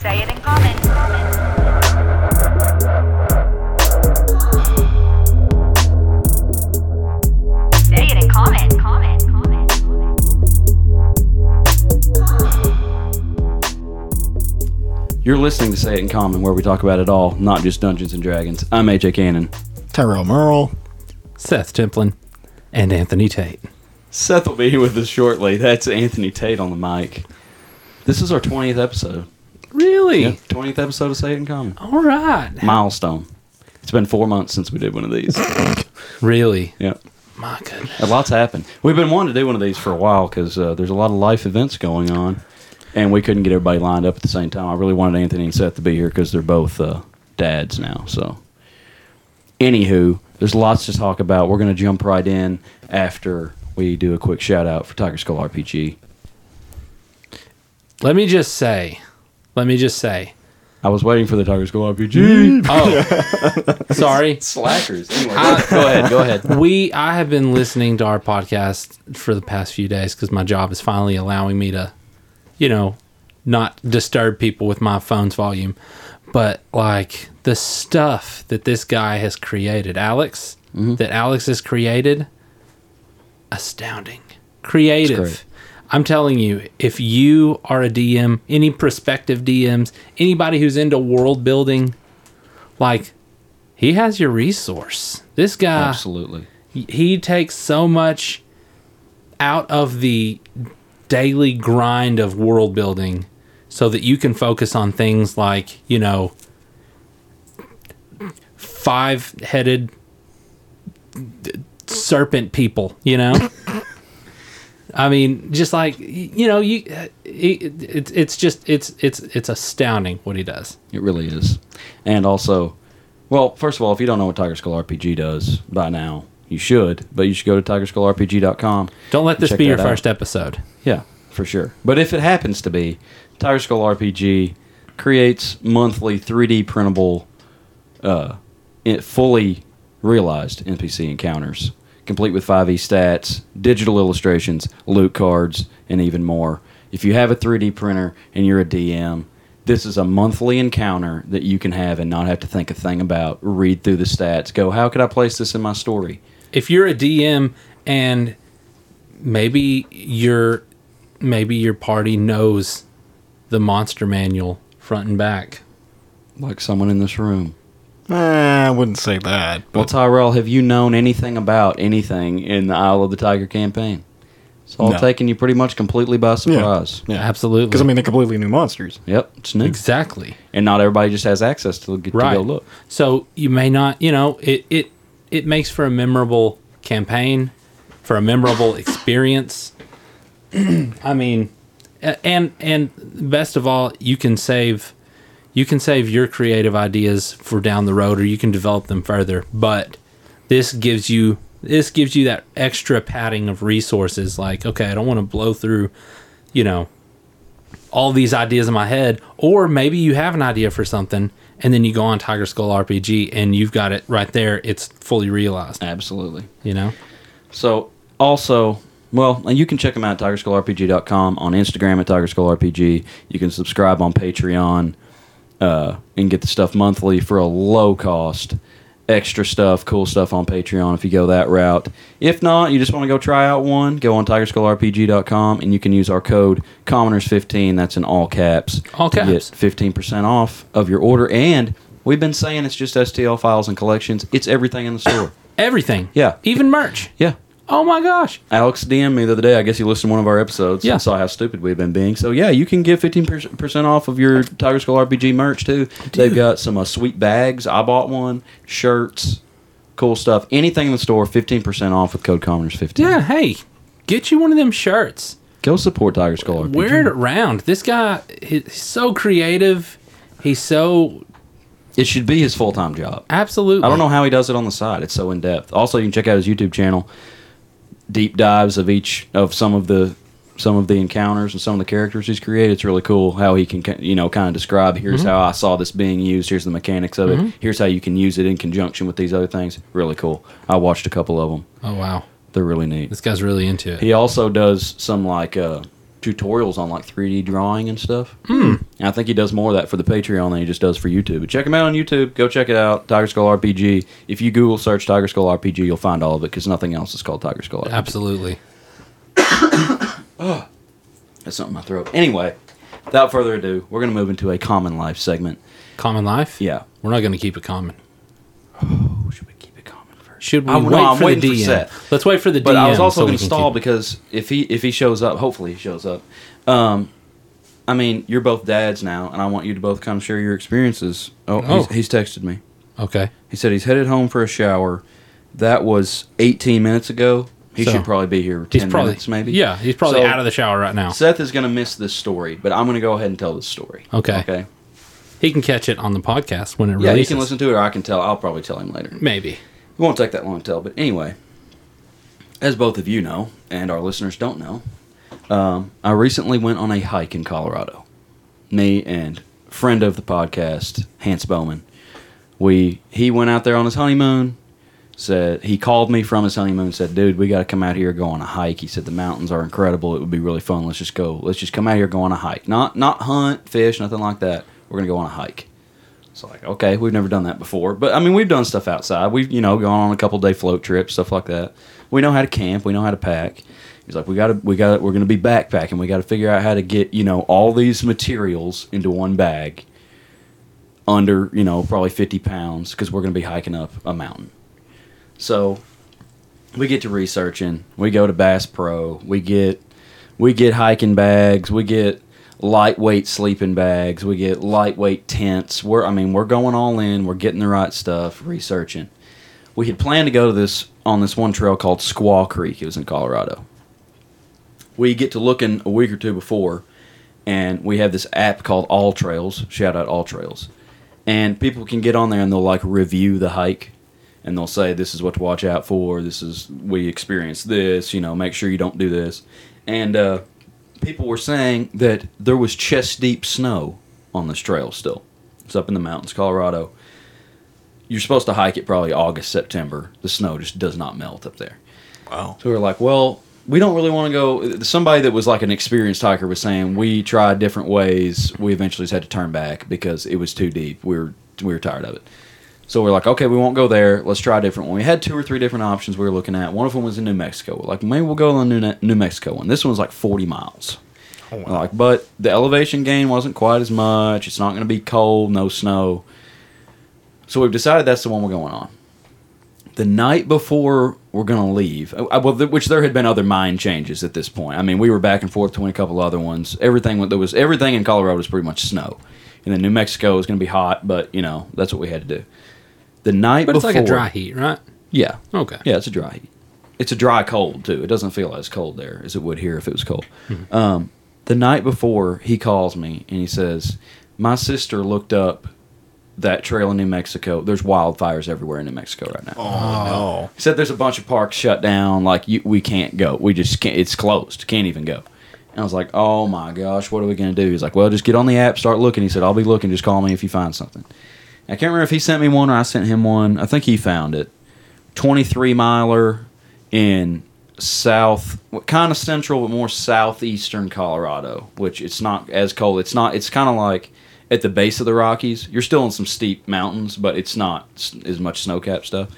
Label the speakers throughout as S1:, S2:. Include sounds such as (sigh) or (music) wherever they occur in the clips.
S1: Say it in comment. Say it in comment. Comment. Comment. Comment.
S2: You're listening to Say It in Common, where we talk about it all, not just Dungeons and Dragons. I'm AJ Cannon.
S3: Tyrell Merle.
S4: Seth Templin, and Anthony Tate.
S2: Seth will be with us shortly. That's Anthony Tate on the mic. This is our 20th episode.
S4: Really?
S2: 20th episode of Say It in Common.
S4: All right.
S2: Milestone. It's been four months since we did one of (laughs) these.
S4: Really?
S2: yep.
S4: My goodness.
S2: A lot's happened. We've been wanting to do one of these for a while because uh, there's a lot of life events going on, and we couldn't get everybody lined up at the same time. I really wanted Anthony and Seth to be here because they're both uh, dads now. So, anywho, there's lots to talk about. We're going to jump right in after we do a quick shout out for Tiger Skull RPG.
S4: Let me just say, let me just say.
S2: I was waiting for the Tiger Skull RPG.
S4: Oh, sorry.
S2: Slackers. (laughs) Anyway, Uh, go ahead. Go
S4: (laughs)
S2: ahead.
S4: We, I have been listening to our podcast for the past few days because my job is finally allowing me to, you know, not disturb people with my phone's volume. But like the stuff that this guy has created, Alex,
S2: Mm-hmm.
S4: that Alex has created, astounding,
S2: great.
S4: creative. I'm telling you, if you are a DM, any prospective DMs, anybody who's into world building, like he has your resource. This guy
S2: Absolutely.
S4: he takes so much out of the daily grind of world building so that you can focus on things like, you know, five headed serpent people, you know? I mean, just like you know, you uh, it, it's it's just it's it's it's astounding what he does.
S2: It really is. And also, well, first of all, if you don't know what Tiger Skull RPG does by now, you should, but you should go to tigerskullrpg.com.
S4: Don't let this
S2: Check
S4: be your
S2: that out.
S4: first episode.
S2: Yeah, for sure. But if it happens to be, Tiger Skull RPG creates monthly 3D printable, uh, it fully realized NPC encounters, complete with 5e stats, digital illustrations, loot cards, and even more. If you have a 3D printer and you're a DM, this is a monthly encounter that you can have and not have to think a thing about, read through the stats, go, how could I place this in my story?
S4: if you're a DM and maybe your maybe your party knows the monster manual front and back.
S2: Like someone in this room.
S3: Eh, I wouldn't say that.
S2: Well,
S3: But
S2: Tyrell, have you known anything about anything in the Isle of the Tiger campaign? It's all
S3: No.
S2: taken you pretty much completely by surprise.
S3: yeah,
S4: Absolutely.
S3: Because I mean, they're completely new monsters.
S2: Yep, it's new,
S4: Exactly.
S2: and not everybody just has access to get
S4: Right.
S2: to go look.
S4: So you may not, you know, it it it makes for a memorable campaign, for
S3: (coughs)
S4: a memorable experience. (clears throat) I mean, a- and and best of all, you can save you can save your creative ideas for down the road or you can develop them further, but this gives you this gives you that extra padding of resources like, okay, I don't want to blow through, you know, all these ideas in my head or maybe you have an idea for something and then you go on tiger skull rpg and you've got it right there it's fully realized
S2: Absolutely.
S4: you know
S2: So also, well, and you can check them out at tigerskullrpg.com on Instagram at tigerskullrpg. You can subscribe on Patreon uh, and get the stuff monthly for a low cost. Extra stuff, cool stuff on Patreon if you go that route. If not, you just want to go try out one, go on tigerskullrpg.com and you can use our code commoners15, that's in all caps,
S4: All
S2: to get
S4: caps.
S2: 15% off of your order. And we've been saying it's just STL files and collections, it's everything in the store.
S4: (coughs) everything
S2: Yeah.
S4: even merch
S2: yeah.
S4: oh my gosh
S2: Alex DM'd me the other day. I guess he listened to one of our episodes
S4: Yeah.
S2: and saw how stupid we've been being. So, yeah, you can get 15% off of your Tiger Skull RPG merch, too. They've got some uh, sweet bags. I bought one, shirts, cool stuff. Anything in the store, 15% off with code COMMONERS15.
S4: yeah hey get you one of them shirts
S2: Go support Tiger Skull RPG.
S4: wear it around this guy he's so creative he's so
S2: It should be his full time job.
S4: absolutely
S2: I don't know how he does it on the side. It's so in depth. Also, you can check out his YouTube channel. Deep dives of each of some of the some of the encounters and some of the characters he's created. It's really cool how he can ki- you know kind of describe. Here's how I saw this being used. Here's the mechanics of it. Here's how you can use it in conjunction with these other things. Really cool. I watched a couple of them.
S4: oh wow
S2: They're really neat.
S4: this guy's really into it
S2: He also does some like uh, tutorials on like 3D drawing and stuff. And I think he does more of that for the Patreon than he just does for YouTube. But check him out on YouTube. Go check it out. Tiger Skull RPG. If you Google search Tiger Skull RPG, you'll find all of it because nothing else is called Tiger Skull RPG.
S4: Absolutely.
S2: That's something in my throat. Anyway, without further ado, we're going to move into a common life segment.
S4: Common life?
S2: Yeah.
S4: We're not going to keep it common.
S2: Oh, should we keep it common first?
S4: Should we
S2: I- no,
S4: wait
S2: I'm
S4: for the
S2: waiting for
S4: DM?
S2: Seth.
S4: Let's wait for the
S2: But
S4: DM.
S2: I was also
S4: so we
S2: going to
S4: can
S2: stall
S4: keep-
S2: because if he if he shows up, hopefully he shows up. Um, I mean, you're both dads now, and I want you to both come share your experiences. Oh,
S4: Oh.
S2: He's, he's texted me.
S4: Okay.
S2: He said he's headed home for a shower. That was 18 minutes ago. He
S4: So,
S2: should probably be here 10
S4: He's probably
S2: minutes, maybe.
S4: Yeah, he's probably
S2: So-
S4: out of the shower right now.
S2: Seth is going to miss this story, but I'm going to go ahead and tell this story.
S4: Okay.
S2: Okay.
S4: He can catch it on the podcast when it
S2: Yeah, he
S4: releases.
S2: can listen to it, or I can tell. I'll probably tell him later.
S4: Maybe.
S2: It won't take that long to tell, but anyway, as both of you know, and our listeners don't know, um, I recently went on a hike in Colorado. Me and friend of the podcast, Hans Bowman, we he went out there on his honeymoon. Said he called me from his honeymoon. Said, "Dude, we got to come out here, go on a hike." He said the mountains are incredible. It would be really fun. Let's just go. Let's just come out here, go on a hike. Not not hunt, fish, nothing like that. We're gonna go on a hike. So like, okay, we've never done that before, but I mean, we've done stuff outside. We've you know gone on a couple day float trips, stuff like that. We know how to camp. We know how to pack. He's like, we gotta, we gotta, we're gonna be backpacking. We gotta figure out how to get you know all these materials into one bag, under you know probably fifty pounds, because we're gonna be hiking up a mountain. So we get to researching. We go to Bass Pro. We get we get hiking bags. We get lightweight sleeping bags. We get lightweight tents. We're I mean we're going all in. We're getting the right stuff. Researching. We had planned to go to this on this one trail called Squaw Creek. It was in Colorado. We get to looking a week or two before, and we have this app called All Trails. Shout out All Trails, and people can get on there and they'll like review the hike and they'll say this is what to watch out for this is we experienced this you know make sure you don't do this and uh, people were saying that there was chest deep snow on this trail still it's up in the mountains colorado you're supposed to hike it probably august september the snow just does not melt up there
S3: Wow.
S2: so we were like, well, we don't really want to go. Somebody that was like an experienced hiker was saying we tried different ways. We eventually just had to turn back because it was too deep. We were we were tired of it. So we're like, okay, we won't go there. Let's try a different one. We had two or three different options we were looking at. One of them was in New Mexico. We're like, maybe we'll go on the New, New Mexico one. This one's like 40 miles. We're Like, but the elevation gain wasn't quite as much. It's not going to be cold, no snow. So we've decided that's the one we're going on the night before we're going to leave, uh, well, th- which there had been other mind changes at this point. I mean, we were back and forth between a couple other ones. Everything wa- there was everything in Colorado was pretty much snow, and then New Mexico was going to be hot, but you know that's what we had to do. The night
S4: But it's
S2: before,
S4: like a dry heat, Oh, right?
S2: yeah,
S4: Okay.
S2: yeah, it's a dry heat. It's a dry cold too. It doesn't feel as cold there as it would here if it was cold. Um, the night before, he calls me and he says, "My sister looked up that trail in New Mexico. There's wildfires everywhere in New Mexico right now."
S3: Oh,
S2: He said there's a bunch of parks shut down. Like you, we can't go. We just can't. It's closed. Can't even go. And I was like, oh my gosh, what are we gonna do? He's like, well, just get on the app, start looking. He said, I'll be looking. Just call me if you find something. I can't remember if he sent me one or I sent him one. I think he found it. Twenty three miler in south, kind of central, but more southeastern Colorado, which it's not as cold. It's not. It's kind of like at the base of the Rockies. You're still in some steep mountains, but it's not s- as much snow capped stuff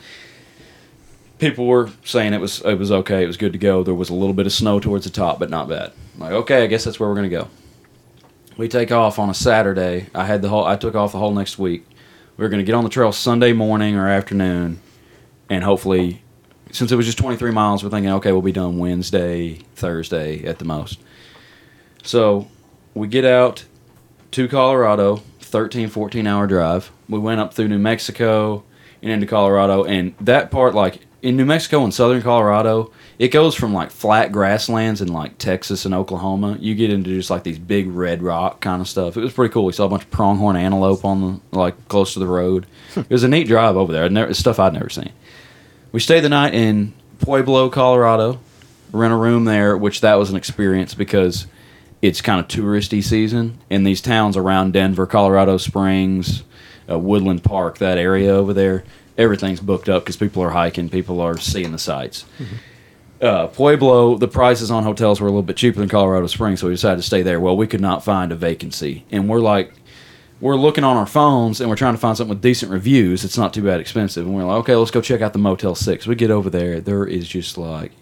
S2: people were saying it was it was okay, it was good to go. There was a little bit of snow towards the top, but not bad. I'm like, okay, I guess that's where we're gonna go. We take off on a Saturday. I had the whole I took off the whole next week. We were gonna get on the trail Sunday morning or afternoon, and hopefully, since it was just 23 miles, we're thinking, okay, we'll be done Wednesday, Thursday at the most. So we get out to Colorado, 13, 14 hour drive. We went up through New Mexico and into Colorado. And that part, like in New Mexico and southern Colorado, it goes from like flat grasslands in like Texas and Oklahoma. You get into just like these big red rock kind of stuff. It was pretty cool. We saw a bunch of pronghorn antelope on the, like close to the road. it was a neat drive over there. I'd never, it's stuff I'd never seen. We stayed the night in Pueblo, Colorado. Rent a room there, which that was an experience because it's kind of touristy season in these towns around Denver, Colorado Springs, uh, Woodland Park, that area over there. Everything's booked up because people are hiking, people are seeing the sights. uh, Pueblo, the prices on hotels were a little bit cheaper than Colorado Springs, so we decided to stay there. Well, we could not find a vacancy, and we're like, we're looking on our phones and we're trying to find something with decent reviews. It's not too bad expensive, and we're like, okay, let's go check out the Motel Six. We get over there, there is just like.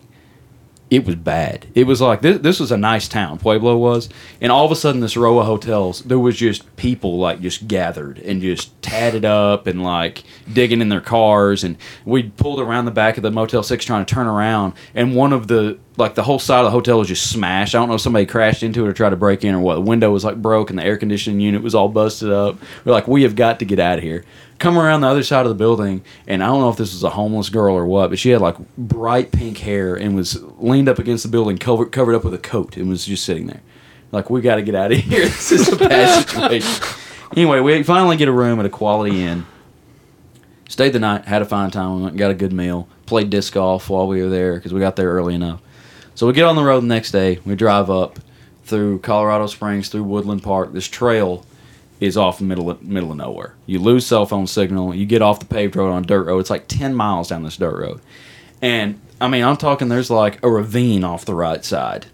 S2: It was bad. It was like this. This was a nice town, Pueblo was, and all of a sudden, this row of hotels, there was just people like just gathered and just tatted up and like digging in their cars. And we pulled around the back of the Motel Six trying to turn around, and one of the like the whole side of the hotel was just smashed. I don't know if somebody crashed into it or tried to break in or what. The window was like broke and the air conditioning unit was all busted up. We're like, we have got to get out of here. Come around the other side of the building, and I don't know if this was a homeless girl or what, but she had like bright pink hair and was leaned up against the building, covered covered up with a coat, and was just sitting there. Like, we got to get out of (laughs) here. This is a bad situation. anyway, we finally get a room at a quality inn. Stayed the night, had a fine time. We went and got a good meal, played disc golf while we were there because we got there early enough. So we get on the road the next day. We drive up through Colorado Springs, through Woodland Park. This trail is off the middle of, middle of nowhere. You lose cell phone signal. You get off the paved road on a dirt road. It's like ten miles down this dirt road, and I mean I'm talking there's like a ravine off the right side,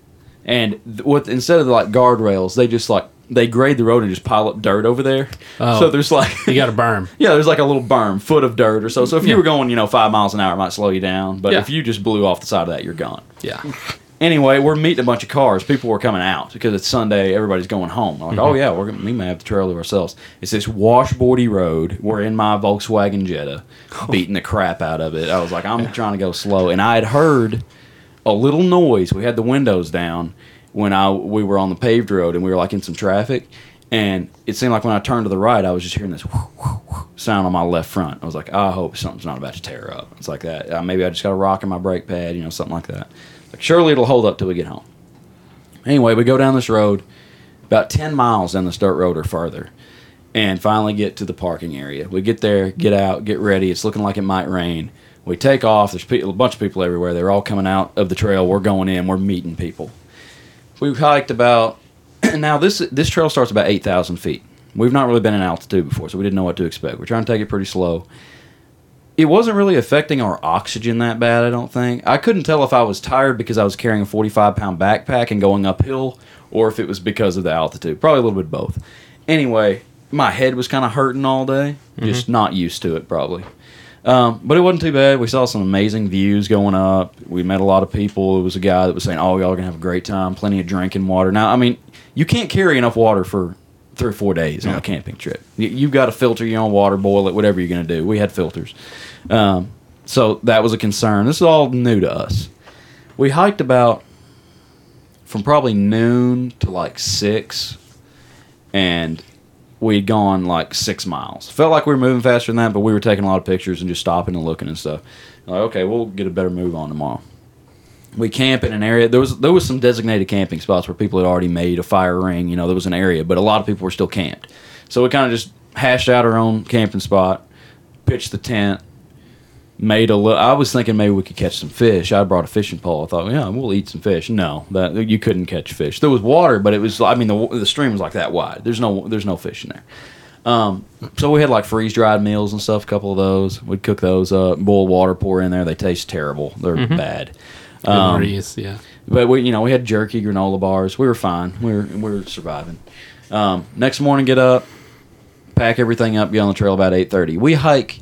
S2: and th- with instead of like guardrails, they just like they grade the road and just pile up dirt over there.
S4: Oh.
S2: So there's like (laughs)
S4: You got a berm.
S2: yeah, there's like a little berm, foot of dirt or so. So if you
S4: Yeah.
S2: were going, you know, five miles an hour, it might slow you down. But
S4: Yeah.
S2: if you just blew off the side of that, you're gone.
S4: Yeah.
S2: Anyway, we're meeting a bunch of cars. People were coming out because it's Sunday. Everybody's going home. Like,
S4: Mm-hmm.
S2: oh yeah, we're gonna, we may have the trail to ourselves. It's this washboardy road. We're in my Volkswagen
S4: (laughs)
S2: Jetta, beating the crap out of it. I was like, I'm trying to go slow, and I had heard a little noise. We had the windows down when I we were on the paved road, and we were like in some traffic. And it seemed like when I turned to the right, I was just hearing this (laughs) sound on my left front. I was like, I hope something's not about to tear up. It's like that. Uh, maybe I just got a rock in my brake pad, you know, something like that. Like, surely it'll hold up till we get home. Anyway, we go down this road, about 10 miles down this dirt road or further, and finally get to the parking area. We get there, get out, get ready. It's looking like it might rain. We take off. There's people, a bunch of people everywhere. They're all coming out of the trail. We're going in. We're meeting people. We've hiked about (clears throat) now this this trail starts about eight thousand feet. We've not really been in altitude before, so we didn't know what to expect. We're trying to take it pretty slow. It wasn't really affecting our oxygen that bad, I don't think. I couldn't tell if I was tired because I was carrying a forty-five pound backpack and going uphill, or if it was because of the altitude. Probably a little bit of both. Anyway, my head was kind of hurting all day, just not used to it probably. Um, but it wasn't too bad. We saw some amazing views going up. We met a lot of people. It was a guy that was saying, "Oh, y'all are gonna have a great time. Plenty of drinking water." Now, I mean, you can't carry enough water for three or four days on a camping trip. You, you've got to filter your own water, boil it, whatever you're gonna do. We had filters, um, so that was a concern. This is all new to us. We hiked about from probably noon to like six, and we'd gone like six miles. Felt like we were moving faster than that, but we were taking a lot of pictures and just stopping and looking and stuff. Like, okay, we'll get a better move on tomorrow. We camp in an area. There was there was some designated camping spots where people had already made a fire ring. You know, there was an area, but a lot of people were still camped. So we kind of just hashed out our own camping spot, pitched the tent, made a little. I was thinking maybe we could catch some fish. I brought a fishing pole. I thought, yeah, we'll eat some fish. No, that you couldn't catch fish. There was water, but it was. I mean, the the stream was like that wide. There's no there's no fish in there. Um, so we had like freeze dried meals and stuff. A couple of those. We'd cook those up, boil water, pour in there. They taste terrible. They're bad. Um,
S4: Memories, yeah.
S2: but we, you know, we had jerky, granola bars. We were fine. We were we were surviving. Um, next morning, get up, pack everything up, be on the trail about eight thirty. We hike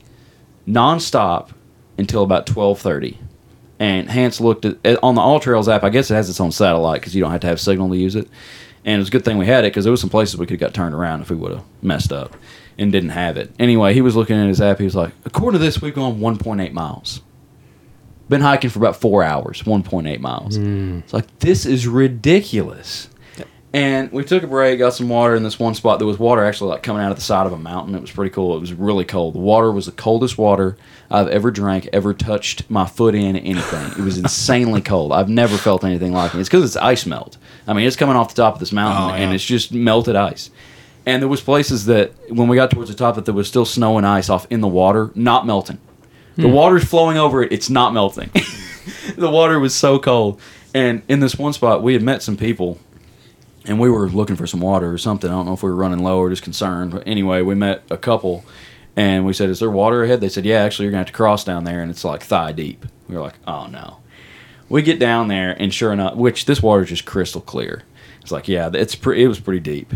S2: nonstop until about twelve thirty. And Hans looked at at- on the All Trails app. I guess it has its own satellite because you don't have to have signal to use it. And it was a good thing we had it because there was some places we could have got turned around if we would have messed up and didn't have it. Anyway, he was looking at his app. He was like, "According to this, we've gone one point eight miles." Been hiking for about four hours, 1.8 miles.
S3: Hmm.
S2: It's like, this is ridiculous. And we took a break, got some water in this one spot. There was water actually like coming out of the side of a mountain. It was pretty cool. It was really cold. The water was the coldest water I've ever drank, ever touched my foot in anything. It
S3: (laughs)
S2: was insanely cold. I've never felt anything like it. It's because it's ice melt. I mean, it's coming off the top of this mountain
S3: Oh, yeah.
S2: and it's just melted ice. And there was places that when we got towards the top that there was still snow and ice off in the water, not melting. The water's flowing over it. It's not melting. (laughs) the water was so cold. And in this one spot, we had met some people, and we were looking for some water or something. I don't know if we were running low or just concerned. But anyway, we met a couple, and we said, "Is there water ahead?" They said, "Yeah, actually, you're gonna have to cross down there, and it's like thigh deep." We were like, "Oh no." We get down there, and sure enough, which this water is just crystal clear. It's like, yeah, it's pre- it was pretty deep,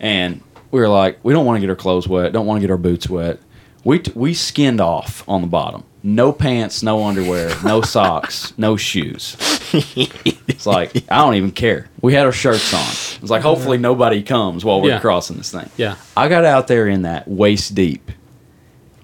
S2: and we were like, we don't want to get our clothes wet, don't want to get our boots wet. We t- we skinned off on the bottom, no pants, no underwear,
S4: (laughs)
S2: no socks, no shoes. It's like I don't even care. We had our shirts on. It's like hopefully nobody comes while we're
S4: Yeah.
S2: crossing this thing.
S4: Yeah.
S2: I got out there in that waist deep.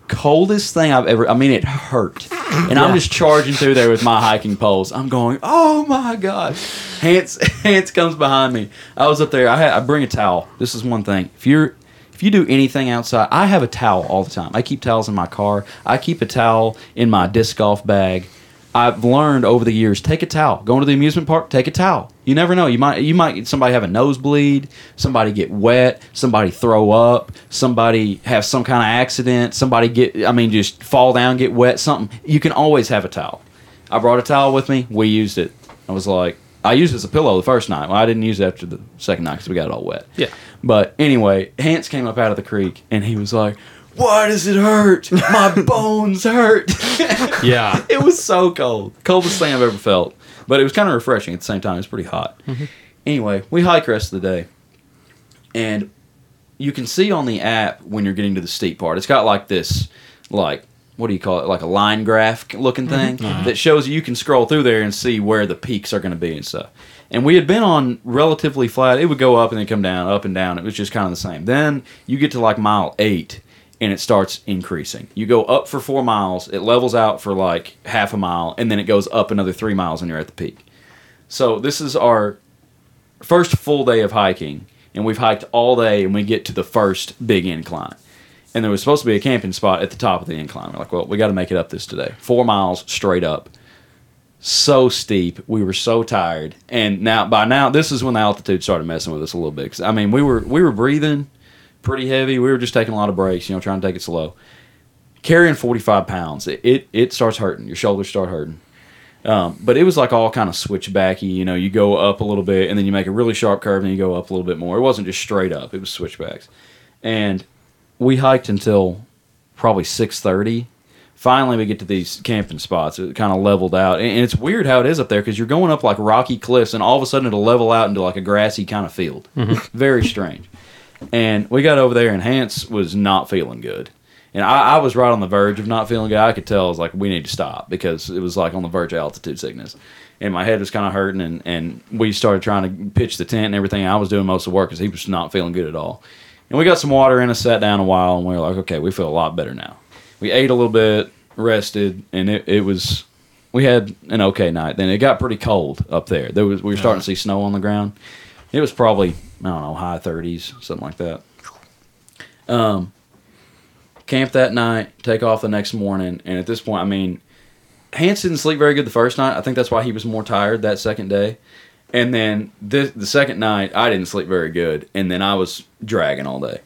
S2: Coldest thing I've ever I mean it hurt. And I'm
S4: Yeah.
S2: just charging through there with my hiking poles. I'm going, "Oh my god." (laughs) Hans Hans comes behind me. I was up there. I had, I bring a towel. This is one thing. If you're if you do anything outside, I have a towel all the time. I keep towels in my car. I keep a towel in my disc golf bag. I've learned over the years, take a towel. Going to the amusement park, take a towel. You never know. You might you might somebody have a nosebleed, somebody get wet, somebody throw up, somebody have some kind of accident, somebody get I mean just fall down, get wet, something. You can always have a towel. I brought a towel with me. We used it. I was like, I used it as a pillow the first night. Well, I didn't use it after the second night because we got it all wet.
S4: Yeah.
S2: But anyway, Hans came up out of the creek and he was like, "Why does it hurt? My (laughs) bones hurt."
S4: (laughs) Yeah.
S2: it was so cold. Coldest thing I've ever felt. But it was kind of refreshing at the same time. It was pretty hot. Anyway, we hike the rest of the day. And you can see on the app when you're getting to the steep part. It's got like this, like, what do you call it? Like a line graph looking thing that shows you can scroll through there and see where the peaks are going to be and stuff. And we had been on relatively flat. It would go up and then come down, up and down. It was just kind of the same. Then you get to like mile eight and it starts increasing. You go up for four miles, it levels out for like half a mile, and then it goes up another three miles and you're at the peak. So this is our first full day of hiking, and we've hiked all day, and we get to the first big incline. And there was supposed to be a camping spot at the top of the incline. We're like, well, we got to make it up this today. Four miles straight up. So steep. We were so tired. And now, by now, this is when the altitude started messing with us a little bit. 'Cause, I mean, we were we were breathing pretty heavy. We were just taking a lot of breaks, you know, trying to take it slow. Carrying 45 pounds, it, it, it starts hurting. Your shoulders start hurting but it was like all kind of switchbacky. You know, you go up a little bit and then you make a really sharp curve and you go up a little bit more. It wasn't just straight up; it was switchbacks. And we hiked until probably six thirty. Finally, we get to these camping spots. It kind of leveled out, and, and it's weird how it is up there because you're going up like rocky cliffs, and all of a sudden it'll level out into like a grassy kind of field. Very strange. And we got over there, and Hans was not feeling good. And I, I was right on the verge of not feeling good. I could tell, I was like, we need to stop because it was like on the verge of altitude sickness. And my head was kind of hurting, and, and we started trying to pitch the tent and everything. I was doing most of the work because he was not feeling good at all. And we got some water in us, sat down a while, and we were like, okay, we feel a lot better now. We ate a little bit, rested, and it, it was, we had an okay night. Then it got pretty cold up there. There was, we were starting to see snow on the ground. It was probably, I don't know, high 30s, something like that Um, camp that night, take off the next morning, and at this point, I mean, Hans didn't sleep very good the first night. I think that's why he was more tired that second day. And then this, the second night, I didn't sleep very good, and then I was dragging all day.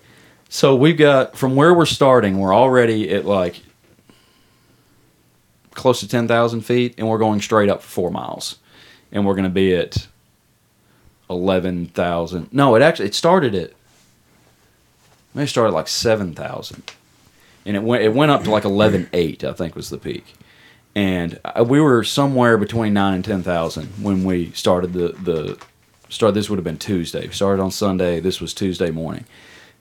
S2: So we've got from where we're starting, we're already at like close to ten thousand feet, and we're going straight up for four miles, and we're going to be at eleven thousand. No, it actually it started at. Maybe it started at like seven thousand and it went it went up to like eleven eight, I think was the peak. And uh, we were somewhere between nine and ten thousand when we started the the start. This would have been Tuesday. We started on Sunday. This was Tuesday morning,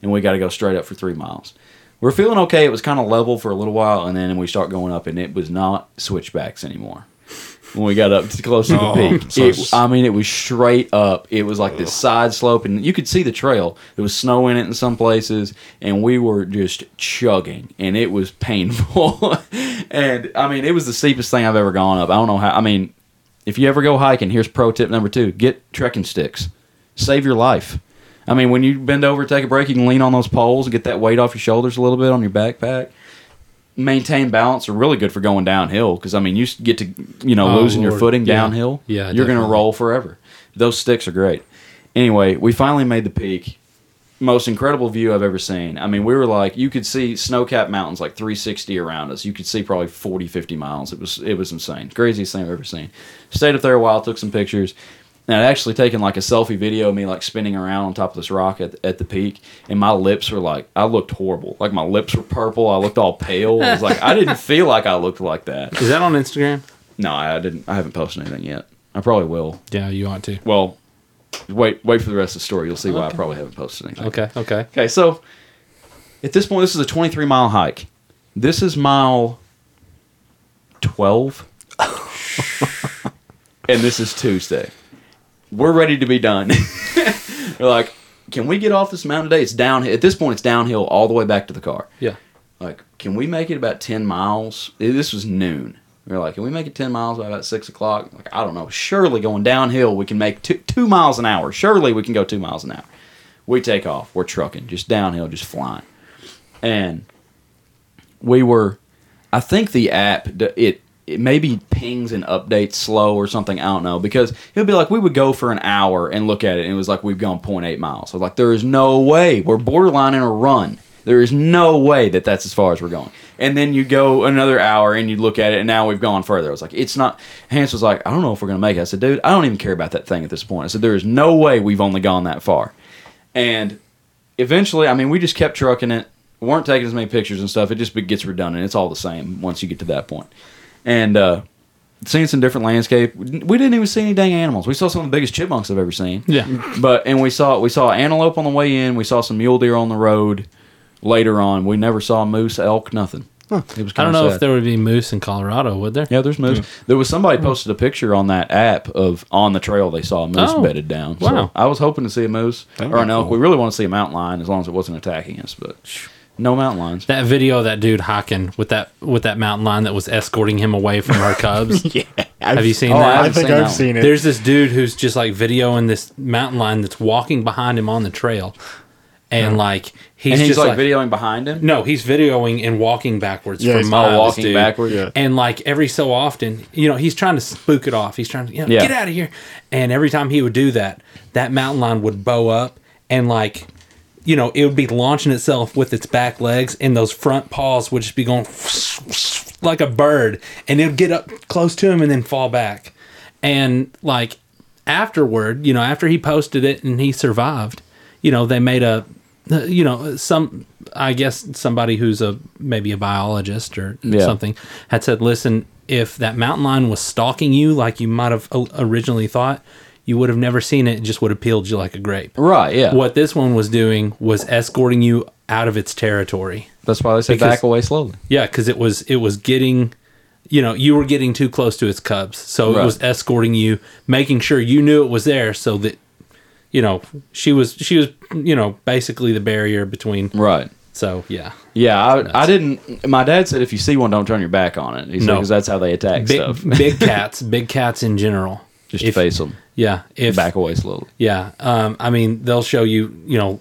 S2: and we got to go straight up for three miles. We're feeling okay. It was kind of level for a little while, and then we start going up, and it was not switchbacks anymore. When we got up to close to the
S3: Oh,
S2: peak,
S3: so
S2: It-
S3: s-
S2: I mean, it was straight up. It was like this side slope, and you could see the trail. There was snow in it in some places, and we were just chugging, and it was painful. (laughs) and I mean, it was the steepest thing I've ever gone up. I don't know how. I mean, if you ever go hiking, here's pro tip number two: get trekking sticks. Save your life. I mean, when you bend over, take a break, you can lean on those poles and get that weight off your shoulders a little bit on your backpack. Maintain balance are really good for going downhill because I mean, you s- get to you know
S4: Oh,
S2: losing your
S4: Lord.
S2: footing
S4: Yeah.
S2: downhill.
S4: Yeah,
S2: you're going to
S4: definitely.
S2: roll forever. Those sticks are great. Anyway, we finally made the peak. Most incredible view I've ever seen. I mean, we were like, you could see snow-capped mountains like 360 around us. You could see probably 40, 50 miles. It was it was insane. Craziest thing I've ever seen. Stayed up there a while, took some pictures. And I'd actually taken like a selfie video of me like spinning around on top of this rock at, at the peak, and my lips were like I looked horrible. Like my lips were purple. I looked all pale. It was like I didn't feel like I looked like that.
S4: Is that on Instagram?
S2: No, I didn't. I haven't posted anything yet. I probably will.
S4: Yeah, you ought to.
S2: Well, wait, wait for the rest of the story. You'll see why I probably haven't posted anything.
S4: Okay, okay.
S2: Okay, so at this point, this is a 23 mile hike. This is mile 12. and this is Tuesday. We're ready to be done. (laughs) We're like, can we get off this mountain today? It's downhill. At this point, it's downhill all the way back to the car.
S4: Yeah.
S2: Like, can we make it about 10 miles? Eh, This was noon. We were like, can we make it 10 miles by about 6 o'clock? Like, I don't know. Surely going downhill, we can make two, two miles an hour. Surely we can go two miles an hour. We take off. We're trucking, just downhill, just flying. And we were, I think the app, d- it, it maybe pings and updates slow or something. I don't know. Because it would be like, we would go for an hour and look at it, and it was like, we've gone 0.8 miles. I was like, there is no way. We're borderline in a run. There is no way that that's as far as we're going. And then you go another hour and you look at it, and now we've gone further. I was like, it's not. Hans was like, I don't know if we're going to make it. I said, dude, I don't even care about that thing at this point. I said, there is no way we've only gone that far. And eventually, I mean, we just kept trucking it. weren't taking as many pictures and stuff. It just be- gets redundant. It's all the same once you get to that point. And uh, seeing some different landscape, we didn't even see any dang animals. We saw some of the biggest chipmunks I've ever seen.
S4: Yeah.
S2: But and we saw we saw antelope on the way in. We saw some mule deer on the road. Later on, we never saw moose, elk, nothing. It was
S4: I
S2: kind
S4: don't
S2: of
S4: know
S2: sad.
S4: if there would be moose in Colorado, would there?
S2: Yeah, there's moose. There was somebody
S4: Hmm.
S2: posted a picture on that app of on the trail they saw a moose
S4: Oh,
S2: bedded down. So
S4: wow.
S2: I was hoping to see a moose
S3: That'd
S2: or
S3: be
S2: an elk.
S3: cool.
S2: We really want to see a mountain lion as long as it wasn't attacking us, but no mountain lions.
S4: That video of that dude hiking with that with that mountain lion that was escorting him away
S2: (laughs)
S4: from her cubs.
S3: Yeah.
S4: Have you seen
S2: Oh, I
S4: that?
S3: I
S2: haven't
S3: think
S2: seen
S3: I've
S2: that
S3: seen it.
S4: There's this dude who's just like videoing this mountain lion that's walking behind him on the trail, and like he's,
S2: and he's
S4: just
S2: like,
S4: like,
S2: videoing behind him.
S4: No, he's videoing and walking backwards
S3: Yeah,
S4: from
S3: he's
S4: miles,
S2: Oh, walking
S4: dude.
S2: backwards.
S3: Yeah.
S4: And like every so often, you know, he's trying to spook it off. He's trying to you know,
S2: Yeah.
S4: get out of here. And every time he would do that, that mountain lion would bow up and like, you know, it would be launching itself with its back legs, and those front paws would just be going like a bird, and it would get up close to him and then fall back. And like afterward, you know, after he posted it and he survived, you know, they made a, you know, some, I guess somebody who's a maybe a biologist or
S2: Yeah.
S4: something had said, listen, if that mountain lion was stalking you like you might have o- originally thought, you would have never seen it. It just would have peeled you like a grape.
S2: Right, yeah.
S4: What this one was doing was escorting you out of its territory.
S2: That's why they say
S4: Because-
S2: back away slowly.
S4: Yeah, because it was it was getting, you know, you were getting too close to its cubs, so
S2: Right.
S4: it was escorting you, making sure you knew it was there, so that, you know, she was she was you know basically the barrier between.
S2: Right.
S4: So yeah,
S2: Yeah, I, I didn't. My dad said if you see one, don't turn your back on it. He said
S4: No.
S2: because that's how they attack
S4: big
S2: stuff.
S4: big cats, big cats in general.
S2: Just
S4: If-
S2: face them
S4: Yeah, if
S2: back away slowly.
S4: yeah, um, I mean they'll show you you know,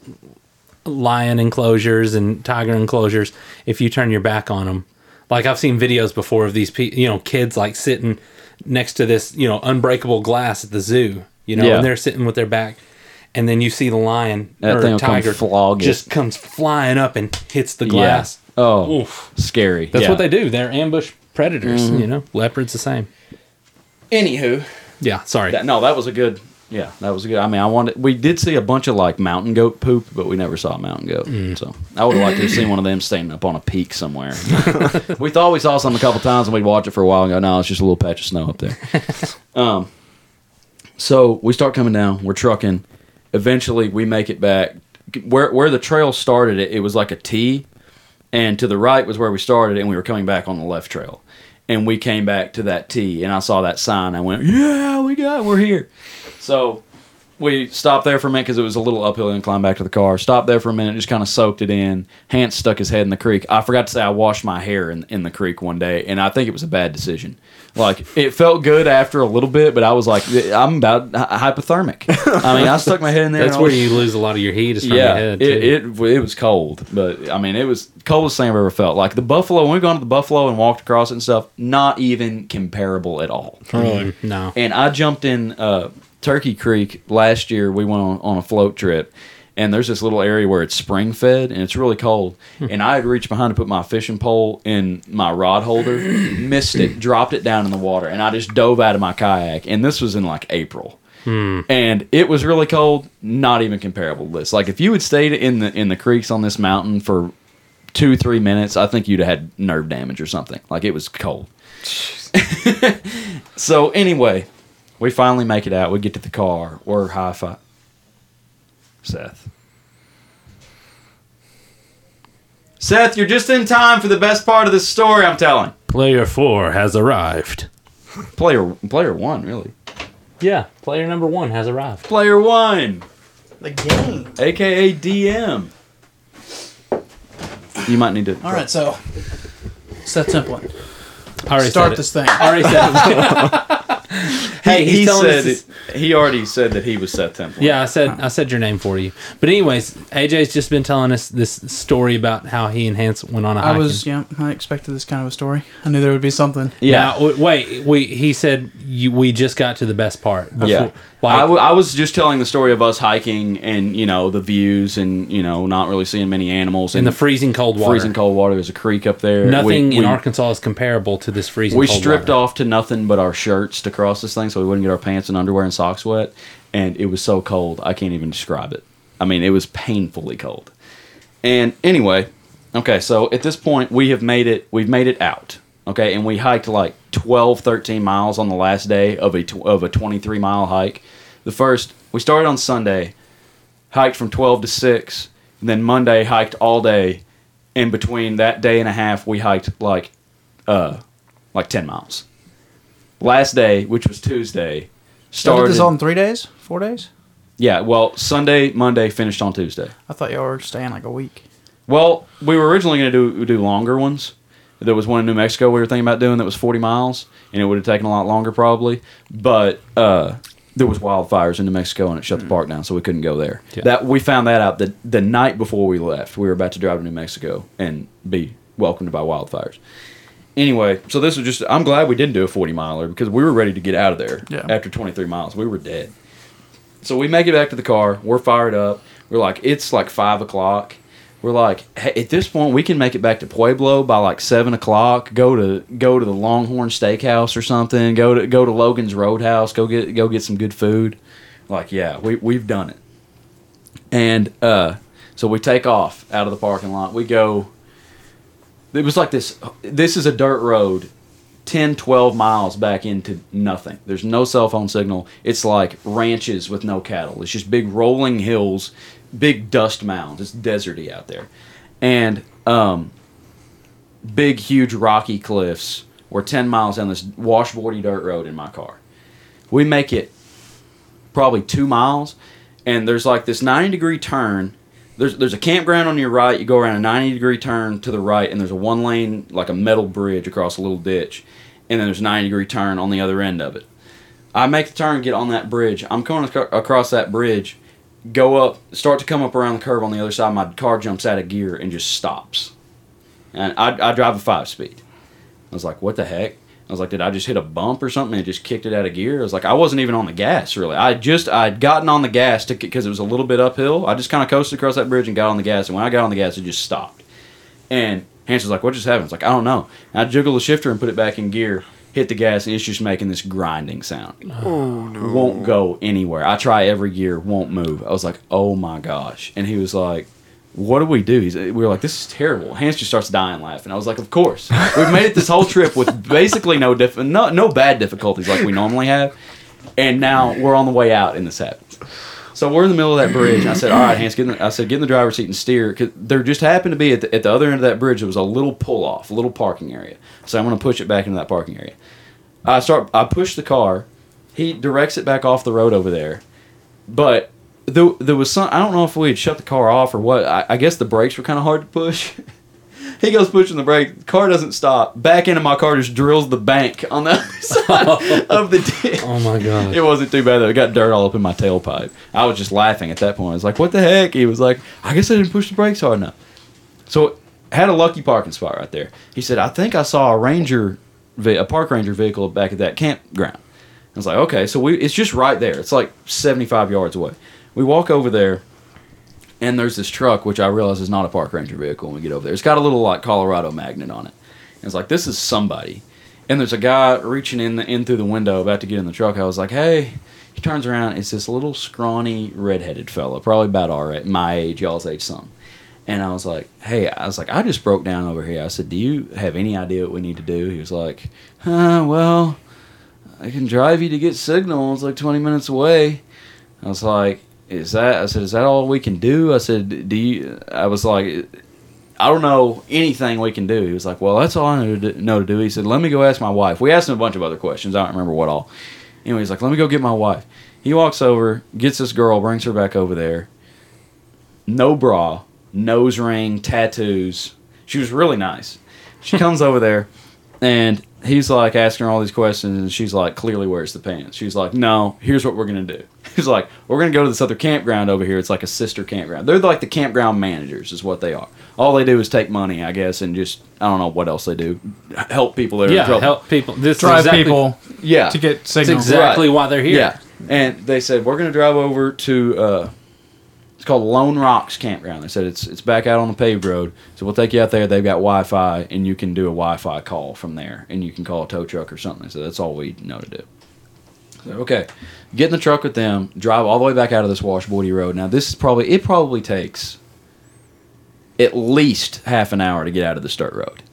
S4: lion enclosures and tiger enclosures. If you turn your back on them, like I've seen videos before of these pe- you know kids like sitting next to this you know unbreakable glass at the zoo, you know,
S2: Yeah.
S4: and they're sitting with their back, and then you see the lion
S2: That
S4: or
S2: thing will come
S4: tiger
S2: flog it.
S4: just comes flying up and hits the glass.
S2: Yeah. Oh,
S4: Oof.
S2: scary.
S4: That's
S2: Yeah. Mm-hmm.
S4: what they do. They're ambush predators. You know, leopards the same.
S2: Anywho,
S4: Yeah, sorry.
S2: That- no, that was a good. Yeah, that was a good. I mean, I wanted. We did see a bunch of like mountain goat poop, but we never saw a mountain goat. So I would have liked to have seen one of them standing up on a peak somewhere. we thought we saw some a couple times, and we'd watch it for a while and go, "No, it's just a little patch of snow up there." um, so we start coming down. We're trucking. Eventually, we make it back where where the trail started. It, it was like a T, and to the right was where we started, and we were coming back on the left trail. And we came back to that T, and I saw that sign. I went, "Yeah, we got, it. we're here." So we stopped there for a minute because it was a little uphill incline back to the car. Stopped there for a minute, just kind of soaked it in. Hans stuck his head in the creek. I forgot to say I washed my hair in, in the creek one day, and I think it was a bad decision. Like it felt good after a little bit, but I was like, I'm about hy- hypothermic. I mean, I stuck my head in there.
S4: That's
S2: and I
S4: where
S2: was-
S4: you lose a lot of your heat is from your head.
S2: it,
S4: too.
S2: it it was cold, but I mean, it was coldest thing I've ever felt. Like the buffalo, when we gone to the buffalo and walked across it and stuff, not even comparable at all.
S3: Really?
S4: no.
S2: And I jumped in uh, Turkey Creek last year. We went on, on a float trip, and there's this little area where it's spring fed and it's really cold. and I had reached behind to put my fishing pole in my rod holder, missed it, dropped it down in the water, and I just dove out of my kayak. And this was in like April. And it was really cold, not even comparable to this. Like if you had stayed in the in the creeks on this mountain for two three minutes, I think you'd have had nerve damage or something. Like it was cold. so anyway, we finally make it out. We get to the car. We're high five. Seth. Seth, you're just in time for the best part of the story I'm telling.
S4: Player four has arrived.
S2: Player player one, really.
S4: Yeah, player number one has arrived.
S2: Player one.
S5: The game.
S2: AKA DM. You might need to
S5: All right, so set simple.
S4: I already
S5: Start
S4: said
S5: this
S4: It.
S5: thing.
S4: I already said it.
S2: Hey, (laughs)
S4: He's
S2: he
S4: telling us
S2: said
S4: this-
S2: it- he already said that he was Seth Temple.
S4: Yeah, I said I said your name for you. But anyways, AJ's just been telling us this story about how he and Hans went on a hike.
S5: I was, yeah, I expected this kind of a story. I knew there would be something.
S4: Yeah.
S2: yeah.
S4: wait, we he said you, we just got to the best part. Before,
S2: Yeah. I,
S4: Like,
S2: w- I was just telling the story of us hiking and you know the views and you know not really seeing many animals
S4: in
S2: and
S4: the freezing cold water.
S2: freezing cold water. There's a creek up there.
S4: Nothing
S2: We-
S4: in
S2: we-
S4: Arkansas is comparable to this freezing.
S2: We
S4: cold
S2: stripped
S4: water.
S2: off to nothing but our shirts to cross this thing, so we wouldn't get our pants and underwear and socks wet. And it was so cold, I can't even describe it. I mean, it was painfully cold. And anyway, okay, so at this point, we have made it. We've made it out. Okay, and we hiked like 12, 13 miles on the last day of a tw- of a 23 mile hike. The first we started on Sunday, hiked from 12 to 6, and then Monday hiked all day. In between that day and a half, we hiked like uh, like 10 miles. Last day, which was Tuesday,
S5: Y'all
S2: started.
S5: did this all in three days? Four days?
S2: yeah, well, Sunday, Monday, finished on Tuesday.
S5: I thought y'all were staying like a week.
S2: Well, we were originally going to do, do longer ones. There was one in New Mexico we were thinking about doing that was 40 miles, and it would have taken a lot longer probably. But uh, there was wildfires in New Mexico, and it shut the park down, so we couldn't go there.
S4: Yeah.
S2: That we found that out the the night before we left. We were about to drive to New Mexico and be welcomed by wildfires. Anyway, so this was just. I'm glad we didn't do a 40 miler because we were ready to get out of there
S5: Yeah.
S2: after 23 miles. We were dead. So we make it back to the car. We're fired up. We're like, it's like five o'clock. We're like, hey, at this point, we can make it back to Pueblo by like seven o'clock. Go to go to the Longhorn Steakhouse or something. Go to go to Logan's Roadhouse. Go get go get some good food. Like, yeah, we we've done it. And uh, so we take off out of the parking lot. We go. It was like this. This is a dirt road 10, 12 miles back into nothing. There's no cell phone signal. It's like ranches with no cattle. It's just big rolling hills, big dust mounds. It's deserty out there. And um, big, huge rocky cliffs. We're 10 miles down this washboardy dirt road in my car. We make it probably two miles, and there's like this 90 degree turn. There's, there's a campground on your right. You go around a 90 degree turn to the right, and there's a one lane, like a metal bridge across a little ditch. And then there's a 90 degree turn on the other end of it. I make the turn, get on that bridge. I'm coming ac- across that bridge, go up, start to come up around the curve on the other side. My car jumps out of gear and just stops. And I, I drive a five speed. I was like, what the heck? I was like, did I just hit a bump or something and it just kicked it out of gear? I was like, I wasn't even on the gas really. I just I'd gotten on the gas to because it was a little bit uphill. I just kind of coasted across that bridge and got on the gas. And when I got on the gas, it just stopped. And Hans was like, what just happened? I was like, I don't know. And I jiggled the shifter and put it back in gear, hit the gas, and it's just making this grinding sound. Oh no! Won't go anywhere. I try every gear, won't move. I was like, oh my gosh. And he was like what do we do? He's, we were like, this is terrible. Hans just starts dying laughing. I was like, of course. We've made it this whole trip with basically no diff- no, no bad difficulties like we normally have. And now we're on the way out and this happens. So we're in the middle of that bridge. And I said, all right, Hans, get in the, I said, get in the driver's seat and steer. 'Cause there just happened to be at the, at the other end of that bridge, there was a little pull off, a little parking area. So I'm going to push it back into that parking area. I start, I push the car. He directs it back off the road over there but there, there was some. I don't know if we had shut the car off or what. I, I guess the brakes were kind of hard to push. (laughs) he goes pushing the brake. car doesn't stop. Back end of my car just drills the bank on the other (laughs) side of the ditch.
S4: Oh my god!
S2: It wasn't too bad though. It got dirt all up in my tailpipe. I was just laughing at that point. I was like, "What the heck?" He was like, "I guess I didn't push the brakes hard enough." So had a lucky parking spot right there. He said, "I think I saw a ranger, ve- a park ranger vehicle back at that campground." I was like, "Okay, so we it's just right there. It's like seventy five yards away." We walk over there and there's this truck which I realize is not a park ranger vehicle when we get over there. It's got a little like Colorado magnet on it. And it's like this is somebody. And there's a guy reaching in the, in through the window about to get in the truck. I was like, "Hey." He turns around. It's this little scrawny redheaded fella, probably about all right, my age, y'all's age, something. And I was like, hey, I was like, I just broke down over here. I said, do you have any idea what we need to do? He was like, huh, well, I can drive you to get signal. It's like 20 minutes away. I was like, is that, I said, is that all we can do? I said, do you, I was like, I don't know anything we can do. He was like, well, that's all I know to do. Know to do. He said, let me go ask my wife. We asked him a bunch of other questions. I don't remember what all. Anyway, he's like, let me go get my wife. He walks over, gets this girl, brings her back over there. No bra, nose ring, tattoos. She was really nice. She comes over there, and he's like asking her all these questions, and she's like, clearly, where's the pants? She's like, no, here's what we're going to do. (laughs) He's like, we're going to go to this other campground over here. It's like a sister campground. They're like the campground managers, is what they are. All they do is take money, I guess, and just, I don't know what else they do. Help people that are in
S4: Yeah,
S2: trouble.
S4: help people. This is
S5: Drive
S4: exactly-
S5: people
S2: yeah.
S5: to get
S4: That's
S5: signal.
S4: exactly why they're here.
S2: Yeah. And they said we're going to drive over to uh, it's called Lone Rocks Campground. They said it's it's back out on the paved road, so we'll take you out there. They've got Wi-Fi, and you can do a Wi-Fi call from there, and you can call a tow truck or something. So that's all we know to do. So, okay, get in the truck with them, drive all the way back out of this washboardy road. Now this is probably it probably takes at least half an hour to get out of this dirt road.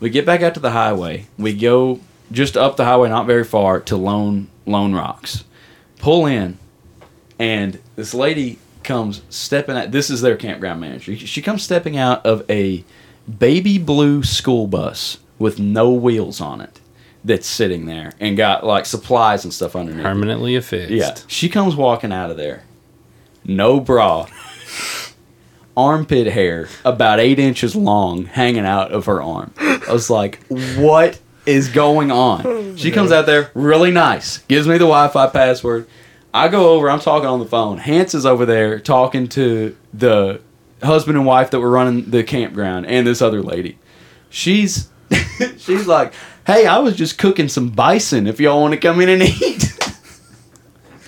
S2: We get back out to the highway. We go just up the highway, not very far, to Lone Lone Rocks. Pull in, and this lady comes stepping out. This is their campground manager. She comes stepping out of a baby blue school bus with no wheels on it that's sitting there and got like supplies and stuff underneath. it.
S4: Permanently affixed.
S2: Yeah. She comes walking out of there. No bra. (laughs) Armpit hair about eight inches long hanging out of her arm. I was like, what is going on? She comes out there really nice, gives me the Wi Fi password. I go over, I'm talking on the phone. Hans is over there talking to the husband and wife that were running the campground and this other lady. She's (laughs) she's like, Hey, I was just cooking some bison if y'all want to come in and eat. (laughs)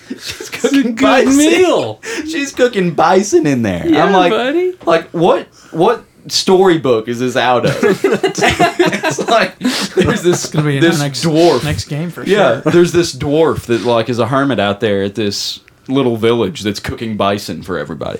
S2: She's cooking
S4: Good
S2: bison.
S4: meal.
S2: (laughs) She's cooking bison in there.
S4: Yeah,
S2: I'm like,
S4: buddy.
S2: like what? What storybook is this out
S5: (laughs)
S2: of? it's like there's this
S5: Gonna be in
S2: this
S5: the next-
S2: dwarf.
S5: Next game for
S2: yeah, (laughs)
S5: sure.
S2: there's this dwarf that like is a hermit out there at this little village that's cooking bison for everybody.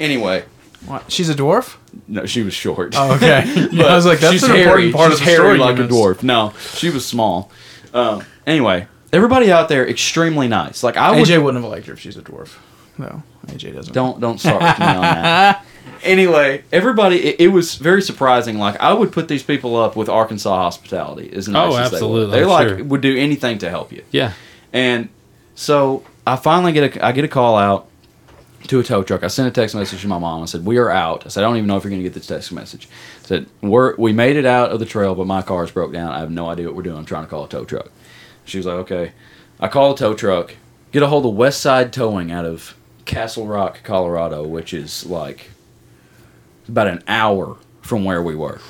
S2: Anyway,
S5: What? She's
S2: (laughs)
S5: a dwarf.
S2: no, she was short.
S5: Oh, okay. (laughs)
S2: But
S5: I was like, that's
S2: she's
S5: an
S2: hairy.
S5: important part
S2: she's
S5: of the story.
S2: hairy like
S5: you
S2: a
S5: missed.
S2: dwarf. No, she was small. Um, anyway, everybody out there extremely nice. Like I would
S5: AJ wouldn't have liked her if she's a dwarf. No, AJ doesn't.
S2: Don't don't start with me on
S5: (laughs)
S2: that. Anyway, everybody, it, it was very surprising. Like I would put these people up with Arkansas hospitality. As nice
S4: Oh,
S2: as
S4: absolutely,
S2: They, were. they like
S4: I'm sure.
S2: would do anything to help you.
S4: Yeah.
S2: And so I finally get a I get a call out to a tow truck. I sent a text message to my mom. I said, "We are out." I said, "I don't even know if you're going to get this text message." I said, "We're we made it out of the trail, but my car's broke down. I have no idea what we're doing. I'm trying to call a tow truck." She was like, "Okay." I call a tow truck. Get a hold of West Side Towing out of Castle Rock, Colorado, which is like about an hour from where we were.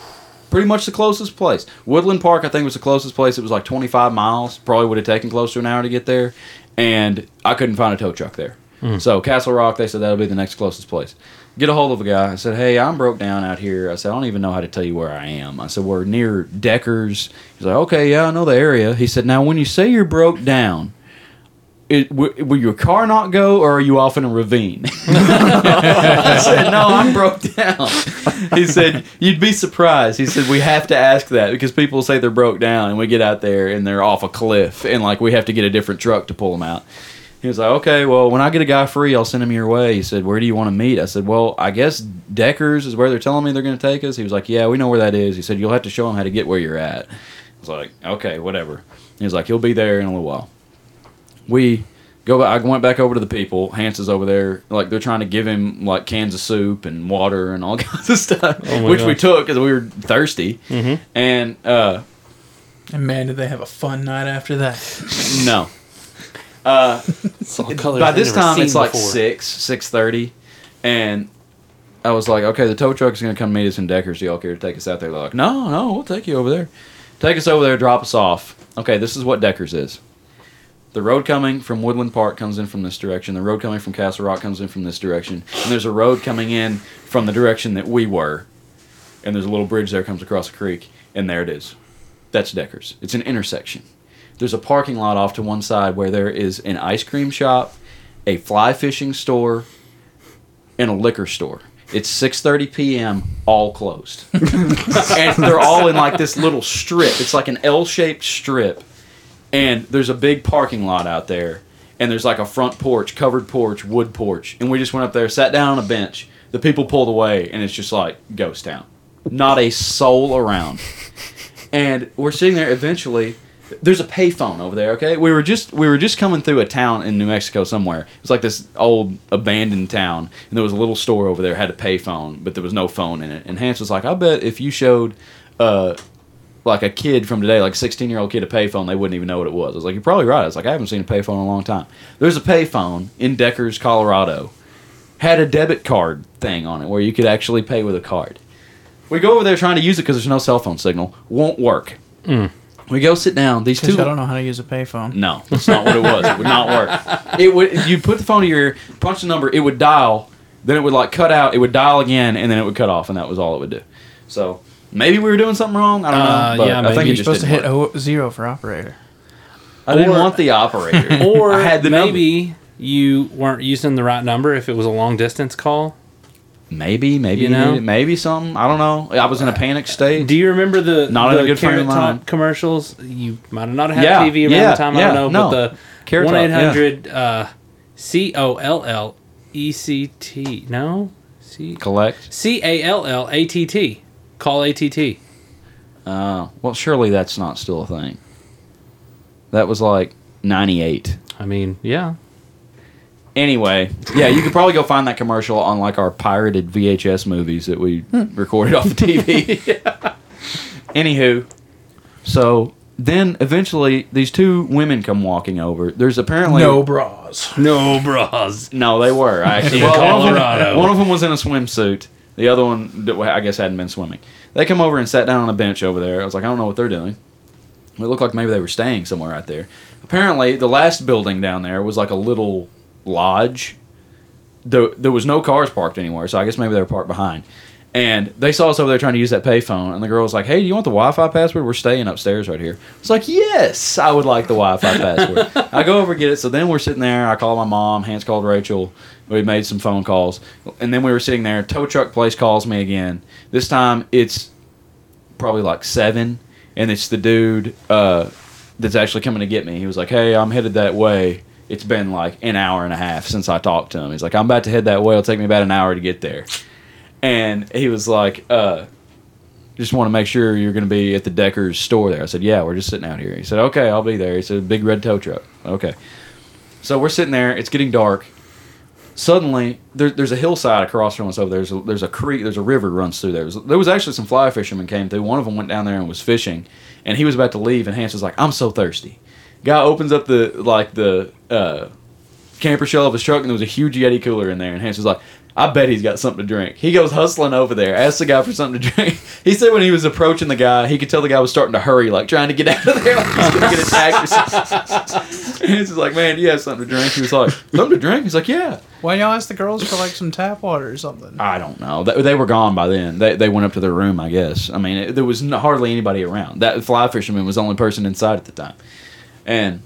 S2: Pretty much the closest place. Woodland Park, I think, was the closest place. It was like 25 miles. Probably would have taken close to an hour to get there. And I couldn't find a tow truck there. So Castle Rock, they said that'll be the next closest place. Get a hold of a guy. I said, "Hey, I'm broke down out here." I said, "I don't even know how to tell you where I am." I said, "We're near Deckers." He's like, "Okay, yeah, I know the area." He said, "Now, when you say you're broke down, it, w- will your car not go, or are you off in a ravine?" (laughs) I said, "No, I'm broke down." He said, "You'd be surprised." He said, "We have to ask that because people say they're broke down, and we get out there and they're off a cliff, and like we have to get a different truck to pull them out." He was like, "Okay, well, when I get a guy free, I'll send him your way." He said, "Where do you want to meet?" I said, "Well, I guess Deckers is where they're telling me they're going to take us." He was like, "Yeah, we know where that is." He said, "You'll have to show him how to get where you're at." I was like, "Okay, whatever." He was like, "He'll be there in a little while." we go back. I went back over to the people. Hans is over there, like they're trying to give him like cans of soup and water and all (laughs) kinds of stuff,
S4: Oh my
S2: which we
S4: gosh.
S2: took because we were thirsty. Mm-hmm. And uh,
S5: And man, did they have a fun night after that.
S2: no,
S4: It's all colors
S2: by
S4: I've
S2: this
S4: never
S2: time
S4: seen
S2: it's like
S4: before.
S2: six, six thirty, and I was like, okay, the tow truck is gonna come meet us in Deckers. Do y'all care to take us out there? They're like, no, no, we'll take you over there. Take us over there, drop us off. Okay, this is what Deckers is. The road coming from Woodland Park comes in from this direction. The road coming from Castle Rock comes in from this direction. And there's a road coming in from the direction that we were. And there's a little bridge there comes across a creek. And there it is. That's Deckers. It's an intersection. There's a parking lot off to one side where there is an ice cream shop, a fly fishing store, and a liquor store. It's 6:30 p.m. All closed, and they're all in like this little strip. It's like an L-shaped strip, and there's a big parking lot out there, and there's like a front porch, covered porch, wood porch, and we just went up there, sat down on a bench. The people pulled away, and it's just like ghost town, not a soul around and we're sitting there eventually there's a payphone over there okay we were just we were just coming through a town in new mexico somewhere it's like this old abandoned town and there was a little store over there had a payphone but there was no phone in it and hans was like i bet if you showed uh like a kid from today, like sixteen year old kid, a payphone, they wouldn't even know what it was. I was like, "You're probably right." I was like, "I haven't seen a payphone in a long time." There's a payphone in Deckers, Colorado, had a debit card thing on it where you could actually pay with a card. We go over there trying to use it because there's no cell phone signal. Won't work. We go sit down. These two.
S5: Because I don't know how to use a payphone.
S2: No, that's not what it was. It would not work. (laughs) It would. You put the phone to your ear, punch the number. It would dial. Then it would like cut out. It would dial again, and then it would cut off, and that was all it would do. So maybe we were doing something wrong. I don't
S4: Uh,
S2: know. But
S4: yeah,
S2: I
S4: maybe.
S2: think it
S5: You're
S2: just
S5: supposed to
S2: didn't
S5: hit
S2: work.
S5: o- zero for operator.
S2: I didn't
S4: or-
S2: want the operator.
S4: (laughs) (laughs) Or
S2: I had the
S4: maybe you weren't using the right number if it was a long distance call.
S2: number. maybe, maybe,
S4: You
S2: you
S4: know?
S2: know, maybe something. I don't know. I was in a panic state.
S4: Do you remember the
S2: Not in
S4: the
S2: a good frame
S4: Carrot
S2: of
S4: Top
S2: mind.
S4: commercials? You might have not had
S2: Yeah,
S4: TV around
S2: yeah,
S4: the time. I
S2: yeah,
S4: don't
S2: no.
S4: know, but the
S2: Carrot
S4: one
S2: Top,
S4: eight
S2: yeah.
S4: hundred uh, C O L L E C T. No, C
S2: collect?
S4: C A L L A T T. Call A T T.
S2: Uh, well, surely that's not still a thing. That was like '98.
S4: I mean, yeah.
S2: Anyway, yeah, you could probably go find that commercial on like our pirated VHS movies that we recorded off the TV. Anywho, so then eventually these two women come walking over. There's apparently
S5: No bras.
S4: No bras.
S2: no, they were (laughs) actually.
S4: In
S2: one of
S4: Colorado.
S2: them- One of them was in a swimsuit. The other one, d- I guess, hadn't been swimming. They come over and sat down on a bench over there. I was like, I don't know what they're doing. It looked like maybe they were staying somewhere out there. Apparently, the last building down there was like a little lodge. There, there was no cars parked anywhere, so I guess maybe they were parked behind. And they saw us over there trying to use that payphone, and the girl was like, "Hey, do you want the Wi-Fi password? We're staying upstairs right here." I was like, "Yes, I would like the Wi-Fi password." I go over and get it. So then we're sitting there. I call my mom. Hans called Rachel. We made some phone calls, and then we were sitting there. Tow truck place calls me again. This time it's probably like seven, and it's the dude uh, that's actually coming to get me. He was like, "Hey, I'm headed that way." It's been like an hour and a half since I talked to him. He's like, "I'm about to head that way. It'll take me about an hour to get there," and he was like, "Uh." Just want to make sure you're going to be at the Decker's store there. I said, Yeah, we're just sitting out here. He said, Okay, I'll be there. He said, Big red tow truck. Okay. So we're sitting there. It's getting dark suddenly there, there's a hillside across from us over there. There's a, there's a creek, there's a river runs through there. There was, there was actually some fly fishermen came through. One of them went down there and was fishing, and he was about to leave. And Hans was like, "I'm so thirsty." Guy opens up the like the uh, camper shell of his truck, and there was a huge Yeti cooler in there. And Hans was like, "I bet he's got something to drink." He goes hustling over there, asks the guy for something to drink. (laughs) He said when he was approaching the guy, he could tell the guy was starting to hurry, like trying to get out of there, (laughs) like he's gonna get attacked. Or something. (laughs) Hans is like, "Man, do you have something to drink?" He was like, "Something to drink?" He's like, "Yeah."
S5: Why y'all ask the girls for like some tap water or something?
S2: I don't know. They, they were gone by then. They, they went up to their room, I guess. I mean, it, there was n- hardly anybody around. That fly fisherman was the only person inside at the time. And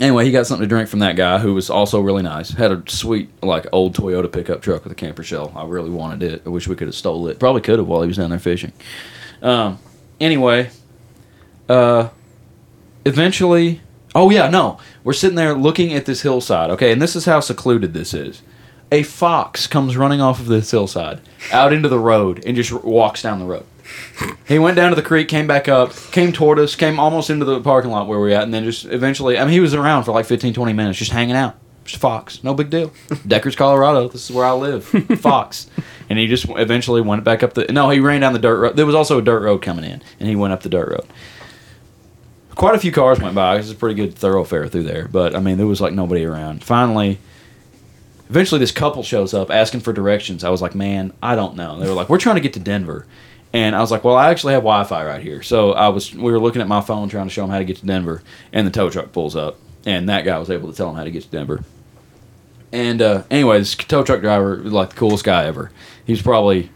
S2: anyway, he got something to drink from that guy who was also really nice. Had a sweet, like, old Toyota pickup truck with a camper shell. I really wanted it. I wish we could have stole it. Probably could have while he was down there fishing. Um, anyway, uh, eventually. Oh, yeah, no. We're sitting there looking at this hillside, okay? And this is how secluded this is a fox comes running off of this hillside out into the road and just r- walks down the road. He went down to the creek, came back up, came toward us, came almost into the parking lot where we we're at, and then just eventually, I mean, he was around for like 15, 20 minutes just hanging out. Just a fox. No big deal. Deckers, Colorado. This is where I live. Fox. And he just eventually went back up the. No, he ran down the dirt road. There was also a dirt road coming in, and he went up the dirt road. Quite a few cars went by. This is a pretty good thoroughfare through there, but I mean, there was like nobody around. Finally, Eventually, this couple shows up asking for directions. I was like, man, I don't know. They were like, we're trying to get to Denver. And I was like, well, I actually have Wi Fi right here. So I was, we were looking at my phone trying to show them how to get to Denver. And the tow truck pulls up. And that guy was able to tell them how to get to Denver. And uh, anyway, this tow truck driver was like the coolest guy ever. He was probably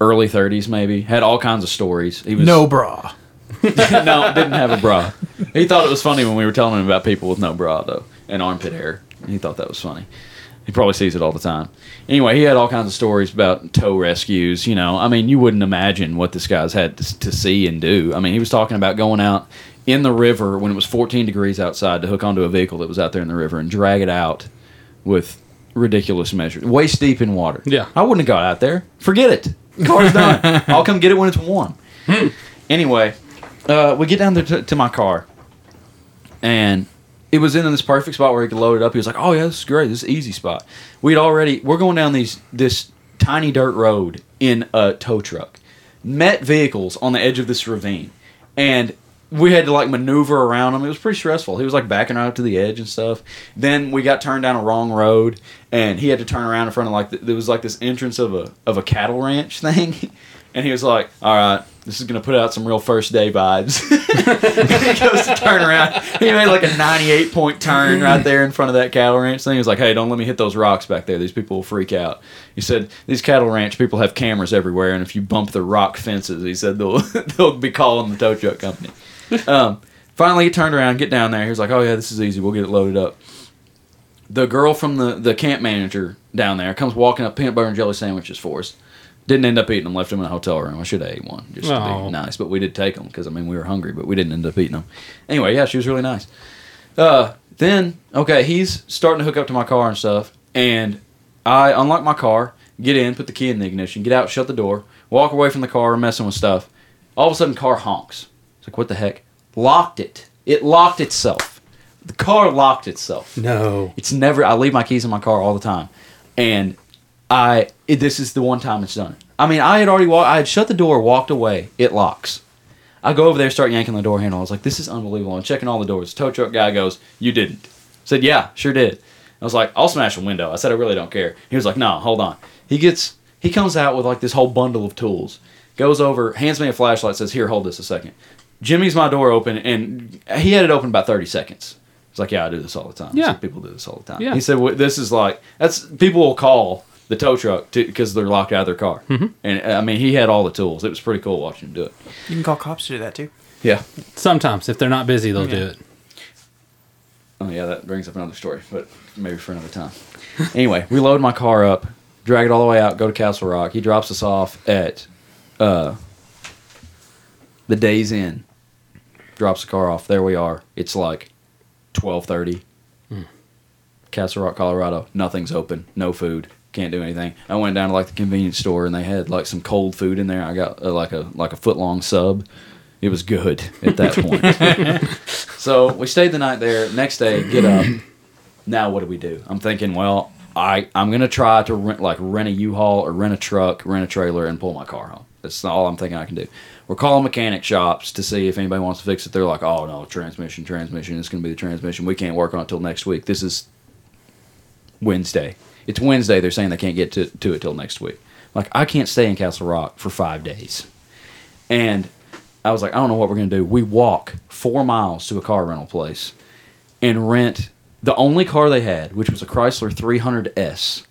S2: early 30s, maybe. Had all kinds of stories. He was
S5: No bra.
S2: (laughs) no, didn't have a bra. He thought it was funny when we were telling him about people with no bra though and armpit hair. He thought that was funny. He probably sees it all the time. Anyway, he had all kinds of stories about tow rescues. You know, I mean, you wouldn't imagine what this guy's had to, to see and do. I mean, he was talking about going out in the river when it was 14 degrees outside to hook onto a vehicle that was out there in the river and drag it out with ridiculous measures, waist deep in water.
S4: Yeah.
S2: I wouldn't have got out there. Forget it. Car's done. I'll come get it when it's warm. anyway, uh, we get down there to, to my car and it was in this perfect spot where he could load it up. He was like, "Oh yeah, this is great. This is an easy spot." We'd already we're going down these this tiny dirt road in a tow truck, met vehicles on the edge of this ravine, and we had to like maneuver around them. It was pretty stressful. He was like backing right up to the edge and stuff. Then we got turned down a wrong road, and he had to turn around in front of like th- there was like this entrance of a of a cattle ranch (laughs) thing, and he was like, "All right." This is gonna put out some real first day vibes. (laughs) he goes to turn around. He made like a 98 point turn right there in front of that cattle ranch thing. He was like, hey, don't let me hit those rocks back there. These people will freak out. He said, these cattle ranch people have cameras everywhere, and if you bump the rock fences, he said, they'll, (laughs) they'll be calling the tow truck company. Um, finally, he turned around, get down there. He was like, oh, yeah, this is easy. We'll get it loaded up. The girl from the, the camp manager down there comes walking up peanut butter and jelly sandwiches for us. Didn't end up eating them. Left them in a hotel room. I should have ate one just to
S4: Aw.
S2: be nice, but we did take them because I mean we were hungry, but we didn't end up eating them. Anyway, yeah, she was really nice. Uh, then okay, he's starting to hook up to my car and stuff, and I unlock my car, get in, put the key in the ignition, get out, shut the door, walk away from the car, messing with stuff. All of a sudden, car honks. It's like what the heck? Locked it. It locked itself. The car locked itself.
S4: No.
S2: It's never. I leave my keys in my car all the time, and I. It, this is the one time it's done. I mean, I had already walked. I had shut the door, walked away. It locks. I go over there, start yanking the door handle. I was like, "This is unbelievable." I'm checking all the doors. Tow truck guy goes, "You didn't." I said, "Yeah, sure did." I was like, "I'll smash the window." I said, "I really don't care." He was like, "No, hold on." He gets. He comes out with like this whole bundle of tools. Goes over, hands me a flashlight, says, "Here, hold this a second. Jimmy's my door open, and he had it open about thirty seconds. He's like, "Yeah, I do this all the time." I
S4: Yeah.
S2: said, people do this all the time.
S4: Yeah.
S2: He said, well, "This is like that's people will call the tow truck because they're locked out of their car." Mm-hmm. And I mean, he had all the tools. It was pretty cool watching him do it.
S5: You can call cops to do that too.
S2: Yeah.
S4: Sometimes, if they're not busy, they'll do
S5: Yeah.
S4: it.
S2: Oh yeah, that brings up another story, but maybe for another time. (laughs) anyway, we load my car up, drag it all the way out, go to Castle Rock. He drops us off at uh, the Days Inn. Drops the car off. There we are. It's like twelve thirty. Castle Rock, Colorado. Nothing's open. No food. Can't do anything. I went down to like the convenience store and they had like some cold food in there. I got uh, like a like a foot long sub. It was good at that point. so we stayed the night there. Next day, get up. Now what do we do? I'm thinking, well, I I'm gonna try to rent like rent a U-Haul or rent a truck, rent a trailer, and pull my car home. That's all I'm thinking I can do. We're calling mechanic shops to see if anybody wants to fix it. They're like, oh no, transmission, transmission. It's gonna be the transmission. We can't work on it till next week. This is Wednesday. It's Wednesday. They're saying they can't get to, to it till next week. Like, I can't stay in Castle Rock for five days. And I was like, I don't know what we're going to do. We walk four miles to a car rental place and rent the only car they had, which was a Chrysler 300S.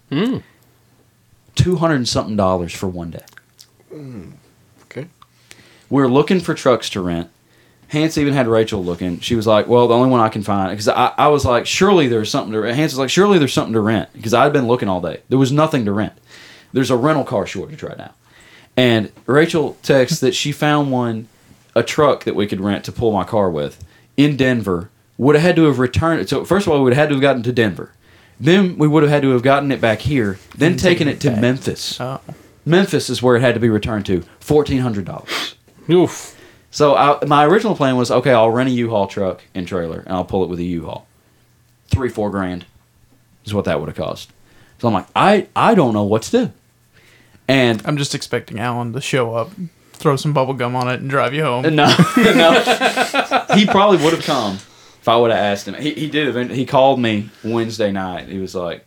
S2: 200 and something dollars for one day.
S3: Okay.
S2: We were looking for trucks to rent. Hans even had Rachel looking. She was like, "Well, the only one I can find," because I, I was like, "Surely there's something to." rent." Hans was like, "Surely there's something to rent," because I'd been looking all day. There was nothing to rent. There's a rental car shortage right now, and Rachel texts that she found one, a truck that we could rent to pull my car with in Denver. Would have had to have returned. So first of all, we would have had to have gotten to Denver. Then we would have had to have gotten it back here. Then taken it Uh. to Memphis.
S5: Oh.
S2: Memphis is where it had to be returned to. Fourteen hundred dollars.
S4: Oof.
S2: So I, my original plan was okay, I'll rent a U-Haul truck and trailer, and I'll pull it with a U-Haul. Three, four grand is what that would have cost. So I'm like, I, I don't know what to do. And
S5: (laughs) I'm just expecting Alan to show up, throw some bubble gum on it, and drive you home.
S2: No, (laughs) no. he probably would have come if I would have asked him. He, he did. Eventually. He called me Wednesday night. He was like,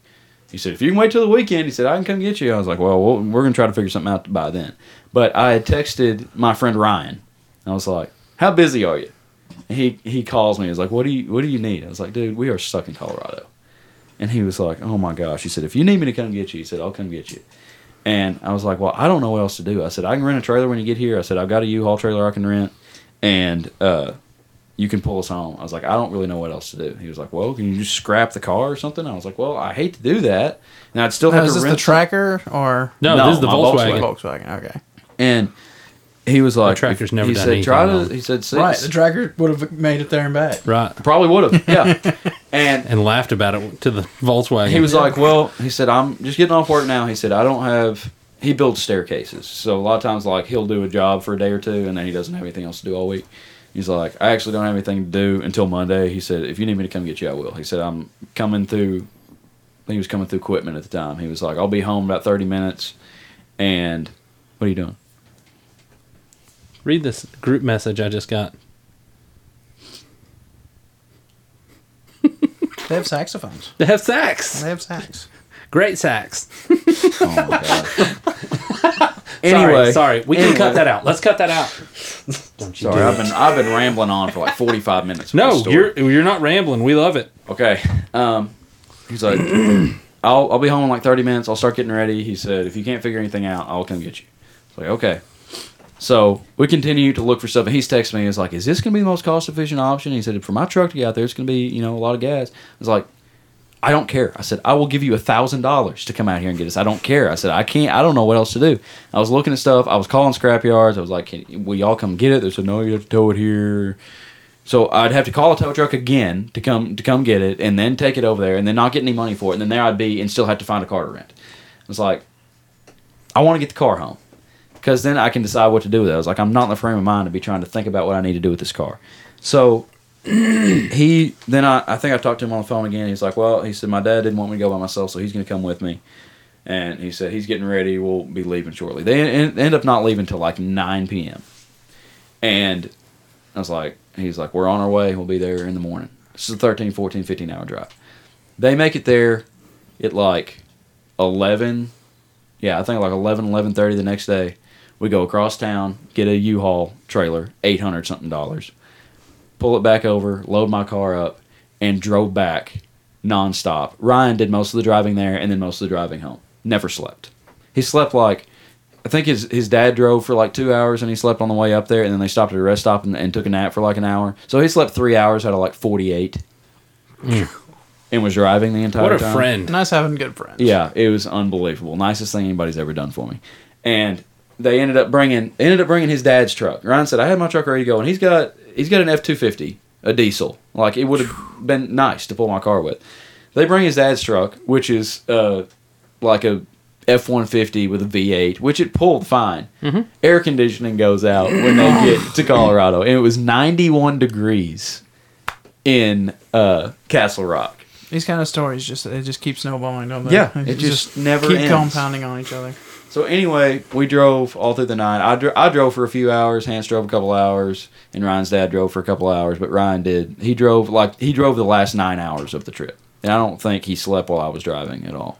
S2: he said, if you can wait till the weekend, he said, I can come get you. I was like, well, we'll we're going to try to figure something out by then. But I had texted my friend Ryan. I was like, how busy are you? And he, he calls me. He's like, what do you, what do you need? I was like, dude, we are stuck in Colorado. And he was like, oh my gosh. He said, if you need me to come get you, he said, I'll come get you. And I was like, well, I don't know what else to do. I said, I can rent a trailer when you get here. I said, I've got a U-Haul trailer I can rent. And uh, you can pull us home. I was like, I don't really know what else to do. He was like, Well, can you just scrap the car or something? I was like, Well, I hate to do that, and I'd still
S5: Now,
S2: have to
S5: is this
S2: rent
S5: the tracker or
S4: No,
S2: No,
S4: this is the
S2: my
S4: Volkswagen.
S5: Volkswagen? Okay.
S2: And he was like,
S4: tractor's never
S2: He
S4: done
S2: said, Try
S4: anything
S2: to. He said, "See-
S5: Right, the tracker would have made it there and back.
S4: Right.
S2: Probably would
S5: (laughs)
S2: have. Yeah. and
S4: And laughed about it to the Volkswagen.
S2: he was like, "Well," he said, "I'm just getting off work now." He said, "I don't have." He builds staircases, so a lot of times, like he'll do a job for a day or two, and then he doesn't have anything else to do all week. He's like, "I actually don't have anything to do until Monday." He said, "If you need me to come get you, I will." He said, "I'm coming through." He was coming through equipment at the time. He was like, "I'll be home about thirty minutes," and what are you doing?
S4: read this group message I just got.
S5: They have saxophones.
S4: They have sacks.
S5: They have sax.
S4: Great sacks.
S2: Oh my
S4: (laughs)
S2: god.
S4: sorry, sorry. we can cut that out. Let's cut that out. Don't you
S2: Sorry, I've been I've been rambling on for like forty five minutes. with this
S4: No,
S2: story.
S4: you're you're not rambling. We love it.
S2: okay. Um, he's like, (clears throat) I'll I'll be home in like thirty minutes. I'll start getting ready. He said, if you can't figure anything out, I'll come get you. It's like okay. So we continue to look for stuff, and he's texting me. He's like, "Is this going to be the most cost efficient option?" He said, "For my truck to get out there, it's going to be you know a lot of gas." I was like, "I don't care." I said, "I will give you a thousand dollars to come out here and get us." I don't care. I said, "I can't. I don't know what else to do." I was looking at stuff. I was calling scrap yards. I was like, Can, "Will y'all come get it?" They said, "No, you have to tow it here." So I'd have to call a tow truck again to come to come get it, and then take it over there, and then not get any money for it, and then there I'd be, and still have to find a car to rent. It's like, I want to get the car home because then I can decide what to do with it. I was like, I'm not in the frame of mind to be trying to think about what I need to do with this car. So (clears throat) he then I, I think I talked to him on the phone again. He's like, well, he said my dad didn't want me to go by myself, so he's going to come with me. And he said he's getting ready. We'll be leaving shortly. They en- end up not leaving till like 9 p.m. And I was like, he's like, we're on our way. We'll be there in the morning. This is a 13, 14, 15 hour drive. They make it there at like 11. Yeah, I think like 11, 11.30 the next day. We go across town, get a U-Haul trailer, 800 something dollars, pull it back over, load my car up, and drove back nonstop. Ryan did most of the driving there and then most of the driving home. Never slept. He slept like I think his his dad drove for like two hours and he slept on the way up there, and then they stopped at a rest stop and, and took a nap for like an hour. So he slept three hours out of like forty eight, and was driving the entire
S4: What a
S2: time.
S4: friend.
S5: Nice having good friends.
S2: Yeah, it was unbelievable. Nicest thing anybody's ever done for me. And they ended up bringing ended up bringing his dad's truck. Ryan said I had my truck ready to go, and he's got he's got an F two fifty, a diesel. Like it would have been nice to pull my car with. They bring his dad's truck, which is uh, like a F one fifty with a V eight, which it pulled fine. Air conditioning goes out when they get to Colorado, and it was ninety one degrees in uh, Castle Rock.
S5: These kind of stories just they just keep snowballing, don't they?
S2: Yeah,
S5: They
S2: it just never
S5: keep
S2: ends.
S5: compounding on each other.
S2: So anyway, we drove all through the night. I, dro- I drove for a few hours. Hans drove a couple hours, and Ryan's dad drove for a couple hours. But Ryan did. He drove like he drove the last nine hours of the trip, and I don't think he slept while I was driving at all.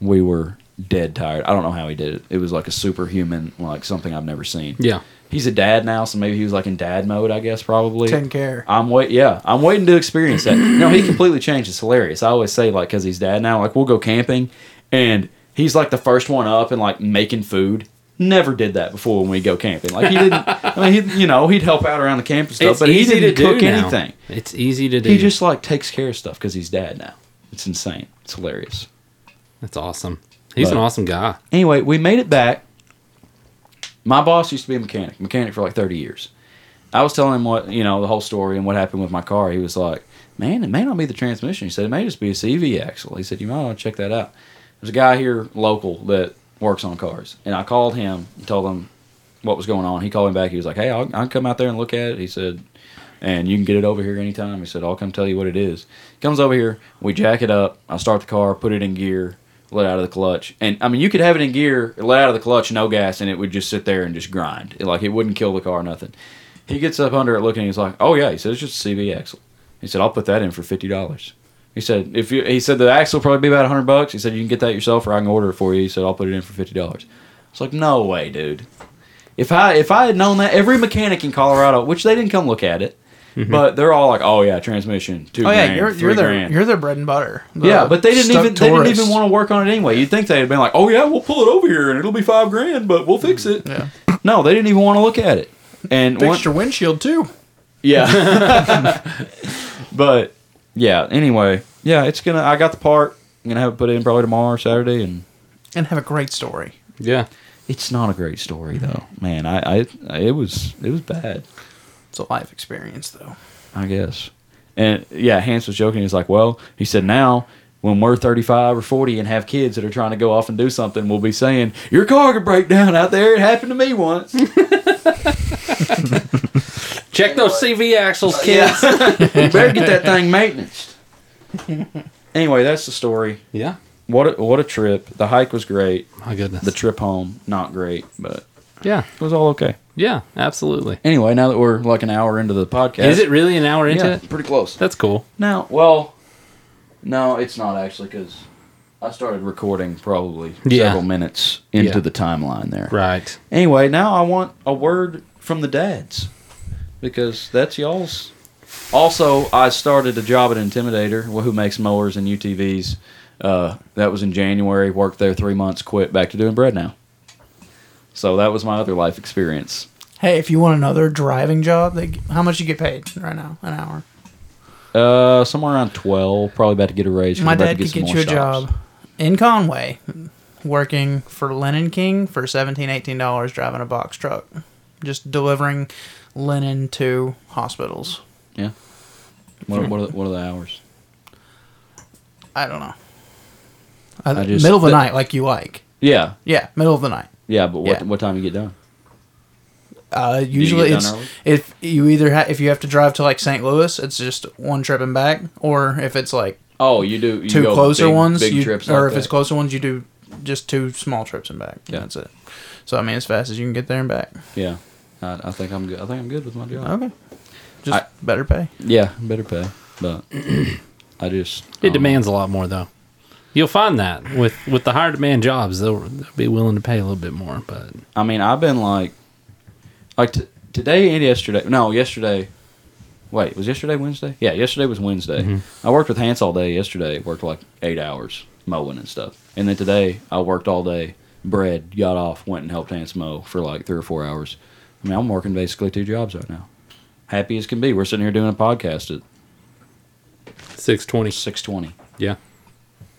S2: We were dead tired. I don't know how he did it. It was like a superhuman, like something I've never seen.
S4: Yeah.
S2: He's a dad now, so maybe he was like in dad mode, I guess, probably.
S5: Taking care.
S2: I'm wait, yeah, I'm waiting to experience that. no, he completely changed. It's hilarious. I always say like because he's dad now, like we'll go camping, and he's like the first one up and like making food. Never did that before when we go camping. Like he didn't. I mean, he, you know, he'd help out around the camp and stuff, but he didn't cook
S4: now.
S2: anything.
S4: It's easy to do.
S2: He just like takes care of stuff because he's dad now. It's insane. It's hilarious.
S4: That's awesome. He's an
S2: But-
S4: awesome guy.
S2: Anyway, we made it back. My boss used to be a mechanic, mechanic for like 30 years. I was telling him what, you know, the whole story and what happened with my car. He was like, man, it may not be the transmission. He said, it may just be a CV axle. He said, you might want to check that out. There's a guy here local that works on cars. And I called him and told him what was going on. He called me back. He was like, hey, I'll, I'll come out there and look at it. He said, and you can get it over here anytime. He said, I'll come tell you what it is. Comes over here, we jack it up. I start the car, put it in gear, let out of the clutch. And I mean, you could have it in gear, let out of the clutch, no gas, and it would just sit there and just grind. It- like, it wouldn't kill the car, nothing. He gets up under it looking, he's like, Oh, yeah. He said, It's just a CV axle. He said, I'll put that in for $50. He said, if you, he said the axle will probably be about hundred bucks. He said you can get that yourself, or I can order it for you. He said I'll put it in for fifty dollars. It's like no way, dude. If I if I had known that, every mechanic in Colorado, which they didn't come look at it, but they're all like, oh yeah, transmission, two
S5: Oh yeah,
S2: grand,
S5: you're
S2: three
S5: you're their
S2: grand.
S5: you're their bread and butter.
S2: yeah, but they didn't even they didn't even want to work on it anyway. You'd think they'd been like, oh yeah, we'll pull it over here and it'll be five grand, but we'll fix it.
S5: Mm-hmm. Yeah.
S2: No, they didn't even want to look at it. And
S5: to
S2: one,
S5: fix your windshield too.
S2: Yeah. (laughs) but yeah. Anyway, yeah, it's gonna. I got the part. I'm gonna have it put in probably tomorrow or Saturday, and
S5: and have a great story.
S4: Yeah.
S2: it's not a great story though. Man, I, I it was it was bad.
S5: It's a life experience, though.
S2: I guess. And yeah, Hans was joking. He's like, well, he said now. When we're 35 or 40 and have kids that are trying to go off and do something, we'll be saying, Your car could break down out there. It happened to me once.
S4: Check those CV axles,
S2: Yeah.
S4: kids.
S2: you better get that thing maintenance. anyway, that's the story.
S4: Yeah.
S2: What a, what a trip. The hike was great.
S4: My goodness.
S2: The trip home, not great, but
S4: yeah.
S2: it was all okay.
S4: Yeah. Absolutely.
S2: Anyway, now that we're like an hour into the podcast,
S4: Is it really an hour into
S2: Yeah,
S4: it?
S2: pretty close.
S4: That's cool.
S2: Now, well, no, it's not actually because I started recording probably
S4: Yeah.
S2: several minutes into
S4: Yeah.
S2: the timeline there.
S4: Right.
S2: Anyway, now I want a word from the dads because that's y'all's. Also, I started a job at Intimidator, wh- who makes mowers and UTVs. Uh, that was in January. Worked there three months, quit, back to doing bread now. So that was my other life experience.
S5: Hey, if you want another driving job, they, how much you get paid right now? An hour.
S2: Uh, somewhere around twelve, probably about to get a raise.
S5: My
S2: about to
S5: dad could
S2: some
S5: get
S2: more
S5: you a
S2: shops.
S5: job in Conway, working for Linen King for seventeen, eighteen dollars, driving a box truck, just delivering linen to hospitals.
S2: Yeah. What, what, are the, what are the hours?
S5: I don't know. I,
S2: I just-
S5: middle of the
S2: that-
S5: night, like you like.
S2: Yeah,
S5: (laughs) Yeah, middle of the night.
S2: yeah, but what
S5: Yeah.
S2: what time you get done?
S5: Uh,
S2: you
S5: usually,
S2: get
S5: it's
S2: done early?
S5: if you either ha- if you have to drive to like St. Louis, it's just one trip and back, or if it's like
S2: Oh, you do you
S5: two
S2: go
S5: closer
S2: big-
S5: ones,
S2: big
S5: you,
S2: trips,
S5: or
S2: like
S5: if it's
S2: that.
S5: closer ones, you do just two small trips and back.
S2: Yeah.
S5: Yeah, that's it. So I mean, as fast as you can get there and back.
S2: Yeah, I, I think I'm good. I think I'm good with my job.
S5: Okay, just
S2: I-
S5: better pay.
S2: Yeah, better pay, but I just
S4: It
S2: um,
S4: demands a lot more though. You'll find that with with the higher demand jobs, they'll, they'll be willing to pay a little bit more. But
S2: I mean, I've been like, like t- today and yesterday. No, yesterday. Wait, was yesterday Wednesday? Yeah, yesterday was Wednesday. I worked with Hans all day yesterday. Worked like eight hours mowing and stuff, and then today I worked all day. Bread got off, went and helped Hans mow for like three or four hours. I mean, I'm working basically two jobs right now. Happy as can be. We're sitting here doing a podcast at
S4: six twenty.
S2: six twenty.
S4: Yeah.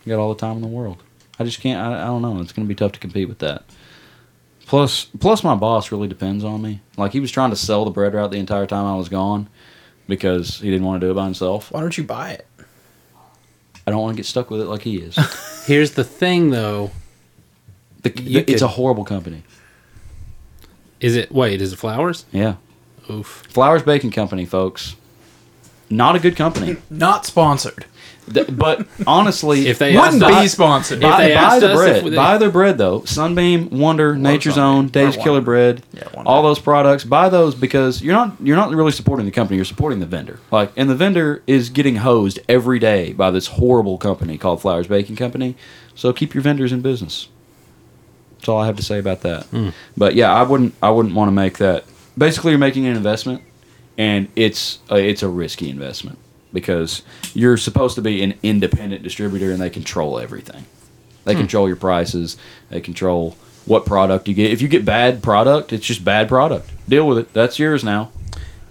S2: You got all the time in the world. I just can't. I, I don't know. It's going to be tough to compete with that. Plus, plus my boss really depends on me. Like he was trying to sell the bread route the entire time I was gone because he didn't want to do it by himself.
S5: Why don't you buy it?
S2: I don't want to get stuck with it like he
S4: (laughs)
S2: is.
S4: Here's the thing though.
S2: The,
S4: You
S2: it's
S4: could-
S2: a horrible company.
S4: Is it wait? Is it flowers?
S2: Yeah,
S4: Oof.
S2: Flowers Baking Company, folks. Not a good
S4: (laughs)
S2: company.
S5: Not sponsored.
S2: Th- but honestly,
S4: If they
S5: Wouldn't
S4: asked
S5: be
S4: us-
S5: sponsored.
S4: if
S2: buy,
S4: they
S2: buy
S4: asked
S2: the
S4: us if
S2: bread.
S4: we-
S2: buy their bread though. Sunbeam, Wonder, Nature's
S5: Sunbeam.
S2: Own, Dave's
S5: Or
S2: Killer
S5: Wonder.
S2: Bread,
S5: Yeah, Wonder.
S2: all those products. Buy those because you're not you're not really supporting the company. You're supporting the vendor. Like, and the vendor is getting hosed every day by this horrible company called Flowers Baking Company. So keep your vendors in business. That's all I have to say about that.
S4: Hmm.
S2: But yeah, I wouldn't I wouldn't want to make that. Basically, you're making an investment, and it's a, it's a risky investment because you're supposed to be an independent distributor and they control everything. They control your prices. They control what product you get. If you get bad product, it's just bad product. Deal with it. That's yours now.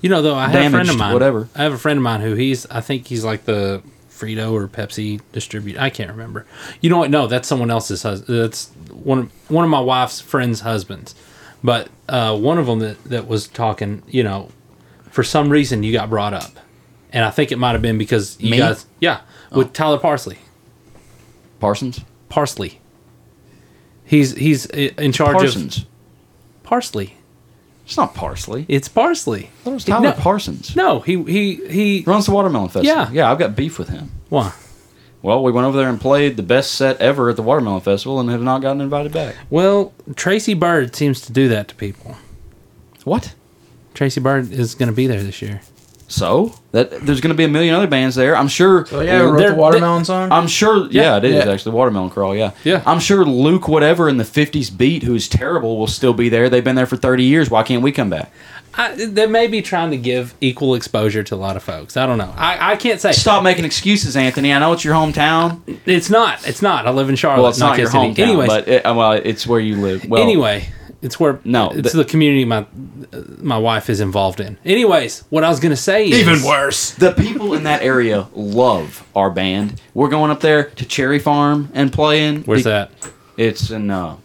S4: You know, though, I have a friend of
S2: Damaged,
S4: mine.
S2: whatever.
S4: I have a friend of mine who he's. I think he's like the Frito or Pepsi distributor. I can't remember. You know what? No, that's someone else's. Hus- that's one of one of my wife's friends' husbands. But uh, one of them that that was talking. You know, for some reason you got brought up, and I think it might have been because you
S2: Me? Oh.
S4: guys. Yeah, with Tyler Parsley.
S2: Parsons.
S4: Parsley. He's he's i- in charge
S2: Parsons.
S4: of Parsley.
S2: It's not parsley.
S4: It's Parsley.
S2: It was Tyler
S4: no,
S2: Parsons.
S4: No, he he he.
S2: Runs the Watermelon Festival.
S4: Yeah.
S2: Yeah, I've got beef with him.
S4: Why?
S2: Well, we went over there and played the best set ever at the Watermelon Festival and have not gotten invited back.
S4: Well, Tracy Bird seems to do that to people.
S2: What?
S4: Tracy Bird is going to be there this year.
S2: So that there's going to be a million other bands there. I'm sure.
S5: So yeah, we wrote
S4: they're-
S5: the watermelon song.
S2: I'm sure. Yeah, it is
S5: Yeah.
S2: actually watermelon crawl. Yeah.
S4: Yeah.
S2: I'm sure Luke, whatever in the '50s beat, who is terrible, will still be there. They've been there for 30 years. Why can't we come back?
S4: I, they may be trying to give equal exposure to a lot of folks. I don't know. I, I can't say.
S2: Stop making excuses, Anthony. I know it's your hometown.
S4: It's not. It's not. I live in Charlotte.
S2: Well, it's not your
S4: Kansas City.
S2: hometown,
S4: Anyways,
S2: but it, uh, well, it's where you live. Well,
S4: anyway, It's where
S2: No,
S4: it's
S2: the-
S4: the community my my wife is involved in. Anyways, what I was gonna say is
S5: worse.
S2: The people in that area love our band. We're going up there to Cherry Farm and playing.
S4: Where's
S2: Be-
S4: that?
S2: It's in uh,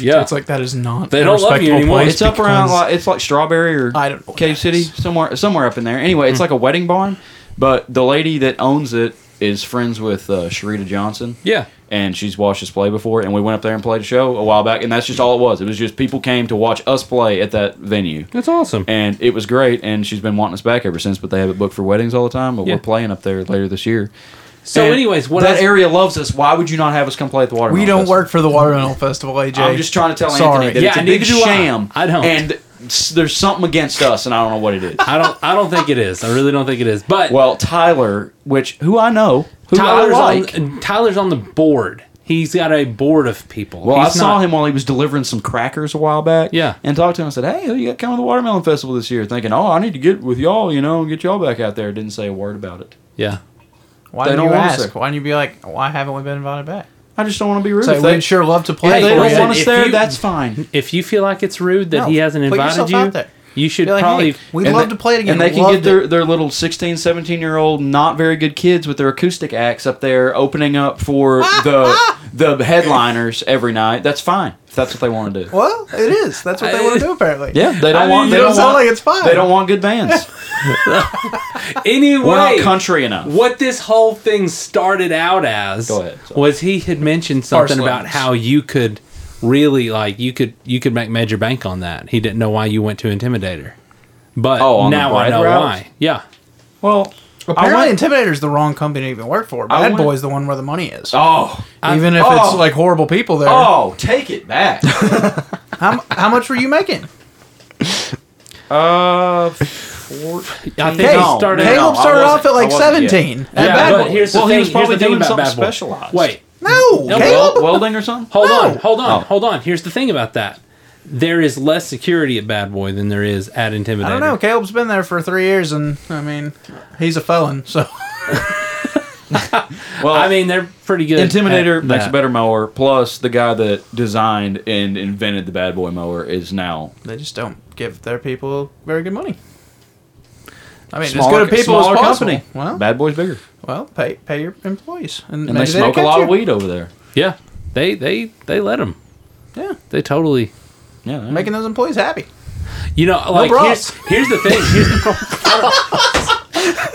S4: Yeah,
S5: It's like that is not.
S4: They
S5: a
S4: don't love you
S5: respectable
S4: anymore.
S5: place
S2: it's up around
S5: because-
S2: like it's like Strawberry or
S5: I don't know Hmm. what
S2: Cave
S5: that
S2: City
S5: is.
S2: somewhere somewhere up in there. Anyway, it's like a wedding barn, but the lady that owns it is friends with uh, Sharita Johnson.
S4: yeah.
S2: and she's watched us play before and we went up there and played a show a while back and that's just all it was it was just people came to watch us play at that venue
S4: That's awesome.
S2: and it was great and she's been wanting us back ever since but they have it booked for weddings all the time but
S4: Yeah.
S2: we're playing up there later this year
S4: So,
S2: And
S4: anyways, what
S2: that
S4: I-
S2: area loves us why would you not have us come play at the water
S5: We don't work for the (laughs) Watermelon Festival, AJ.
S2: i'm just trying to tell
S5: Sorry.
S2: anthony that
S4: Yeah,
S2: it's a
S4: I
S2: big
S4: neither do I.
S2: sham
S4: I don't.
S2: and s- there's something against us and i don't know what it is (laughs)
S4: I don't I don't think it is. I really don't think it is. But
S2: well tyler which who i know who
S4: Tyler's
S2: i like
S4: on Tyler's on the board. He's got a board of people.
S2: Well,
S4: He's
S2: I saw
S4: not-
S2: him while he was delivering some crackers a while back.
S4: Yeah.
S2: And talked to him. I said, hey, who you got coming to the Watermelon Festival this year? Thinking, oh, I need to get with y'all, you know, and get y'all back out there. Didn't say a word about it.
S4: Yeah.
S5: Why
S2: They
S5: did
S2: don't
S5: you
S2: want us
S5: ask?
S2: there.
S5: Why didn't you be like, why haven't we been invited back?
S2: I just don't want to be rude.
S5: So
S2: if
S5: we'd
S2: they,
S5: sure love to
S2: if
S5: play.
S2: they
S5: for
S2: don't
S5: you.
S2: want us
S4: If
S2: there,
S4: you-
S2: that's fine.
S4: If you feel like it's rude that
S5: No,
S4: he hasn't
S5: put
S4: invited
S5: yourself
S4: you,
S5: out there.
S4: you should
S5: Be like,
S4: probably
S5: "Hey, we'd
S2: And
S5: love
S2: they-
S5: to play it again.
S2: And they can
S5: Loved
S2: get their,
S5: it."
S2: their little 16, 17 year old, not very good kids with their acoustic acts up there opening up
S5: (laughs)
S2: for the the headliners every night. That's fine if that's what they want to do.
S5: Well, it is. That's what they want to do, apparently.
S2: Yeah, they don't
S4: I mean,
S2: want.
S4: you
S2: They
S4: don't
S2: don't
S5: sound
S2: want,
S5: like it's fine.
S2: They don't want good bands.
S5: (laughs)
S4: anyway.
S2: We're not country enough.
S4: What this whole thing started out as
S2: Go ahead, sorry.
S4: was he had mentioned something
S5: Parcel
S4: about
S5: limits.
S4: how you could really like you could you could make major bank on that. He didn't know why you went to Intimidator. But
S2: Oh, on the
S4: now I
S2: bread
S4: know
S2: route?
S4: why. Yeah.
S2: Well,
S5: Apparently,
S2: I went-
S5: Intimidator's the wrong company to even work for.
S2: I
S5: Bad
S2: went-
S5: Boy's the one where the money is.
S2: oh,
S5: even if
S2: oh.
S5: it's like horrible people there.
S2: oh, take it
S5: (laughs)
S2: back.
S5: How, how much were you making?
S2: (laughs) Uh, four.
S4: I think
S5: Hey,
S4: he started
S2: no,
S5: Caleb
S2: I
S5: started
S2: wasn't-
S5: off at
S2: I
S5: like
S2: wasn't yet.
S5: 17. At
S4: Yeah,
S5: Bad
S4: but
S5: Boy.
S4: here's the
S2: Well, he
S4: thing.
S2: was probably
S4: here's the thing
S2: doing
S4: about
S2: something
S4: Bad Boy.
S2: specialized.
S4: Wait,
S5: No,
S4: No,
S5: Caleb.
S2: Wel- welding or something?
S4: hold
S5: No.
S4: on, hold on,
S2: Oh.
S4: hold on. Here's the thing about that: there is less security at Bad Boy than there is at Intimidator.
S5: I don't know. Caleb's been there for three years, and I mean, he's a felon, so (laughs)
S2: Well,
S4: I mean, they're pretty good.
S2: Intimidator
S4: at
S2: makes a
S4: that.
S2: better mower. Plus, the guy that designed and invented the bad boy mower is now
S5: they just don't give their people very good money. I mean,
S2: smaller,
S5: as good a people
S2: smaller
S5: as possible.
S2: company.
S5: Well,
S2: bad boy's bigger,
S5: well, pay pay your employees, and,
S2: and
S5: maybe
S2: they
S5: they'll
S2: smoke a
S5: catch
S2: lot
S5: you.
S2: of weed over there.
S4: Yeah, they they they let them.
S5: Yeah,
S4: They totally.
S2: Yeah, they-
S5: making those employees happy.
S4: You know, like
S5: bras.
S4: here's, here's the thing. Here's
S5: (laughs)
S4: the problem.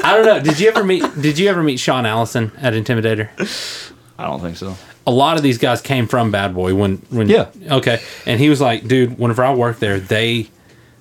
S4: I don't know. Did you ever meet? Did you ever meet Sean Allison at Intimidator?
S2: I don't think so.
S4: a lot of these guys came from Bad Boy when when
S2: Yeah.
S4: okay, and he was like, dude, whenever I worked there, they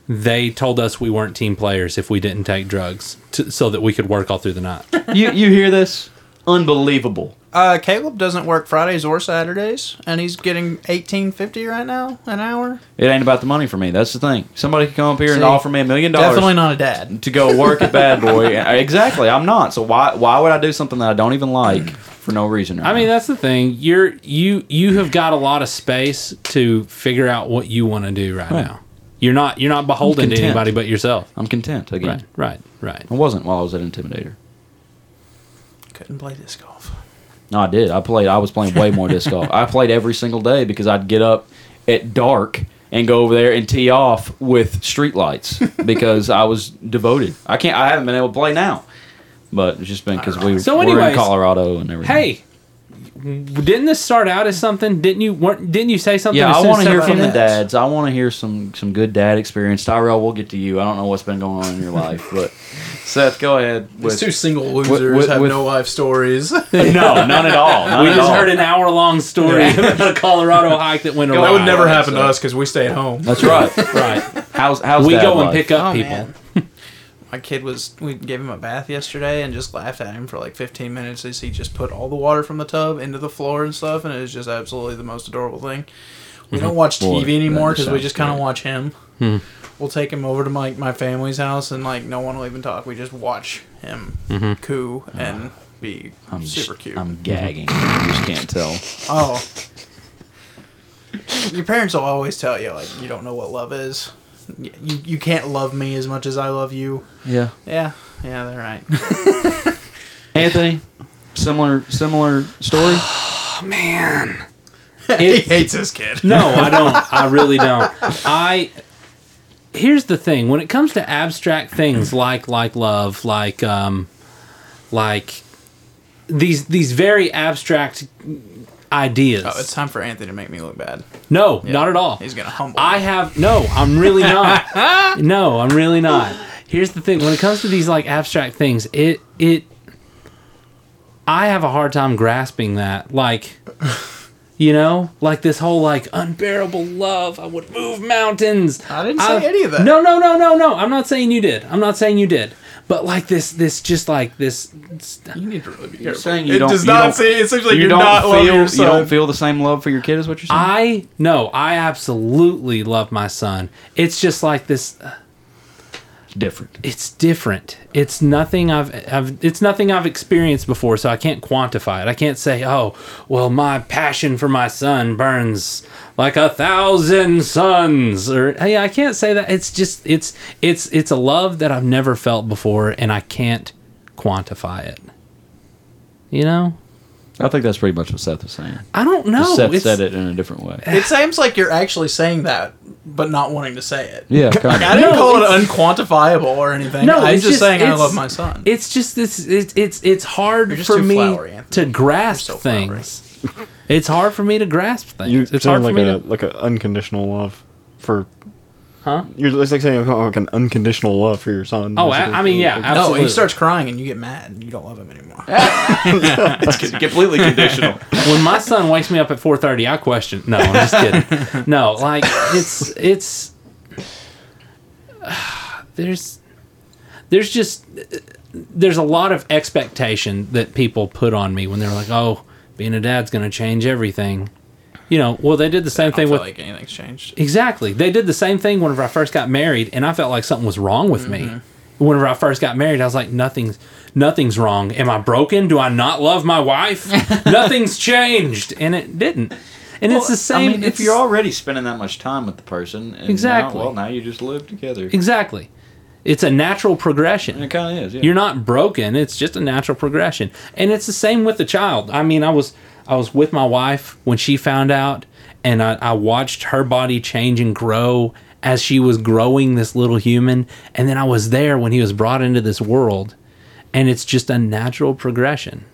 S4: they told us we weren't team players if we didn't take drugs to, so that we could work all through the night.
S2: you you hear this? Unbelievable.
S5: Uh, Caleb doesn't work Fridays or Saturdays, and he's getting eighteen fifty right now an hour.
S2: It ain't about the money for me. That's the thing. Somebody could come up here and
S5: See,
S2: offer me a million dollars.
S5: Definitely not a dad.
S2: to go work at Bad Boy. (laughs) exactly, I'm not. So why why would I do something that I don't even like for no reason? right
S4: I mean,
S2: now?
S4: that's the thing. You're you you have got a lot of space to figure out what you want to do right, now. You're not you're not beholden to
S2: content.
S4: anybody but yourself.
S2: I'm content again.
S4: Right, right, right.
S2: I wasn't while I was at Intimidator.
S5: Couldn't play disc golf.
S2: No, I did. I played. I was playing way more disc golf. I played every single day because I'd get up at dark and go over there and tee off with street lights because I was devoted. I can't. I haven't been able to play now, but it's just been because we
S4: So
S2: were in
S4: anyways,
S2: Colorado and everything.
S4: Hey, didn't this start out as something? Didn't you weren't, didn't you say something?
S2: Yeah,
S4: as
S2: I
S4: soon as
S2: want to hear from
S4: somebody-
S2: the
S5: somebody else.
S2: dads. I want to hear some some good dad experience. Tyrell, we'll get to you. I don't know what's been going on in your life, but Seth, go ahead. With,
S5: single
S2: with- with-
S5: life (laughs)
S2: (laughs)
S4: (laughs)
S5: stories.
S2: no, none at all. None
S4: We
S2: at
S4: just
S2: all.
S4: heard an hour long story about a Colorado hike that went awry.
S5: that would never
S2: Right,
S5: happen to
S2: so-
S5: us because we stay at home.
S2: That's
S5: (laughs)
S2: right. (laughs)
S4: Right.
S2: How's how's
S4: we
S2: dad
S4: go and
S2: life?
S4: pick up
S5: Oh,
S4: people.
S5: (laughs) man.
S2: (laughs)
S5: My kid was. We gave him a bath yesterday and just laughed at him for like 15 minutes as he just put all the water from the tub into the floor and stuff, and it was just absolutely the most adorable thing. We don't watch
S2: Mhm. Boy,
S5: TV anymore
S2: that
S5: because we
S2: sounds
S5: just kind of
S2: great. Hmm.
S5: watch him. We'll take him over to my my family's house and like no one will even talk. We just watch him coo and be
S2: Mm-hmm. Ah. I'm
S5: super
S2: just-
S5: cute.
S2: I'm gagging. You just can't tell.
S5: Oh. Your parents will always tell you, like, you don't know what love is. You, you can't love me as much as I love you.
S2: Yeah,
S5: Yeah, yeah, they're right.
S2: Anthony, similar similar story.
S5: (laughs) he
S4: It-
S5: hates this kid.
S4: No,
S5: (laughs)
S4: I don't. I really don't. I here's the thing: when it comes to abstract things like like love, like um, like these these very abstract ideas.
S5: Oh, it's time for Anthony to make me look bad.
S4: no, not at all.
S5: He's gonna humble.
S4: Oh. I
S5: me.
S4: have no. I'm really
S5: (laughs)
S4: not. no, I'm really not. Here's the thing: when it comes to these like abstract things, it it I have a hard time grasping that. Like, you know, like this whole like unbearable love. I would move mountains.
S5: I didn't say any of that.
S4: No, no, no, no, no. I'm not saying you did. I'm not saying you did. But like this, this just like this.
S5: You need to really be careful.
S2: saying you
S5: it
S2: don't-
S5: does
S2: you
S5: not
S2: don't-
S5: say. It seems like
S2: you
S5: you're
S2: don't
S5: not loving
S2: feel
S5: your
S2: you
S5: son.
S2: don't feel the same love for your kid, is what you're saying?
S4: I no, I absolutely love my son. It's just like this.
S2: It's different.
S4: it's different. It's nothing I've, I've it's nothing I've experienced before, so I can't quantify it. I can't say, "Oh, well, my passion for my son burns like a thousand suns," or hey, I can't say that. It's just it's it's it's a love that I've never felt before, and I can't quantify it. You know,
S2: I think that's pretty much what Seth was saying.
S4: I don't know.
S2: Seth
S4: It's-
S2: said it in a different (laughs) way.
S5: It seems like you're actually saying that, but not wanting to say it.
S2: Yeah, kind
S5: I
S2: of.
S5: didn't
S4: No,
S5: call it unquantifiable or anything.
S4: No,
S5: I'm
S4: it's just-
S5: just, saying I
S4: it's-
S5: love my son.
S4: It's just this. It's it's it's hard
S5: You're just
S4: for
S5: too
S4: me
S5: flowery, Anthony.
S4: to grasp
S5: so flowery.
S4: things. it's hard for me to grasp things.
S6: You
S4: it's hard
S6: sound
S4: for
S6: like
S4: me
S6: a
S4: to.
S6: like an unconditional love for.
S4: Huh?
S6: You're it's like saying oh, like an unconditional love for your son.
S4: Oh, I, I mean, yeah,
S6: Like,
S5: no,
S4: absolutely.
S5: he starts crying and you get mad and you don't love him anymore.
S2: It's completely (laughs) conditional.
S4: when my son wakes me up at 4:30, I question. No, I'm just
S5: (laughs)
S4: kidding. no, like it's it's (sighs) there's there's just there's a lot of expectation that people put on me when they're like, "Oh, being a dad's going to change everything." You know, well, they did the same
S5: I don't
S4: thing
S5: feel
S4: with
S5: like anything's changed.
S4: Exactly. They did the same thing whenever I first got married, and I felt like something was wrong with me.
S2: Mm-hmm.
S4: Whenever I first got married, I was like, nothing's nothing's wrong. Am I broken? Do I not love my
S2: (laughs)
S4: wife? nothing's changed, and it didn't. And it's the same.
S2: I mean, if
S4: it's-
S2: you're already spending that much time with the person, and now-
S4: Exactly.
S2: well, now you just live together.
S4: exactly, it's a natural progression.
S2: And it kind of is. Yeah.
S4: You're not broken. It's just a natural progression. And it's the same with the child. I mean, I was I was with my wife when she found out and I, I watched her body change and grow as she was growing this little human. And then I was there when he was brought into this world. And it's just a natural progression.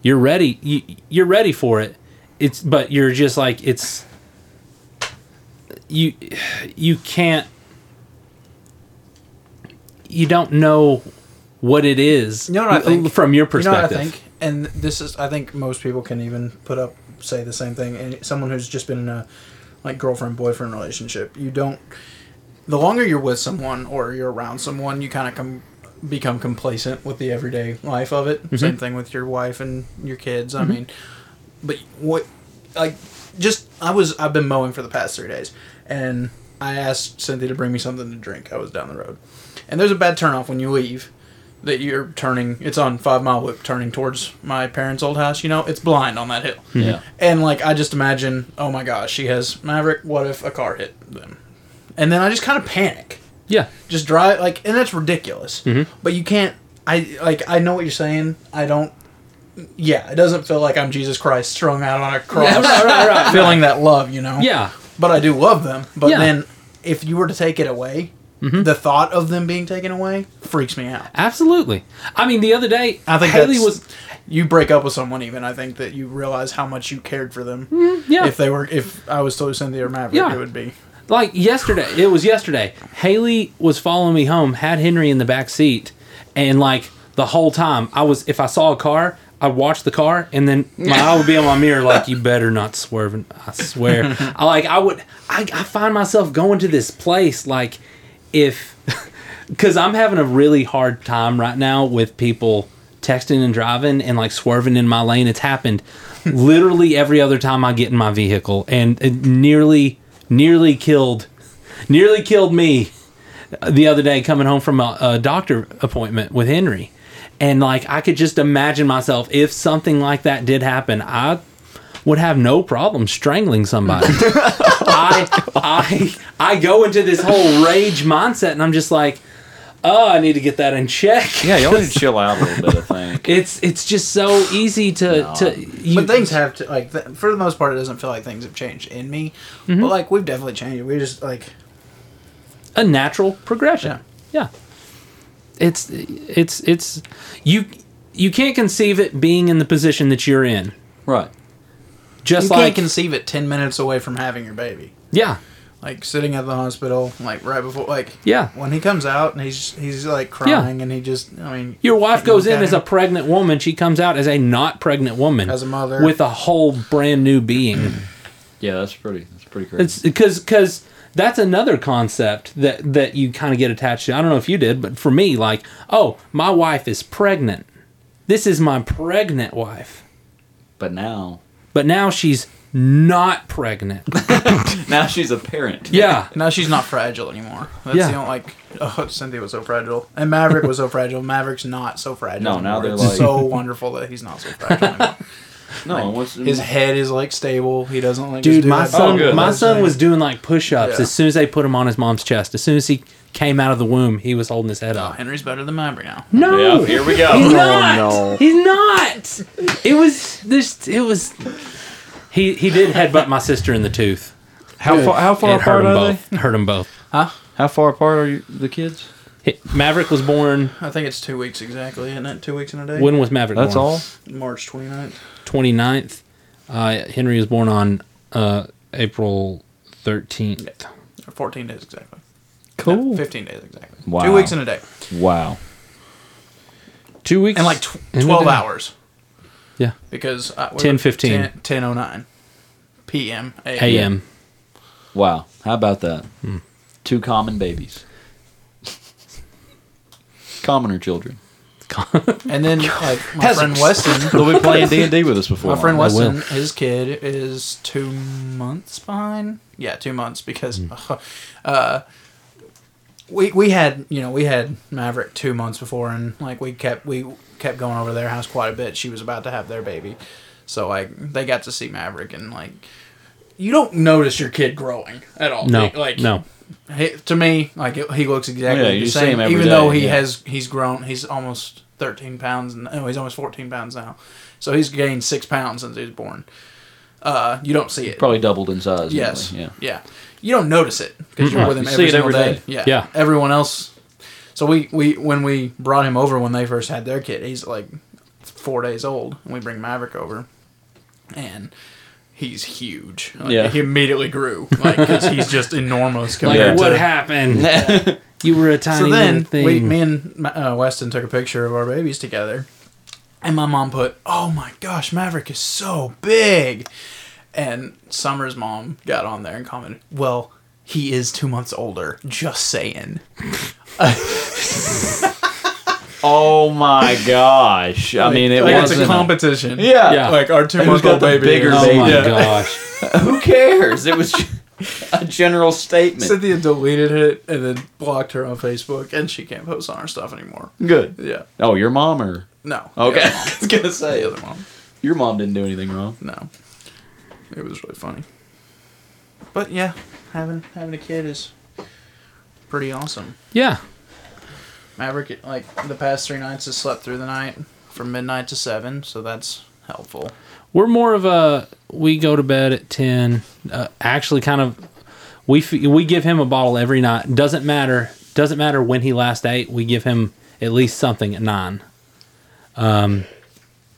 S4: You're ready. You, you're ready for it. It's but you're just like it's you you can't you don't know what it is
S5: You know what I think?
S4: from your
S5: You know what
S4: perspective
S5: I think? And this is, I think most people can even put up, say the same thing. And someone who's just been in a like girlfriend boyfriend relationship, you don't. The longer you're with someone or you're around someone, you kind of come become complacent with the everyday life of it.
S4: Mm-hmm.
S5: Same thing with your wife and your kids. I mean, but what like just I was I've been mowing for the past three days, and I asked Cynthia to bring me something to drink. I was down the road, and there's a bad turnoff when you leave that you're turning. It's on Five Mile Whip, turning towards my parents' old house. You know, it's blind on that hill.
S2: Yeah.
S5: And like I just imagine, oh my gosh, she has Maverick. What if a car hit them? And then I just kind of panic
S4: yeah
S5: just drive like and that's ridiculous
S4: Mm-hmm.
S5: but you can't i like i know what you're saying i don't yeah it doesn't feel like i'm jesus christ strung out on a cross
S4: right, right, (laughs) right,
S5: feeling that love you know
S4: yeah
S5: but i do love them but
S4: Yeah. Mm-hmm.
S5: then if you were to take it away the thought of them being taken away freaks me out
S4: absolutely i mean the other day
S5: i think
S4: haley
S5: that's,
S4: was
S5: you break up with someone even i think that you realize how much you cared for them
S4: yeah
S5: if they were if i was still cynthia or maverick
S4: Yeah.
S5: it would be
S4: like yesterday it was yesterday haley was following me home had henry in the back seat and like the whole time i was if i saw a car i watched the car and then my eye would be on my mirror like you better not swerve and i swear i like i would I, I find myself going to this place like if because i'm having a really hard time right now with people texting and driving and like swerving in my lane it's happened literally every other time i get in my vehicle and it nearly nearly killed nearly killed me the other day coming home from a, a doctor appointment with henry and like i could just imagine myself if something like that did happen i would have no problem strangling
S5: (laughs)
S4: somebody I I I go into this whole rage mindset and I'm just like, oh, I need to get that in check.
S2: (laughs) Yeah, y'all need to chill out a (laughs) little bit. I think.
S4: (laughs) It's it's just so easy to to. You,
S5: but things have to like th- for the most part. It doesn't feel like things have changed in me,
S4: Mm-hmm.
S5: but like we've definitely changed. We're just like
S4: a natural progression. Yeah. It's it's it's you you can't conceive it being in the position that you're in.
S2: Right.
S4: Just
S5: you
S4: like
S5: can't conceive it ten minutes away from having your baby.
S4: yeah.
S5: Like sitting at the hospital, like right before, like
S4: Yeah.
S5: when he comes out and he's he's like crying and he just, I mean,
S4: Your wife
S5: you
S4: goes
S5: look
S4: in
S5: at
S4: as a
S5: him.
S4: pregnant woman, she comes out as a not pregnant woman
S5: As a mother.
S4: with a whole brand new being.
S5: (clears throat)
S2: Yeah, that's pretty. That's pretty crazy.
S4: It's because because that's another concept that that you kind of get attached to. I don't know if you did, but for me, like, oh, my wife is pregnant. This is my pregnant wife,
S2: but now,
S4: but now she's not
S5: (laughs)
S4: pregnant.
S2: now she's a parent.
S4: Yeah,
S5: No, she's not fragile anymore. That's
S4: Yeah.
S5: the only, like (laughs) oh Cynthia was so fragile. And Maverick
S4: (laughs)
S5: was so fragile. Maverick's not so fragile.
S2: No, now
S5: anymore.
S2: they're
S5: It's
S2: like-
S5: so wonderful that he's not so
S4: (laughs)
S5: fragile anymore.
S2: No, what's
S5: His head is like stable. He doesn't like just
S4: dude,
S5: do
S4: my
S5: that. Oh.
S4: son,
S2: good.
S4: my
S5: That's
S4: son
S5: right.
S4: was doing like push-ups
S5: Yeah.
S4: as soon as they put him on his mom's chest. As soon as he came out of the womb, he was holding his head
S5: Oh,
S4: up.
S5: Henry's better than Maverick now.
S4: No,
S2: Yeah, here we
S4: He's
S2: go.
S4: not.
S6: no.
S4: He's not. It was this. It was. He he did headbutt my sister in the tooth.
S2: how far? How far
S4: It hurt
S2: apart
S4: them
S2: are
S4: both. Hurt them both.
S5: Huh?
S2: they? How far apart are you, the kids?
S4: He- Maverick was born.
S5: I think it's two weeks exactly, isn't it? Two weeks in a day.
S4: When was Maverick?
S2: That's
S4: born?
S2: all.
S5: March 29th.
S4: 29th. Uh, Henry was born on uh, April thirteenth.
S5: Or 14 days exactly. No,
S2: Cool.
S5: 15 days exactly.
S2: Wow.
S5: Two weeks in a day.
S2: Wow.
S4: Two weeks
S5: And like tw-
S4: in a
S5: 12
S4: day.
S5: hours.
S4: Yeah.
S5: Because. uh, I, we were-
S4: 10:15.
S5: 10 10:09 p.m.
S4: A.M.
S2: Wow. How about that? Two common (laughs) babies. Commoner children.
S5: And then like my
S4: Oh Peasants.
S5: friend Weston.
S2: (laughs) They'll be playing D and D with us before.
S5: My friend
S2: long.
S5: Weston, his kid is two months behind. Yeah, two months because
S4: Hmm.
S5: uh, we we had you know we had Maverick two months before, and like we kept we kept going over to their house quite a bit. She was about to have their baby, so like they got to see Maverick, and like you don't notice your kid growing at all.
S4: No,
S5: like
S4: no.
S5: he, to me, like it, he looks exactly
S2: Yeah,
S5: the
S2: you see
S5: same.
S2: him every
S5: even though
S2: day,
S5: he
S2: yeah.
S5: has he's grown, he's almost thirteen pounds, and no, he's almost fourteen pounds now. So he's gained six pounds since he was born. Uh, you don't see it.
S2: Probably doubled in size.
S5: yes,
S2: nearly,
S5: yeah,
S2: Yeah.
S5: You don't notice it because you're with him
S2: You
S5: every
S2: see it
S5: single
S2: every
S5: day.
S2: day.
S5: Yeah,
S4: Yeah.
S5: Everyone else. So we we when we brought him over when they first had their kid, he's like four days old, and we bring Maverick over, and. He's huge. Like,
S2: Yeah.
S5: He immediately grew. Like, because he's just
S2: (laughs)
S5: enormous.
S4: Like
S5: compared
S4: what
S5: to-
S4: happened?
S5: (laughs)
S4: you were a tiny
S5: so then
S4: little thing.
S5: we, me and Ma- uh, Weston took a picture of our babies together, and my mom put, "Oh my gosh, Maverick is so big," and Summer's mom got on there and commented, "Well, he is two months older. Just saying."
S2: Oh (laughs) my gosh! I mean, it
S5: Like, it's
S2: wasn't.
S5: a competition.
S2: yeah.
S4: Yeah.
S5: like our two month
S2: got
S5: old
S2: the
S5: baby.
S2: bigger
S5: is-
S4: oh my
S2: Yeah.
S4: gosh.
S2: (laughs) Who cares? It was (laughs) ju- a general statement.
S5: Cynthia deleted it and then blocked her on Facebook, and she can't post on our stuff anymore.
S2: Good.
S5: Yeah,
S2: Oh, your mom or
S5: no.
S2: Okay.
S5: The other mom. I was gonna say the other mom.
S2: your mom didn't do anything wrong.
S5: No. It was really funny. But yeah, having having a kid is pretty awesome.
S4: Yeah.
S5: Maverick like the past three nights has slept through the night from midnight to seven, so that's helpful.
S4: We're more of a we go to bed at 10. Uh, actually kind of we f- we give him a bottle every night. Doesn't matter. Doesn't matter when he last ate. We give him at least something at 9. Um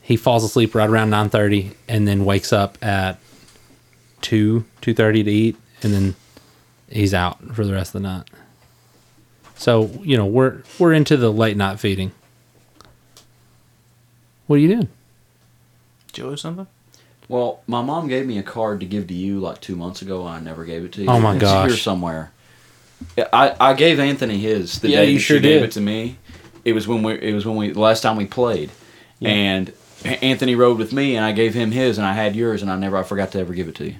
S4: he falls asleep right around 9:30 and then wakes up at 2 2:30 to eat and then he's out for the rest of the night. So, you know, we're we're into the late night feeding. What are you doing?
S5: Did you lose something?
S2: Well, my mom gave me a card to give to you like two months ago. and I never gave it to you.
S4: Oh my
S2: it's
S4: gosh.
S2: Here somewhere. I, I gave Anthony his the
S4: Yeah,
S2: day
S4: you
S2: that
S4: sure
S2: she gave
S4: did.
S2: it to me. It was when we it was when we the last time we played, and A- Anthony rode with me, and I gave him his, and I had yours, and I never I forgot to ever give it to you.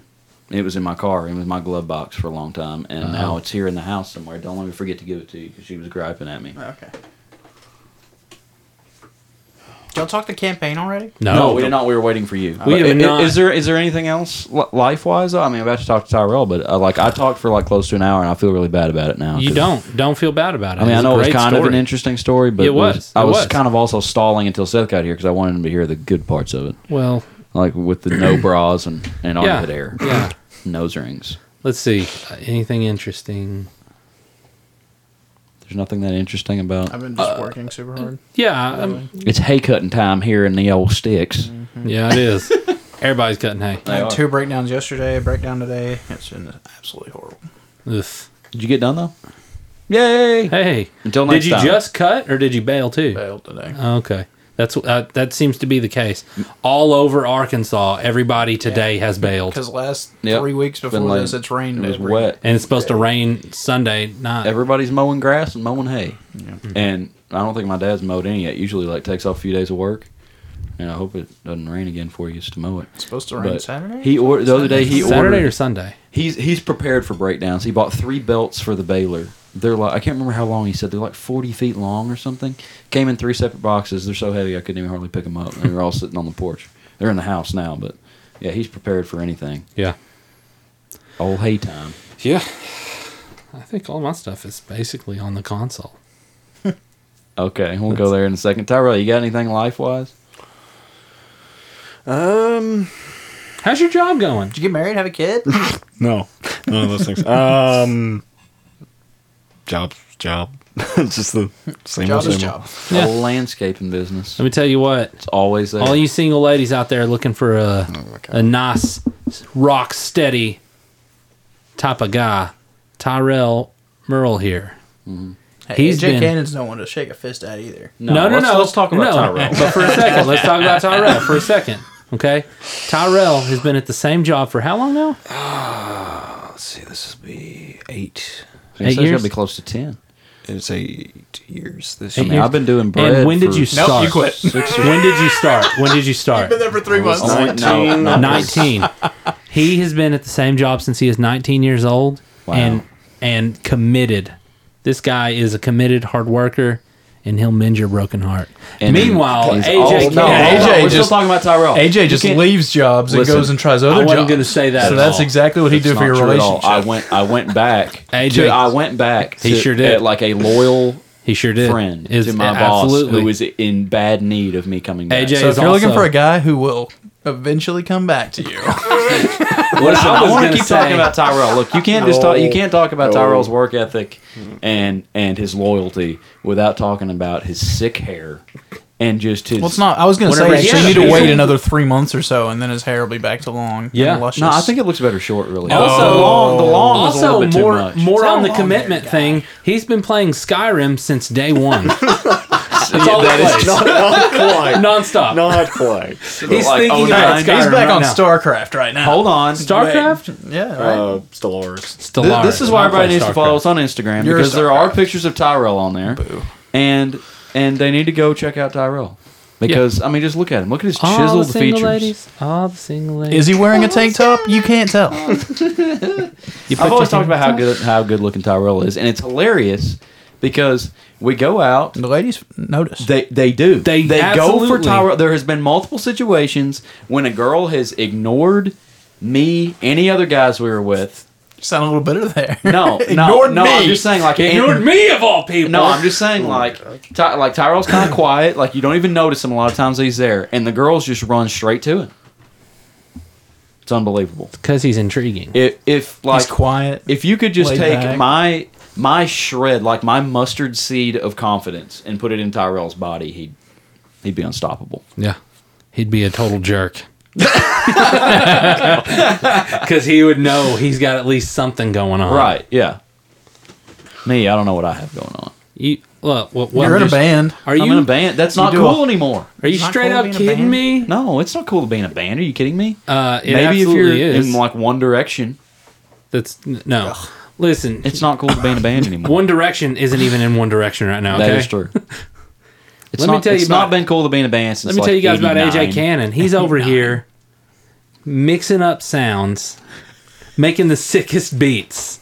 S2: It was in my car. It was in my glove box for a long time, and
S4: Uh-huh.
S2: now it's here in the house somewhere. Don't let me
S4: Uh,
S5: Oh,
S2: forget to give it to you because she was griping at me.
S5: Okay. Y'all talk the campaign already?
S4: No,
S2: No, we did not. We were waiting for you.
S4: We
S2: But
S4: have
S2: i- i-
S4: not-
S2: Is there is there anything else life wise? I mean, I'm about to talk to Tyrell, but uh, like I talked for like close to an hour, and I feel really bad about it now.
S4: You
S2: 'cause-
S4: don't. Don't feel bad about it.
S2: I mean, I
S4: It's a
S2: know it was
S4: great
S2: kind of an
S4: story.
S2: interesting story, but
S4: It was.
S2: I
S4: It
S2: was,
S4: was.
S2: kind of also stalling until Seth got here because I wanted him to hear the good parts of it,
S4: Well,
S2: like with the
S4: (clears throat)
S2: no bras and and
S4: yeah,
S2: armpit hair,
S4: yeah.
S2: (clears throat) nose rings.
S4: Let's see. Uh, Anything interesting?
S2: There's nothing that interesting about.
S5: I've been just working super hard.
S4: Yeah, um,
S2: It's hay cutting time here in the old sticks.
S5: Mm-hmm.
S4: yeah,
S2: (laughs)
S4: it is. Everybody's cutting hay.
S5: I
S2: are.
S5: had two breakdowns yesterday, a breakdown today. It's been absolutely horrible.
S4: Ugh.
S2: Did you get done though? Yay!
S4: Hey,
S2: Until next
S4: did you
S2: time.
S4: just cut or did you bail too?
S5: Failed today.
S4: Okay. That's uh, that seems to be the case. All over Arkansas, everybody today has bailed,
S5: Because last
S2: Yep.
S5: three weeks
S2: Been
S5: before
S2: like-
S5: this, it's rained.
S2: It was
S5: every-
S2: wet.
S4: and it's supposed to rain Sunday
S2: (laughs)
S4: night.
S2: everybody's mowing grass and mowing hay. And I don't think my dad's mowed any yet. Usually, like takes off a few days of work. And I hope it doesn't rain again before he gets to mow it.
S5: It's supposed to rain
S2: But
S5: Saturday.
S2: He ordered the other day. He
S4: Saturday
S2: ordered.
S4: or Sunday.
S2: he's he's prepared for breakdowns. He bought three belts for the baler. They're like I can't remember how long he said they're like forty feet long or something. Came in three separate boxes. They're so heavy I couldn't even hardly pick them up. They were all sitting on the porch. They're in the house now, but yeah, he's prepared for anything.
S4: Yeah.
S2: Old hay time.
S4: Yeah. I think all my stuff is basically on the console.
S2: Okay, we'll go there in a second. Tyrell, you got anything life wise?
S6: Um,
S4: How's your job going?
S5: Did you get married? Have a kid?
S6: no, none of those
S4: (laughs)
S6: things. Um, job, job. (laughs) it's just the same old,
S5: job is
S6: same
S5: job.
S6: old.
S2: A
S4: Yeah.
S2: landscaping business.
S4: Let me tell you what.
S2: It's always there.
S4: All you single ladies out there looking for a
S2: Oh,
S6: my God.
S4: a nice rock steady type of guy, Tyrell Merle here.
S5: Hey,
S4: He's
S5: Jay
S4: been-
S5: Cannon's no one to shake a fist at either.
S4: No, no,
S2: let's,
S4: no.
S2: Let's talk about
S4: No,
S5: (laughs)
S2: Tyrell.
S4: But for a second, let's talk about Tyrell for a second. Okay, Tyrell has been at the same job for how long now?
S6: Let's see, this will be eight.
S2: It says
S4: years?
S2: It'll be close to ten.
S6: It's eight years this
S2: I (laughs)
S4: Eight
S2: mean,
S4: years.
S2: I've been doing bread.
S4: And when did
S2: for
S4: you
S2: s-
S4: start?
S5: you quit.
S4: when did you start? When did you start?
S5: Been there for three months. (laughs)
S2: only- no, no, (laughs)
S4: Nineteen. He has been at the same job since he is nineteen years old,
S2: Wow.
S4: and and committed. This guy is a committed hard worker, and he'll mend your broken heart.
S2: And
S4: Meanwhile,
S2: he's
S4: AJ,
S2: all-
S4: Cannon-
S2: no,
S5: Yeah,
S2: hold on,
S5: AJ
S2: we're still
S5: just-
S2: talking about Tyrell.
S5: AJ just
S2: can't-
S5: leaves jobs
S2: Listen,
S5: and goes and tries other
S4: I wasn't
S5: jobs.
S4: gonna say that
S5: So
S4: at
S5: that's
S4: all.
S5: exactly what he
S2: That's
S5: did for your
S2: not true at all.
S5: relationship.
S2: I went. I went
S4: (laughs)
S2: back.
S4: AJ.
S2: to- I went back.
S4: He
S2: to-
S4: sure did.
S2: at, like a loyal
S4: he sure did.
S2: friend
S4: Is-
S2: to my boss
S4: absolutely.
S2: who is in bad need of me coming back.
S4: AJ
S5: so if
S4: is
S5: you're looking
S4: also-
S5: for a guy who will eventually come back to you,
S4: (laughs)
S2: Listen, I,
S4: was
S2: want to
S4: gonna
S2: keep
S4: say-
S2: talking about Tyrell. Look, you can't just talk. You
S6: No,
S2: can't talk about
S6: no.
S2: Tyrell's work ethic and and his loyalty without talking about his sick hair and just his.
S5: well, it's not. I was gonna
S4: Whatever
S5: say
S4: he
S5: so you
S4: has
S5: need
S4: to
S5: to
S4: be.
S5: wait another three months or so, and then his hair will be back to long.
S4: Yeah.
S5: and luscious.
S2: No, I think it looks better short. Really.
S4: Also-
S2: the long. The long was a
S4: Oh.
S2: little
S4: also
S2: bit
S4: more
S2: too much.
S4: more
S5: It's
S4: on the
S5: all on
S4: commitment
S5: there, guy.
S4: thing. He's been playing Skyrim since day one.
S2: (laughs)
S4: That's all he plays.
S6: Not, not quite.
S4: nonstop.
S6: Not
S2: (laughs)
S6: quite.
S4: He's
S2: Like,
S4: thinking
S2: oh,
S4: about
S2: nine.
S4: Skyrim
S5: he's back
S4: right
S5: on
S4: now.
S5: Starcraft right now.
S2: Hold on.
S4: StarCraft.
S5: yeah, right.
S6: Uh, Stellaris.
S2: Th-
S4: Stellaris.
S2: this is why
S4: I play
S2: everybody needs to
S4: StarCraft.
S2: follow us on Instagram
S5: You're a
S2: because there are
S5: Starcraft.
S2: pictures of Tyrell on there, and and they need to go check out Tyrell because I mean, just look at him. Look at his
S4: All the
S2: chiseled
S4: single
S2: features.
S4: ladies. All the single ladies.
S5: is he wearing a tank top? You can't tell.
S4: You
S2: I've
S4: put
S2: always
S4: your
S2: talked about how
S4: hand-
S2: good how good looking Tyrell is, and it's hilarious because we go out.
S5: The ladies notice.
S2: They they do.
S4: They
S2: go for
S4: absolutely-
S2: Tyrell. There has been multiple situations when a girl has ignored me, any other guys we were with.
S5: You sound a little bitter there. (laughs)
S2: No, no,
S5: Ignored
S2: no.
S5: me.
S2: I'm just saying, like
S4: Ignored
S2: in-
S4: me of all people.
S2: No, I'm just saying, like, Ty, like Tyrell's kind of quiet. Like you don't even notice him a lot of times. He's there, and the girls just run straight to him. It's unbelievable.
S4: because he's intriguing.
S2: If if like
S5: he's quiet.
S2: if you could just
S5: Laid
S2: take
S5: back.
S2: my my shred, like my mustard seed of confidence, and put it in Tyrell's body, he'd he'd be unstoppable.
S4: yeah, he'd be a total (laughs) jerk. Because he would know he's got at least something going on.
S2: Right? Yeah. Me, I don't know what I have going on.
S4: You look. What, what
S5: You're in a
S4: just-
S5: band.
S4: Are
S2: I'm in
S4: you
S2: a band. That's
S5: you
S2: not
S5: do
S2: cool
S5: a-
S2: anymore.
S4: Are you
S5: It's not
S4: straight
S5: cool
S4: up
S5: being a
S4: kidding
S5: band.
S4: me?
S2: No, it's not cool to be in a band. Are you kidding me?
S4: Uh, it
S2: Maybe if you're
S4: absolutely is.
S2: in like One Direction,
S4: That's n- no. Listen,
S2: it's not cool to be in a band anymore.
S4: One Direction isn't even in One Direction right now. Okay?
S2: That is
S4: (laughs)
S2: true. It's
S4: Let me
S2: not,
S4: tell you
S2: it's
S4: about-
S2: not been cool to be in a band since.
S4: Let me tell you guys about AJ
S2: 89.
S4: Cannon. He's over here mixing up sounds, making the sickest beats.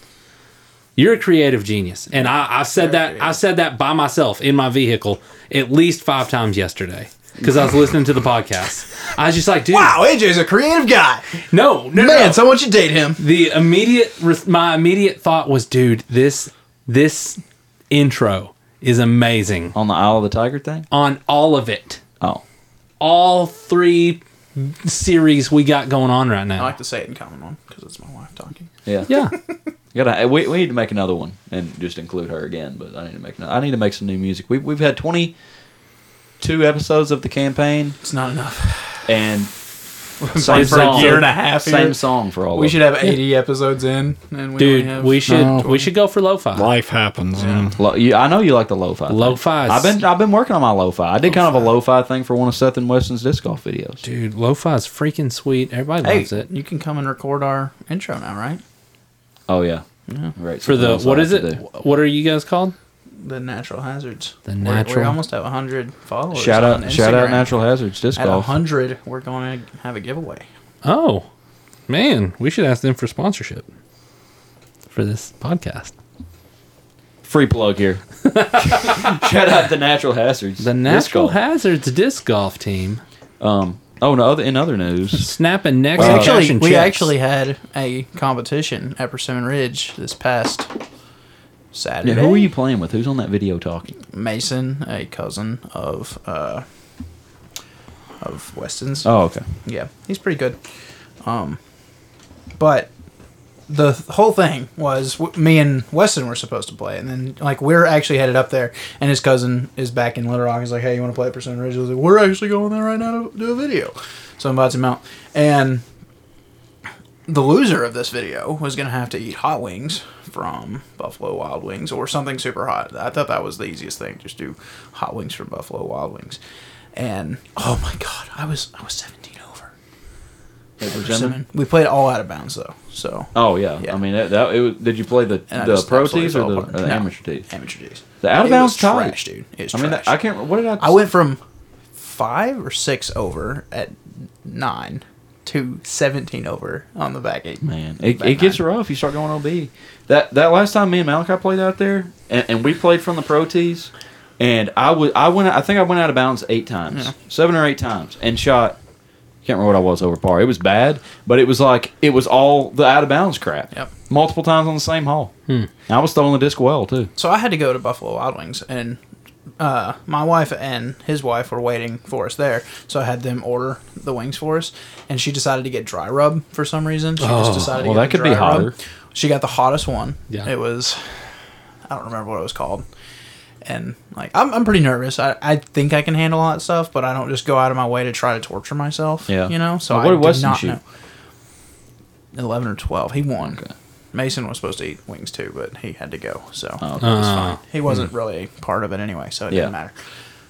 S4: You're a creative genius, and I, I said that I said that by myself in my vehicle at least five times yesterday. because I was listening to the podcast. I was just like, dude,
S5: Wow, AJ's a creative guy.
S4: no, no, no.
S5: Man, someone should date him.
S4: the immediate res- my immediate thought was, dude, this this intro is amazing
S2: on the Isle of the Tiger thing.
S4: on all of it,
S2: Oh,
S4: all three series we got going on right
S5: I
S4: now.
S5: like to say it in common one because it's my wife talking.
S2: yeah,
S4: yeah,
S2: You gotta we, we need to make another one and just include her again. But I need to make another, I need to make some new music. We've we've had twenty two episodes of the campaign
S5: It's not enough.
S4: (laughs)
S2: and
S5: Sorry
S2: same
S5: for a
S2: song,
S5: year and a half. here.
S2: same song for all.
S5: We
S2: of
S5: should
S2: them.
S5: have 80 episodes in, and (laughs) we
S4: dude,
S5: only have
S4: we should
S6: No.
S4: we should go for lo-fi.
S6: Life happens. Yeah.
S2: Lo, you, I know you like the lo-fi. thing.
S4: Lo-fi. is-
S2: I've been I've been working on my lo-fi. I did kind of a lo-fi thing for one of Seth and Weston's disc golf videos.
S4: dude. Lo-fi is freaking sweet. Everybody
S5: Hey,
S4: loves it.
S5: you can come and record our intro now, right?
S2: Oh yeah, right.
S4: For the what is it?
S2: Do.
S4: What are you guys called?
S5: The natural hazards.
S4: The
S5: We're- We
S4: natural-
S5: almost have 100 followers.
S2: Shout out
S5: on
S2: shout out
S5: Instagram.
S2: Natural Hazards disc
S5: At
S2: golf.
S5: 100, we're going to have a giveaway.
S4: Oh, man, we should ask them for sponsorship for this podcast.
S2: Free plug (laughs) here. shout out the Natural Hazards.
S4: The
S2: disc
S4: Natural
S2: golf.
S4: Hazards disc golf team
S2: Um. Oh no. Other, in other news,
S4: snapping necks.
S5: We
S4: and
S5: actually,
S4: cashing
S5: we
S4: checks.
S5: actually had a competition at Persimmon Ridge this past Saturday.
S2: Yeah, who are you playing with? Who's on that video talking?
S5: Mason, a cousin of uh, of Weston's.
S2: Oh, okay.
S5: Yeah, he's pretty good. Um, but the th- whole thing was w- me and Weston were supposed to play, and then like we're actually headed up there, and his cousin is back in Little Rock. He's like, "Hey, you want to play Percent Ridge?" I was like, "We're actually going there right now to do a video," so I invites him out, and the loser of this video was gonna have to eat hot wings from Buffalo Wild Wings or something super hot. I thought that was the easiest thing, just do hot wings from Buffalo Wild Wings. And oh my god, I was I was seventeen over. Persimmon. We played all out of bounds though, so
S2: Oh yeah.
S5: Yeah.
S2: I mean, that, that it was, did you play the
S5: And I
S2: the
S5: just
S2: pro
S5: absolutely
S2: tees or
S5: fell
S2: the, or
S5: apart.
S2: the
S5: No.
S2: amateur tees?
S5: amateur days.
S2: The out of
S5: It
S2: bounds
S5: was
S2: tied.
S5: trash, dude. It's
S2: I mean,
S5: trash.
S2: I can't. What did I?
S5: I went from five or six over at nine to seventeen over on the back eight.
S2: Man, it,
S5: Back
S2: it gets
S5: nine.
S2: rough. You start going OB. That that last time me and Malachi played out there, and, and we played from the pro tees, and I was I went I think I went out of bounds eight times, seven or eight times, and shot. Can't remember what I was over par. It was bad, but it was like it was all the out of bounds crap.
S5: Yep.
S2: Multiple times on the same hole. And I was throwing the disc well too.
S5: So I had to go to Buffalo Wild Wings, and uh, my wife and his wife were waiting for us there. So I had them order the wings for us, and she decided to get dry rub for some reason. She
S4: Oh,
S5: just decided.
S2: well,
S5: to
S2: that
S5: get the
S2: could be
S5: dry rub.
S2: hotter.
S5: She got the hottest one.
S4: Yeah.
S5: it was. I don't remember what it was called. And like I'm, I'm pretty nervous. I, I think I can handle all that stuff, but I don't just go out of my way to try to torture myself.
S2: Yeah.
S5: you know. So
S2: Well,
S5: I
S2: what did
S5: did
S2: Weston
S5: not
S2: shoot?
S5: know. Eleven or twelve. He won. Mason was supposed to eat wings too, but he had to go. So
S2: Oh, okay.
S5: it was
S4: Uh,
S5: fine. He wasn't really a part of it anyway, so it
S2: Yeah.
S5: didn't matter.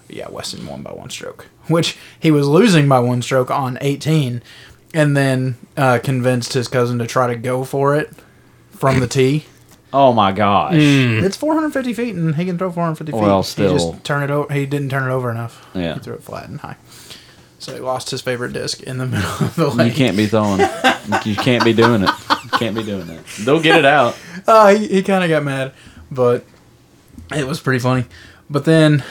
S5: But yeah, Weston won by one stroke, which he was losing by one stroke on 18, and then uh, convinced his cousin to try to go for it from
S2: (laughs)
S5: the tee.
S2: Oh my gosh.
S5: It's 450 feet, and he can throw 450 feet.
S2: Well,
S5: he
S2: still.
S5: just turn it over. He didn't turn it over enough.
S2: Yeah.
S5: he threw it flat and high. So he lost his favorite disc in the (laughs) middle of the
S2: You
S5: lane.
S2: can't be throwing. you can't be doing it. You can't be doing that. They'll get it
S5: (laughs)
S2: out.
S5: Uh, he he kind of got mad, but it was pretty funny. But then,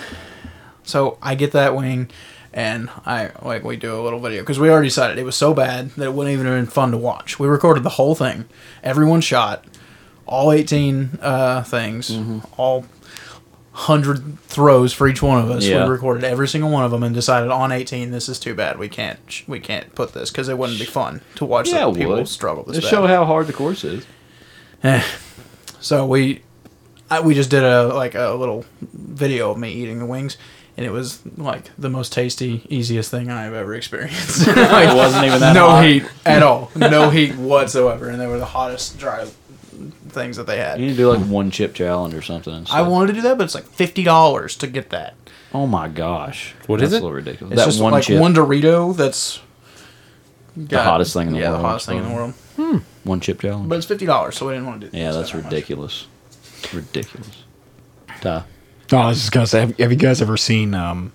S5: so I get that wing, and I like we do a little video because we already decided it was so bad that it wouldn't even have been fun to watch. We recorded the whole thing, everyone shot, all eighteen uh, things,
S2: Mm-hmm.
S5: all hundred throws for each one of us.
S2: Yeah.
S5: We recorded every single one of them and decided on eighteen, this is too bad. We can't we can't put this because it wouldn't be fun to watch.
S2: Yeah,
S5: the
S2: it
S5: people
S2: would.
S5: struggle. This
S2: Just
S5: bad.
S2: show how hard the course is.
S5: So we, I, we just did a like a little video of me eating the wings, and it was like the most tasty, easiest thing I've
S2: (laughs)
S5: ever experienced. (laughs) Like,
S2: It wasn't even that
S5: no
S2: hot.
S5: heat at all, no heat whatsoever, and they were the hottest dry things that they
S2: You
S5: had.
S2: need to do like one chip challenge or something. It's
S5: I
S2: like-
S5: wanted to do that, but it's like fifty dollars to get that.
S2: Oh my gosh.
S4: What
S2: that's
S4: is it?
S2: A little ridiculous.
S5: It's
S2: that
S5: just
S2: one
S5: like
S2: chip,
S5: one Dorito that's
S2: the hottest thing in the
S5: yeah,
S2: world.
S5: the hottest thing in the world.
S2: One chip challenge.
S5: But it's fifty dollars, so we didn't want to do.
S2: yeah,
S5: so
S2: that's
S5: much.
S2: ridiculous. Ridiculous. Ty.
S6: No, I was just gonna say, have, have you guys ever seen um,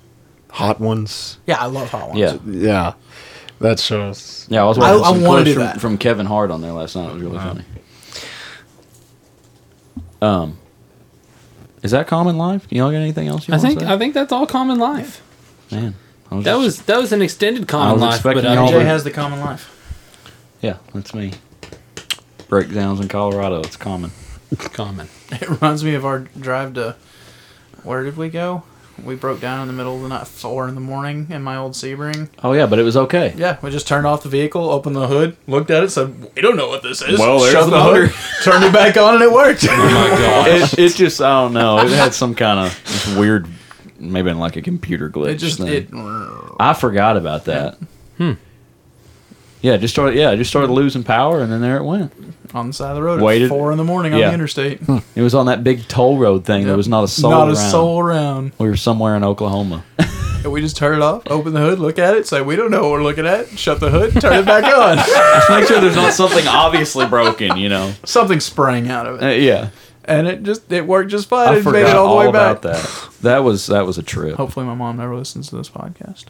S6: Hot Ones?
S5: Yeah, I love hot ones.
S2: Yeah.
S6: Yeah, that shows.
S2: Yeah, I was
S5: I-
S2: watching
S5: I
S2: some
S5: wanna
S2: clips
S5: do
S2: from,
S5: that.
S2: from Kevin Hart on there last night. It was really funny. Um, is that common life? Y'all got anything else? You
S4: I
S2: wanna
S4: think
S2: say?
S4: I think that's all common life.
S2: man, I was
S4: That
S2: just-
S4: was that was an extended
S2: I
S4: common
S2: was
S4: life, but
S2: expecting
S4: uh,
S2: y'all
S5: Jay
S2: to-
S5: has the common life.
S2: yeah, that's me. Breakdowns in Colorado, it's common.
S4: common.
S5: It reminds me of our drive to. Where did we go? We broke down in the middle of the night, four in the morning, in my old Sebring.
S2: Oh yeah, but it was okay.
S5: Yeah, we just turned off the vehicle, opened the hood, looked at it, said, "We don't know what this is."
S6: Well, there's
S5: Shoved
S6: the
S5: hood, (laughs) turned it back on, and
S2: (laughs)
S5: it worked.
S2: It, it just I don't know. It had some kind of weird, maybe like a computer glitch.
S5: it just uh,
S2: thing.
S5: it.
S2: I forgot about that. Hmm. Yeah, it just started. Yeah, it just started losing power, and then there it went.
S5: on the side of the road
S2: Waited-
S5: at four in the morning on
S2: Yeah.
S5: the
S2: (laughs)
S5: interstate.
S2: It was on that big toll road thing. There was not a soul
S5: Not
S2: around.
S5: a soul around.
S2: We were somewhere in Oklahoma.
S5: And we just turn it off, open the hood, look at it, say we don't know what we're looking at, shut the hood, turn it back on.
S2: (laughs) (laughs) Just make sure there's not something obviously broken. You know.
S5: Something sprang out of
S2: Uh,
S5: it,
S2: yeah,
S5: and it just it worked just fine.
S2: I,
S5: It made
S2: forgot
S5: it all the
S2: all,
S5: way back.
S2: about that. That was that was a trip,
S5: Hopefully, my mom never listens to this podcast.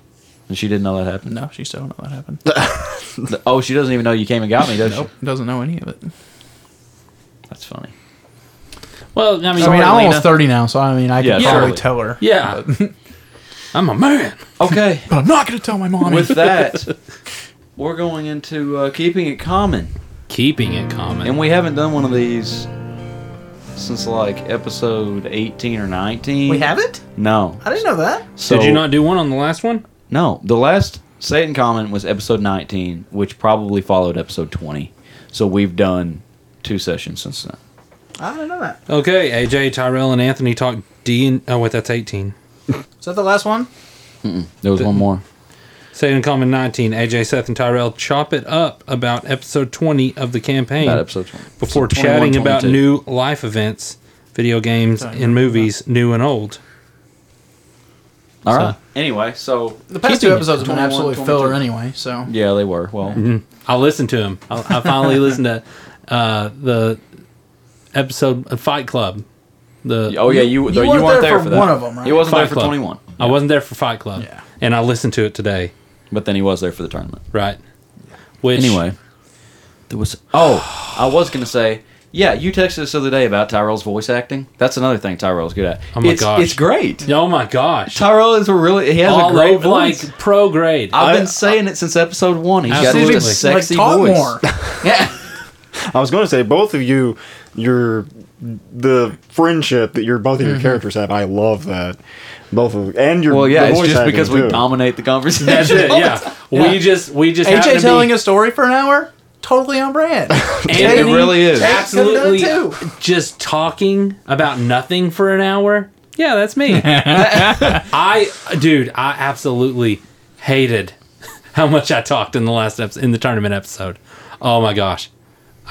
S2: and she didn't know that happened.
S5: No, she still don't know that happened.
S2: Oh, she doesn't even know you came and got me, does
S5: nope,
S2: she?
S5: doesn't know any of it.
S2: That's funny.
S4: Well, I mean,
S5: I mean, I'm
S4: Lena-
S5: almost thirty now, so I mean, I
S2: Yeah,
S5: can probably
S2: surely.
S5: tell her.
S4: Yeah, (laughs) I'm a man.
S2: Okay,
S5: But I'm not gonna tell my mom.
S2: with that, we're going into uh, keeping it common,
S4: Keeping it common.
S2: and we haven't done one of these since like episode 18 or 19.
S5: it.
S2: No.
S5: didn't know that.
S2: So,
S4: Did you not do one on the last one?
S2: No, the last say it in common was episode 19, which probably followed episode 20. So we've done two sessions since then.
S5: I didn't know that.
S4: Okay, AJ, Tyrell, and Anthony talked D and oh wait, that's eighteen.
S5: Is that the last one?
S2: There was one more.
S4: Say it in common nineteen. AJ, Seth, and Tyrell chop it up about episode twenty of the campaign
S2: About episode 20.
S4: before
S2: So 21,
S4: chatting about
S2: 22.
S4: new life events, video games,
S5: Sorry,
S4: and movies, new and old.
S2: All right. Anyway, so
S5: The past
S4: Keeping
S5: two
S4: it.
S5: episodes have been
S2: 21,
S5: absolutely
S2: 22.
S5: filler anyway. So
S2: yeah, they were. Well,
S4: I listened to him. I, I finally listened to uh, the episode of Fight Club. The
S2: oh yeah, you
S5: You
S2: you,
S5: weren't
S2: weren't
S5: there
S2: there,
S5: for
S2: for that.
S5: one of 'em, right?
S2: He wasn't
S4: Fight
S2: there for
S4: Club.
S2: 21.
S4: I wasn't there for Fight Club.
S5: Yeah.
S4: And I listened to it today.
S2: But then he was there for the tournament.
S4: Right. Which
S2: Anyway, there was. Oh, I was gonna say. Yeah, you texted us the other day about Tyrell's voice acting. That's another thing Tyrell's good at.
S4: Oh my
S2: it's,
S4: gosh.
S2: It's great.
S4: Oh my gosh.
S2: Tyrell is a really. He has
S4: All
S2: a great
S4: of,
S2: voice.
S4: like pro grade.
S2: I've been saying it since episode one. He's got
S4: Absolutely.
S2: this sexy
S5: like, talk
S2: voice. (laughs)
S5: more.
S2: Yeah.
S6: I was going to say both of you, your the friendship that your both of your characters have. I love that. Both of and your
S2: Mm-hmm. Well, yeah.
S6: the
S2: It's
S6: voice
S2: just
S6: acting,
S2: because we
S6: too.
S2: dominate the conversation.
S4: That's it. Yeah.
S5: Yeah.
S4: We just we just happen
S5: AJ
S4: to
S5: telling
S4: be
S5: a story for an hour, totally on
S2: (laughs)
S5: brand.
S2: It
S4: Anthony
S2: really is.
S4: absolutely
S5: Could've done
S4: just talking about nothing for an hour. Yeah, that's me. I dude, I absolutely hated (laughs) how much I talked in the last episode in the tournament episode. Oh my gosh.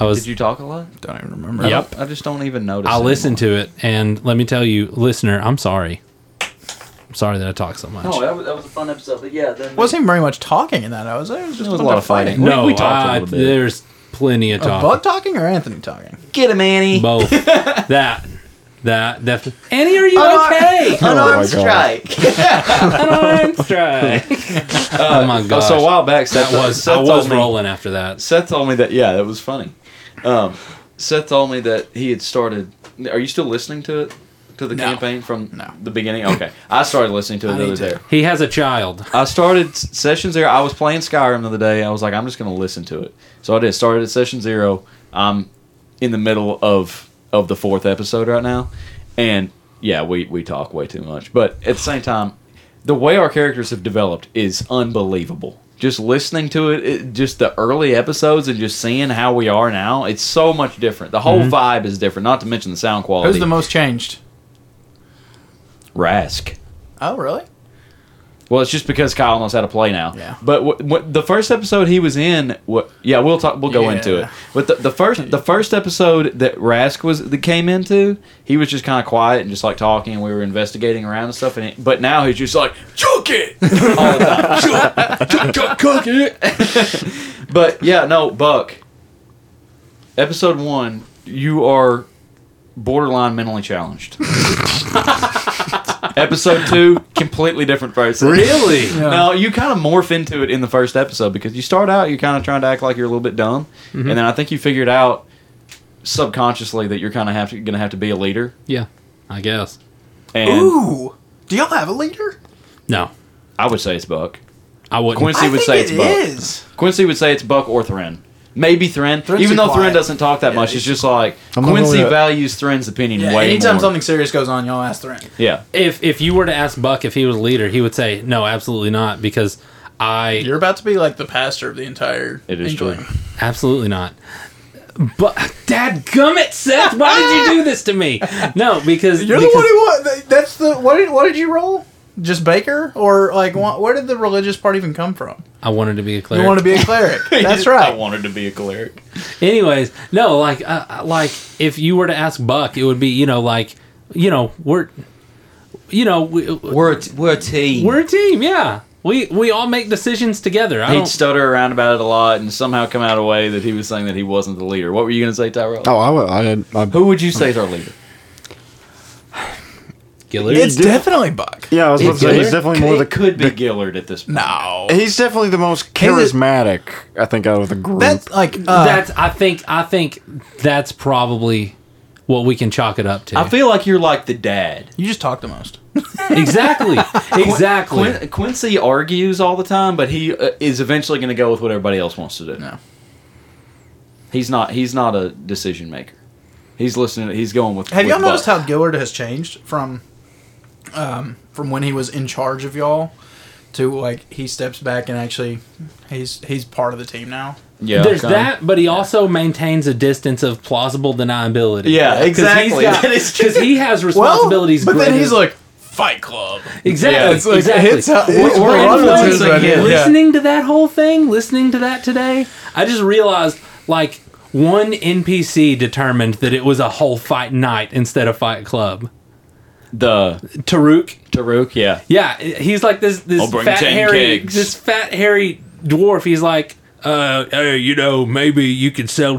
S4: I was
S2: Did you talk a lot?
S5: Don't even remember.
S4: Yep.
S2: I just don't even notice.
S4: I
S2: anymore.
S4: listened to it, and let me tell you, listener, I'm sorry. I'm sorry that I talk so much.
S2: No, Oh, that was, that was a fun episode. But yeah, then
S5: Wasn't even very much talking in that. I was there. was just
S2: There was a lot of fighting. Uh,
S4: No,
S2: we talked a
S4: I-
S2: little bit.
S4: there's plenty of
S5: Bug
S4: talk.
S5: talking or Anthony talking?
S2: get him, Annie. (laughs)
S4: Both that that definitely. Annie, are you
S5: Uh,
S2: Oh,
S4: okay?
S6: Oh my God.
S4: An arm strike. (laughs) oh my
S2: (laughs) Oh,
S4: gosh,
S2: so a while back, Seth
S4: that was
S2: Seth
S4: I
S2: told
S4: was
S2: me-
S4: rolling after that.
S2: Seth told me that. Yeah, that was funny. Um, Seth told me that he had started. Are you still listening to it? To the
S5: No.
S2: campaign from
S5: No.
S2: the beginning. Okay, I started listening to it
S5: I
S2: the
S5: need
S2: other
S5: to.
S2: day.
S4: He has a child.
S2: I started s- session zero. I was playing Skyrim the other day. I was like, I'm just gonna listen to it. So I did. Started at session zero. I'm in the middle of of the fourth episode right now, and yeah, we we talk way too much. But at the same time, the way our characters have developed is unbelievable. Just listening to it, it just the early episodes, and just seeing how we are now, it's so much different. The whole vibe is different. Not to mention the sound quality.
S5: (laughs) Mm-hmm. Who's the most changed?
S2: Rask.
S5: Oh, really?
S2: Well, it's just because Kyle knows how to play now.
S5: Yeah.
S2: But w- w- the first episode he was in, what? Yeah, we'll talk. We'll go
S5: Yeah.
S2: into it. But the, the first the first episode that Rask was that came into, he was just kind of quiet and just like talking, and we were investigating around and stuff. And it, but now he's just like choke it (laughs) all the time. Choke,
S5: (laughs)
S2: choke, choke, cook it. (laughs) but yeah, no, Buck. Episode one, you are borderline mentally
S5: (laughs)
S2: challenged. episode two, completely different person.
S4: Really?
S2: No, you kind of morph into it in the first episode because you start out, you're kind of trying to act like you're a little bit dumb,
S5: Mm-hmm.
S2: and then I think you figured out subconsciously that you're kind of have to, gonna have to be a leader.
S4: Yeah, I guess.
S2: And
S5: Ooh, do y'all have a leader?
S4: No,
S2: I would say it's Buck.
S4: I wouldn't.
S2: Quincy
S5: I
S2: would
S5: think
S2: say it's
S5: it
S2: Buck.
S5: is.
S2: Quincy would say it's Buck or Thren. Maybe Thren,
S5: Thren's
S2: even
S5: too
S2: though Thren
S5: quiet.
S2: doesn't talk that
S5: Yeah,
S2: much. It's
S5: he's-
S2: just like
S6: I'm not
S2: Quincy
S6: really a-
S2: values Thren's opinion
S5: Yeah,
S2: way
S5: anytime
S2: more.
S5: something serious goes on, y'all ask Thren.
S2: yeah,
S4: If if you were to ask Buck if he was a leader, he would say no, absolutely not, because I
S5: You're about to be like the pastor of the entire.
S2: It is
S5: Angel
S2: true.
S5: Wing.
S4: Absolutely not. But dad gummit, Seth, why did
S5: (laughs)
S4: you do this to me? No, because
S5: You're
S4: because
S5: the one who won. th- That's the what did what did you roll? Just Baker or like wha- where did the religious part even come from?
S4: I wanted to be a
S5: You
S4: cleric.
S5: want to be a cleric?
S2: (laughs)
S5: That's
S2: I
S5: right.
S2: wanted to be a cleric.
S4: Anyways, no, like uh, uh, like if you were to ask Buck, it would be you know like you know we're you know we,
S2: We're a t- we're a team.
S4: we're a team, yeah. We we all make decisions together. I
S2: He'd
S4: don't,
S2: stutter around about it a lot and somehow come out of a way that he was saying that he wasn't the leader. What were you going to say, Tyrell?
S6: Oh, I, would- I didn't. I,
S2: Who would you say is our leader?
S4: Gillard.
S5: It's definitely Buck.
S6: yeah, I was about to say he's
S2: Gillard?
S6: definitely more
S2: It
S6: the.
S2: could be Gillard at this point.
S5: No,
S6: He's definitely the most
S5: Is it-
S6: charismatic, I think, out of the group.
S5: that's like uh,
S4: that's I think I think that's probably what we can chalk it up to.
S2: I feel like you're like the dad.
S5: you just talk the (laughs) most.
S4: exactly,
S2: (laughs)
S4: exactly.
S2: Quin- Quincy argues all the time, but he uh, is eventually going to go with what everybody else wants to do.
S5: No.
S2: He's not. He's not a decision maker. He's listening. He's going with.
S5: Have
S2: with
S5: y'all noticed
S2: Buck.
S5: how Gillard has changed from um, from when he was in charge of y'all to like he steps back and actually he's he's part of the team now.
S2: Yeah,
S4: There's
S2: kinda.
S4: that, but he also maintains a distance of plausible deniability.
S2: Yeah,
S4: 'Cause he's
S2: exactly.
S5: (laughs)
S4: got-
S2: That is true.
S4: 'cause he has responsibilities.
S5: but then
S4: greater-
S5: he's like Fight Club.
S4: exactly,
S2: Yeah, it's
S5: like,
S4: exactly.
S5: it's how-
S4: We're-
S5: it's
S4: we're
S5: how
S4: in
S5: it
S4: play.
S5: is right here.
S4: listening to that whole thing, listening to that today, I just realized like one NPC determined that it was a whole fight night instead of fight club.
S2: the
S4: Taruk,
S2: Taruk. Yeah,
S4: yeah, he's like this
S2: I'll
S4: this
S2: bring
S4: fat
S2: 10
S4: hairy
S2: kegs.
S4: this fat hairy dwarf. He's like. Uh, uh, you know, maybe you can sell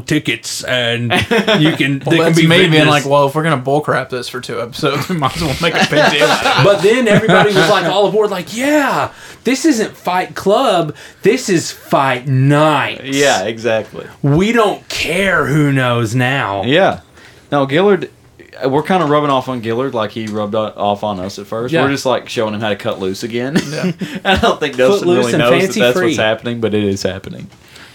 S2: (laughs)
S4: tickets, and you can. They
S5: Well,
S4: can
S5: that's
S4: be
S5: maybe and
S4: vendors."
S5: like, well, if we're gonna bull crap this for two episodes, (laughs) we might as well make a big deal. out of it.
S4: But then everybody was like all aboard, like, yeah, this isn't Fight Club. This is Fight Night.
S2: yeah, exactly.
S4: We don't care who knows now.
S2: Yeah. No, Gillard. We're kind of rubbing off on Gillard like he rubbed o- off on us at first.
S4: Yeah.
S2: We're just like showing him how to cut loose again. (laughs) I don't think Dustin
S4: Footloose
S2: really
S4: and
S2: knows that
S4: fancy
S2: that's
S4: free.
S2: what's happening, but it is happening.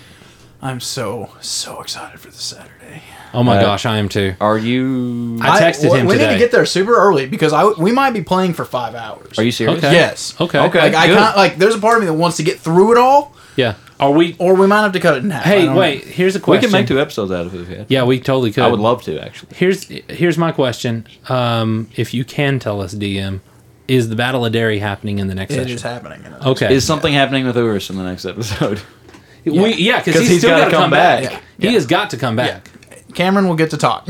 S5: (laughs) I'm so so excited for this Saturday.
S4: Oh my
S2: Uh,
S4: gosh, I am too.
S2: Are you?
S4: I texted
S5: we-
S4: him
S5: We need
S4: today.
S5: to get there super early because I we might be playing for five hours.
S2: Are you serious?
S4: Okay.
S5: Yes.
S4: Okay.
S2: Okay.
S5: Like I
S2: good.
S5: can't, like there's a part of me that wants to get through it all,
S4: Yeah. Are we?
S5: or we might have to cut it in half. I
S4: Hey,
S5: don't know.
S4: wait. Here's a
S2: We
S4: question.
S2: can make two episodes out of it. Yeah.
S4: Yeah, we totally could.
S2: I would love to actually.
S4: Here's here's my question. Um, if you can tell us, DM, is the Battle of Derry happening in the next
S5: It
S4: session?
S5: is happening. in a-
S4: Okay.
S2: Is something happening with Urus in the next episode?
S4: we, yeah, because
S2: 'Cause
S4: he's,
S2: he's
S4: still
S2: gotta
S4: got to come,
S2: come
S4: back.
S2: back.
S4: He has got to come back.
S5: Cameron will get to talk. (laughs)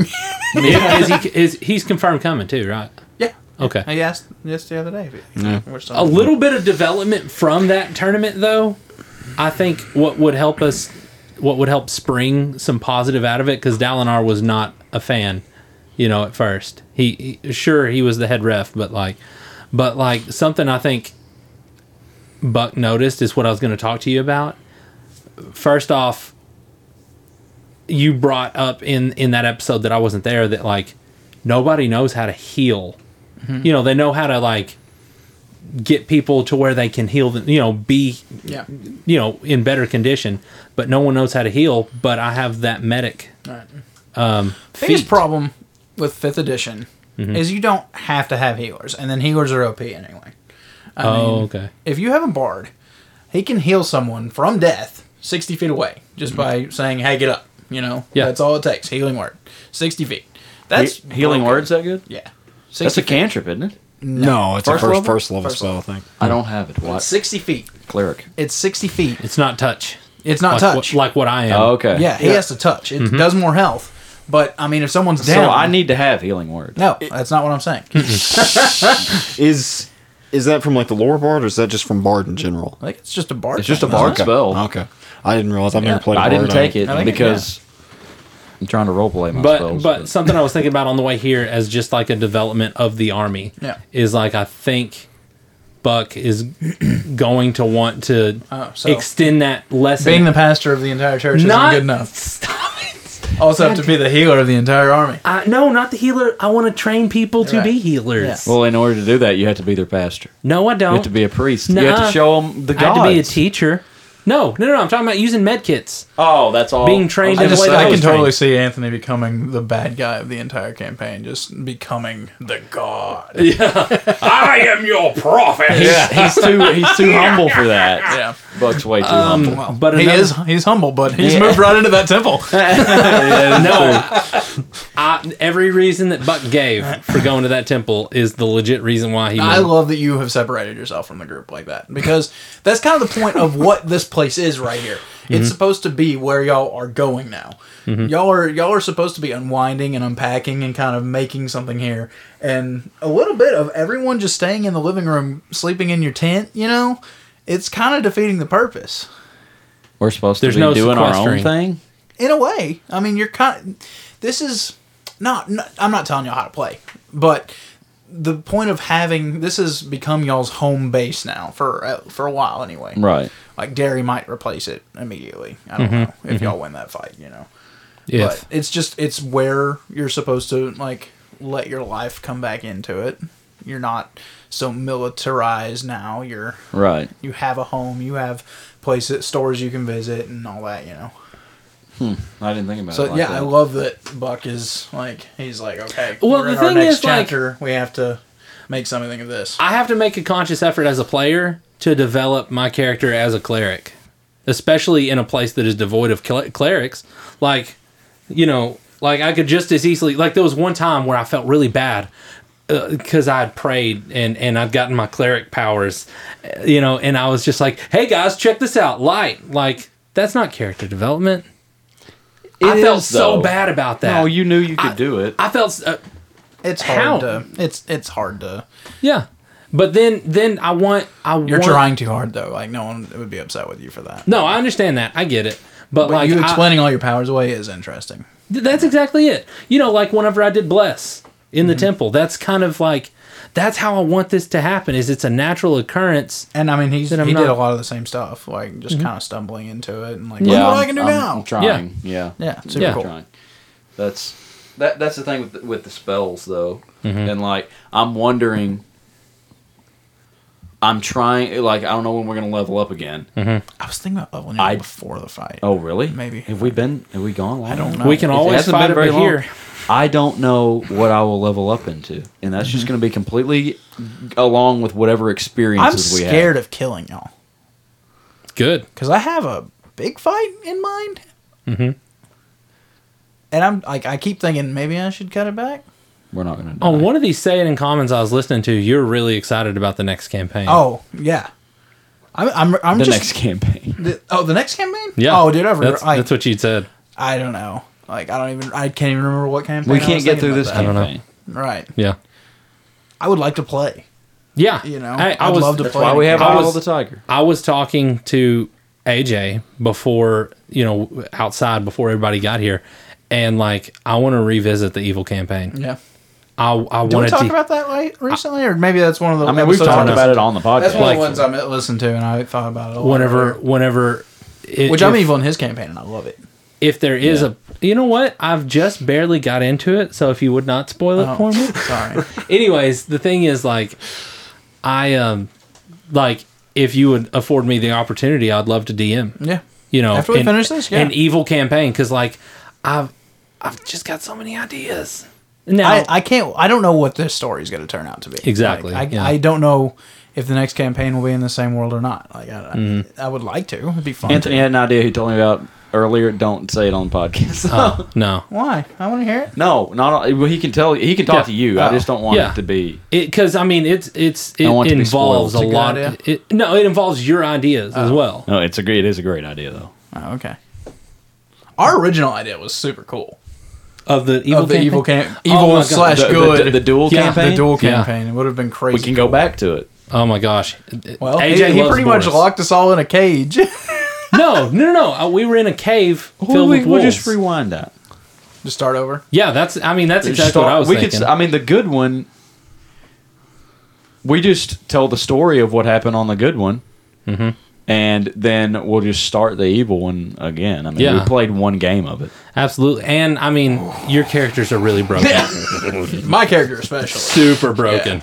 S4: Is he? Is he's confirmed coming too? Right.
S5: yeah.
S4: Okay.
S5: He asked this the other day. If it,
S4: a little bit of development from that tournament though i think what would help us what would help spring some positive out of it because dalinar was not a fan you know at first he, he sure he was the head ref but like but like something i think buck noticed is what i was going to talk to you about first off you brought up in in that episode that i wasn't there that like nobody knows how to heal
S5: Mm-hmm.
S4: you know they know how to like get people to where they can heal them you know be
S5: Yeah.
S4: you know in better condition but no one knows how to heal but i have that medic
S5: Right.
S4: um
S5: Biggest
S4: feat.
S5: problem with fifth edition
S2: Mm-hmm.
S5: is you don't have to have healers, and then healers are OP anyway. I
S4: oh
S5: mean,
S4: okay
S5: if you have a bard, he can heal someone from death 60 feet away just
S2: Mm-hmm.
S5: by saying, hey, get up. You know,
S4: Yeah.
S5: that's all it takes. Healing word. 60 feet. That's
S2: He- healing
S5: broken.
S2: words that good?
S5: Yeah. 60
S2: That's a
S5: feet.
S2: cantrip, isn't it?
S6: no, it's
S2: First
S6: a first
S2: level?
S6: first level
S5: First
S6: spell, I think.
S2: I don't have it. What
S5: 60 feet.
S2: cleric?
S5: It's 60 feet.
S4: it's not touch
S5: It's
S4: like,
S5: not
S4: what,
S5: touch.
S4: like what i am
S2: Oh, okay. Mm-hmm.
S5: yeah, he has to touch. It does more health. But, I mean, if someone's
S2: So
S5: down.
S2: I need to have healing word.
S5: No, that's not what
S2: (laughs)
S5: I'm saying. I
S6: Is is that from like the lore bard, or is that just from bard in general?
S5: think it's just a bard.
S2: It's just a
S5: thing, isn't
S2: bard
S5: it?
S2: spell.
S6: Okay, I didn't realize I've never played. a
S2: I didn't
S6: bard, I-
S2: take it
S5: I think it-
S2: because I'm trying to roleplay my
S4: but
S2: spells.
S4: but something I was thinking about on the way here as just like a development of the army
S5: Yeah.
S4: is like I think Buck is going to want to
S5: Oh, so-
S4: extend that lesson.
S5: Being the pastor of the entire church
S4: not
S5: isn't good enough.
S4: Stop it.
S5: also have to be the healer of the entire army.
S4: I, no, not the healer. I want to train people to
S5: Right.
S4: be healers.
S5: Yeah.
S2: Well, in order to do that, you have to be their pastor.
S4: no, I
S2: You
S4: don't.
S2: have to be a priest. You have
S4: Nuh-uh.
S2: to show them the
S4: I have
S2: gods.
S4: to be a teacher. No, no, no. I'm talking about using med kits.
S2: oh, that's all.
S4: Being trained
S5: I,
S4: in
S5: just,
S4: the way that
S5: I
S4: I
S5: can
S4: was
S5: totally
S4: trained.
S5: see Anthony becoming the bad guy of the entire campaign, just becoming the god.
S2: I am your prophet. (laughs) he's too he's
S4: (laughs)
S2: too humble for that.
S5: Yeah,
S2: Buck's way too
S4: Um,
S2: humble.
S5: well,
S4: but
S5: he
S4: another-
S5: is he's humble, but he's moved right into that temple.
S4: No, I, every reason that Buck gave for going to that temple is the legit reason why he.
S5: I
S4: went.
S5: love that you have separated yourself from the group like that because that's kind of the point of what this place is right here. It's supposed to be where y'all are going now. Y'all are y'all are supposed to be unwinding and unpacking and kind of making something here. And a little bit of everyone just staying in the living room, sleeping in your tent, you know, it's kind of defeating the purpose.
S2: We're supposed
S4: There's
S2: to be
S4: no
S2: doing our own
S4: sequestering.
S2: thing.
S5: in a way. I mean, you're kind. This is not, not. I'm not telling y'all how to play, but the point of having this has become y'all's home base now for uh, for a while anyway.
S2: Right. Mm-hmm.
S5: Like Derry might replace it immediately. I don't know if y'all win that fight. You know.
S4: If.
S5: But it's just it's where you're supposed to like let your life come back into it. You're not so militarized now. You're
S2: Right.
S5: you have a home. You have places, stores you can visit, and all that. You know.
S2: I didn't think about
S5: So
S2: it. like
S5: yeah,
S2: that.
S5: I love that Buck is like he's like okay.
S4: Well,
S5: Well,
S4: the
S5: the
S4: thing
S5: our next
S4: is, like-
S5: chapter, we have to make something of this.
S4: I have to make a conscious effort as a player to develop my character as a cleric, especially in a place that is devoid of cl- clerics. Like, you know, like I could just as easily like there was one time where I felt really bad because I had prayed and and I'd gotten my cleric powers, uh, you know, and I was just like, hey guys, check this out, light. Like that's not character development. I
S2: It
S4: felt
S2: is,
S4: so
S2: though.
S4: bad about that.
S2: No, you knew you could do it.
S4: I felt. s- Uh,
S5: It's
S4: How?
S5: hard to. It's it's hard to.
S4: yeah. But then, then I want I
S5: You're
S4: want,
S5: trying too hard though. Like no one would be upset with you for that.
S4: No, I understand that. I get it. But,
S5: but
S4: like
S5: you
S4: I-
S5: explaining all your powers away is interesting.
S4: th- that's exactly it. You know, like whenever I did bless in the
S5: Mm-hmm.
S4: temple, that's kind of like that's how I want this to happen. Is it's a natural occurrence?
S5: And I mean, he's he
S4: Then I'm
S5: did
S4: not-
S5: a lot of the same stuff, like just kind of stumbling into it and like
S2: Mm-hmm. yeah,
S5: look what
S2: I'm-
S5: i can do
S2: I'm-
S5: now.
S2: I'm trying. Yeah.
S5: Yeah, super
S4: Yeah.
S5: cool.
S2: trying. That's that. That's the thing with the, with the spells, though, and like I'm wondering. I'm trying. Like I don't know when we're gonna level up again.
S5: I was thinking about leveling
S2: I-
S5: up before the fight.
S2: Oh, really?
S5: Maybe.
S2: Have we been? Have we gone? Long? I
S5: don't know.
S4: we can
S5: It
S4: always
S2: hasn't
S4: fight
S2: been very
S4: over
S2: long.
S4: here.
S2: I don't know what I will level up into, and that's just going to be completely along with whatever
S5: I'm
S2: experiences we have.
S5: scared of killing y'all
S4: Good.
S5: because I have a big fight in mind. Mm-hmm. And I'm like, I keep thinking maybe I should cut it back.
S2: We're not going to.
S4: On one of these say it in commons I was listening to, you're really excited about the next campaign.
S5: Oh yeah, I'm I'm, I'm
S2: the
S5: just
S2: next campaign.
S5: the- oh the next campaign.
S4: yeah.
S5: Oh, dude, I, re-
S4: that's,
S5: I,
S4: that's what you said.
S5: I don't know. Like I don't even I can't even remember what campaign.
S2: We
S5: I
S2: can't
S5: was
S2: get
S5: thinking
S2: through
S5: about
S2: this
S5: that.
S2: campaign.
S4: know.
S5: Right.
S4: Yeah.
S5: I would like to play.
S4: Yeah.
S5: You know,
S4: I, I
S5: I'd
S4: was
S5: love to
S2: That's why we have
S4: I
S2: Owl
S4: was-
S2: the Tiger.
S4: I was talking to AJ before, you know, outside before everybody got here, and like I want to revisit the evil campaign.
S5: Yeah.
S4: I I
S5: Did we
S4: wanted
S5: talk
S4: to.
S5: about that like, recently, or maybe that's one of the.
S2: I mean, we've
S5: episodes
S2: talked
S5: I
S2: about it on the podcast.
S5: That's one
S4: Like-
S5: of the ones I listened to, and I thought about it. A lot
S4: whenever
S5: earlier.
S4: whenever it,
S5: which
S4: if,
S5: I'm evil in his campaign, and I love it.
S4: if there is
S2: Yeah.
S4: a you know what i've just barely got into it so if you would not spoil it
S5: Oh,
S4: for
S5: (laughs)
S4: me
S5: Sorry.
S2: (laughs)
S4: anyways the thing is like i um like if you would afford me the opportunity i'd love to dm
S5: Yeah.
S4: you know
S5: After we finish this, yeah.
S4: an evil campaign because like i've i've just got so many ideas now
S5: I, I can't. I don't know what this story is going to turn out to be.
S4: Exactly,
S5: Like, I,
S4: yeah.
S5: I don't know if the next campaign will be in the same world or not. Like I,
S2: Mm-hmm.
S5: I would like to. It'd be fun.
S2: Anthony had an idea he told me about earlier. Don't say it on the podcast.
S4: oh, no
S5: Why? I want to hear
S2: (laughs)
S5: it.
S2: no, not well, he can tell. He can talk
S4: Yeah.
S2: to you. I
S5: Oh.
S2: just don't want
S4: Yeah.
S2: it to be.
S4: because I mean it's it's it
S2: want it to be
S4: involves a
S2: spoiled.
S5: It's a
S4: lot.
S5: good idea.
S4: It, no, it involves your ideas as well.
S2: No, it's a great. It is a great idea though.
S5: Oh, okay. Our original idea was super cool.
S4: Of the evil
S5: Of the evil
S4: campaign?
S5: camp,
S4: Oh
S5: evil
S4: my God.
S5: slash
S2: The- the-
S5: good,
S2: the- the dual
S5: Yeah,
S2: campaign?
S5: the dual
S4: Yeah.
S5: campaign. It would have been crazy.
S2: We can go back to it.
S4: Oh my gosh.
S5: Well,
S4: AJ
S5: he, he
S4: loves
S5: pretty much
S4: Boris.
S5: locked us all in a cage. (laughs) just
S4: No, no, no, no. Uh, we were in a cave filled with wolves.
S2: just rewind that.
S5: start over.
S4: yeah, that's. I mean, that's exactly what I was
S2: we
S4: thinking.
S2: could. s- I mean, the good one. We just tell the story of what happened on the good one, and then we'll just start the evil one again. I mean, we
S4: Yeah.
S2: played one game of it.
S4: Absolutely. And I mean, your characters are really broken.
S5: My character
S4: (laughs)
S5: especially.
S4: Super broken.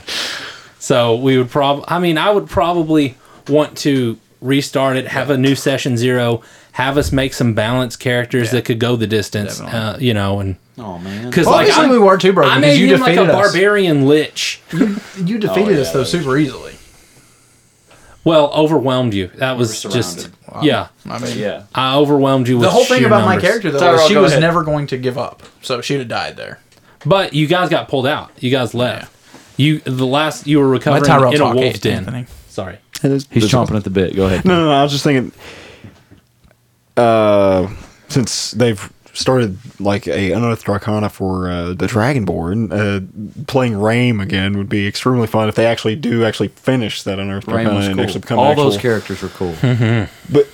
S4: So we would probably, I mean, I would probably want to restart it, have a new session zero, have us make some balanced characters that could go the distance, uh,
S5: Definitely.
S4: you know, and
S2: Oh man,
S4: because
S5: Well,
S4: like
S5: obviously
S4: I'm-
S5: we were too broken
S4: I
S5: 'cause
S4: made
S5: you
S4: him like a
S5: defeated us.
S4: barbarian lich.
S5: You defeated
S2: Oh, yeah,
S5: us though
S2: that
S5: super easily.
S4: Well, overwhelmed you. That was
S2: were
S4: just
S2: surrounded.
S4: yeah.
S5: I mean,
S2: yeah.
S4: I overwhelmed you with
S5: The whole thing
S4: sheer
S5: about my
S4: numbers.
S5: character though
S2: Tyrell,
S5: was she
S2: go
S5: was
S2: ahead.
S5: never going to give up, so she'd have died there.
S4: But you guys got pulled out. You guys left. You the last you were recovering
S5: Tyrell
S4: in a
S5: talk,
S4: wolf
S5: eh,
S4: den.
S5: Anthony?
S4: Sorry.
S2: he's chomping at the bit. Go
S6: (laughs)
S2: ahead.
S6: No, no, no. I was just thinking, uh, since they've started like a unearthed arcana for uh, the Dragonborn, uh, playing Rame again would be extremely fun if they actually do actually finish that unearthed
S2: Rain
S6: arcana
S2: was
S6: and
S2: cool.
S6: actually become
S2: All
S6: actual,
S2: those characters were cool.
S6: But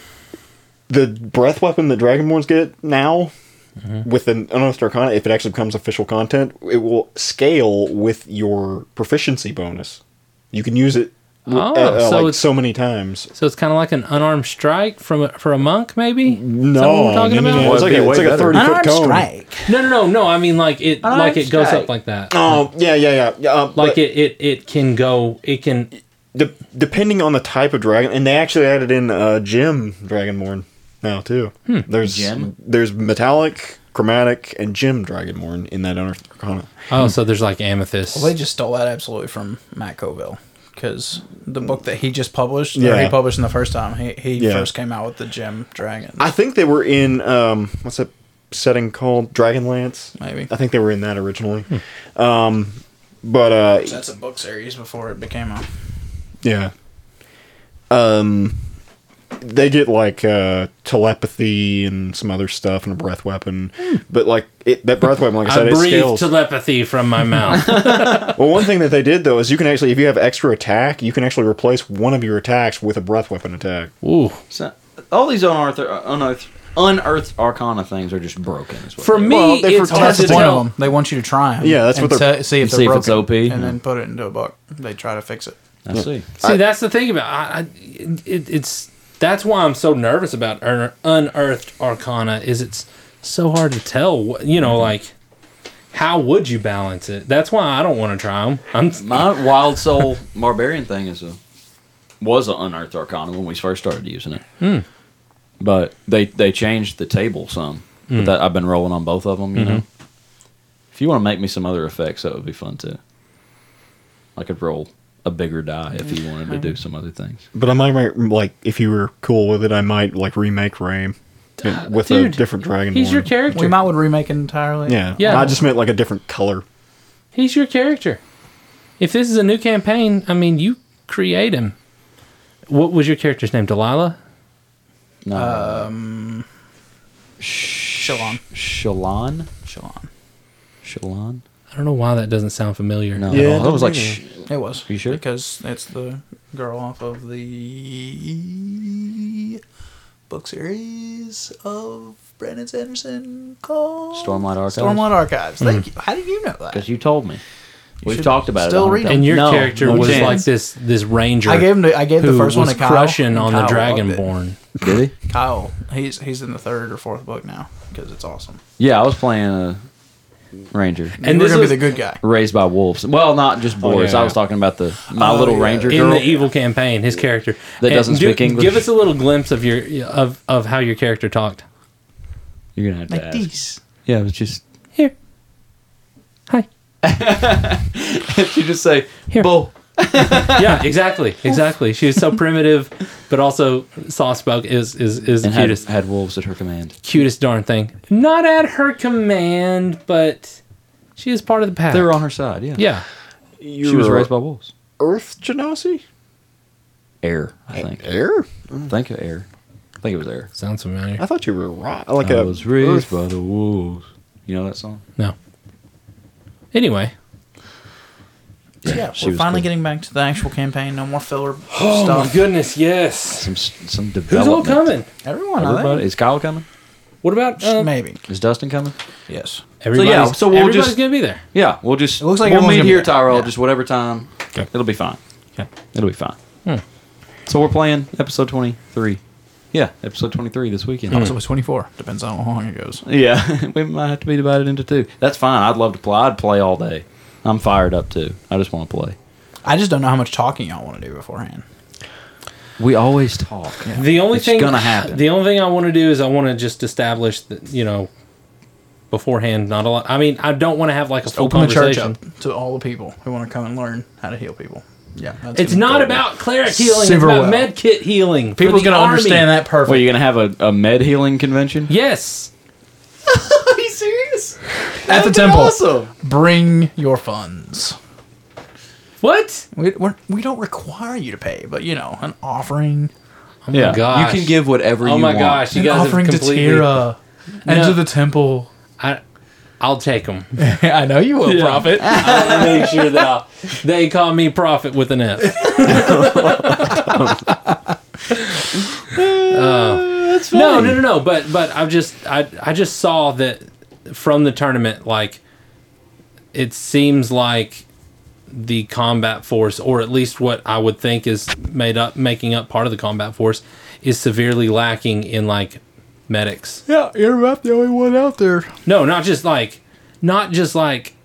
S6: the breath weapon that Dragonborns get now.
S4: Mm-hmm.
S6: With an unearthed arcana, if it actually becomes official content, it will scale with your proficiency bonus. You can use it
S4: Oh,
S6: uh,
S4: so
S6: like
S4: it's-
S6: so many times.
S4: So it's kind of like an unarmed strike from a, for a monk, maybe. Is that what
S6: No,
S4: we're talking
S6: no, no,
S4: about?
S6: no,
S2: Well,
S6: it's like
S2: it'd
S6: a,
S2: be
S6: it's
S2: way
S6: like a
S2: better.
S6: thirty foot cone.
S4: No, no, no, no. I mean, like it, like it goes
S2: strike.
S4: up like that.
S6: Um, yeah, yeah, yeah, yeah. Um,
S4: like
S6: but
S4: it, it, it can go. It can.
S6: de- depending on the type of dragon, and they actually added in uh, gem dragonborn now too.
S4: Hmm.
S6: There's
S2: Gem?
S6: there's metallic, chromatic, and gem dragonborn in that Unearthed Arcana.
S4: Oh, so there's like amethyst.
S5: Well, they just stole that absolutely from Matt Coville because the book that he just published, or
S6: Yeah.
S5: he published in the first time, he, he
S6: Yeah.
S5: first came out with the Gem Dragon.
S6: I think they were in um, what's that setting called Dragonlance?
S5: Maybe.
S6: I think they were in that originally. Um, but uh,
S5: That's a book series before it became a.
S6: Yeah. Um, they get like uh, telepathy and some other stuff and a breath weapon, but like it, that breath weapon, like I
S4: I
S6: said, it
S4: breathe
S6: scales.
S4: telepathy from my mouth.
S6: well, one thing that they did though is you can actually, if you have extra attack, you can actually replace one of your attacks with a breath weapon attack.
S4: Ooh.
S2: So, all these unearthed, unearthed, unearthed arcana things are just broken. is what
S4: For
S2: they are.
S4: me,
S6: Well, they forgot
S4: it's hard
S5: That's
S4: to
S5: the point of
S4: tell.
S5: them. They want you to try them.
S6: Yeah, that's what they're-
S5: se- see if
S2: And
S5: they're
S2: see if it's
S5: broken,
S2: OP.
S5: and then put it into a book. They try to fix it.
S2: I see.
S4: See, that's the thing about I, I it, it's that's why I'm so nervous about Ur- unearthed arcana is it's so hard to tell what you
S6: Mm-hmm.
S4: know like how would you balance it? That's why I don't want to try them. I'm
S2: My wild soul barbarian thing is a was an unearthed arcana when we first started using it. But they they changed the table some. But that I've been rolling on both of them. You know, if you want to make me some other effects, that would be fun too. I could roll a bigger die if you wanted to do some other things.
S6: But I might re- like if you were cool with it, I might like remake Rame with a
S4: Dude,
S6: different dragon.
S4: He's your character.
S5: We might would remake it entirely.
S6: Yeah,
S4: Yeah.
S6: I just meant like a different color.
S4: He's your character. If this is a new campaign, I mean, you create him. What was your character's name? Delilah.
S2: No,
S5: Shalon.
S2: Shalon,
S5: Shalon.
S2: Shalon.
S4: I don't know why that doesn't sound familiar.
S2: No,
S6: Yeah,
S2: yeah, that
S6: don't
S2: was like
S6: do
S2: sh-
S5: It was.
S2: You sure?
S5: Because it's the girl off of the book series of Brandon Sanderson called
S2: Stormlight Archives? Hmm.
S5: Stormlight Archives. Thank you. How did you know that?
S2: because you told me. We've
S5: should
S2: talked about
S5: still
S2: it. a hundred
S5: read 'em.
S2: times.
S4: And your
S2: No,
S4: character
S2: no
S4: was
S2: chance.
S4: like this this ranger.
S5: I gave him. The, I gave the
S4: who
S5: first one
S4: was
S5: to Kyle.
S4: crushing on the
S5: Kyle loved it.
S4: Dragonborn.
S2: Did he?
S5: Kyle, he's he's in the third or fourth book now because it's awesome.
S2: Yeah, I was playing a ranger.
S5: And
S4: And Oh,
S5: you were
S4: this
S5: gonna
S4: was
S5: be the good guy.
S2: raised by wolves. Well, not just boys.
S6: yeah.
S2: I was talking about the my
S5: Oh,
S2: little
S5: yeah.
S2: ranger
S4: in
S2: girl.
S4: the evil campaign. His character
S2: That doesn't
S4: do-
S2: speak English?
S4: Give us a little glimpse of your of of how your character talked.
S2: You're gonna have to
S5: Like
S2: ask.
S5: these.
S2: Yeah, it was (laughs) just
S4: Here, (laughs) hi.
S2: you just say
S4: Here.
S2: bull.
S4: Yeah, exactly, exactly. She was so primitive, but also soft spoke. Is is is the
S2: And had,
S4: cutest.
S2: had wolves at her command.
S4: cutest darn thing. Not at her command, but she is part of the pack.
S2: They were on her side. Yeah,
S4: Yeah.
S2: She was raised by wolves.
S6: Earth Genasi.
S2: Air, I think.
S6: Air.
S2: Think of air. I think it was air.
S4: Sounds familiar.
S6: I thought you were right. Like
S2: I
S6: a
S2: was raised
S6: Earth-
S2: by the wolves. You know that song?
S4: No. Anyway,
S5: Yeah,
S2: she
S5: we're
S2: was
S5: finally
S2: cool. Oh
S5: getting back to the actual campaign. No
S2: (gasps)
S5: more filler stuff.
S4: Oh goodness, yes.
S2: Some s- some
S4: Who's
S2: development.
S4: all coming?
S5: Everyone, I
S2: Everybody
S5: think.
S2: is Kyle coming?
S4: What about uh,
S5: Maybe.
S2: Is Dustin coming? Hmm.
S5: Yes.
S4: everybody?
S2: yeah, so we'll
S4: everybody's
S2: just-
S4: gonna be there.
S2: Yeah, we'll just
S5: It looks like
S2: we'll
S5: everyone's
S2: meet
S5: gonna be
S2: here,
S5: there.
S2: Tyrell.
S5: Yeah.
S2: Just whatever time. It'll be fine.
S4: Okay.
S2: It'll be fine. So we're playing episode 23. Yeah, episode 23 this weekend.
S4: Hmm.
S5: Episode was 24. Depends on how long it goes.
S2: Yeah, (laughs) we might have to be divided into two. That's fine. I'd love to play. I'd play all day. I'm fired up too. I just want to play.
S5: I just don't know how much talking y'all want to do beforehand.
S2: We always talk.
S4: The only
S2: It's
S4: thing
S2: gonna happen.
S4: The only thing I want to do is I want to just establish that you know beforehand. Not a lot. I mean, I don't want to have like a full
S5: Open the church
S4: conversation.
S5: up to all the people who want to come and learn how to heal people. Yeah, that's
S4: It's
S5: gonna
S4: not
S5: go
S4: about cleric healing.
S5: Super
S4: it's
S5: well.
S4: about med kit healing. for
S5: People's
S4: the
S5: gonna
S4: army.
S5: understand that perfect.
S2: Well, you're gonna have a, a med healing convention.
S4: Yes.
S6: Are you serious?
S5: At the temple, bring your funds.
S4: What?
S5: We we're, we don't require you to pay, but you know, an offering,
S4: Oh my gosh.
S2: you can give whatever.
S4: Oh
S2: you
S4: my
S2: want.
S4: gosh. You
S5: an
S4: guys
S5: offering
S4: have
S5: to
S4: completely.
S5: Tira, and
S4: No.
S5: to the temple. (laughs)
S4: I, I'll take them.
S5: I know you will,
S4: (laughs) Profit. I'll make sure that I'll, they call me profit with an F. No, no, no, no. But but I've just I I just saw that from the tournament. Like it seems like the combat force, or at least what I would think is made up, making up part of the combat force, is severely lacking in like medics.
S5: Yeah, you're about the only one out there.
S4: No, not just like, not just like.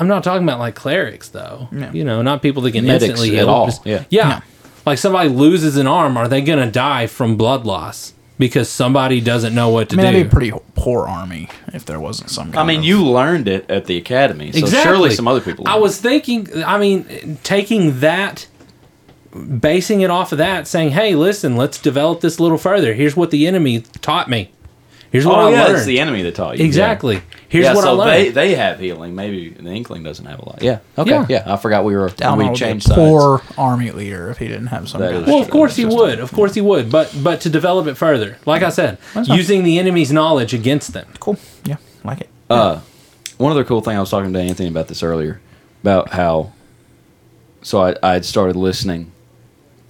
S4: I'm not talking about like clerics though.
S5: No.
S4: You know, not people that can
S2: Medics
S4: instantly
S2: at
S4: heal.
S2: all,
S4: Just-
S2: yeah.
S5: No.
S4: Like somebody loses an arm, are they gonna die from blood loss because somebody doesn't know what to
S5: I mean,
S4: do?
S5: that'd be a pretty poor army if there wasn't some.
S2: I
S5: Kind
S2: mean,
S5: of-
S2: you learned it at the academy, so
S4: exactly.
S2: surely some other people.
S4: I
S2: learned.
S4: was thinking. I mean, taking that, basing it off of that, saying, "Hey, listen, let's develop this a little further. Here's what the enemy taught me. Here's what
S2: Oh
S4: I
S2: yeah,
S4: learned.
S2: it's the enemy that taught you.
S4: exactly.
S2: Yeah.
S4: Here's
S2: Yeah,
S4: what
S2: so
S4: I learned.
S2: They, they have healing. Maybe the Inkling doesn't have a lot. Yeah. Okay.
S4: Yeah.
S2: Yeah. I forgot we were
S5: Down
S2: we changed
S5: a
S2: sides.
S5: poor army leader if he didn't have some.
S2: That
S5: kind
S2: is
S5: of-
S4: Well, of
S2: Sure,
S4: course he
S2: that's just-
S4: would. Of course he would. But but to develop it further, like I said, using the enemy's knowledge against them.
S5: cool. Yeah, like it.
S2: one other cool thing I was talking to Anthony about this earlier about how so I, I had started listening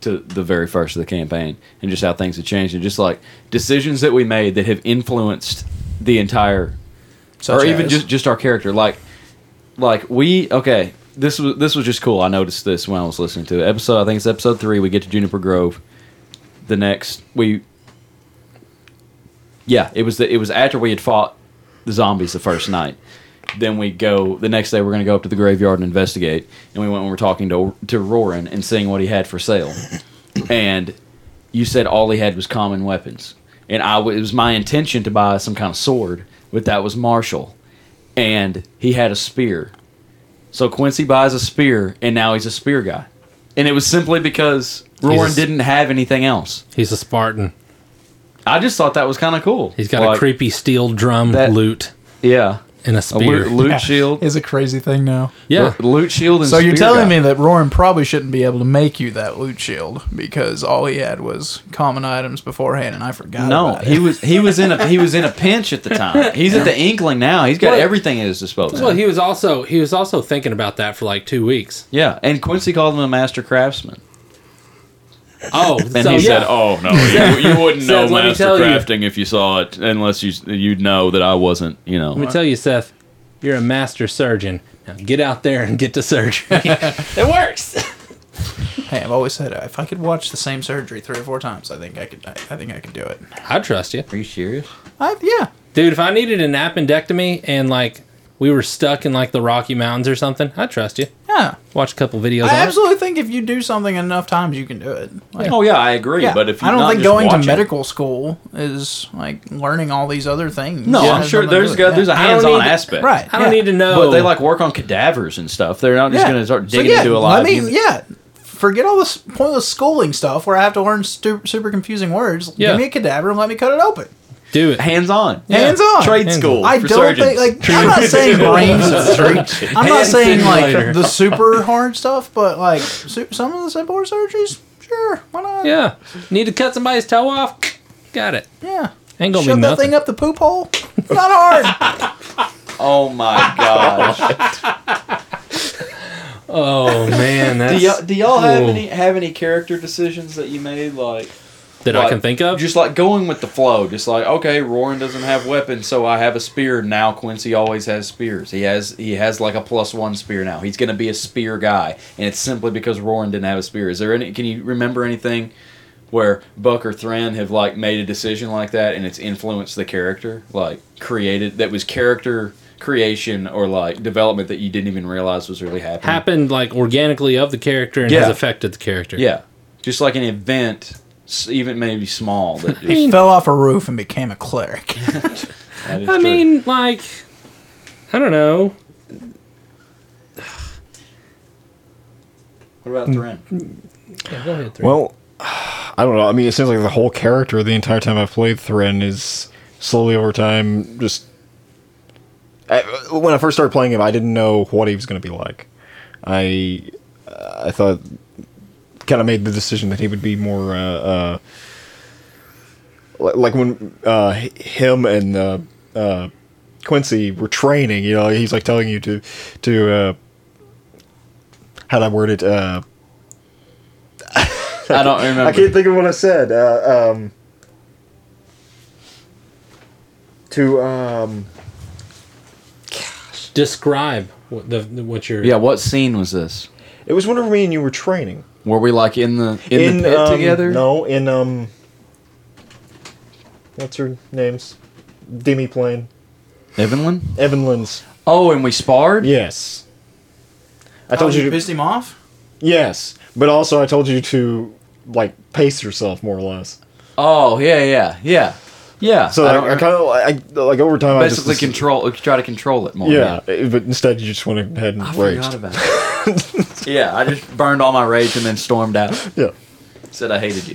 S2: to the very first of the campaign and just how things had changed and just like decisions that we made that have influenced the entire
S5: Such
S2: or even
S5: as-
S2: just just our character like like we okay this was this was just cool i noticed this when i was listening to it episode i think it's episode three we get to juniper grove the next we yeah it was the, it was after we had fought the zombies the first night then we go the next day we're going to go up to the graveyard and investigate and we went and we're talking to to roran and seeing what he had for sale and you said all he had was common weapons and i w- it was my intention to buy some kind of sword but that was martial and he had a spear so quincy buys a spear and now he's a spear guy and it was simply because roran
S4: s-
S2: didn't have anything else
S4: He's a Spartan.
S2: I just thought that was kind of cool.
S4: He's got a
S2: Like,
S4: creepy steel drum
S2: that-
S4: lute
S2: Yeah.
S4: and a
S2: A
S4: spear.
S2: loot, loot shield.
S5: is a crazy thing now.
S4: yeah.
S2: Lo- Loot shield and
S5: So you're
S2: spear
S5: telling
S2: guy.
S5: me that Roran probably shouldn't be able to make you that loot shield because all he had was common items beforehand, and I forgot.
S2: No,
S5: about
S2: he
S5: it.
S2: was he was in a he was in a pinch at the time. He's at the
S5: (laughs)
S2: inkling now. He's got
S4: Well-
S2: everything at his disposal.
S4: Well, he was also he was also thinking about that for like two weeks.
S2: yeah, and Quincy called him a master craftsman.
S4: Oh,
S2: (laughs) And
S4: so,
S2: he
S4: yeah.
S2: said, "Oh (laughs) no, you, you
S5: (laughs)
S2: wouldn't know
S4: Says, "Let me
S2: master
S4: tell you."
S2: crafting if you saw it, unless you you'd know that I wasn't. You know,
S4: Let me tell you, Seth, you're a master surgeon. Now get out there and get to surgery. it works.
S5: Hey, I've always said if I could watch the same surgery three or four times, I think I could. I, I think I could do it.
S4: (laughs) I trust you.
S2: are you serious?
S5: I, yeah,
S4: Dude, if I needed an appendectomy and like we were stuck in like the Rocky Mountains or something, I trust you.
S5: yeah.
S4: Watch a couple videos.
S5: I
S4: on it.
S5: absolutely think if you do something enough times, you can do it. Like,
S2: Oh yeah, I agree.
S5: yeah.
S2: But if you
S5: I don't
S2: not
S5: think
S2: just
S5: going
S2: watching-
S5: to medical school is like learning all these other things.
S2: no,
S5: Yeah,
S2: I'm
S5: has
S2: sure
S5: nothing to
S2: there's
S5: do with
S2: got, there's
S5: it.
S2: a
S4: I don't
S2: hands-on
S4: need to-
S2: aspect,
S5: right.
S4: I don't
S5: yeah.
S4: need to know.
S2: But they like work on cadavers and stuff. They're not just
S5: Yeah.
S2: going to start
S5: So,
S2: digging
S5: yeah,
S2: into a lot.
S5: Let me,
S2: of
S5: yeah. Forget all this pointless schooling stuff where I have to learn stu- super confusing words.
S4: Yeah.
S5: Give me a cadaver and let me cut it open.
S4: do it.
S2: hands on.
S5: Hands on.
S2: Trade
S5: Hands
S2: school.
S5: I
S2: for
S5: don't
S2: surgeons.
S5: think like I'm not saying brains.
S4: (laughs)
S5: I'm not
S4: Hand
S5: saying
S4: simulator.
S5: like the super hard stuff, but like su- some of the simpler surgeries, sure, why not?
S4: Yeah. Need to cut somebody's toe off? Got it.
S5: yeah.
S4: Ain't gonna
S5: Shove
S4: be
S5: that thing
S4: nothing.
S5: up the poop hole. (laughs) Not
S4: (laughs)
S5: hard.
S2: Oh
S5: (laughs)
S2: my gosh!
S4: Oh man,
S2: do
S4: that's Oh,
S2: y'all (laughs) do y'all have
S4: Ooh.
S2: any have any character decisions that you made like
S4: that I
S2: Like,
S4: can think of.
S2: Just like going with the flow. Just like, okay, Roaring doesn't have weapons, so I have a spear now. Quincy always has spears. He has he has like a plus one spear now. He's gonna be a spear guy, and it's simply because Roaring didn't have a spear. Is there any? Can you remember anything where Buck or Thran have like made a decision like that, and it's influenced the character, like created that was character creation or like development that you didn't even realize was really happening.
S4: happened like organically of the character and
S2: Yeah.
S4: has affected the character.
S2: Yeah, just like an event, s- even maybe small.
S4: (laughs)
S2: That just,
S5: Fell off a roof and became a cleric.
S2: that is
S4: I
S2: true.
S4: mean, like, I don't know.
S2: what about Thran?
S4: Yeah, go ahead. Well,
S6: Well, (sighs) I don't know. I mean, it seems like the whole character the entire time I've played Thren is slowly over time just. I, when I first started playing him, I didn't know what he was going to be like. I I thought kind of made the decision that he would be more uh, uh, li- like when uh, h- him and uh, uh, Quincy were training. You know, he's like telling you to to uh, how did I word it. Uh,
S2: (laughs) I don't remember.
S6: I can't think of what I said. Uh, um, to um,
S4: describe what the the- what you're.
S2: yeah, what scene was this?
S6: it was whenever me and you were training
S2: Were we like in the in, the pit
S6: um,
S2: together?
S6: No, in um, what's her name's Demi Plane
S2: Evelyn.
S6: Evanlyn's.
S2: Oh, and we sparred.
S6: Yes,
S2: Oh,
S6: I
S5: I
S6: (laughs)
S5: told
S6: told you. to,
S5: pissed him off.
S6: yes, but also I told you to like pace yourself more or less.
S2: Oh, yeah, yeah, yeah, yeah.
S6: So
S2: I
S6: I,
S2: don't
S6: I, kind of like, I- like over time
S2: basically
S6: I just
S2: control. Try to control it more.
S6: Yeah, but instead you just went ahead and
S2: I
S6: raged.
S2: forgot
S6: (laughs)
S2: about it. yeah, I just burned all my rage and then stormed out.
S6: Yeah.
S2: Said I hated you.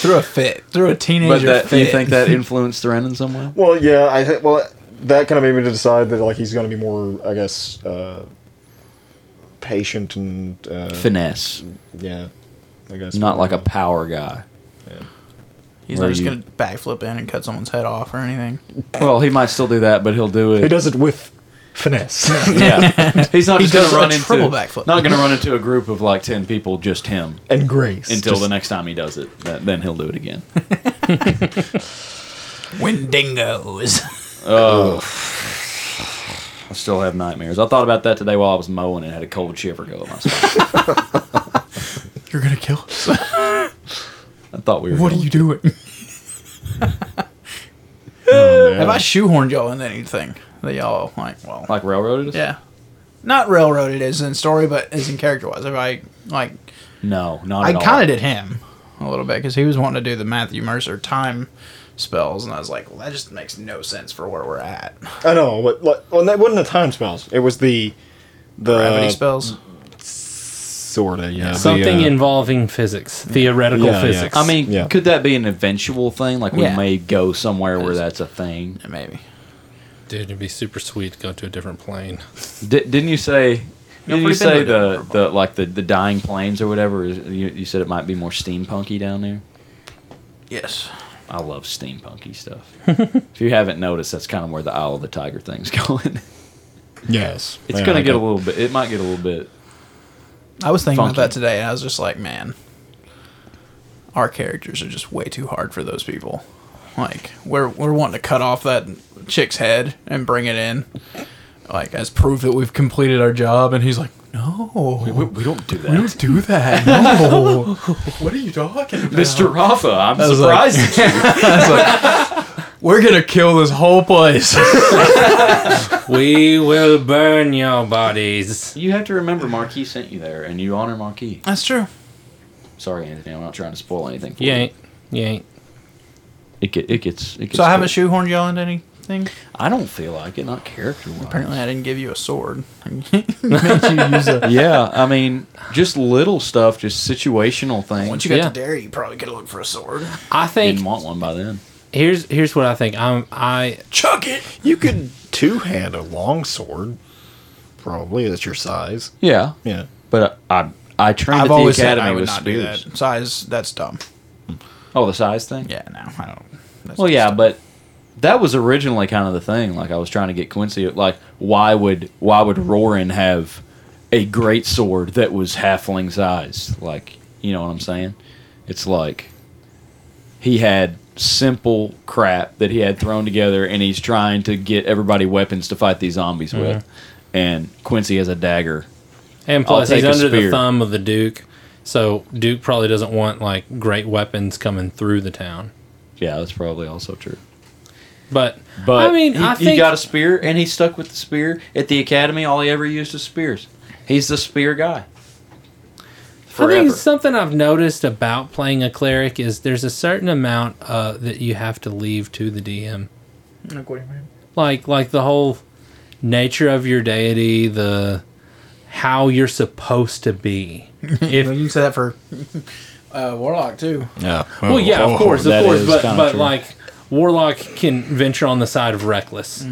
S5: Threw a fit. Threw a teenager
S2: But that,
S5: fit.
S2: you think that influenced Thran in some way?
S6: Well, yeah, I thi- well that kind of made me to decide that like he's going to be more, I guess, uh, patient and uh,
S2: Finesse,
S6: yeah, I guess
S2: not like a power guy.
S5: He's
S2: Where
S5: not just
S2: you-
S5: gonna backflip in and cut someone's head off or anything.
S2: Well, he might still do that, but he'll do
S6: He
S2: it.
S6: does it with finesse.
S2: (laughs) Yeah, he's not
S5: He
S2: just going
S5: does
S2: to
S5: a
S2: run into
S5: triple backflip.
S2: not going to run into a group of like ten people, just him.
S6: and grace
S2: Until
S6: Just-
S2: the next time he does it, Th- then he'll do it again.
S5: Wendigos.
S2: I still have nightmares. I thought about that today while I was mowing and had a cold shiver go up my spine.
S5: (laughs) You're gonna kill us.
S2: I thought we were.
S5: What are
S2: going-
S5: you doing? (laughs)
S6: Oh, man.
S5: Have I shoehorned y'all into anything that y'all like? Well,
S2: like railroaded? Us?
S5: yeah, not railroaded as in story, but as in character wise. If I like,
S2: No, not
S5: I
S2: at all.
S5: kind of did him a little bit because he was wanting to do the Matthew Mercer time spells, and I was like, well, that just makes no sense for where we're at.
S6: I know, but like, well, that wasn't the time spells. It was the the
S5: Gravity spells.
S6: sorta yeah
S4: Something
S6: the, uh,
S4: involving physics, theoretical
S6: Yeah, yeah.
S4: physics.
S2: I mean,
S6: Yeah.
S2: could that be an eventual thing? Like we
S5: Yeah.
S2: may go somewhere where that's a thing.
S5: Maybe.
S4: dude, it'd be super sweet to go to a different plane.
S2: D- didn't you say? Didn't you
S5: pretty
S2: say
S5: big.
S2: the, the like the, the dying planes or whatever? is- You, you said it might be more steampunky down there.
S5: Yes.
S2: I love steampunky stuff. (laughs) if you haven't noticed, that's kind of where the Isle of the Tiger thing's (laughs) going.
S6: yes.
S2: it's
S6: Yeah,
S2: gonna
S6: I
S2: get a
S6: got-
S2: little bit. It might get a little bit.
S5: I was thinking
S2: Funky.
S5: about that today, and I was just like, man, our characters are just way too hard for those people. Like, we're we're wanting to cut off that chick's head and bring it in, like as proof that we've completed our job. And he's like, no, we,
S2: don't do
S5: don't do (laughs) that. No, what are you talking about,
S2: Mr. Rafa, I'm
S5: was
S2: surprised.
S5: (laughs)
S2: at you.
S5: We're gonna kill this whole (laughs) place.
S4: we will burn your bodies.
S2: you have to remember, Marquis sent you there, and you honor Marquis.
S5: That's true.
S2: Sorry, Anthony, I'm not trying to spoil anything. For
S4: You
S2: you.
S4: ain't. You ain't.
S2: It, get, it gets. It gets
S5: So I haven't
S2: good.
S5: shoehorned y'all into anything.
S2: I don't feel like it, not character wise.
S5: Apparently, I didn't give you a (laughs) sword.
S2: yeah, I mean, just little stuff, just situational things.
S5: Once you got
S4: Yeah.
S5: to dairy, you probably gotta look for a sword.
S4: I think
S2: didn't want one by then.
S4: here's here's what I think. I'm I
S5: Chuck it.
S6: You could two hand a long sword, probably that's your size.
S2: Yeah,
S6: Yeah.
S2: but I I, I trained
S5: I've
S2: at the
S5: always said
S2: academy
S5: I would
S2: with
S5: not
S2: spears.
S5: do that. Size, that's dumb.
S2: Oh, the size thing.
S5: Yeah, no, I don't. That's
S2: Well,
S5: just
S2: yeah,
S5: dumb.
S2: but that was originally kind of the thing. Like I was trying to get Quincy. Like, why would why would Roarin have a great sword that was halfling size? Like, you know what I'm saying? It's like he had simple crap that he had thrown together, and he's trying to get everybody weapons to fight these zombies with. And Quincy has a dagger.
S4: And plus,
S2: I'll
S4: he's
S2: take a
S4: under the
S2: spear.
S4: thumb of the Duke, so Duke probably doesn't want like great weapons coming through the town.
S2: Yeah, that's probably also true.
S4: But
S2: But
S4: I mean,
S2: he,
S4: I
S2: he
S4: think
S2: got a spear, and he stuck with the spear at the academy. All he ever used is spears. He's the spear guy.
S4: I
S2: Forever.
S4: think something I've noticed about playing a cleric is there's a certain amount uh, that you have to leave to the DM.
S5: Like, what do you mean?
S4: like like the whole nature of your deity the how you're supposed to be
S5: If you can say that for (laughs) uh, Warlock too.
S6: Yeah.
S4: well yeah of course of
S2: Oh, that
S4: course
S2: is
S4: but
S2: kinda
S4: but
S2: true.
S4: like warlock can venture on the side of reckless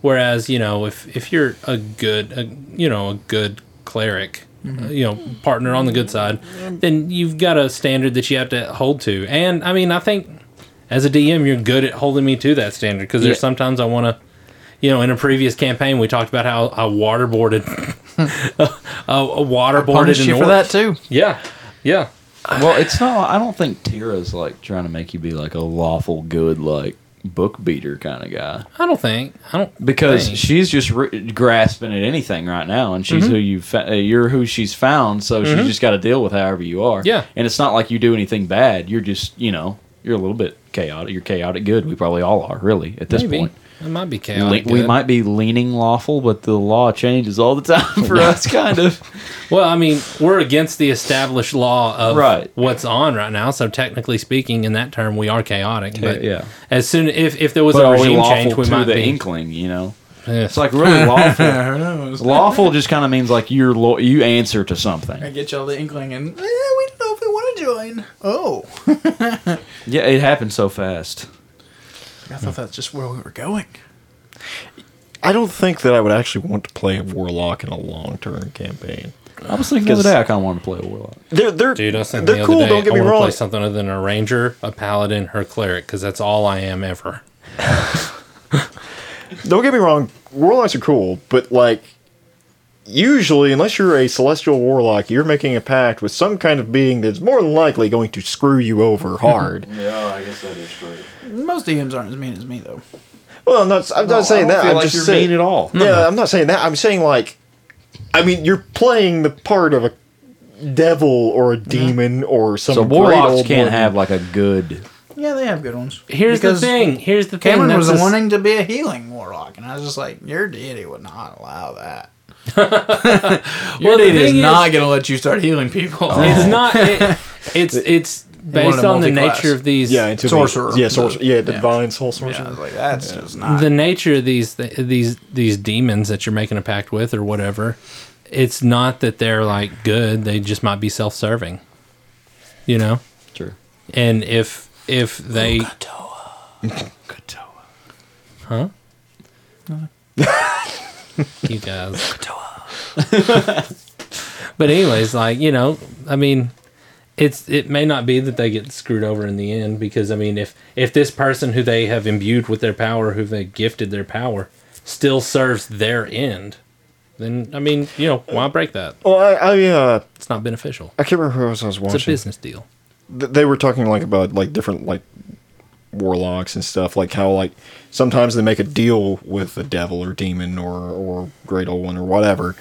S4: whereas you know if if you're a good a, you know a good cleric uh, you know partner on the good side then you've got a standard that you have to hold to and i mean i think as a dm you're good at holding me to that standard because there's
S2: Yeah.
S4: sometimes i want to you know in a previous campaign we talked about how i waterboarded a, a waterboarded an orc.
S5: too.
S4: yeah yeah
S2: Well, it's not. I don't think Tira's like trying to make you be like a lawful good like book beater kind of guy
S4: i don't think i don't
S2: because
S4: think.
S2: she's just re- grasping at anything right now, and
S4: Mm-hmm.
S2: she's who you fa- uh, you're who she's found, so she's just got to deal with however you are.
S4: Yeah.
S2: and it's not like you do anything bad. You're just you know you're a little bit chaotic. You're chaotic good. We probably all are really at this
S4: Maybe.
S2: point.
S4: It might be
S2: Le-
S4: chaotic.
S2: we
S4: good.
S2: might be leaning lawful, but the law changes all the time for us, kind of.
S4: Well, I mean, we're against the established law of
S2: Right.
S4: what's on right now. So technically speaking, in that term, we are chaotic. but
S2: yeah.
S4: as soon if if there was
S2: But
S4: a
S2: are we
S4: regime
S2: lawful
S4: change, we
S2: to
S4: might
S2: the
S4: be.
S2: inkling? You know,
S4: Yeah.
S2: it's like really lawful.
S5: Who knows?
S2: Lawful just kind of means like you're lo- you answer to
S5: I
S2: something.
S5: get y'all the inkling, and eh, we don't know if we want to join. Oh,
S2: Yeah, it happened so fast.
S5: I thought that's just where we were going.
S6: I don't think that I would actually want to play a warlock in a long-term campaign.
S2: I was thinking the other day I kind of wanted to play a warlock.
S6: They're they're
S4: Dude, I was thinking the
S6: they're
S4: other
S6: cool.
S4: day,
S6: don't get
S4: I
S6: me
S4: wanna
S6: wrong.
S4: Play something other than a ranger, a paladin, her cleric, because that's all I am ever.
S6: Don't get me wrong. Warlocks are cool, but like usually, unless you're a celestial warlock, you're making a pact with some kind of being that's more than likely going to screw you
S2: (laughs)
S6: over hard.
S2: Yeah, Oh, I guess that is true.
S5: Most DMs aren't as mean as me though.
S6: Well, I'm not. I'm not saying that. I'm just saying.
S2: at all.
S6: Yeah, I'm not saying that. I'm saying like, I mean, you're playing the part of a devil or a demon or some.
S2: So
S6: great
S2: warlocks
S6: old
S2: can't
S6: one.
S2: have like a good.
S5: Yeah, they have good ones.
S4: Here's
S5: Because
S4: the thing. Here's the thing.
S5: Cameron was
S4: that's a-
S5: wanting to be a healing warlock, and I was just like, your deity would not allow that.
S4: well, the thing is-
S5: going to let you start healing people.
S4: It's not.
S2: (laughs)
S4: It, it's it's based
S5: wanted a
S4: on the
S5: multi-class.
S4: nature of these.
S6: Yeah, into the-
S5: Sorcerer.
S6: yeah, sorcerer. Yeah,
S5: Yeah.
S6: divine soul
S5: (laughs) Yeah, I
S6: sorcerer.
S5: was like, that's just not.
S4: the nature of these th- these these demons that you're making a pact with or whatever it's not that they're like good they just might be self-serving you know
S2: Sure.
S4: and if if they
S5: (laughs)
S4: huh you guys but anyways like you know i mean it's it may not be that they get screwed over in the end because I mean if if this person who they have imbued with their power who they gifted their power still serves their end then I mean you know why break that
S6: Well, I, I uh,
S4: it's not beneficial
S6: I can't remember who else I was watching.
S4: it's a business deal
S6: th- they were talking like about like different like warlocks and stuff like how like sometimes they make a deal with a devil or demon or or great old one or whatever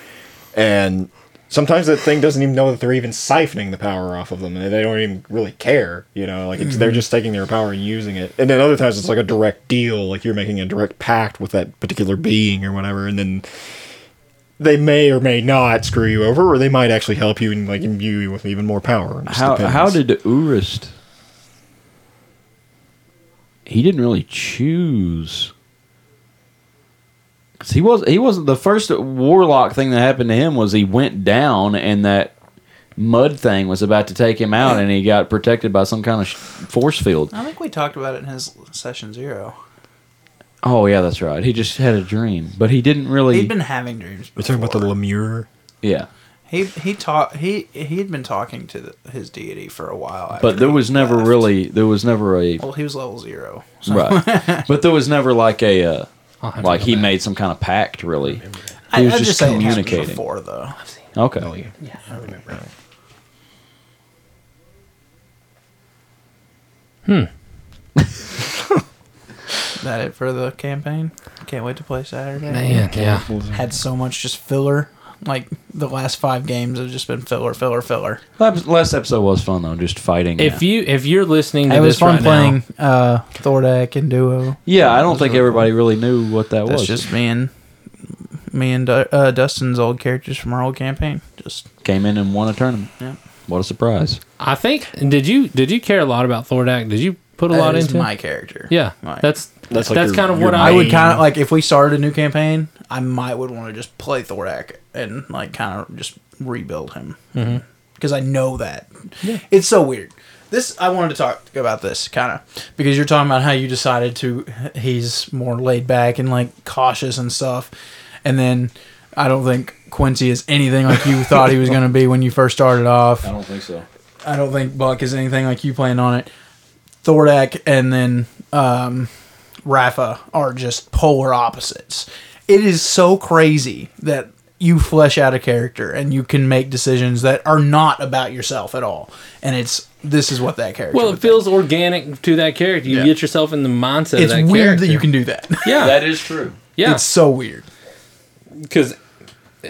S6: and sometimes that thing doesn't even know that they're even siphoning the power off of them and they don't even really care you know like it's,
S2: Mm-hmm.
S6: they're just taking their power and using it and then other times it's like a direct deal like you're making a direct pact with that particular being or whatever and then they may or may not screw you over or they might actually help you and like imbue you with even more power It just
S2: How how
S6: depends.
S2: did Urist? He didn't really choose. 'Cause he was he wasn't the first warlock thing that happened to him was he went down and that mud thing was about to take him out and he got protected by some kind of sh- force field.
S5: I think we talked about it in his session zero.
S2: Oh yeah, that's right. He just had a dream, but he didn't really.
S5: He'd been having dreams.
S6: You're talking about the Lemur.
S2: yeah,
S5: He he taught he he'd been talking to the, his deity for a while. After
S2: but there
S5: he
S2: was never
S5: left.
S2: really there was never a
S5: Well, he was level zero. So
S2: right. But there was never like a uh,
S4: I'll have to
S2: like
S4: go
S2: he
S4: back.
S2: made some kind of pact. Really, he was
S5: I, was
S2: just,
S5: just, saying it happened
S2: communicating.
S5: before though.
S2: Okay.
S6: yeah.
S4: yeah I remember
S5: That it for the campaign? Can't wait to play Saturday.
S4: Man, yeah.
S5: Had so much just filler. Like the last five games have just been filler, filler, filler.
S2: Last last episode was fun though, just fighting.
S4: If
S2: yeah.
S4: you if you're listening to
S5: it was
S4: this
S5: fun
S4: right
S5: playing uh, Thordak and Duo.
S2: yeah, I don't
S5: Those
S2: think
S5: were
S2: everybody really knew what that
S5: That's
S2: was.
S5: just me and me and Du- uh, Dustin's old characters from our old campaign. Just
S2: came in and won a tournament.
S5: yeah.
S2: What a surprise!
S4: now. I think did you did you care a lot about Thordak? Did you put a
S5: That
S4: lot
S5: is
S4: into? it?
S5: my character.
S4: yeah,
S5: Right.
S4: that's that's,
S6: That's like your-
S4: kind of
S6: your
S4: what I,
S5: I would kind of like if we started a new campaign, I might would want to just play Thorak and like kind of just rebuild him because I know that it's so weird. This I wanted to talk about this kind of because you're talking about how you decided to he's more laid back and like cautious and stuff, and then I don't think Quincy is anything like you thought he was going to be when you first started off.
S2: don't think so.
S5: I don't think Buck is anything like you playing on it. Thordak and then um, Rafa are just polar opposites. It is so crazy that you flesh out a character and you can make decisions that are not about yourself at all. And it's this is what that character.
S4: Well, it
S5: would
S4: feels organic to that character. You
S5: Yeah.
S4: get yourself in the mindset.
S5: think. it's
S4: of that
S5: weird
S4: character.
S5: that you can do that.
S4: Yeah,
S2: is true.
S4: yeah.
S5: It's so weird.
S4: because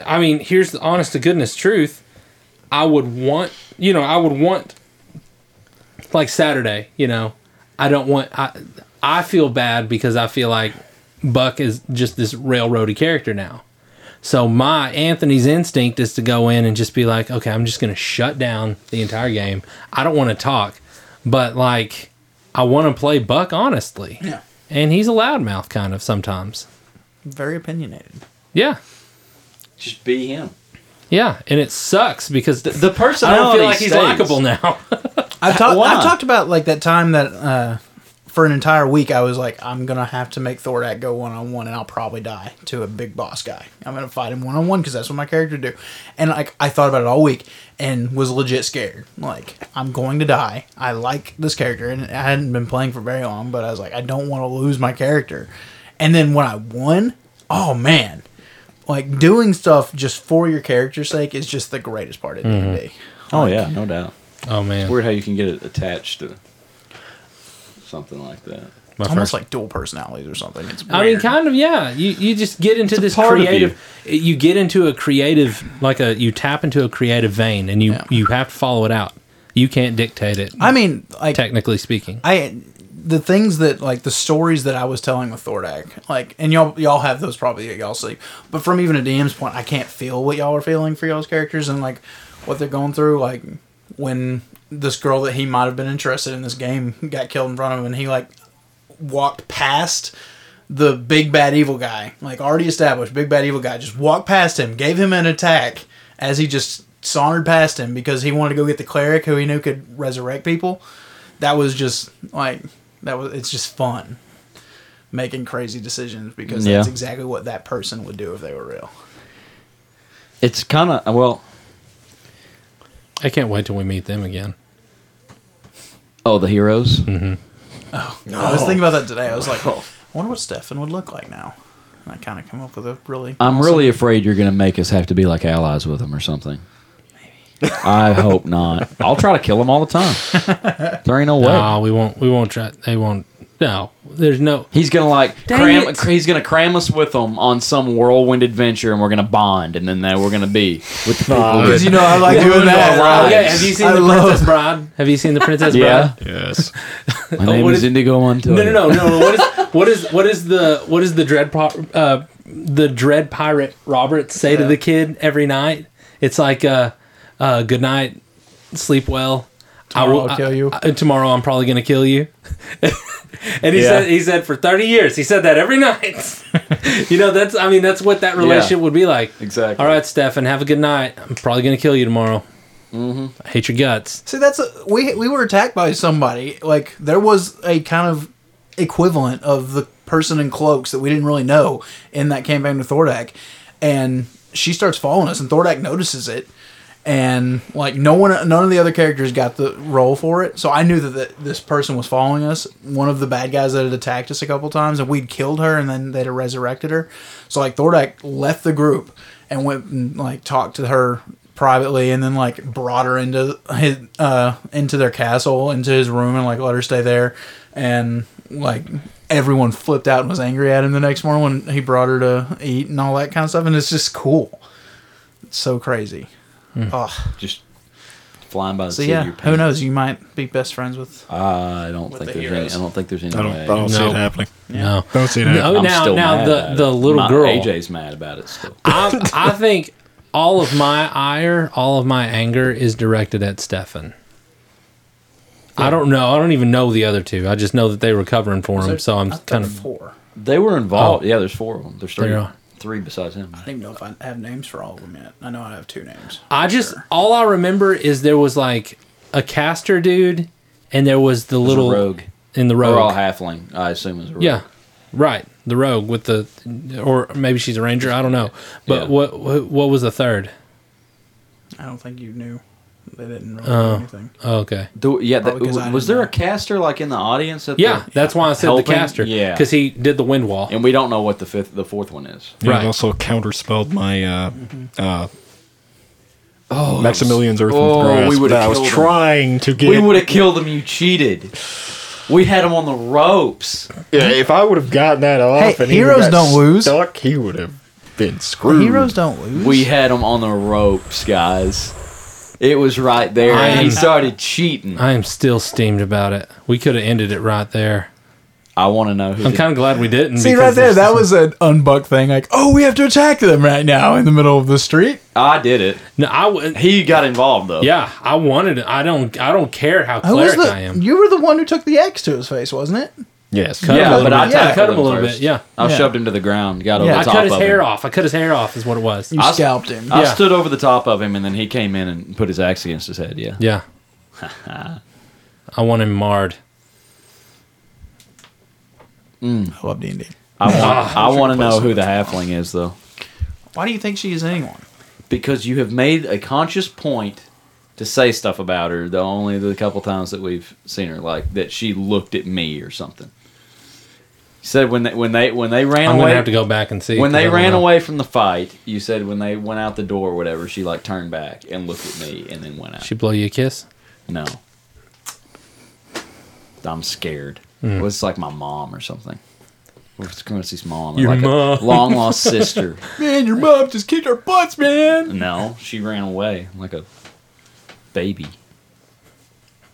S4: I mean, here's the honest to goodness truth. I would want, you know, I would want like Saturday, you know, I don't want I I feel bad because I feel like Buck is just this railroady character now. So my Anthony's instinct is to go in and just be like, okay, I'm just going to shut down the entire game. I don't want to talk, but like I want to play Buck honestly.
S5: Yeah.
S4: And he's a loudmouth kind of sometimes.
S5: Very opinionated.
S4: Yeah.
S2: Just be him.
S4: Yeah, and it sucks because th-
S2: The
S4: I
S2: personality.
S4: don't feel like he's
S2: stays.
S4: likable now. (laughs)
S5: I've, talked.
S2: Why?
S5: I've talked about like that time that uh, for an entire week I was like, I'm gonna have to make Thorak go one on one, and I'll probably die to a big boss guy. I'm gonna fight him one on one because that's what my character do. And like I thought about it all week and was legit scared. Like I'm going to die. I like this character, and I hadn't been playing for very long, but I was like, I don't want to lose my character. And then when I won, oh man. Like doing stuff just for your character's sake is just the greatest part of D&D.
S2: Oh yeah, no doubt.
S4: oh man,
S2: Weird how you can get it attached to something like that.
S4: My
S5: Almost
S4: first-
S5: like dual personalities or something. It's
S4: I mean,
S5: weird.
S4: kind of yeah. You you just get into
S2: It's a
S4: this
S2: part of you.
S4: creative. You. get into a creative like a you tap into a creative vein, and you
S5: Yeah.
S4: you have to follow it out. You can't dictate it.
S5: I mean, like
S4: technically speaking,
S5: I, the things that like the stories that I was telling with Thordak, like, and y'all y'all have those probably at y'all sleep. But from even a DM's point, I can't feel what y'all are feeling for y'all's characters and like what they're going through. Like when this girl that he might have been interested in this game got killed in front of him, and he like walked past the big bad evil guy, like already established big bad evil guy, just walked past him, gave him an attack as he just sauntered past him because he wanted to go get the cleric who he knew could resurrect people. That was just like that was it's just fun making crazy decisions because that's
S2: Yeah.
S5: exactly what that person would do if they were real.
S2: It's kind of well.
S4: I can't wait till we meet them again.
S2: Oh, the heroes.
S5: I was thinking about that today. I was like, I wonder what Stefan would look like now. And I kind of come up with a really. (laughs)
S2: I'm
S5: awesome-
S2: really afraid you're going to make us have to be like allies with them or something. I hope not. I'll try to kill them all the time. There ain't no way.
S4: No, we won't. We won't try. They won't. No, there's no.
S2: He's gonna like
S4: Dang
S2: cram.
S4: it.
S2: He's gonna cram us with them on some whirlwind adventure, and we're gonna bond, and then that we're gonna be with the people. that-
S5: Because you know I like
S2: (laughs)
S5: doing that.
S4: Oh, yeah,
S5: right?
S4: have you seen
S5: I
S4: the
S5: love-
S4: Princess Bride? Have you seen the (laughs) Princess Bride?
S2: yeah.
S6: Yes.
S2: My name
S4: what
S2: is
S4: is-
S2: Indigo Montoya.
S4: No, no, no, no. What
S5: (laughs)
S4: is what is what is the what is the dread po- uh, the dread pirate Robert say to the kid every night? It's like, uh, uh, good night, sleep well.
S5: Tomorrow
S4: will-
S5: I'll kill you."
S4: I- tomorrow I'm probably gonna kill you. (laughs) and he
S2: Yeah.
S4: said he said for 30 years he said that every night. (laughs) you know that's I mean that's what that relationship would be like.
S2: Exactly.
S4: All right, Stefan, have a good night. I'm probably gonna kill you tomorrow. Mm-hmm. I hate your guts.
S5: See, that's a, we we were attacked by somebody. Like there was a kind of equivalent of the person in cloaks that we didn't really know in that campaign with Thordak, and she starts following us, and Thordak notices it, and like no one, none of the other characters got the role for it. So I knew that the, this person was following us. One of the bad guys that had attacked us a couple times, and we'd killed her, and then they'd resurrected her. So like Thordak left the group and went and like talked to her privately and then like brought her into his uh into their castle into his room and like let her stay there and like everyone flipped out and was angry at him the next morning when he brought her to eat and all that kind of stuff and it's just cool it's so crazy oh
S2: Just flying by the
S5: so
S2: seat
S5: yeah
S2: of your
S5: who knows you might be best friends with
S2: I don't
S5: With
S2: think
S5: the
S2: there's any. I
S5: heroes.
S2: don't think there's
S7: (laughs)
S2: any.
S7: I don't,
S2: way.
S7: I don't see
S4: No.
S7: it happening.
S4: No.
S7: Don't see it happening.
S4: Oh,
S2: I'm
S4: now-
S2: still
S4: now
S2: mad
S4: the-
S2: about it.
S4: the little
S2: My-
S4: girl.
S2: AJ's mad about it still.
S5: (laughs)
S4: I, I think all of my ire, all of my anger is directed at Stefan. I don't know. I don't even know the other two. I just know that they were covering for him. So I'm
S5: I thought
S4: kind of
S5: four
S2: They were involved. Yeah, there's four of them. There's three.
S4: There are.
S2: Three besides him.
S5: I don't even know if I have names for all of them yet. I know I have two names.
S4: I just all I remember is there was like a caster dude, and there was the
S2: There's a
S4: little
S2: rogue.
S4: in the rogue.
S2: They're all halfling. I assume is a rogue.
S4: yeah, right. The rogue with the, or maybe she's a ranger. I don't know. But
S2: Yeah.
S4: what what what was the third?
S5: I don't think you knew. They didn't really
S4: Oh.
S5: know anything.
S4: Oh, okay.
S2: Do, yeah. That,
S5: Probably 'cause I
S2: was
S5: didn't
S2: there a
S5: know.
S2: caster like in the audience? At
S4: Yeah,
S2: The,
S4: that's why I said the
S2: Helping?
S4: caster.
S2: Yeah.
S4: because he did the wind wall.
S2: and we don't know what the fifth, the fourth one is.
S7: Yeah,
S4: Right.
S7: it also counterspelled my uh,
S6: Mm-hmm.
S7: uh, Maximilian's Earth
S2: oh,
S7: and Grass.
S2: we would've
S7: that I was
S2: killed him.
S7: trying to get.
S2: We would have killed them. You cheated. We had them on the ropes.
S6: Yeah, if I would have gotten that off,
S5: Hey,
S6: and he
S5: heroes
S6: would've got
S5: don't lose.
S6: Stuck, he would have been screwed.
S5: Heroes don't lose.
S2: We had them on the ropes, guys. It was right there. and he
S4: I'm-
S2: started cheating. I,
S4: I am still steamed about it. We could have ended it right there.
S2: want to know who.
S4: I'm
S2: did-
S4: kind of glad we didn't.
S5: See
S4: because
S5: right there,
S4: there's-
S5: that was an unbuck thing. Like, oh, we have to attack them right now in the middle of the street.
S2: I did it.
S4: No, I would.
S2: He got involved though.
S4: Yeah, I wanted. it. I don't. I don't care how
S5: Who was
S4: cleric
S5: the-
S4: I am.
S5: You were the one who took the axe to his face, wasn't it?
S6: Yes.
S4: Cut him a
S2: Yeah,
S4: little
S2: but I
S4: bit. Yeah,
S2: tackled
S4: cut him a
S2: him
S4: little
S2: first.
S4: bit. Yeah,
S2: I
S5: Yeah.
S2: shoved him to the ground. Got over
S5: Yeah.
S4: I
S2: the top
S4: cut his
S2: of
S4: hair
S2: him.
S4: off. I cut his hair off. Is what it was.
S5: You
S2: I-
S5: scalped him.
S2: I
S4: Yeah.
S2: stood over the top of him, and then he came in and put his axe against his head. Yeah.
S4: (laughs) Yeah. I want him marred.
S5: I love D&D.
S2: I want. I want to know who the halfling is, though,
S5: Why do you think she is anyone?
S2: because you have made a conscious point to say stuff about her. The only the couple times that we've seen her, like that she looked at me or something. You said when they, when they when they ran
S4: I'm
S2: away
S4: gonna have to go back and see.
S2: when
S4: 'cause I
S2: they
S4: don't
S2: ran
S4: know.
S2: away from the fight. You said when they went out the door or whatever, she like turned back and looked at me and then went out.
S4: She blow you a kiss.
S2: No. I'm scared.
S4: Mm.
S2: Well, it's like my mom or something. Or It's Currency's mom. or
S4: Your
S2: like a
S4: mom.
S2: long
S4: (laughs)
S2: lost sister.
S5: Man, your mom just kicked our butts, man.
S2: No, she ran away like a baby.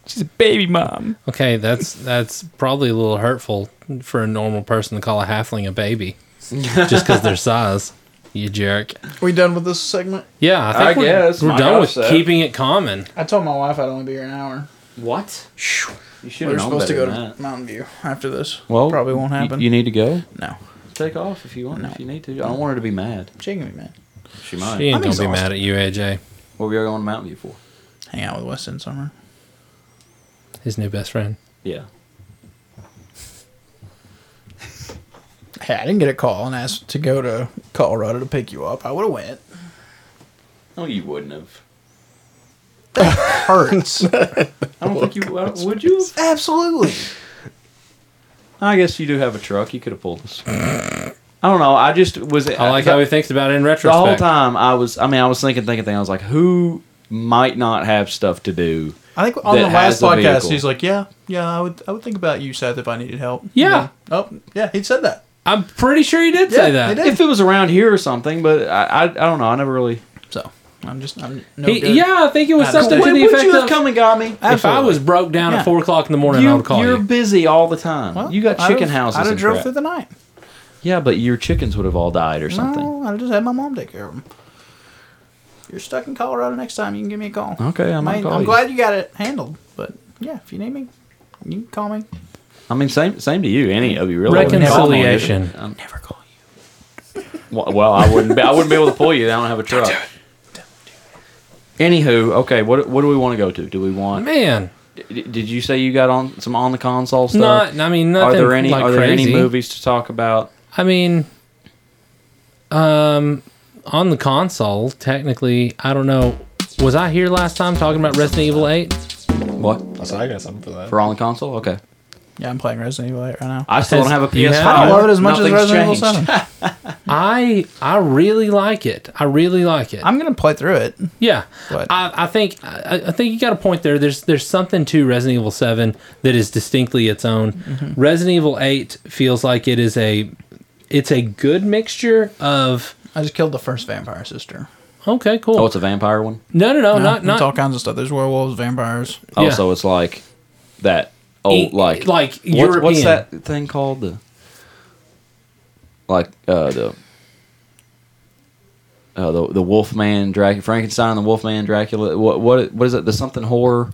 S5: She's a baby mom.
S4: Okay, that's that's probably a little hurtful for a normal person to call a halfling a baby,
S2: (laughs)
S4: just because their size. You jerk.
S5: We done with this segment?
S4: Yeah, I think
S2: I
S4: we're,
S2: guess.
S4: we're
S2: My
S4: done
S2: gosh,
S4: with
S2: Seth.
S4: keeping it common.
S5: I told my wife I'd only be here an hour.
S2: What? You should
S5: We
S2: have
S5: were
S2: known
S5: supposed to
S2: better
S5: go to
S2: than that.
S5: Mountain View after this.
S2: Well,
S5: probably won't
S2: you-
S5: happen.
S2: You, need to go.
S5: no.
S2: Take off if you want.
S5: No.
S2: If you need to. I don't want her to be mad.
S5: She ain't gonna be mad.
S2: She might.
S4: She ain't
S5: I'm
S4: gonna be
S5: exhausted.
S4: mad at you, AJ.
S2: What were you going to Mountain View for?
S5: Hang out with Weston somewhere.
S4: His new best friend.
S2: Yeah.
S5: Hey, I didn't get a call and asked to go to Colorado to pick you up. I would have went.
S2: No, Oh, you wouldn't have.
S5: Hurts.
S2: (laughs) I don't think you uh, would. You? have?
S5: Absolutely.
S2: I guess you do have a truck. You could have pulled us. I don't know. I just was.
S4: I like how he thinks about it in
S2: the
S4: retrospect.
S2: whole time I was I mean I was thinking thinking thinking I was like who might not have stuff to do
S5: I think on
S2: that
S5: the
S2: has
S5: last
S2: a
S5: podcast
S2: vehicle.
S5: he's like, "Yeah, yeah, I would, I would think about you, Seth, if I needed help."
S4: Yeah.
S5: Oh, yeah, he said that.
S4: I'm pretty sure he did say
S5: Yeah,
S4: that.
S5: he did.
S2: if it was around here or something but I I, I don't know I never really
S5: So I'm just, I'm no
S4: He-
S5: good.
S4: yeah, I think it was
S5: Not
S4: something
S5: good.
S4: to
S2: would
S4: the
S2: would
S4: effect
S2: Uh, you have
S4: of
S2: come and got me
S4: if I was broke down
S5: Yeah.
S4: at four o'clock in the morning, I would call
S2: you, are
S4: you.
S2: busy all the time
S5: Well,
S2: you got
S5: I'd
S2: chicken
S5: have-
S2: houses
S5: I'd have
S2: and
S5: drove
S2: crap.
S5: through the night.
S2: yeah but your chickens would have all died or something
S5: No, I'd have just had my mom take care of them. You're stuck in Colorado next time. You can give me a call.
S2: Okay, I might
S5: mean,
S2: call
S5: I'm
S2: you.
S5: glad you got it handled, but yeah, if you need me, you can call me.
S2: I mean same same to you any of you really
S4: Reconciliation.
S2: Um,
S5: Never call you.
S2: well, well I wouldn't be, I wouldn't be able to pull you I don't have a truck anywho okay what what do we want to go to do we want
S4: Man,
S2: D- did you say you got on some on the console stuff?
S4: not. I mean, nothing.
S2: are there any
S4: Like
S2: Are there any
S4: crazy.
S2: movies to talk about?
S4: I mean, um, on the console, technically, I don't know. Was I here last time talking about Resident Evil Eight?
S2: What
S6: So I got something for that.
S2: for on the console? Okay.
S5: Yeah, I'm playing Resident Evil 8 right now.
S2: I still don't have a
S4: You
S2: PS5.
S4: have?
S5: I love it as much as
S2: Nothing's
S5: Resident
S2: changed.
S5: Evil
S2: (laughs)
S5: 7.
S4: I I really like it. I really like it.
S5: I'm gonna play through it.
S4: Yeah,
S5: But-
S4: I, I think I, I think you got a point there. There's there's something to Resident Evil Seven that is distinctly its own.
S2: Mm-hmm.
S4: Resident Evil Eight feels like it is a it's a good mixture of
S5: I just killed the first vampire sister.
S4: okay, cool.
S2: Oh, it's a vampire one.
S4: no, no, no,
S5: No,
S4: Oh, not
S5: it's
S4: not
S5: all kinds of stuff. There's werewolves, vampires.
S2: Oh,
S4: Yeah.
S2: so it's like that. Oh,
S4: In-
S2: like
S4: like
S2: what, what's
S4: European.
S2: that thing called? The like uh, the uh, the the Wolfman, Dracula, Frankenstein, the Wolfman, Dracula. What what what is it? The something horror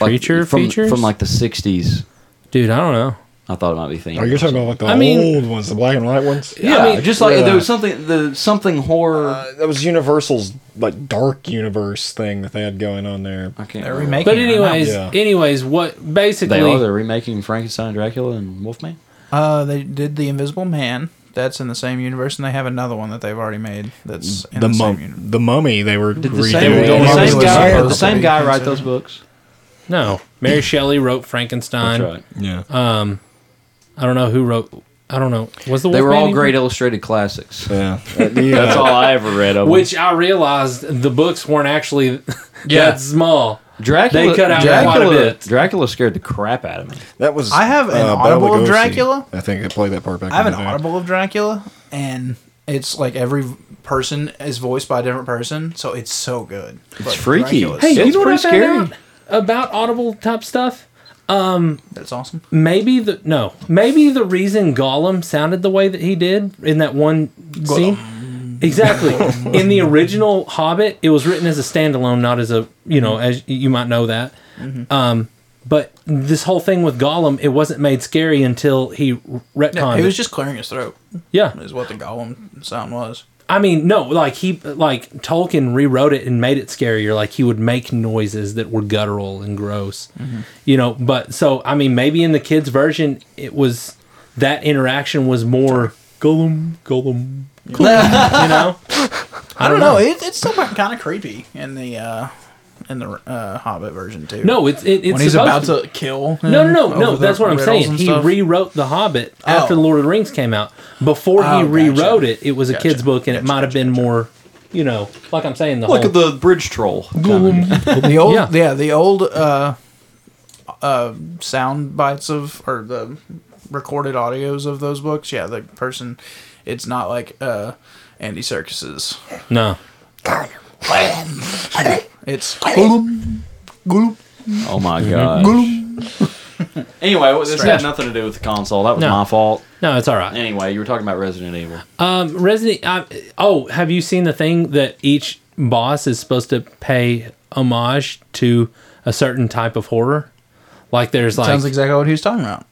S2: like,
S4: Creature
S2: from,
S4: features?
S2: from like the '60s.
S4: dude. I don't know.
S2: I thought it might be theme.
S7: Oh, you're talking about like the
S4: I mean-
S7: old ones, the black and white ones.
S2: yeah,
S4: I mean,
S2: just like
S7: yeah.
S2: there was something the something horror.
S7: Uh, that was Universal's like dark universe thing that they had going on there.
S2: I can't.
S5: They're
S2: remember.
S5: remaking.
S4: But
S5: it right now.
S4: anyways,
S7: Yeah.
S4: anyways, what basically
S2: They are. They're remaking Frankenstein, Dracula, and Wolfman.
S5: uh, they did the Invisible Man. That's in the same universe, and they have another one that they've already made. That's
S2: Mm,
S5: in
S7: the
S5: the same
S7: mum,
S5: universe.
S7: the mummy. They were
S2: Did the
S7: redoing.
S2: same,
S5: were
S2: did the
S5: going
S2: same
S5: on.
S2: guy,
S5: Supposed
S2: the
S5: to
S2: same
S5: be
S2: guy write those
S5: considered.
S2: books?
S4: no. Mary Shelley wrote Frankenstein.
S7: Yeah.
S4: I don't know who wrote. I don't know. Was the
S2: They were
S4: Wolfman
S2: all
S4: even-
S2: great illustrated classics.
S7: yeah. The, uh,
S2: That's all I ever read of.
S4: Which I realized the books weren't actually (laughs)
S2: Yeah.
S4: that small.
S2: Dracula,
S4: they cut out
S2: Dracula,
S4: quite a bit.
S2: Dracula scared the crap out of me.
S7: That was.
S5: I have an
S6: uh,
S7: Bela
S5: Audible of
S7: Lugosi.
S5: Dracula.
S7: I think they played that part back.
S5: I have
S7: in
S5: an
S7: the day.
S5: audible of Dracula, and it's like every person is voiced by a different person, so it's so good. It's
S2: freaky.
S4: Hey,
S2: It's
S4: you know what I
S2: pretty
S4: found
S2: scary.
S4: out about Audible type stuff?
S5: that's awesome.
S4: Maybe the no, maybe the reason Gollum sounded the way that he did in that one scene. (laughs) Exactly. in the original Hobbit, it was written as a standalone, not as a you know as you might know that. Um, but this whole thing with Gollum, it wasn't made scary until he retconned.
S5: He
S4: it.
S5: was just clearing his throat,
S4: yeah.
S5: is what the golem sound was.
S4: I mean, no, like he like Tolkien rewrote it and made it scarier. Like he would make noises that were guttural and gross, you know. But so I mean, maybe in the kids' version, it was that interaction was more golem, (laughs) golem, golem you know.
S5: I don't know. It, it's still kind of creepy in the uh, in the uh, Hobbit version too.
S4: No, it's it, it's
S5: when he's
S4: supposed
S5: about to, kill. Him
S4: No, no, no,
S5: over
S4: no.
S5: the
S4: That's what I'm
S5: riddles
S4: saying.
S5: and
S4: He
S5: stuff.
S4: rewrote The Hobbit after
S5: Oh.
S4: The Lord of the Rings came out. Before he
S5: Oh, gotcha.
S4: rewrote it, it was a
S5: Gotcha.
S4: kids' book, and it
S5: Gotcha,
S4: might have
S5: gotcha,
S4: been more, you know, like I'm saying. The
S2: Look
S4: whole,
S2: at the bridge troll.
S5: the old
S4: Yeah.
S5: yeah. the old uh uh sound bites of or the recorded audios of those books yeah the person it's not like uh andy circus's
S4: (laughs) no.
S5: it's
S2: Oh my god. (laughs) anyway, well, this had nothing to do with the console. That was
S4: No.
S2: my fault.
S4: No, it's all right.
S2: Anyway, you were talking about Resident Evil.
S4: Um, Resident. Uh, oh, have you seen the thing that each boss is supposed to pay homage to a certain type of horror? Like there's like
S5: sounds exactly what he was talking about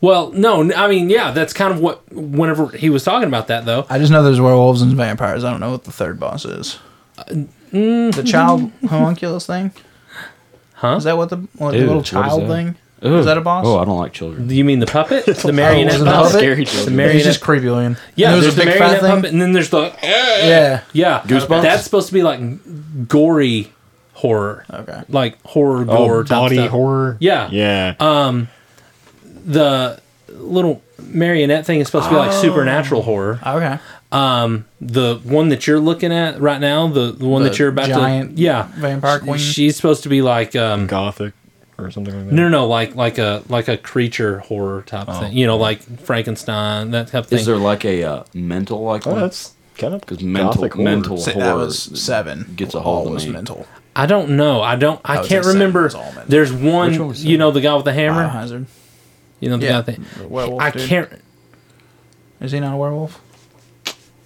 S4: well no n- I mean yeah that's kind of what whenever he was talking about that though
S5: i just know there's werewolves and vampires i don't know what the third boss is
S4: Uh,
S5: the child homunculus thing
S4: mm-hmm. Huh?
S5: is that what the, what, the
S2: Dude,
S5: little
S2: what is
S5: child
S2: that?
S5: thing is that a boss
S2: Oh, I don't like children.
S4: you mean the puppet the marionette
S5: wasn't it
S4: puppet
S5: Hobbit?
S2: Scary
S4: the
S2: children.
S5: He's
S4: marionette
S5: just creepy looking
S4: yeah
S5: And
S4: there's,
S5: there's
S4: the
S5: a big
S4: marionette
S5: fat thing
S4: puppet and then there's the
S5: yeah
S4: yeah
S2: Goosebumps?
S4: that's supposed to be like gory horror
S5: okay
S4: like horror
S7: oh,
S4: gore type
S7: body
S4: stuff.
S7: horror.
S4: yeah
S7: Yeah.
S4: the little marionette thing is supposed to be like
S5: Oh.
S4: supernatural horror.
S5: okay
S4: The one that you're looking at right now, the, the one that
S5: The
S4: you're about
S5: giant
S4: to yeah
S5: vampire queen?
S4: She's supposed to be like um
S7: Gothic or something like that.
S4: no no no like like a like a creature horror type thing. You know like Frankenstein that type of thing.
S2: Is there like a uh, mental like
S7: Oh,
S2: one?
S7: that's kind of
S2: Because mental,
S7: Gothic horror.
S2: mental
S5: Say
S2: horror
S5: that was seven.
S2: gets a hold of
S5: was
S2: me.
S5: mental.
S4: I don't know. I don't. I,
S5: I would
S4: can't
S5: say seven
S4: remember.
S5: is all men.
S4: There's
S2: Which
S4: one.
S2: one was
S4: you know the guy with the hammer.
S5: Biohazard.
S4: You know the guy
S5: Uh-huh. Yeah.
S4: with the-
S5: The werewolf
S4: I
S5: dude.
S4: can't.
S5: Is he not a werewolf?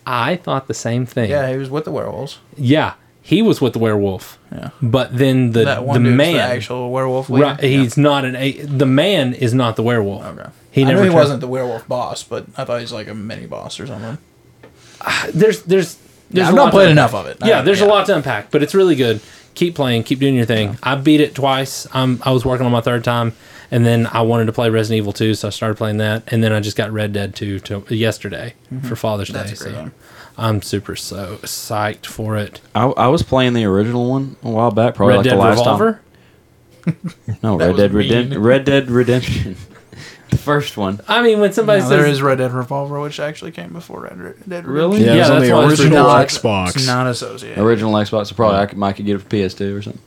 S4: I thought the same thing.
S5: Yeah, he was with the werewolves.
S4: Yeah. He was with the werewolf.
S5: Yeah.
S4: But then the
S5: That
S4: the
S5: one dude's
S4: man
S5: the actual werewolf leader.
S4: Right, he's not an a. The man is not the werewolf.
S5: Yeah. Okay.
S4: He
S5: He
S4: never
S5: I knew he
S4: turned-
S5: wasn't the werewolf boss, but I thought he was like a mini boss or something.
S4: There's there's there's
S5: I've
S4: a
S5: not
S4: lot
S5: played
S4: to
S5: enough
S4: unpack.
S5: of it.
S4: Yeah,
S5: I-
S4: there's a
S5: yeah.
S4: lot to unpack, but it's really good. Keep playing, keep doing your thing. I beat it twice. Um, I was working on my third time, and then I wanted to play Resident Evil 2, so I started playing that, and then I just got Red Dead 2 to yesterday for Father's
S5: Mm-hmm. That's
S4: Day.
S5: a great
S4: So
S5: game.
S4: I'm super so psyched for it.
S2: I, I was playing the original one a while back, probably
S4: Red
S2: like
S4: Dead
S2: the last
S4: Revolver.
S2: time. No,
S5: That
S2: Red
S5: was
S2: Dead Redemption.
S5: mean.
S2: Red Dead Redemption, (laughs) the first one.
S4: I mean, when somebody
S5: No,
S4: says
S5: there is Red Dead Revolver, which actually came before Red Red Dead Redemption.
S2: Really?
S6: Yeah, it was
S4: Yeah,
S6: on
S4: that's
S6: the
S4: why it's
S6: original
S5: not-
S6: Xbox.
S5: It's not associated.
S2: Original Xbox. So probably I could, might could get it for PS2 or something.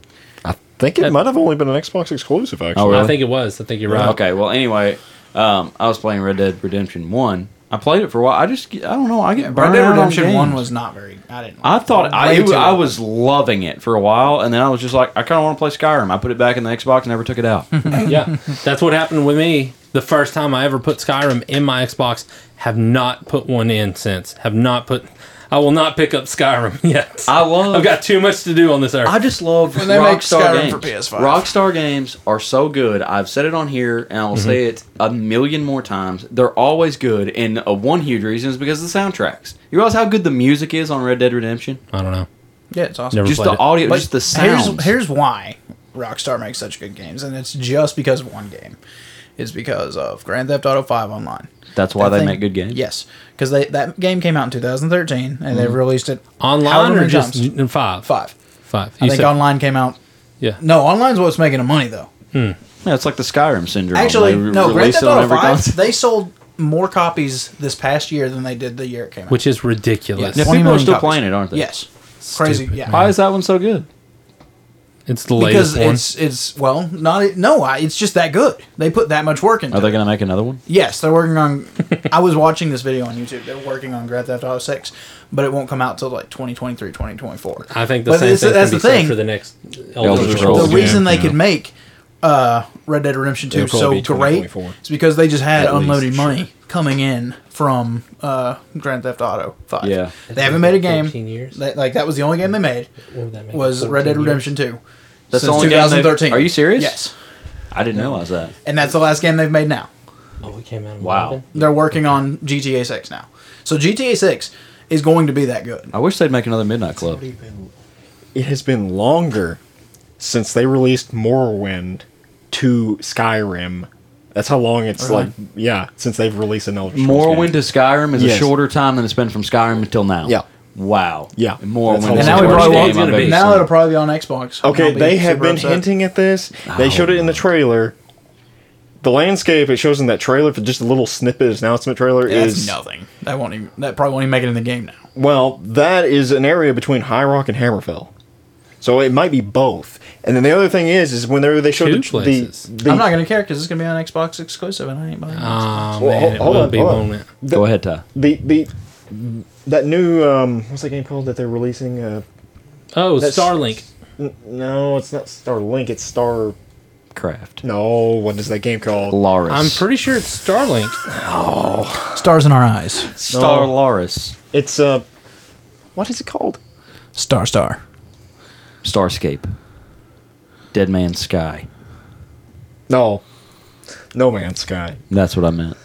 S6: I think it might have only been an Xbox exclusive, actually.
S2: Oh, really?
S4: I think it was. I think you're right.
S2: Okay. Well, anyway, um, I was playing Red Dead Redemption One. I played it for a while. I just get- I don't know. I get
S5: Red
S2: burned
S5: Dead
S2: out on
S5: Redemption
S2: games.
S5: One was not very. I didn't.
S2: I thought I,
S5: Way
S2: it,
S5: too
S2: I
S5: long.
S2: was loving it for a while, and then I was just like, I kind of want to play Skyrim. I put it back in the Xbox, and never took it
S5: (laughs)
S2: out.
S4: yeah, that's what happened with me. The first time I ever put Skyrim in my Xbox, have not put one in since. Have not put. I will not pick up Skyrim (laughs) yet.
S2: I love-
S4: I've got too much to do on this earth.
S2: I just love
S5: they make
S2: Rockstar
S5: Skyrim
S2: games.
S5: for PS5.
S2: Rockstar games are so good. I've said it on here, and I'll say it a million more times. They're always good, and uh, one huge reason is because of the soundtracks. You realize how good the music is on Red Dead Redemption?
S4: I don't know.
S5: Yeah, it's awesome.
S4: Never
S2: Just
S4: played
S2: the
S4: it.
S2: audio,
S5: But
S2: just the sounds.
S5: Here's, here's why Rockstar makes such good games, and it's just because of one game. It's because of Grand Theft Auto Five Online.
S2: That's why
S5: That
S2: they
S5: thing-
S2: make good games. Mm.
S5: Yes, because that game came out in 2013, and they've released it however
S4: Online or
S5: many
S4: just
S5: times.
S4: n- five?
S5: five.
S4: Five.
S5: I
S4: You
S5: think
S4: said-
S5: online came out.
S4: Yeah.
S5: No, online's what's making them money though.
S2: Yeah, it's like the Skyrim syndrome.
S5: Actually,
S2: They re-
S5: no. Grand
S2: release
S5: Theft
S2: it on
S5: Auto
S2: every
S5: Five. (laughs)
S2: console.
S5: They sold more copies this past year than they did the year it came out.
S4: Which is ridiculous.
S2: Yeah,
S5: 20
S2: people are
S5: million
S2: still
S5: copies.
S2: playing it, aren't they?
S5: Yes. Crazy.
S4: Stupid,
S5: Yeah.
S4: man.
S2: Why is that one so good?
S4: It's the
S5: because
S4: latest one.
S5: it's it's well not no I, it's just that good they put that much work into
S2: Are they
S5: it.
S2: going to make another one?
S5: yes they're
S4: (laughs)
S5: working on i was watching this video on youtube they're working on grand theft auto 6 but it won't come out till like 2023 2024
S4: I think the
S5: But
S4: same
S5: it's-
S4: thing can
S5: that's
S4: be
S5: the
S4: said
S5: thing.
S4: for the next
S2: Elder
S4: Elder
S2: Scrolls.
S5: the
S4: Scrolls.
S2: Yeah,
S5: reason they
S6: yeah.
S5: could make uh, red dead redemption 2
S6: It'll
S5: so
S6: probably be
S5: great
S6: 2024.
S5: is because they just had
S6: At least,
S5: unloaded
S6: sure.
S5: money coming in from uh, grand theft auto 5
S2: Yeah.
S5: they haven't made a game
S4: 14 years.
S5: That, like that was the only game they made
S4: What would that make it,
S5: was red dead
S4: 14 years?
S5: redemption 2
S2: That's
S5: since
S2: the only game they've-
S5: 2013
S2: Are you serious?
S5: yes
S2: I didn't realize that.
S5: and that's the last game they've made now
S4: Oh, it came out. in
S2: Wow.
S4: London?
S5: They're working on GTA 6 now. So GTA 6 is going to be that good.
S2: I wish they'd make another Midnight Club.
S6: It has been longer since they released Morrowind to Skyrim. That's how long it's
S5: Really?
S6: like, yeah, since they've released an Elder Scrolls
S2: Morrowind
S6: game.
S2: to Skyrim is a
S6: Yes.
S2: shorter time than it's been from Skyrim until now.
S6: Yeah.
S2: Wow.
S6: Yeah. That's
S2: Morrowind.
S6: how
S2: is
S5: And
S2: the
S5: now,
S6: it
S5: we
S2: worst
S5: probably
S2: game
S5: won't,
S4: it's
S2: I've
S4: gonna be.
S2: ever
S5: now
S2: seen.
S5: it'll probably be on Xbox. and
S6: Okay,
S5: I'll be
S6: they have
S5: super
S6: been
S5: upset.
S6: hinting at this. They showed it in the trailer. The landscape it shows in that trailer for just a little snippet announcement trailer
S5: Yeah, That's
S6: is
S5: nothing. That won't even. That probably won't even make it in the game now.
S6: well, that is an area between High Rock and Hammerfell. So it might be both. And then the other thing is, is when they they showed
S4: Two
S6: the,
S4: places.
S6: the, the
S5: I'm not gonna care because it's gonna be on Xbox exclusive, and I ain't buying. it.
S4: Oh,
S6: Well,
S4: man, it
S6: hold
S4: will
S6: on,
S4: be,
S6: hold on.
S4: won't it?
S6: the,
S2: Go ahead, Ty.
S6: the the that new um what's that game called that they're releasing? Uh,
S4: Oh,
S6: That's-
S4: Starlink.
S6: n- no, it's not Starlink. It's Star.
S2: Craft.
S6: No, what is that game called?
S2: Loris.
S4: I'm pretty sure it's Starlink.
S5: Stars in our eyes.
S2: Star Loris.
S6: It's uh, what is it called?
S5: Star Star.
S2: Starscape. Dead Man's Sky.
S6: No, No Man's Sky.
S2: That's what I meant.
S6: Uh,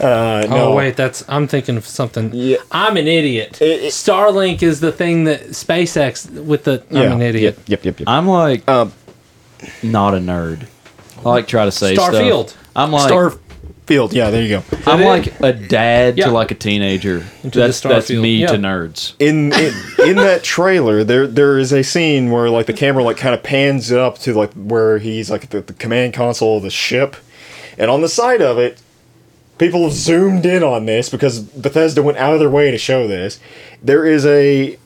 S4: Oh
S6: no.
S4: wait, that's I'm thinking of something.
S6: Yeah.
S4: I'm an idiot.
S6: It- it-
S4: Starlink is the thing that SpaceX with the. I'm
S6: Yeah,
S4: an idiot.
S6: Yep, yep, yep.
S2: I'm like
S6: Um,
S2: not a nerd. I like try to say stuff.
S4: Starfield.
S2: I'm like
S6: Starfield. Yeah, there you go.
S2: I'm like a dad
S4: Yeah.
S2: to like a teenager.
S4: the
S2: That's that's
S4: Starfield.
S2: me
S4: Yeah.
S2: to nerds.
S6: In in, in that trailer, there there is a scene where like the camera like kind of pans up to like where he's like at the, the command console of the ship, and on the side of it, people have zoomed in on this because Bethesda went out of their way to show this. There is a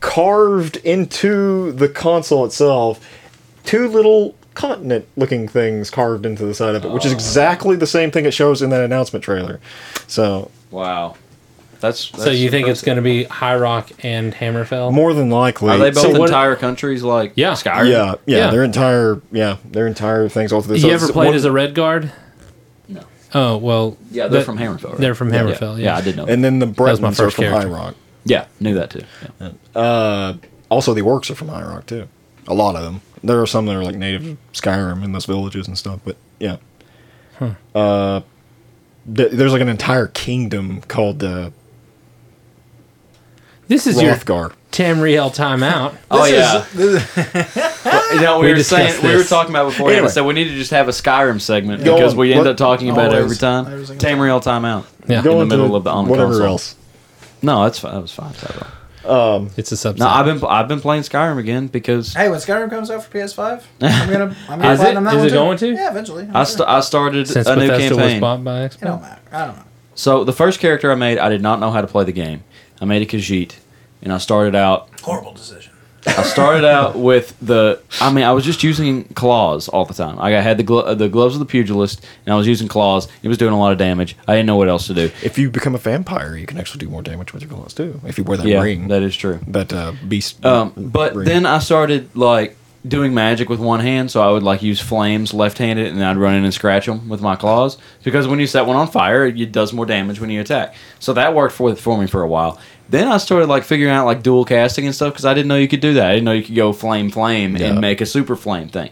S6: carved into the console itself two little continent looking things carved into the side of it, which
S2: Oh.
S6: is exactly the same thing it shows in that announcement trailer. So
S2: Wow. That's,
S4: So you think it's going to be High Rock and Hammerfell?
S6: more than likely,
S2: Are they both
S6: So what-
S2: entire countries like
S4: Yeah.
S2: Skyrim?
S6: Yeah, yeah,
S4: Yeah.
S6: their entire yeah, their entire things all through
S4: you ever played as a Red Guard?
S2: No.
S4: Oh well.
S2: Yeah, they're
S4: that-
S2: from Hammerfell. right?
S4: They're from Hammerfell. Yeah.
S2: I did know. That.
S6: and then the
S4: was my
S6: Bretons are
S4: first
S6: from High
S4: character.
S6: Rock.
S2: yeah, knew that too. Yeah.
S6: Uh, also, the orcs are from High Rock too. A lot of them. There are some that are like native Skyrim in those villages and stuff, but yeah. Uh, th- there's like an entire kingdom called uh,
S4: This is your
S6: Rothgar.
S4: Tamriel
S6: (laughs)
S4: timeout.
S2: Oh yeah. you know, we,
S4: We
S2: were saying
S4: discussed
S2: we were
S4: this.
S2: talking about before.
S6: Anyway.
S2: So we need to just have a Skyrim segment
S6: Go
S2: because
S6: on.
S2: we end
S6: What-
S2: up talking about it
S5: Always.
S2: every time.
S5: Every single time.
S2: Tamriel timeout.
S4: Yeah.
S2: in the
S6: into
S2: middle of the- on the
S6: whatever
S2: console.
S6: else.
S2: No, that's fi- that was fine.
S4: It's a subset.
S2: No, I've been I've been playing Skyrim again because
S5: Hey, when Skyrim comes out for PS5, I'm (laughs) gonna. I'm gonna
S4: Is it-
S5: platinum that
S4: is
S5: one
S4: it
S5: too.
S4: going to?
S5: Yeah, eventually. I'm
S2: I,
S5: sure.
S2: st- I started
S4: since
S2: a new
S4: Bethesda was
S2: campaign.
S4: bought by Xbox.
S5: It don't matter. I don't know.
S2: So the first character I made, I did not know how to play the game. I made a Khajiit, and I started out.
S5: Horrible decision.
S2: I started out with the. I mean, I was just using claws all the time. Like I had the glo- the gloves of the pugilist, and I was using claws. It was doing a lot of damage. I didn't know what else to do.
S6: If you become a vampire, you can actually do more damage with your gloves too. If you wear that
S2: yeah,
S6: ring,
S2: that is true.
S6: that uh, beast.
S2: Um, but
S6: ring.
S2: then I started like doing magic with one hand, so I would like use flames left-handed, and I'd run in and scratch them with my claws because when you set one on fire, it does more damage when you attack. So that worked for for me for a while. Then I started like figuring out like dual casting and stuff because I didn't know you could do that. I didn't know you could go flame flame
S6: Yeah.
S2: and make a super flame thing.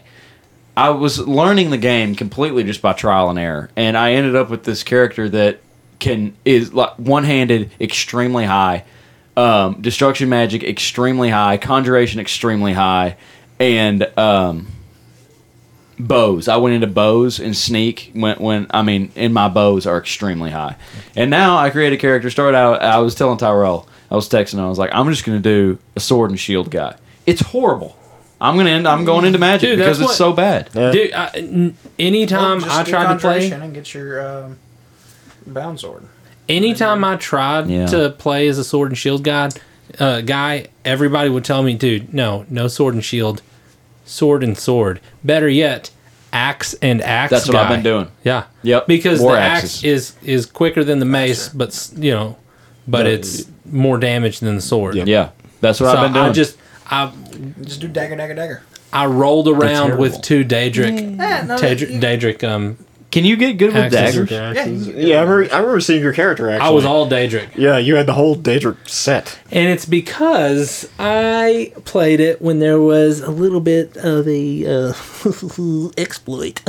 S2: I was learning the game completely just by trial and error, and I ended up with this character that can is like one-handed, extremely high, um, destruction magic extremely high, conjuration extremely high, and um, bows. I went into bows and sneak when when I mean, and my bows are extremely high. And now I create a character. Started out, I was telling Tyrell, I was texting, I was like, I'm just gonna do a sword and shield guy. It's horrible. I'm gonna end. I'm going into magic
S4: Dude,
S2: because
S4: that's
S2: it's
S4: what-
S2: so bad.
S4: Dude, I, n- anytime
S5: Well, just
S4: Um, I
S5: do
S4: tried to play,
S5: Conjuration and get your um, bound sword.
S4: anytime I tried
S2: Yeah.
S4: to play as a sword and shield guy, uh, guy, everybody would tell me, dude, no, no sword and shield, sword and sword. Better yet, axe and axe.
S2: That's what I've
S4: guy.
S2: been doing.
S4: Yeah.
S2: Yep,
S4: Because
S2: more
S4: the
S2: axes.
S4: axe is is quicker than the mace, but s- you know, but it's more damage than the sword.
S6: Yep.
S2: Yeah, that's what
S4: So
S2: I've been doing.
S4: I just I
S5: Just do dagger, dagger, dagger. Mm-hmm.
S4: I rolled around
S2: terrible.
S4: with two Daedric
S5: Yeah, no,
S4: Daedric,
S5: you-
S4: Daedric um
S2: Can you get good with
S4: axes.
S2: daggers?
S5: Yeah, you can-
S6: yeah, I remember, I remember seeing your character. Actually,
S4: I was all Daedric.
S6: Yeah, you had the whole Daedric set.
S4: And it's because I played it when there was a little bit of a uh, (laughs) exploit.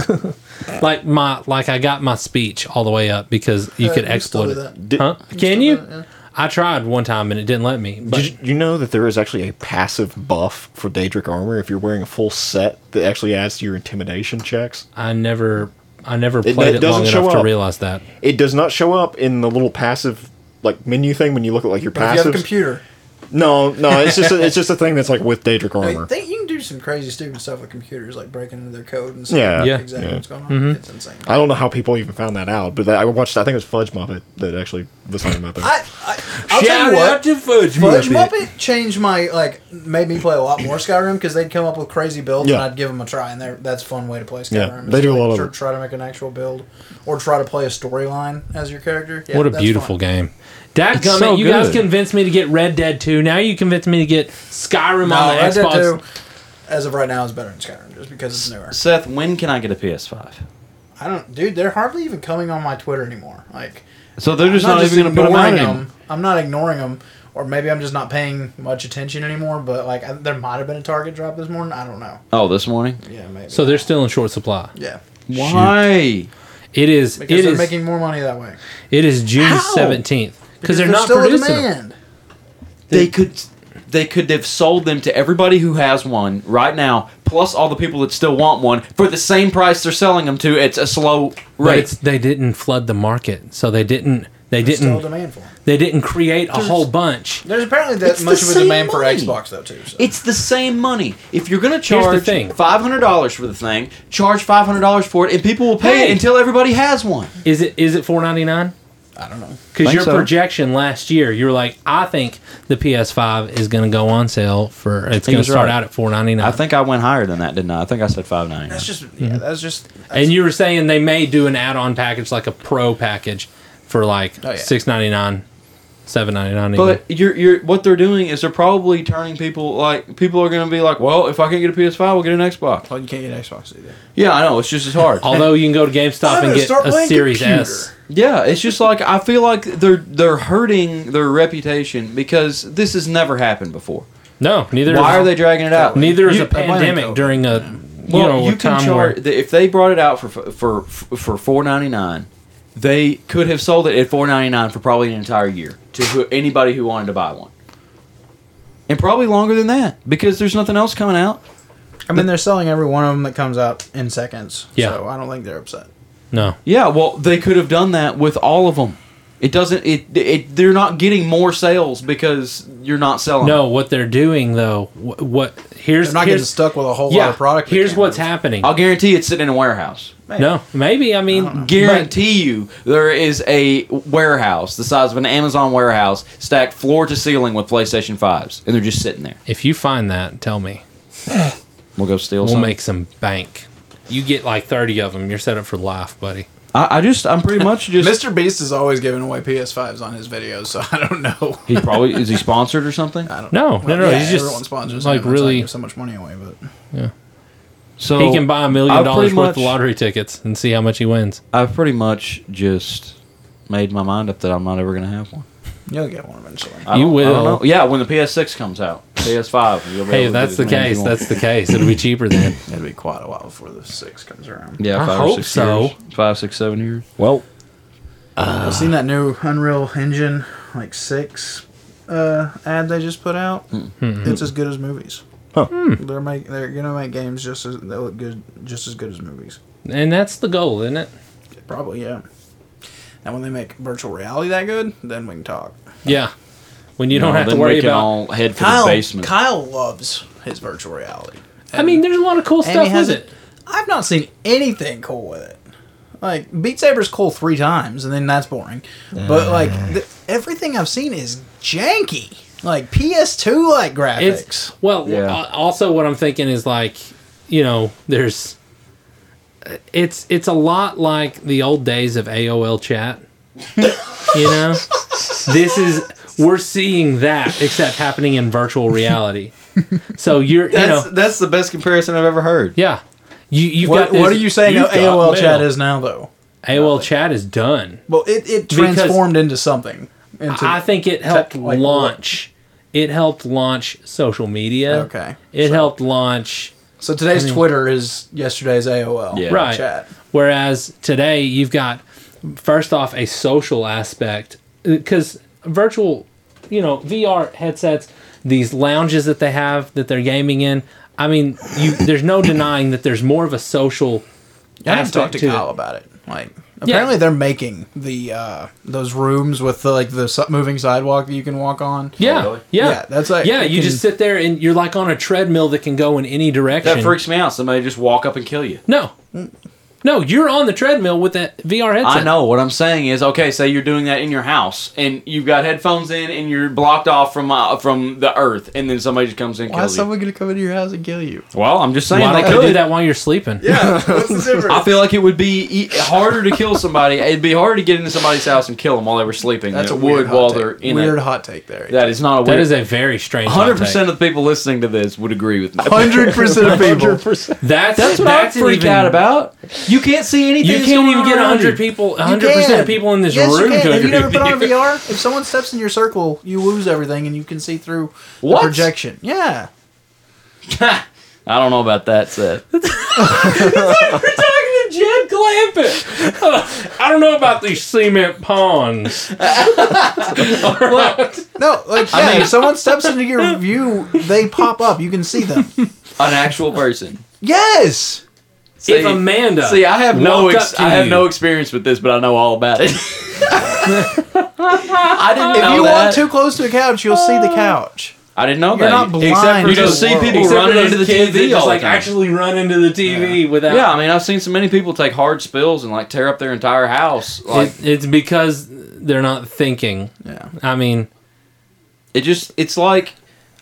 S4: like my like I got my speech all the way up because you
S5: Uh,
S4: could
S5: you can still
S4: exploit
S5: do
S4: it.
S5: that.
S4: Huh? Can you? I tried one time and it didn't let me. But
S6: Did you know that there is actually a passive buff for Daedric armor if you're wearing a full set that actually adds to your intimidation checks?
S4: I never I never
S6: It-
S4: played
S6: it
S4: it, long
S6: doesn't show
S4: enough to
S6: up.
S4: realize that.
S6: It does not show up in the little passive like menu thing when you look at like your
S5: But if you have a
S6: passive.
S5: computer,
S6: No, no, it's just a, it's just a thing that's like with Daedric
S5: I
S6: armor.
S5: mean, think you can do some crazy, stupid stuff with computers, like breaking into their code and stuff.
S6: Yeah,
S4: Yeah. Mm-hmm. Uh,
S5: exactly
S6: yeah.
S5: what's going on. It's insane.
S6: I don't know how people even found that out, but I watched. I think it was Fudge Muppet that actually was talking about that.
S5: I, I, I'll tell you what.
S4: to Fudge
S5: Fudge Muppet changed my like made me play a lot more Skyrim because they'd come up with crazy builds
S6: Yeah.
S5: and I'd give them a try and they're- that's a fun way to play Skyrim.
S6: Yeah,
S5: is
S6: they do a
S5: to,
S6: lot
S5: like,
S6: of
S5: tr-
S6: it.
S5: try to make an actual build or try to play a storyline as your character. Yeah,
S4: what a
S5: that's
S4: beautiful
S5: fun.
S4: game. Dad
S2: It's so
S4: you guys
S2: good.
S4: convinced me to get Red Dead 2. Now you convinced me to get Skyrim
S5: No,
S4: on the
S5: Red Dead
S4: Xbox.
S5: 2, as of right now, is better than Skyrim just because it's newer.
S2: Seth, when can I get a PS5?
S5: I don't, dude. They're hardly even coming on my Twitter anymore. Like,
S2: So they're just
S5: I'm
S2: not, even going to put them out
S5: ignoring
S2: anymore.
S5: 'em. I'm not ignoring them, or maybe I'm just not paying much attention anymore. But like, I, there might have been a Target drop this morning. I don't know.
S2: Oh, this morning?
S5: Yeah, maybe.
S4: So they're still in short supply.
S5: yeah,
S2: Why?
S4: It is
S5: because
S4: it
S5: they're
S4: is
S5: making more money that way.
S4: it is June
S2: How?
S4: seventeenth because they're
S5: There's
S4: not
S5: still a
S4: producing. them.
S5: demand.
S2: They could they could have sold them to everybody who has one right now, plus all the people that still want one for the same price they're selling them to. It's a slow
S4: But
S2: rate.
S4: it's, they didn't flood the market, so they didn't they
S5: There's still a
S4: didn't
S5: demand for. 'em.
S4: they didn't create a whole bunch.
S5: There's apparently that
S2: It's the
S5: much of a
S2: same
S5: demand
S2: money.
S5: for Xbox though too. So.
S2: It's the same money. If you're going to
S4: the
S2: charge
S4: thing.
S2: $500 for the thing, charge $500 for it and people will pay
S4: Hey.
S2: it until everybody has one.
S4: Is it is it four ninety nine?
S5: I don't know.
S4: Because
S2: Think
S4: your
S2: so.
S4: projection last year, you were like, I think the PS five is going to go on sale for it's
S2: He
S4: going to
S2: was
S4: start
S2: right.
S4: out at four ninety
S2: I
S4: nine.
S2: think I went higher than that, didn't I? I think I said 599.
S5: That's just yeah. That's just. That's,
S4: And you were saying they may do an add on package like a pro package for like
S5: Oh, yeah.
S4: six ninety nine, seven ninety nine.
S2: But you're you're what they're doing is they're probably turning people like people are going to be like, well, if I can't get a PS5, we'll get an Xbox.
S5: well, you can't get Xbox either.
S2: Yeah, I know it's just as hard.
S4: Although you can go to GameStop
S5: I'm
S4: and
S5: gonna
S4: get
S5: start
S4: a
S5: playing
S4: Series
S5: computer.
S4: S.
S2: yeah, it's just like I feel like they're they're hurting their reputation because this has never happened before.
S4: No, neither.
S2: Why
S4: is,
S2: are they dragging it out?
S4: Neither is
S2: You-
S4: a
S5: blaming
S4: pandemic
S5: COVID.
S4: during a you
S2: Well, you,
S4: know a
S2: can
S4: time where
S2: charge if they brought it out for for for four ninety nine, they could have sold it at four ninety nine for probably an entire year to who, anybody who wanted to buy one, and probably longer than that because there's nothing else coming out.
S5: I mean, they're selling every one of them that comes out in seconds.
S4: Yeah.
S5: So I don't think they're upset.
S4: no.
S2: Yeah, well, they could have done that with all of them. It doesn't. It, it. They're not getting more sales because you're not selling.
S4: No, what they're doing though, what, what here's
S5: They're not
S4: here's,
S5: getting stuck with a whole
S4: yeah,
S5: lot of product. they
S4: Here's
S5: can't
S4: what's
S5: use.
S4: happening.
S2: I'll guarantee it's sitting in a warehouse.
S4: no, maybe I mean
S2: Guarantee you, there is a warehouse the size of an Amazon warehouse stacked floor to ceiling with PlayStation Fives, and they're just sitting there.
S4: If you find that, tell me.
S2: We'll go steal
S4: We'll
S2: some.
S4: make some bank. You get like thirty of them. You're set up for life, buddy.
S2: I, I just. I'm pretty (laughs) much just.
S5: Mr. Beast is always giving away PS5s on his videos, so (laughs) I don't know.
S2: He probably is he sponsored or (laughs) something.
S5: I don't
S4: No, no, no, he's just,
S5: everyone sponsors
S4: like,
S5: him. That's why
S4: really-
S5: he gives so much money away, but
S2: So
S4: he can buy a million
S2: I've
S4: dollars
S2: pretty
S4: worth of
S2: much-
S4: lottery tickets and see how much he wins.
S2: I've pretty much just made my mind up that I'm not ever gonna have one.
S5: you'll get one eventually.
S2: I don't- I
S4: You
S2: don't
S4: will.
S2: know. Yeah, when the PS6 comes out, PS5. You'll be
S4: Hey,
S2: able to get
S4: if that's the
S2: as many as
S4: case,
S2: you want.
S4: that's the case. It'll be cheaper then.
S5: It'll be quite a while before the six comes around.
S2: yeah.
S4: I
S2: Five or
S4: hope
S2: six
S4: so.
S2: Years. Five, six, seven years.
S6: Well,
S5: I've seen that new Unreal Engine like six uh, ad they just put out.
S2: Hmm.
S5: It's as good as movies.
S6: Huh.
S5: They're make they're gonna make games just as that look good, just as good as movies.
S4: And that's the goal, isn't it?
S5: Probably yeah. And when they make virtual reality that good, then we can talk.
S4: Yeah. When you don't
S2: No,
S4: have to
S2: uh, then
S4: worry
S2: we can
S4: about.
S2: all head for
S5: Kyle
S2: the basement.
S5: Kyle loves his virtual reality.
S4: I mean, there's a lot of cool
S5: And he
S4: stuff with
S5: hasn't-
S4: it.
S5: I've not seen anything cool with it. Like Beat Saber's cool three times, and then that's boring. But like
S4: Mm.
S5: th- everything I've seen is janky, like PS2 like graphics.
S4: It's well.
S2: Yeah.
S4: al- Also, what I'm thinking is like, you know, there's. It's it's a lot like the old days of AOL chat. you know, this is we're seeing that except happening in virtual reality. So you're you
S2: That's,
S4: know
S2: that's the best comparison I've ever heard.
S4: yeah. You, you've
S5: what,
S4: got this,
S5: what are you saying
S4: you've got
S5: AOL chat
S4: mail.
S5: is now though?
S4: AOL chat is done.
S5: Well, it, it
S4: Because-
S5: transformed into something. Into,
S4: I think it helped
S5: like what?
S4: launch. It helped launch social media.
S5: Okay.
S4: It helped launch.
S5: so today's Twitter is yesterday's AOL
S2: Yeah.
S4: Right.
S5: chat.
S4: Whereas today you've got first off a social aspect because virtual, you know, VR headsets, these lounges that they have that they're gaming in. I mean, you there's no denying that there's more of a social
S5: I haven't talked to,
S4: aspect to
S5: Kyle
S4: it.
S5: about it. Like apparently they're making the uh, those rooms with the like the su- moving sidewalk that you can walk on.
S4: Yeah,
S2: really?
S4: yeah,
S5: Yeah, that's like-
S4: yeah.
S5: it
S4: You
S5: can-
S4: just sit there and you're like on a treadmill that can go in any direction.
S2: That freaks me out. Somebody just walk up and kill you.
S4: no, no, you're on the treadmill with that VR headset.
S2: I know. What I'm saying is, okay, say you're doing that in your house, and you've got headphones in, and you're blocked off from uh, from the earth, and then somebody just comes in and
S5: Why is
S2: kills you.
S5: someone gonna come into your house and kill you?
S2: Well, I'm just saying.
S4: Why
S2: they
S4: don't they do
S2: could.
S4: that while you're sleeping?
S5: Yeah, what's the difference?
S2: I feel like it would be e- harder to kill somebody. It'd be harder to get into somebody's house and kill them while they were sleeping.
S5: That's a
S2: than it
S5: weird
S2: would while
S5: hot
S2: they're
S5: take.
S2: in
S5: Weird
S2: a,
S5: hot take there.
S2: That is not a
S4: That
S2: weird.
S4: is a very strange. hot
S2: Hundred
S4: take.
S2: percent of the people listening to this would agree with me.
S5: (laughs) Hundred percent of people.
S6: (laughs)
S4: That's
S2: That's what I
S4: an
S2: freak
S4: even-
S2: out about. You can't see anything.
S4: You
S2: that's
S4: can't
S2: going
S4: even
S2: on
S4: get
S2: around
S4: hundred
S2: you.
S4: people,
S5: You
S4: hundred percent
S5: can.
S4: of people in this
S5: Yes,
S4: room
S5: You can.
S4: to
S5: Have you
S4: agree
S5: never
S4: with
S5: put on a
S4: you.
S5: VR? If someone steps in your circle, you lose everything, and you can see through
S2: What?
S5: the projection. Yeah.
S2: (laughs) I don't know about that, Seth.
S4: We're (laughs) talking to Jed Clampett. (laughs) Uh, I don't know about these cement ponds.
S5: No, like yeah, if someone steps into your view, they pop up. You can see them.
S2: An actual person.
S5: Yes.
S2: See,
S4: if Amanda,
S2: See, I have no,
S4: walked
S2: ex-
S4: up to
S2: I have
S4: you-
S2: no experience with this, but I know all about (laughs) it. I didn't
S5: If
S2: know
S5: you
S2: that.
S5: walk too close to a couch, you'll see the couch.
S2: I didn't know
S5: You're
S2: that.
S5: not blind
S2: Except for
S5: to
S2: you just
S5: the
S2: see
S5: world.
S2: people
S4: except for
S2: running into
S4: those
S2: the
S4: kids that
S2: TV
S4: just
S2: all
S4: like
S2: the time.
S4: actually run into the TV without.
S2: yeah, I mean, I've seen so many people take hard spills and like tear up their entire house. Like it,
S4: It- it's because they're not thinking.
S5: Yeah.
S4: I mean,
S2: just, it's like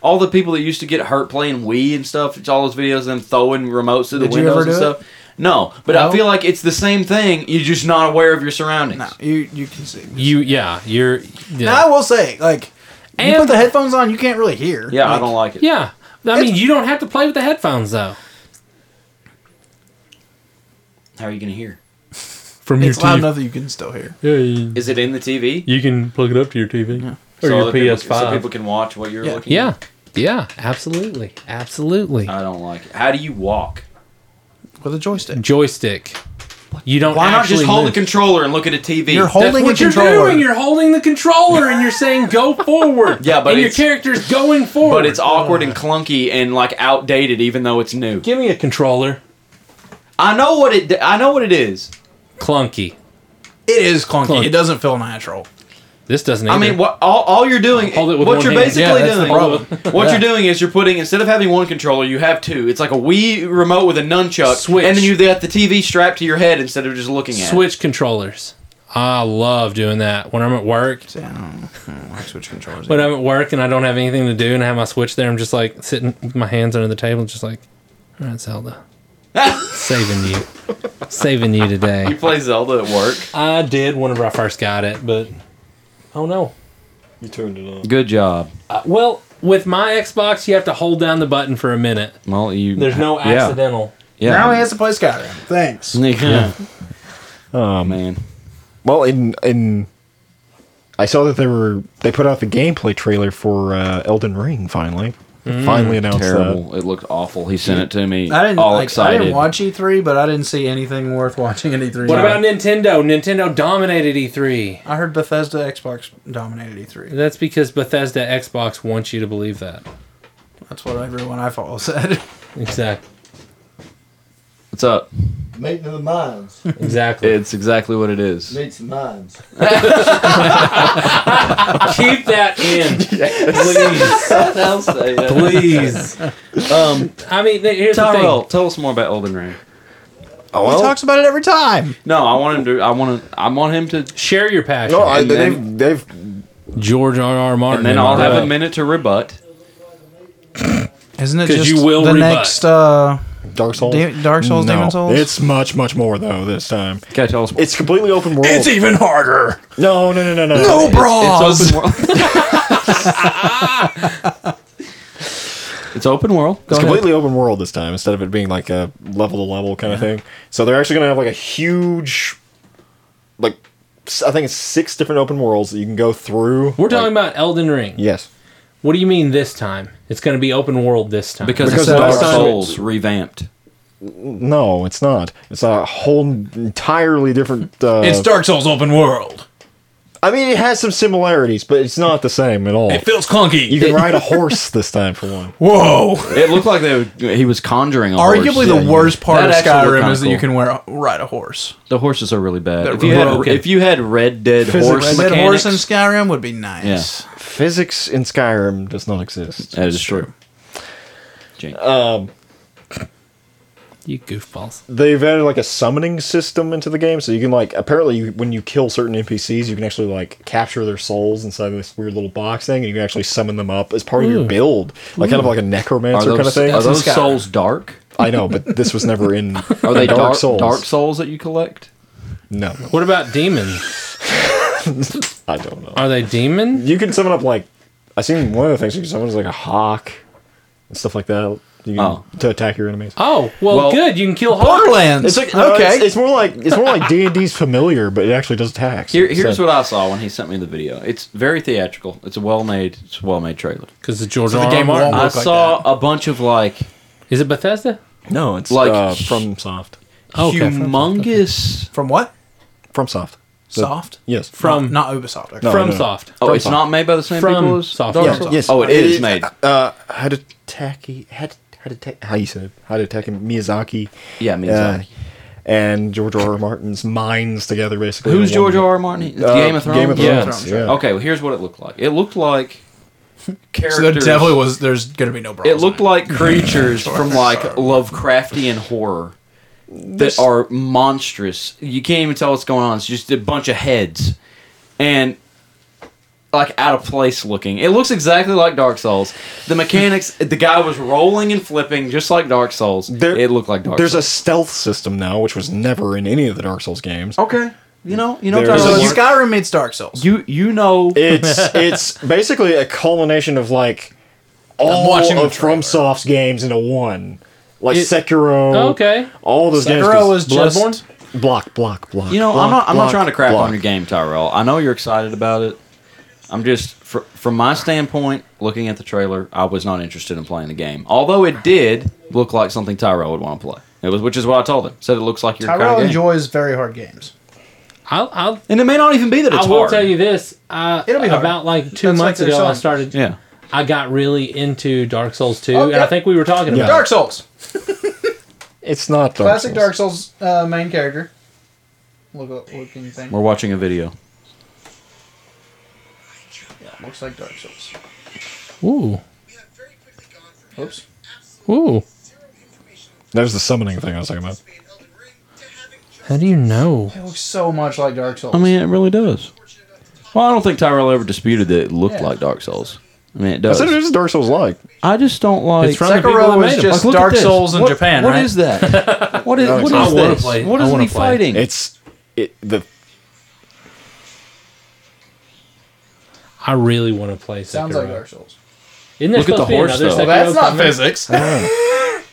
S2: all the people that used to get hurt playing Wii and stuff. It's all those videos of them throwing remotes through the
S5: Did you
S2: windows and
S5: ever do it?
S2: stuff. No, but I
S5: No?
S2: feel like it's the same thing. You're just not aware of your surroundings.
S5: No, you you can see.
S4: you. Yeah, you're. Yeah,
S5: Now I will say, like, you put
S4: And-
S5: the headphones on, you can't really hear.
S2: Yeah, I
S5: Like,
S2: don't like it.
S4: yeah. I mean, you don't have to play with the headphones though.
S2: How are you gonna hear?
S4: From
S5: It's loud enough that you can still hear.
S4: Yeah,
S2: Is it in the TV?
S4: you can plug it up to your TV
S2: so other people- so people can watch what you're
S5: Yeah.
S2: looking.
S4: yeah,
S2: at?
S4: yeah, absolutely, absolutely.
S2: I don't like it. How do you walk?
S5: With a joystick.
S4: Joystick. You don't.
S2: Why not
S4: actually
S2: just hold
S4: move.
S2: the controller and look at a TV?
S5: You're
S4: That's
S5: holding
S4: what
S5: the
S4: you're
S5: controller.
S4: doing. You're holding the controller and you're saying
S5: (laughs)
S4: go forward.
S2: Yeah, but
S4: and your
S2: it's-
S4: character's going forward.
S2: but it's awkward and clunky and like outdated, even though it's new.
S4: Give me a controller.
S2: I know what it. I know what it is.
S4: Clunky.
S5: It is clunky.
S4: Clunky.
S5: It doesn't feel natural.
S4: This doesn't. Either.
S2: I mean, what all, all you're doing,
S4: Hold it with
S2: what
S4: one
S2: you're
S4: hand.
S2: basically
S4: Yeah, that's the
S2: doing,
S4: problem.
S2: what you're doing is you're putting instead of having one controller, you have two. It's like a Wii remote with a nunchuck,
S4: Switch.
S2: and then you got the TV strapped to your head instead of just looking at.
S4: Switch controllers. I love doing that when I'm at work.
S5: See, I don't, Hmm, I don't like Switch controllers.
S4: When I'm at work and I don't have anything to do and I have my Switch there, I'm just like sitting with my hands under the table, just like, all right, (laughs) Zelda, saving you, saving you
S2: It. You
S4: today.
S2: play Zelda at work.
S4: I did whenever I first got it, but oh no.
S7: You turned it on.
S2: Good job.
S4: Uh, well, with my Xbox, you have to hold down the button for a minute.
S2: Well, you
S4: There's no
S2: yeah.
S4: accidental.
S5: Now he
S2: Yeah.
S5: has to play Skyrim. Thanks.
S2: yeah. Oh man.
S6: Well, in in I saw that they were they put out the gameplay trailer for uh, Elden Ring finally. Finally announced that.
S2: terrible. It looked awful. He sent it to me.
S5: I didn't.
S2: all
S5: like,
S2: excited.
S5: I didn't watch E3, but I didn't see anything worth watching E at E3.
S4: What about Nintendo? Nintendo dominated E E3.
S5: I heard Bethesda Xbox dominated E E3.
S4: That's because Bethesda Xbox wants you to believe that.
S5: That's what everyone I follow said. (laughs)
S4: Exactly.
S2: What's up?
S8: Meeting of the minds.
S4: Exactly.
S2: It's exactly what it is.
S5: (laughs)
S8: Meets the minds.
S4: Keep that in,
S2: I'll say that.
S4: please.
S2: (laughs) Um,
S4: I mean, th- here's
S2: Tyrell, tell us more about Elden Ring.
S6: Oh,
S5: he talks about it every time.
S2: No, I want him to. I want to. I want him to.
S4: the thing. Share your passion.
S6: no, I,
S2: And then-
S6: they've, they've
S4: George R. R. Martin.
S2: And then I'll have a
S4: Right.
S2: minute to rebut.
S5: Isn't it
S4: 'Cause
S5: just
S4: you will
S5: the
S4: rebut.
S5: next uh,
S6: Dark Souls.
S5: Da- Dark Souls,
S6: no,
S5: Demon Souls?
S6: It's much much more though this time.
S2: Okay, tell us more.
S6: It's completely open world.
S5: even harder.
S6: no, no, no, no, no.
S5: No bras.
S2: It's open world. (laughs) it's open world. Go
S6: It's
S2: ahead.
S6: completely open world this time instead of it being like a level to level kind of thing. So they're actually going to have like a huge, like s- I think it's six different open worlds that you can go through.
S4: We're talking about Elden Ring.
S6: Yes.
S4: What do you mean this time? It's going to be open world this time.
S2: because,
S6: Because
S2: it's Dark
S6: last time-
S2: Souls revamped.
S6: No, it's not. It's a whole n- entirely different. Uh,
S5: Dark Souls open world.
S6: I mean, it has some similarities, but it's not the same at all.
S5: feels clunky.
S6: You
S2: (laughs)
S6: can ride a horse this time for one.
S5: Whoa.
S2: It looked like they would, he was conjuring. A
S5: Arguably
S2: horse.
S5: the worst part
S2: That
S5: of
S2: actually looked
S5: Skyrim
S2: kinda
S5: is that you
S2: cool.
S5: can wear ride a horse.
S2: The horses are really bad.
S5: They're
S2: If you, had,
S5: broken.
S2: if you had Red Dead horse
S5: Red Dead
S2: mechanics,
S5: horse in Skyrim would be nice.
S6: Physics in Skyrim does not exist.
S2: that is true. Jink.
S4: you goofballs.
S6: They've added like a summoning system into the game, so you can like apparently you, when you kill certain NPCs, you can actually like capture their souls inside this weird little box thing, and you can actually summon them up as part of your build, like kind of like a
S2: are
S6: necromancer
S2: those,
S6: kind of thing.
S2: are those
S5: Skyrim.
S2: souls dark?
S6: I know, but this was never in.
S2: (laughs) Are they dark, dark souls?
S6: Dark
S2: that you collect?
S6: No,
S4: What about demons?
S6: I don't know.
S4: Are they demon?
S6: You can summon up like I seen one of the things you can summon is like a hawk and stuff like that. You can,
S2: Oh.
S6: to attack your enemies.
S4: Oh, well,
S2: Well-
S4: good. You can kill hawks.
S5: Borderlands.
S6: It's like okay,
S5: okay.
S6: it's, it's more like it's more like D and D's familiar, but it actually does attacks.
S2: Here, here's
S6: So-
S2: what I saw when he sent me the video. It's very theatrical. It's a well made, it's a well made trailer.
S4: Because the George
S5: the
S4: R. R.
S5: game
S4: Martin.
S5: won't-
S2: I
S5: Look like
S2: saw a bunch of like
S4: Is it Bethesda?
S6: No, it's
S2: Like-
S6: like uh, from soft.
S4: Oh, Okay, from-
S2: humongous.
S5: From what?
S6: From soft.
S5: Soft?
S6: Yes.
S4: From
S5: Not Ubisoft. actually.
S6: No,
S4: from
S6: no, no.
S4: Soft.
S2: Oh,
S6: From
S2: it's
S6: Soft.
S2: not made by the same
S4: From
S2: people as
S4: Soft.
S2: Dark
S4: Yeah,
S2: Souls?
S6: yes.
S2: Oh, it
S6: It
S2: is
S6: is-
S2: made.
S6: Uh, Hidetaki, Hid- Hidetaki, how you say it? Hidetaki Miyazaki.
S2: Yeah,
S6: Uh,
S2: Miyazaki.
S6: and George R. R. Martin's minds together, basically.
S2: Who's
S6: in
S2: George
S6: one-
S2: R. R. Martin? It's
S6: Uh,
S2: Game of Thrones.
S6: Game of
S5: Yeah.
S6: Thrones.
S5: Thrones,
S6: yeah.
S2: Okay, well, here's what it looked like. It looked (laughs) like
S5: So there
S2: characters.
S5: definitely was. There's gonna be no bras.
S2: it looked
S5: on
S2: like creatures from like Lovecraftian horror that are monstrous. You can't even tell what's going on. It's just a bunch of heads and like out of place looking. It looks exactly like Dark Souls. The mechanics, the guy was rolling and flipping just like Dark Souls.
S6: There-
S2: it looked like Dark
S6: There's a
S2: Souls.
S6: stealth system now, which was never in any of the Dark Souls games.
S2: okay. You know, you know,
S6: There's
S2: Dark
S5: So
S2: Souls.
S6: a-
S5: Skyrim meets Dark Souls.
S2: you you know
S6: It's
S2: (laughs)
S6: it's basically a culmination of like all
S5: watching the
S6: of
S5: trailer.
S6: FromSoft's games into one, like
S4: It-
S6: Sekiro.
S5: Oh.
S4: okay.
S6: all those games.
S5: Sekiro was
S6: Blood-
S5: just-
S4: Bloodborne?
S6: block, block, block.
S2: You know,
S6: block,
S2: I'm not. I'm not
S6: block,
S2: trying to crap
S6: block.
S2: on your game, Tyrell. I know you're excited about it. I'm just, fr- from my standpoint, looking at the trailer, I was not interested in playing the game. Although it did look like something Tyrell would want to play. It was, which is what I told him. Said it looks like your kind of
S5: Tyrell
S2: game.
S5: enjoys very hard games.
S4: I'll, I'll,
S2: and it may not even be that it's
S4: I will
S2: hard.
S4: tell you this. Uh,
S5: It'll be hard.
S4: about like two
S5: That's like
S4: months
S5: their
S4: ago, I
S5: song.
S4: started.
S2: Yeah.
S4: I got really into Dark Souls 2,
S5: Oh,
S4: and I
S5: yeah.
S4: think we were talking about
S5: Dark Souls.
S6: It's not Dark
S5: Classic
S6: Souls.
S5: Dark Souls uh, main character. Look, looking thing.
S2: We're watching a video.
S5: Looks like Dark Souls.
S4: Ooh.
S5: Oops.
S4: Ooh.
S6: There's the summoning thing I was talking about.
S4: How do you know?
S5: It looks so much like Dark Souls.
S2: I mean, it really does. Well, I don't think Tyrell ever disputed that it looked
S5: Yeah.
S2: like Dark Souls. I mean, it
S6: I said it
S2: does.
S6: is Dark Souls like.
S2: I just don't like.
S9: It's from the people that
S5: Sekiro
S9: made
S5: is
S9: them.
S2: Like,
S5: just
S2: look at
S5: Dark
S2: this.
S5: Souls in
S2: What-
S5: Japan,
S2: What
S5: right?
S2: is that? What is, what
S9: I
S2: is
S9: wanna
S2: this?
S9: play it.
S2: What
S9: I
S2: is
S9: wanna
S2: he
S9: play it.
S2: fighting?
S6: It's it the
S4: I really want to play Sekiro.
S5: Sounds like Dark Souls.
S4: Isn't there
S2: Look at
S4: supposed
S2: the
S4: to be
S2: horse,
S4: another
S2: though.
S4: Sekiro
S2: Well,
S5: that's not
S4: coming?
S5: physics.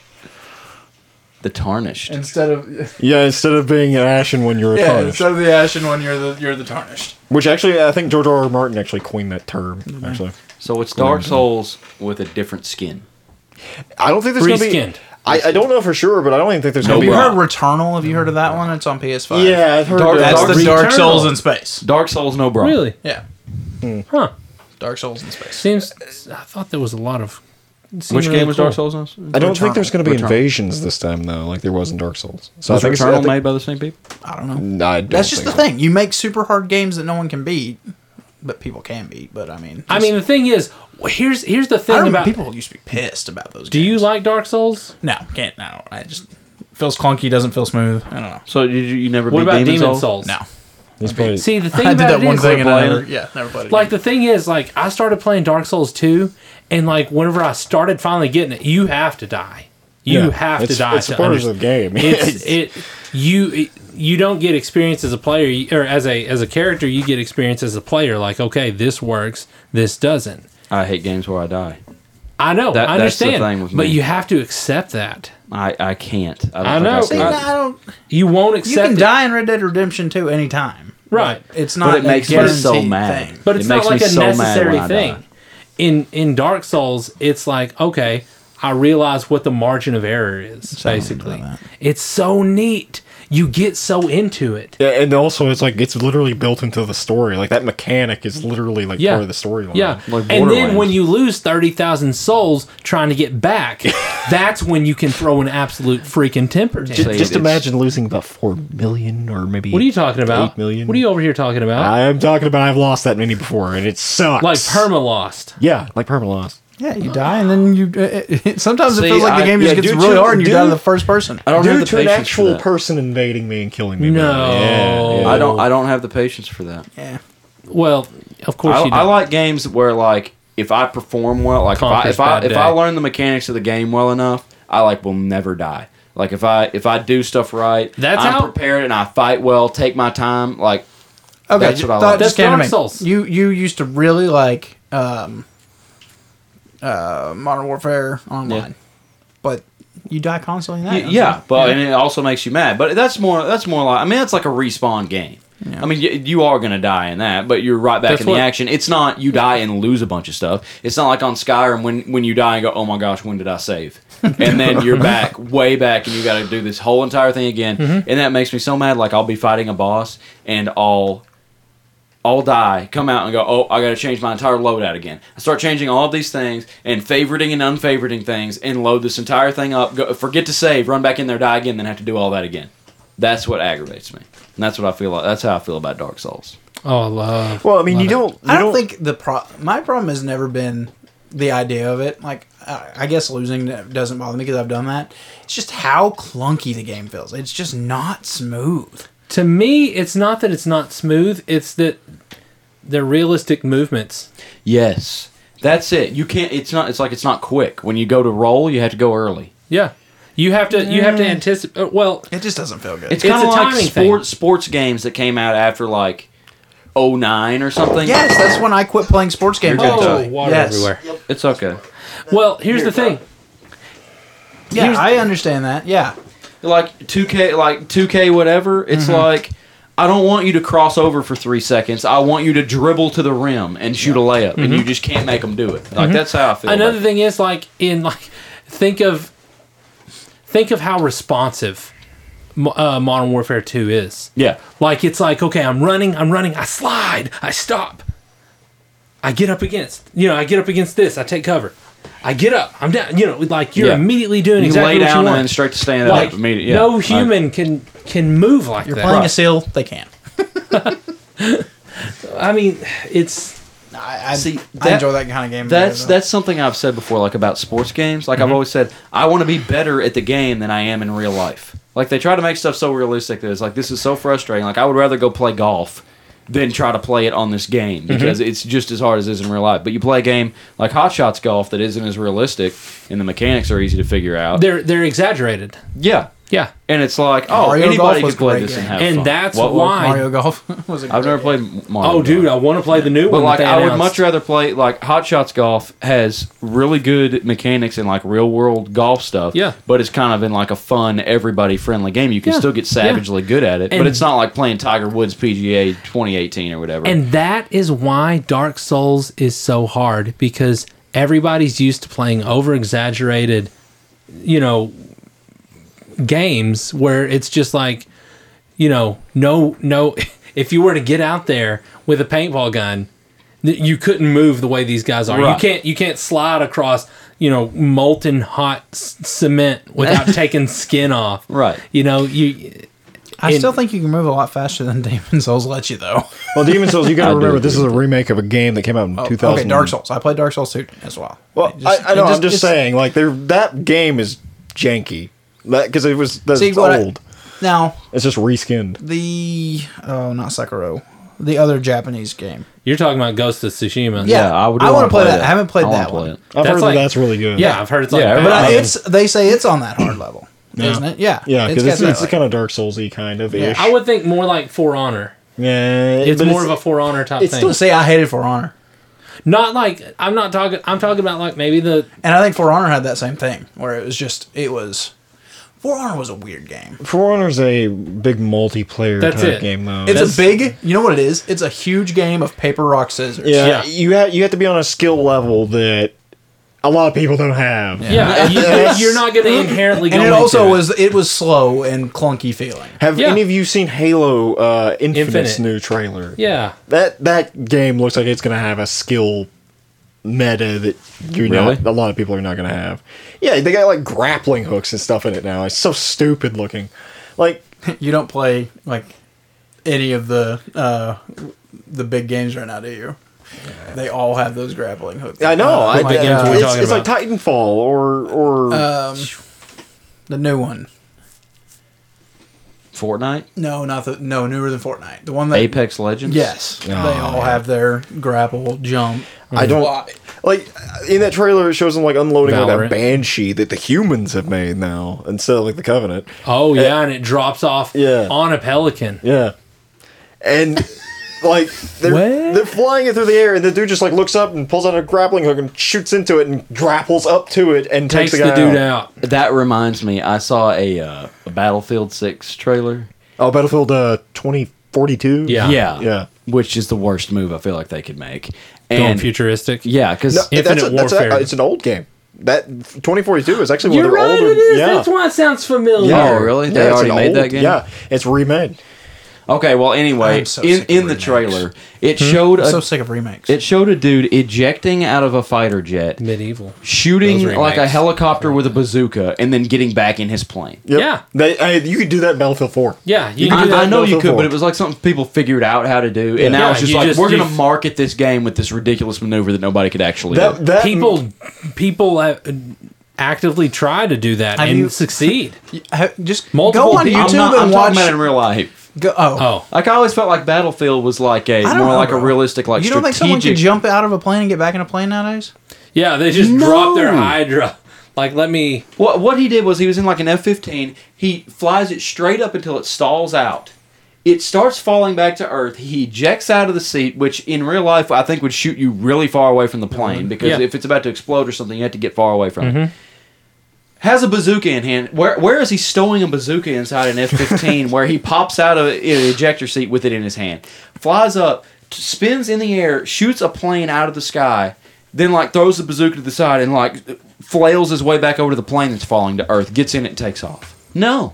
S2: the tarnished.
S5: instead of (laughs)
S6: yeah. Instead of being an ashen one, you're a
S5: yeah,
S6: tarnished.
S5: instead of the ashen one, you're the you're the tarnished.
S6: Which actually, I think George R. R. Martin actually coined that term.
S2: Mm-hmm.
S6: Actually,
S2: So it's Dark Souls with a different skin.
S6: I don't think there's gonna be.
S4: Free-skinned.
S6: I, I don't know for sure, but I don't even think there's
S5: Have
S6: gonna
S5: you
S6: be.
S5: heard Returnal? Have you heard of that one? It's on PS5.
S6: Yeah, I've heard
S2: Dark-
S6: that.
S5: that's the Dark
S2: Returnal.
S5: Souls in space.
S2: Dark Souls, no bra.
S4: Really?
S5: Yeah,
S4: Huh.
S5: Dark Souls in space.
S4: Seems. I thought there was a lot of. it seemed
S2: Which
S4: really
S2: game was
S4: cool.
S2: Dark Souls? on?
S6: I don't think there's going to be
S2: Returnal.
S6: invasions this time though, like there was in Dark Souls. So
S2: Was
S6: I think it's- I
S2: Returnal
S6: think-
S2: made by the same people?
S5: I don't know.
S6: No, I don't
S5: That's just the
S6: think so.
S5: thing. You make super hard games that no one can beat, but people can beat. But I mean,
S4: I mean, the thing is, here's here's the
S5: I
S4: thing
S5: remember
S4: about.
S5: people used to be pissed about those.
S4: do you like Dark Souls?
S5: No, can't. No, I just feels clunky. Doesn't feel smooth. I don't know.
S2: So you, you never
S4: What
S2: beat
S4: about
S2: Demon
S4: Demon
S2: Souls?
S4: Souls?
S5: No,
S6: He's probably-
S4: See,
S5: (laughs)
S4: the thing
S5: I did
S4: about
S5: that
S4: it
S5: one
S4: is-
S5: thing and I never,
S2: it.
S5: yeah, never played it.
S4: like
S5: again.
S4: the thing is like i started playing dark souls 2 and like whenever i started finally getting it you have to die you
S6: Yeah,
S4: have to
S6: it's-
S4: die
S6: It's
S4: to
S6: part of the
S4: understand.
S6: game.
S4: (laughs) it's it you it, you don't get experience as a player you- or as a as a character you get experience as a player like okay this works this doesn't
S2: I hate games where I die.
S4: i know
S2: That-
S4: i
S2: that's the
S4: understand
S2: thing with
S4: but
S2: me.
S4: you have to accept that
S2: I, I can't. I, don't
S4: I
S2: think
S4: know.
S2: could.
S5: See, no, I don't.
S4: you won't
S5: You
S4: accept
S5: can
S4: it.
S5: die in Red Dead Redemption 2 anytime.
S4: Right.
S5: But It's not.
S2: but it makes
S5: a
S2: me so
S5: guaranteed
S2: mad.
S5: Thing.
S4: But it's
S2: it
S4: not
S2: makes
S4: like
S2: me
S4: a
S2: so mad when
S4: necessary
S2: I
S4: thing.
S2: die.
S4: In in Dark Souls, it's like okay, I realize what the margin of error is. basically, it's so neat. You get so into it.
S6: Yeah, and also it's like it's literally built into the story. Like that mechanic is literally like
S4: Yeah,
S6: part of the storyline.
S4: yeah.
S2: Like
S4: and then
S2: Borderlands.
S4: when you lose thirty thousand souls trying to get back, that's when you can throw an absolute freaking temper tantrum.
S2: Say
S6: Just
S2: it's-
S6: imagine losing about four million or maybe
S4: What are you talking about?
S6: Eight million.
S4: What are you over here talking about?
S6: I am talking about. I've lost that many before, and it sucks.
S4: like perma lost.
S6: Yeah, like perma loss.
S5: Yeah, you die and then you. uh, It, it, sometimes
S2: See,
S5: it feels like
S2: I-
S5: the game just
S6: yeah,
S5: gets
S6: due
S5: really
S6: to-
S5: hard and you
S6: due-
S5: die to the first person.
S2: I don't
S6: Due
S2: have the
S6: to an
S2: patience for
S6: actual
S2: that.
S6: person invading me and killing me.
S4: No.
S6: Yeah, yeah.
S2: I don't. I don't have the patience for that.
S5: Yeah.
S4: Well, of course
S2: I,
S4: you.
S2: I
S4: don't.
S2: like games where like if I perform well, like if I
S4: Conquer's
S2: if I,
S4: Bad
S2: if I
S4: Day.
S2: learn the mechanics of the game well enough, I like will never die. Like if I if I do stuff right,
S4: That's
S2: I'm
S4: how-
S2: prepared and I fight well, take my time. Like
S5: Okay,
S2: That's
S5: ju-
S2: what I
S5: thought
S2: like.
S5: just
S4: That's
S5: came to
S4: Dark
S5: me.
S4: Souls.
S5: You you used to really like um, uh, Modern Warfare online, but you die constantly. In that
S2: y-
S5: I'm
S2: yeah,
S5: sorry.
S2: but and it also makes you mad. But that's more that's more like I mean that's like a respawn game. I mean, you, you are going to die in that, but you're right back
S4: That's
S2: in the
S4: what-
S2: action. It's not you die and lose a bunch of stuff. It's not like on Skyrim when, when you die and go, oh my gosh, when did I (laughs) save? And then you're back, way back, and you got to do this whole entire thing again. And that makes me so mad. Like, I'll be fighting a boss and I'll I'll die, come out and go, oh, I got to change my entire loadout again. I start changing all of these things and favoriting and unfavoriting things and load this entire thing up, go, forget to save, run back in there, die again, then have to do all that again. That's what aggravates me. And that's what I feel like. That's how I feel about Dark Souls.
S4: oh, I love.
S6: Well, I mean,
S4: love
S6: you
S4: it.
S6: don't. You
S5: I don't think the pro. My problem has never been the idea of it. Like I, I guess losing doesn't bother me because I've done that. It's just how clunky the game feels. It's just not smooth.
S4: to me it's not that it's not smooth it's that they're realistic movements
S2: Yes. That's it. You can't, it's not, it's like it's not quick. When you go to roll, you have to go early.
S4: yeah you have to you have to anticipate well
S5: It just doesn't feel good.
S2: It's
S4: It's
S2: kind of
S4: a
S2: like
S4: timing
S2: sport, sports games that came out after like 09 or something.
S5: yes, that's when I quit playing sports games.
S2: You're good,
S5: actually.
S6: Oh,
S2: Charlie.
S4: water
S5: yes.
S4: everywhere
S2: It's okay.
S4: oh, well here's the thing
S5: Yeah,
S4: Here's-
S5: I understand that. Yeah.
S2: like 2K, like 2K, whatever. It's
S4: Mm-hmm.
S2: like I don't want you to cross over for three seconds. I want you to dribble to the rim and shoot a layup, and
S4: Mm-hmm.
S2: you just can't make them do it. Like that's how I feel. about
S4: another
S2: it.
S4: thing is like in like think of think of how responsive Mo- uh, modern warfare 2 is
S2: yeah,
S4: Like it's like, okay, I'm running, I'm running, I slide, I stop. I get up against, you know, I get up against this, I take cover. I get up, I'm down, you know, like you're
S2: Yeah.
S4: immediately doing
S2: you
S4: exactly
S2: lay
S4: what you
S2: down
S4: want.
S2: and then straight to stand
S4: like,
S2: up immediately. Yeah.
S4: No
S2: Like,
S4: human can can move like
S5: You're
S4: that.
S5: playing a seal, they can.
S4: I mean, it's
S5: I, I
S2: See,
S5: I
S2: that-
S5: enjoy that kind of game.
S2: That's
S5: though.
S2: that's something I've said before, like about sports games. Like I've always said, I want to be better at the game than I am in real life. Like they try to make stuff so realistic that it's like this is so frustrating. Like I would rather go play golf than try to play it on this game because it's just as hard as it is in real life. But you play a game like Hot Shots Golf that isn't as realistic, and the mechanics are easy to figure out.
S4: They're they're exaggerated.
S2: yeah,
S4: Yeah.
S2: and it's like oh
S5: Mario Golf
S2: anybody
S5: was
S2: can
S5: a
S2: play
S5: great
S2: this and
S5: game.
S2: have
S4: And
S2: fun.
S4: that's
S2: What was-
S4: why-
S5: Mario Golf (laughs) was a
S2: I've
S5: great
S2: never played Mario.
S4: Oh, dude,
S2: Golf.
S4: I want to play the new
S2: But
S4: one.
S2: like,
S4: that they
S2: I would
S4: announced.
S2: much rather play like Hot Shots Golf has really good mechanics and like real world golf stuff.
S4: Yeah.
S2: but it's kind of in like a fun, everybody friendly game. You can
S4: Yeah,
S2: still get savagely good at it, but
S4: And-
S2: it's not like playing Tiger Woods PGA 2018 or whatever.
S4: And that is why Dark Souls is so hard because everybody's used to playing over exaggerated, you know, games where it's just like, you know, no, no. (laughs) If you were to get out there with a paintball gun, th- you couldn't move the way these guys are.
S2: Right.
S4: You can't, you can't slide across, you know, molten hot s-
S2: (laughs)
S4: cement without taking skin off.
S2: Right.
S4: You know, you.
S5: I
S4: in-
S5: still think you can move a lot faster than (laughs) Demon Souls lets you, though.
S6: Well, Demon Souls, you got
S2: I
S6: to
S2: do
S6: remember
S2: agree
S6: this is a remake of a game that came out in
S5: Oh,
S6: 2000.
S5: Okay, Dark Souls. I played Dark Souls 2 as well.
S6: Well,
S5: It just-
S6: I, I know.
S5: it
S6: I'm just
S5: it's-
S6: saying, like, they're, that game is janky because it was that's
S5: See, what I-
S6: old.
S5: Now,
S6: it's just reskinned.
S5: the. Oh, not Sekiro. The other Japanese game.
S4: You're talking about Ghost of Tsushima.
S5: Yeah, I
S2: do
S5: wanna
S2: wanna
S5: play that. I haven't played
S2: wanna
S5: that
S2: play
S5: one.
S2: it.
S6: I've
S4: That's
S6: heard
S4: like-
S6: that that's really good.
S4: Yeah, I've heard it's like
S2: Yeah,
S4: that.
S5: But
S2: I
S5: I,
S2: mean-
S5: Uh, it's they say it's on that hard level, isn't it? Yeah.
S6: Um, yeah, because
S5: got
S6: it's,
S5: that,
S6: it's,
S5: like-
S6: kind of Dark Soulsy kind of ish.
S4: I would think more like For Honor.
S6: Yeah,
S4: It's
S6: but
S4: more of a For Honor type
S5: It's
S4: thing.
S5: still say I hated For Honor,
S4: not like I'm not talking. I'm talking about like maybe the
S5: and I think For Honor had that same thing where it was just it was. For Honor was a weird game.
S6: For Honor's a big multiplayer
S4: That's
S6: type
S4: it.
S6: game though.
S5: It's a big, you know what it is? It's a huge game of paper, rock, scissors.
S6: yeah,
S4: yeah.
S6: You have you have to be on a skill level that a lot of people don't have.
S4: yeah. (laughs)
S6: (laughs) Yes.
S4: you, are not going to inherently.
S5: and
S4: go
S5: it
S4: into
S5: also was it was slow and clunky feeling. (laughs)
S6: Have
S4: Yeah.
S6: any of you seen Halo uh, Infinite's
S4: Infinite.
S6: new trailer?
S4: Yeah,
S6: That that game looks like it's gonna have a skill meta that you're
S2: Really?
S6: not a lot of people are not gonna have. Yeah, they got like grappling hooks and stuff in it now. It's so stupid looking. Like
S5: You don't play like any of the uh, the big games right now, do you? They all have those grappling hooks.
S6: I know, I, uh,
S5: my Uh, games we're
S6: it's,
S4: talking
S6: it's like Titanfall or or
S5: um, the new one.
S2: Fortnite,
S5: No, not the no newer than Fortnite. The one that
S2: Apex Legends.
S5: Yes, they
S6: Oh,
S5: all have their grapple jump.
S4: Mm-hmm.
S6: I don't
S5: Why?
S6: like in that trailer. It shows them like unloading like,
S4: Valorant.
S6: that banshee that the humans have made now instead of like the covenant.
S4: oh yeah, and it drops off
S6: Yeah.
S4: on a pelican.
S6: Yeah, and (laughs) like they're
S4: What?
S6: they're flying it through the air, and the dude just like looks up and pulls out a grappling hook and shoots into it and grapples up to it and
S4: Takes
S6: takes,
S4: the,
S6: guy
S4: dude
S6: out.
S4: out.
S2: that reminds me. I saw a, uh, a Battlefield Six trailer.
S6: Oh, Battlefield uh, twenty forty two.
S4: Yeah.
S2: yeah,
S6: Yeah.
S2: which is the worst move I feel like they could make.
S4: Going
S2: And
S4: futuristic.
S2: yeah, because
S6: No,
S4: Infinite
S6: that's a, that's a-
S4: Warfare.
S6: it's an old game. That twenty forty two is actually one
S4: you're
S6: of their
S4: right.
S6: older.
S4: It is.
S6: Yeah.
S4: That's why it sounds familiar.
S2: Yeah. Oh, really? They
S6: it's
S2: already
S6: an
S2: made that game?
S6: Yeah, it's remade.
S2: Okay, well, anyway,
S5: I'm so
S2: in,
S5: sick of
S2: in the
S5: remakes.
S2: trailer, it
S4: Hmm?
S2: showed
S5: I'm
S2: a,
S5: so sick of remakes.
S2: it showed a dude ejecting out of a fighter jet,
S4: Medieval.
S2: shooting
S4: Those
S2: like a
S4: remakes.
S2: helicopter with a bazooka, and then getting back in his plane.
S6: Yep.
S4: Yeah.
S6: they, I, you could do that in Battlefield Four.
S4: Yeah, you can
S2: I,
S4: do that.
S2: I know you
S6: Battlefield
S2: could, but
S6: 4.
S2: it was like something people figured out how to do, and now
S4: Yeah,
S2: it's just
S4: you
S2: like
S4: just-
S2: we're
S4: you-
S2: going to market this game with this ridiculous maneuver that nobody could actually do.
S6: That, that
S4: people people uh, actively try to do that
S5: Have
S4: and
S5: you-
S4: succeed.
S5: Ha- just
S4: Multiple
S5: go on
S4: people-
S5: YouTube
S2: I'm not. I'm
S5: and
S2: talking about
S5: watch.
S2: in real life.
S5: Go, oh,
S4: Oh,
S2: Like I always felt like Battlefield was like a
S5: I
S2: more
S5: don't know,
S2: like
S5: bro.
S2: a realistic, like
S5: you don't think
S2: strategic.
S5: someone can jump out of a plane and get back in a plane nowadays?
S4: yeah, they just drop their
S2: No.
S4: Hydra. Like, let me.
S2: What what he did was he was in like an F fifteen. He flies it straight up until it stalls out. It starts falling back to Earth. He ejects out of the seat, which in real life I think would shoot you really far away from the plane because
S4: Yeah.
S2: if it's about to explode or something, you have to get far away from it. Has a bazooka in hand. Where where is he stowing a bazooka inside an F fifteen? where he pops out of an ejector seat with it in his hand, flies up, t- spins in the air, shoots a plane out of the sky, then like throws the bazooka to the side and like flails his way back over to the plane that's falling to Earth. Gets in it, and takes off. No,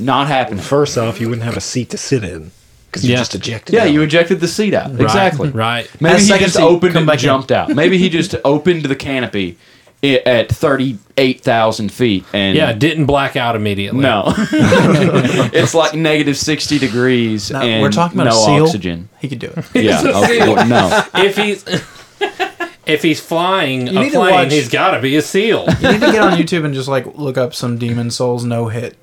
S2: not happening.
S6: First off, you wouldn't have a seat to sit in because you
S4: Yeah.
S6: just ejected.
S2: Yeah,
S6: out.
S2: you ejected the seat out. Exactly.
S4: Right.
S2: Maybe
S5: Has
S2: he
S5: second
S2: just
S5: seat
S2: opened
S5: come
S2: and
S5: back in.
S2: jumped out. Maybe he just opened the canopy i- at 30
S9: eight thousand feet, and
S4: Yeah, it didn't black out immediately.
S9: no, (laughs) it's like negative sixty degrees,
S5: Now,
S9: and
S5: we're talking about
S9: no
S5: a seal.
S9: (laughs) oxygen.
S5: He could do it.
S9: Yeah, okay, well, no.
S4: If he's (laughs) if he's flying
S5: You
S4: a
S5: need to
S4: plane,
S5: watch-
S4: he's got to be a seal.
S5: You need to get on YouTube and just like look up some Demon Souls no hit.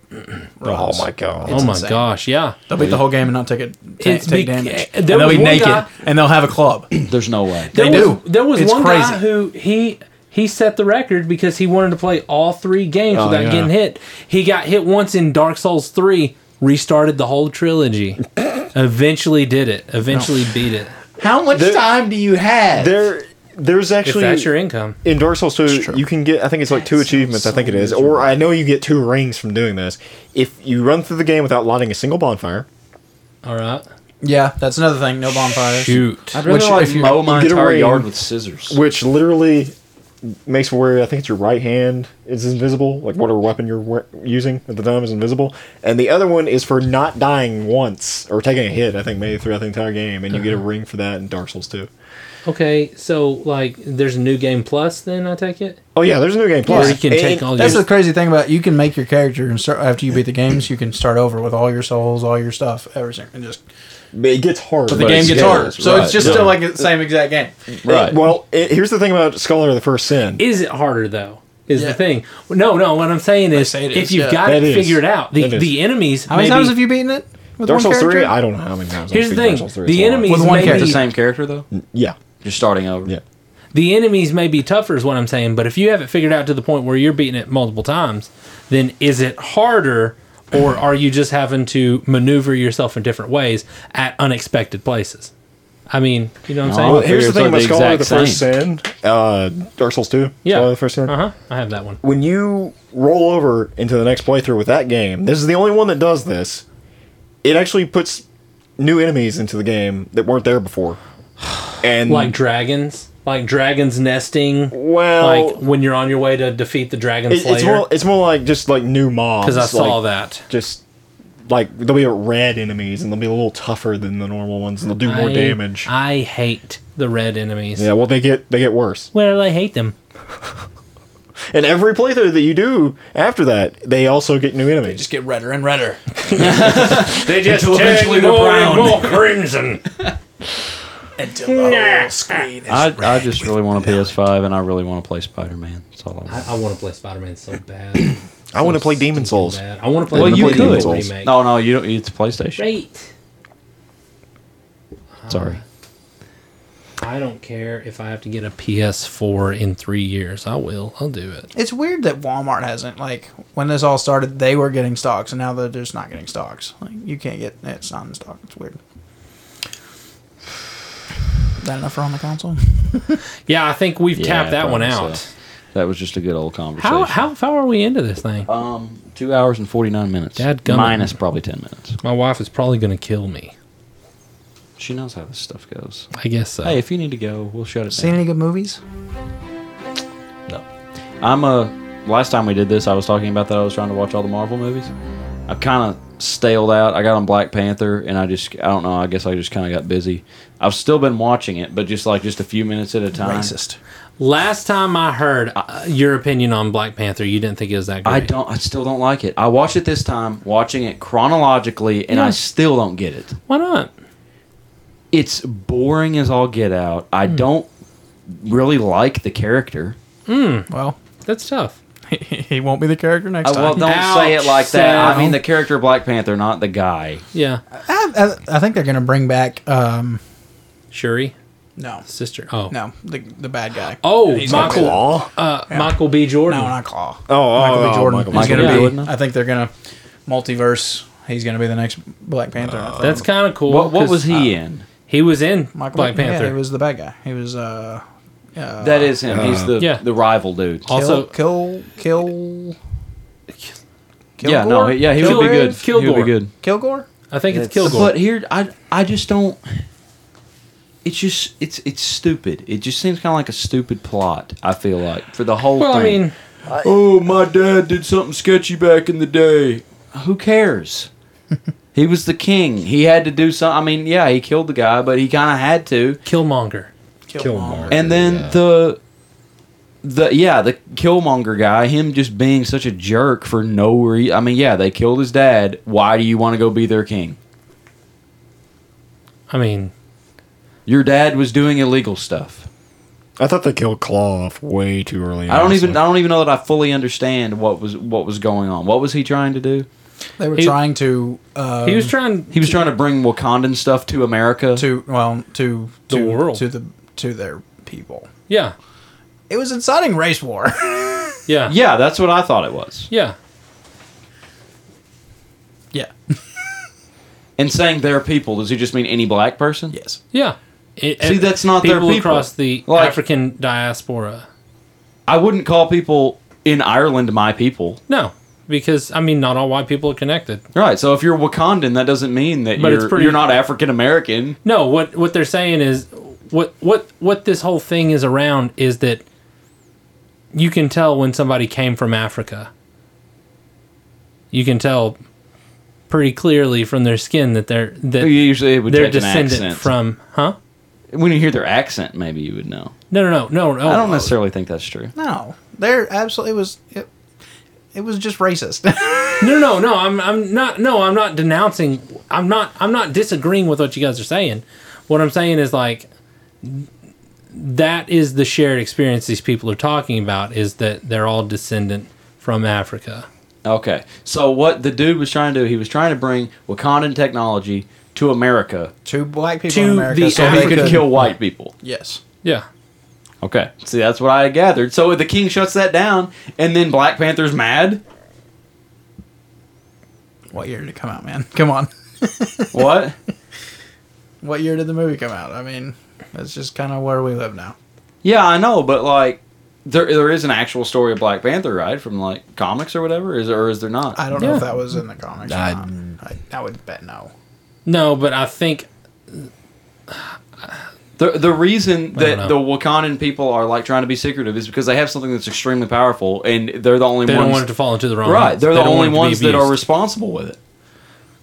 S6: Oh my god.
S4: oh my
S5: insane.
S4: gosh, yeah.
S5: They'll beat the whole game and not take it ta-
S4: It's
S5: take
S4: bec-
S5: damage.
S4: there
S5: And they'll
S4: was
S5: be
S4: one
S5: naked
S4: guy-
S5: and they'll have a club.
S9: There's no way.
S4: There
S5: They
S4: was,
S5: do.
S4: There was
S5: It's
S4: one guy
S5: crazy.
S4: who he he set the record because he wanted to play all three games
S6: Oh,
S4: without
S6: yeah.
S4: getting hit. He got hit once in Dark Souls three, restarted the whole
S5: (laughs)
S4: trilogy. Eventually did it. Eventually beat it.
S9: How much time do you have?
S6: There there's
S4: If
S6: actually
S4: that's your income,
S6: in Dark Souls 2, you can get, I think it's like two achievements, I think it is, or I know you get two rings from doing this. If you run through the game without lighting a single bonfire,
S4: all right.
S5: Yeah, that's another thing. No bonfires.
S4: Shoot.
S9: I'd rather
S5: Which,
S9: like
S5: if you-
S9: mow my
S6: you get a
S9: entire
S6: ring-
S9: yard with scissors.
S6: which literally makes where I think it's your right hand is invisible, like whatever weapon you're we- using at the time is invisible, and the other one is for not dying once or taking a hit. I think maybe throughout the entire game, and you
S4: Uh-huh.
S6: get a ring for that in Dark Souls 2.
S4: Okay, so like, there's a new game plus. Then I take it.
S6: Oh yeah, there's a new game plus.
S4: Where you can
S6: And-
S4: take all
S5: That's
S4: your
S5: the crazy thing about you can make your character and start after you beat the games. You can start over with all your souls, all your stuff, everything, and just
S6: and it gets hard.
S5: the game
S9: it's-
S5: gets
S9: yeah,
S5: harder.
S9: it's
S5: So
S9: right.
S5: it's just
S9: Yeah.
S5: still like the same exact game.
S9: right.
S6: Well, it, here's the thing about Scholar of the First Sin.
S4: is it harder though? Is
S5: Yeah.
S4: the thing? No, no. What I'm saying is,
S5: say it
S4: if
S5: is,
S4: you've
S5: yeah.
S4: got
S6: That is.
S4: it figured out, the
S6: That is.
S4: the enemies.
S5: How many
S4: maybe-
S5: times have you beaten it? With
S6: Dark Souls
S5: character?
S6: 3, I don't know how many times. I've
S4: (laughs) Here's the
S6: beaten Dark
S4: thing,
S6: Souls 3.
S4: the
S6: It's a lot.
S4: enemies
S5: With one
S4: maybe
S5: character.
S9: the same character though.
S6: Yeah.
S9: You're starting over.
S6: Yeah.
S4: the enemies may be tougher is what I'm saying, but if you have it figured out to the point where you're beating it multiple times, then is it harder or are you just having to maneuver yourself in different ways at unexpected places? I mean, you know what I'm saying?
S9: Oh,
S6: Well, here's the thing
S9: Figures are
S6: about
S9: the
S6: Scholar of the
S9: exact
S6: First Sin, uh, Dark Souls 2,
S4: yeah.
S6: Scholar of the First Sin.
S4: Uh-huh. I have that one.
S6: When you roll over into the next playthrough with that game, this is the only one that does this. It actually puts new enemies into the game that weren't there before. (sighs) And
S4: Like dragons, like dragons nesting,
S6: well,
S4: like when you're on your way to defeat the dragon
S6: it- it's
S4: slayer
S6: more it's more like just like new mobs.
S4: cuz I saw
S6: like,
S4: that.
S6: Just like they'll be red enemies and they'll be a little tougher than the normal ones and they'll do more
S4: I-
S6: damage.
S4: I hate the red enemies.
S6: yeah, well they get they get worse.
S4: Well, I hate them.
S6: And every playthrough that you do after that, they also get new enemies.
S5: Just get redder and redder.
S4: They just
S9: eventually turn we're more and brown. more
S4: crimson.
S5: (laughs) Until the whole screen is
S9: I, I just really want a PS5 and I really want to play Spider Man. That's all I want.
S4: I, I want to play Spider Man so
S9: (coughs)
S4: bad.
S6: I want to play Demon Souls.
S4: bad. I want to play.
S9: Well,
S4: the
S9: you
S4: Blade
S9: could.
S4: Immortal remake.
S9: No, no, you don't. It's PlayStation.
S4: Great.
S9: Sorry.
S4: Uh, I don't care if I have to get a PS4 in three years. I will. I'll do it.
S5: It's weird that Walmart hasn't like when this all started, they were getting stocks, and now they're just not getting stocks. Like you can't get it's not in stock. It's weird. Is that enough for on the console?
S4: Yeah, I think we've
S9: Yeah,
S4: tapped that one
S9: probably
S4: out.
S9: so. That was just a good old conversation.
S4: How how far are we into this thing?
S9: Um, two hours and forty nine minutes.
S4: Dadgummit.
S9: minus probably ten minutes.
S4: My wife is probably gonna kill me.
S9: She knows how this stuff goes.
S4: I guess so.
S9: Hey, if you need to go, we'll shut it
S5: Seen
S9: down.
S5: any good movies?
S9: No. I'm a. Last time we did this, I was talking about that. I was trying to watch all the Marvel movies. I kind of staled out. I got on Black Panther, and I just I don't know. I guess I just kind of got busy. I've still been watching it, but just like just a few minutes at a time.
S4: Last time I heard uh, your opinion on Black Panther, you didn't think it was that great.
S9: I don't. I still don't like it. I watched it this time, watching it chronologically, and
S4: Yeah.
S9: I still don't get it.
S4: Why not?
S9: It's boring as all get out. I don't really like the character.
S5: Well, (laughs)
S4: That's tough.
S5: he won't be the character next
S9: Uh, well,
S5: time.
S9: don't say it like that.
S4: Ouch,
S9: I mean the character of Black Panther, not the guy.
S4: Yeah.
S5: I, I, I think they're gonna bring back. um
S4: Shuri,
S5: No,
S4: sister. Oh
S5: no, the the bad guy.
S4: Oh,
S5: He's gonna
S4: Michael. Uh, Michael B. Jordan.
S5: No, not Claw.
S6: Oh,
S5: Michael
S6: oh,
S5: B. Jordan.
S6: Michael
S5: He's
S9: B.
S5: gonna
S9: Jordan.
S5: be.
S9: Wouldn't it?
S5: I think they're gonna multiverse. He's gonna be the next Black Panther. I think.
S4: That's kind of cool.
S9: What what
S4: 'cause
S9: was he in?
S4: He was in
S5: Michael
S4: Black
S5: B- yeah,
S4: Panther.
S5: he was the bad guy. He was uh, uh
S9: That is him. He's the
S4: yeah.
S9: the rival dude.
S4: All- Also-
S5: kill, kill, kill
S9: yeah, no,
S5: Kilgore?
S9: yeah, he would be
S4: Kilgore?
S9: good. He
S4: Kilgore.
S9: would be good.
S5: Kilgore.
S4: I think it's Kilgore.
S9: But here, I I just don't. It's just it's it's stupid. It just seems kind of like a stupid plot. I feel like for the whole
S4: Well, I
S9: thing.
S4: mean,
S9: oh, my dad did something sketchy back in the day. Who cares? (laughs) he was the king. He had to do something. I mean, yeah, he killed the guy, but he kind of had to.
S4: Killmonger.
S5: Kilgore.
S9: And then the the yeah the Killmonger guy, him just being such a jerk for no reason. I mean, yeah, they killed his dad. Why do you want to go be their king?
S4: I mean,
S9: Your dad was doing illegal stuff.
S6: I thought they killed Claw off way too early.
S9: I don't
S6: honestly.
S9: even I don't even know that I fully understand what was what was going on. What was he trying to do?
S5: They were
S4: He-
S5: trying to. Uh,
S4: he was trying.
S9: Um, He was trying to bring Wakandan stuff to America.
S5: to well to
S4: The
S5: to,
S4: world.
S5: to the to their people.
S4: Yeah,
S5: It was inciting race war. (laughs)
S4: yeah,
S9: yeah, that's what I thought it was.
S4: yeah.
S5: yeah.
S9: And saying their people, does he just mean any black person?
S5: Yes.
S4: Yeah. It,
S9: See,
S4: it-
S9: that's not their
S4: people
S9: people.
S4: across the
S9: Like-
S4: African diaspora.
S9: I wouldn't call people in Ireland my people.
S4: No, because I mean, not all white people are connected.
S9: Right. So if you're Wakandan, that doesn't mean that
S4: But it's
S9: you're
S4: pretty-
S9: you're not African American.
S4: No, what what they're saying is what what what this whole thing is around is that you can tell when somebody came from Africa. You can tell pretty clearly from their skin that they're that
S9: Usually, it would
S4: they're
S9: catch an
S4: descendant
S9: accent.
S4: from, huh?
S9: when you hear their accent, maybe you would know.
S4: No, no, no, no, no.
S9: I don't necessarily think that's true.
S5: No, they're absolutely it was it, it was just racist. (laughs)
S4: No, no, no. I'm, I'm not. No, I'm not denouncing. I'm not. I'm not disagreeing with what you guys are saying. What I'm saying is like that is the shared experience these people are talking about. Is that they're all descendant from Africa.
S9: Okay. So what the dude was trying to do, uh, he was trying to bring Wakandan technology to America
S5: Two black people
S4: To
S5: in America,
S4: the
S5: so
S9: so
S5: they
S9: he could
S5: could
S9: kill white people.
S5: Yes.
S4: Yeah.
S9: Okay. See, that's what I gathered. So the king shuts that down, and then Black Panther's mad.
S5: What year did it come out, man? (laughs) Come on.
S9: What?
S5: What year did the movie come out? I mean, that's just kind of where we live now.
S9: yeah, I know, but like, there there is an actual story of Black Panther, right? From like comics or whatever, is or is there not?
S5: I don't know
S4: Yeah.
S5: if that was in the comics.
S6: I-
S5: I, or not. I, I would bet no.
S4: No, but I think
S9: The the reason
S4: know.
S9: that the Wakandan people are like trying to be secretive is because they have something that's extremely powerful, and they're the only
S4: they
S9: ones.
S4: don't want it to fall into the wrong.
S9: right,
S4: hands.
S9: they're
S4: They
S9: the
S4: don't want
S9: only
S4: it to be
S9: ones that
S4: abused.
S9: are responsible with it.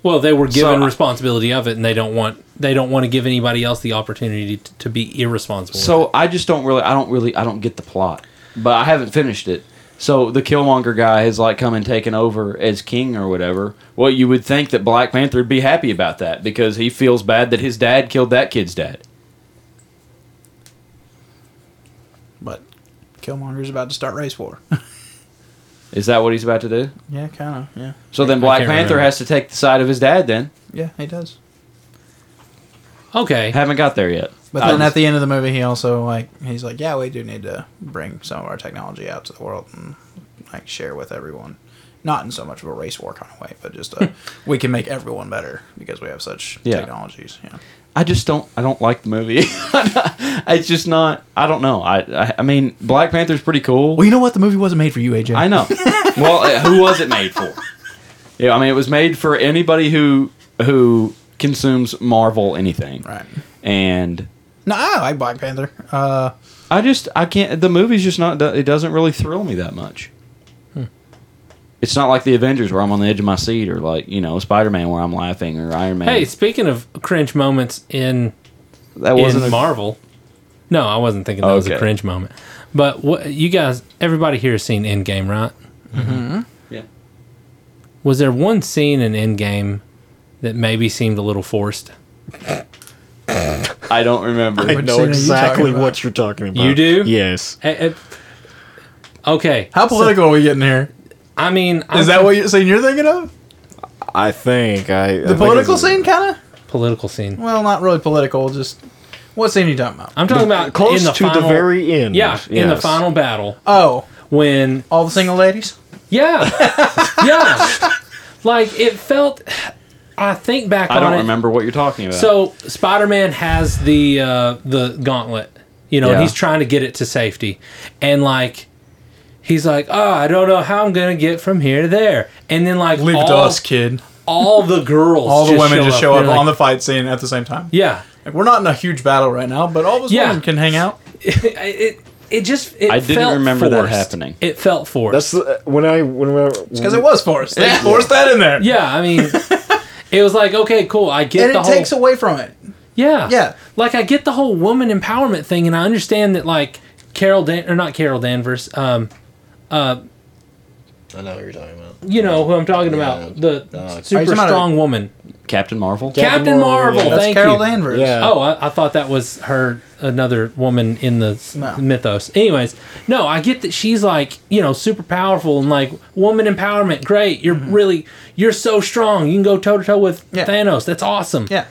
S4: Well, they were given
S9: So I-
S4: responsibility of it, and they don't want. They don't want to give anybody else the opportunity to, to be irresponsible. with
S9: So I just don't really, I don't really, I don't get the plot, but I haven't finished it. So the Killmonger guy has like come and taken over as king or whatever. Well, you would think that Black Panther would be happy about that because he feels bad that his dad killed that kid's dad.
S5: But Killmonger's about to start race war. (laughs)
S9: Is that what he's about to do?
S5: yeah, kind of. Yeah.
S9: So then Black
S4: can't
S9: Panther
S4: remember.
S9: has to take the side of his dad. Then
S5: Yeah, he does.
S4: it. okay.
S9: haven't got there yet.
S5: But then at the end of the movie, he also like he's like, yeah, we do need to bring some of our technology out to the world and like share with everyone. Not in so much of a race war kind of way, but just (laughs) a, we can make everyone better because we have such
S9: Yeah.
S5: technologies. Yeah.
S9: I just don't. I don't like the movie. (laughs) it's just not. I don't know. I, I. I mean, Black Panther's pretty cool.
S5: Well, you know what? The movie wasn't made for you, AJ.
S9: I know.
S4: (laughs)
S9: well, uh, who was it made for? Yeah, I mean, it was made for anybody who who consumes Marvel anything.
S5: Right.
S9: And
S5: No, I like Black Panther. Uh,
S9: I just I can't. The movie's just not. It doesn't really thrill me that much.
S4: Hmm.
S9: It's not like the Avengers where I'm on the edge of my seat, or like you know Spider Man where I'm laughing, or Iron Man.
S4: Hey, speaking of cringe moments in
S9: that wasn't
S4: in
S9: a-
S4: Marvel. No, I wasn't thinking that was a
S9: Okay.
S4: cringe moment. But what you guys, everybody here has seen Endgame, right?
S9: Yeah.
S4: Was there one scene in Endgame that maybe seemed a little forced?
S9: I don't remember.
S6: I
S5: Which
S6: know
S5: scene are you
S6: exactly
S5: talking about?
S6: what you're talking about.
S4: You do?
S6: Yes.
S4: Eh, eh, Okay,
S5: how political are we getting here?
S4: I mean,
S5: Is that what you're saying? You're thinking of
S6: I think I.
S5: the political scene, kind of?
S4: political scene?
S5: Well, not really political. Just what scene are you talking about?
S4: I'm talking about
S6: Close
S4: in the
S6: to
S4: final,
S6: the very end.
S4: yeah, in the
S6: yes.
S4: final battle
S5: Oh,
S4: when
S5: all the single ladies.
S4: yeah, yeah, like it felt. I think back
S9: I
S4: on
S9: don't
S4: it.
S9: remember what you're talking about.
S4: So Spider Man has the uh, the gauntlet, you know, and
S9: Yeah.
S4: he's trying to get it to safety, and like he's like, oh, I don't know how I'm gonna get from here to there, and then like all,
S5: kid.
S4: all the girls,
S5: All the women just show up
S4: They're
S5: on the
S4: like,
S5: fight scene at the same time.
S4: yeah, (laughs)
S5: Like, we're not in a huge battle right now, but all of us
S4: Yeah.
S5: women can hang out.
S4: it, it it just it
S9: I didn't
S4: felt
S9: remember that
S4: forced.
S9: happening.
S4: It felt forced.
S6: That's the, when I when I
S5: Because it was forced. They forced that in there.
S4: yeah, I
S5: (laughs)
S4: mean. It was like okay, cool. I get
S5: And
S4: the
S5: it
S4: whole
S5: takes away from it.
S4: Yeah.
S5: Yeah.
S4: Like I get the whole woman empowerment thing and I understand that like Carol Dan or not Carol Danvers. Um,
S10: I know what you're talking about.
S4: you know who I'm talking
S10: Yeah. Uh,
S4: about. The
S10: No, it's-
S5: Are you
S4: super
S5: talking about
S4: strong woman,
S9: Captain Marvel.
S4: Captain Marvel.
S5: That's
S4: thank
S5: Carol
S4: you.
S5: Danvers.
S6: Yeah.
S4: Oh, I, I thought that was her another woman in the s-
S5: No.
S4: mythos. Anyways, no, I get that she's like you know super powerful and like woman empowerment. Great, you're really you're so strong. You can go toe to toe with
S5: Mm-hmm. Yeah.
S4: Thanos. That's awesome.
S5: Yeah.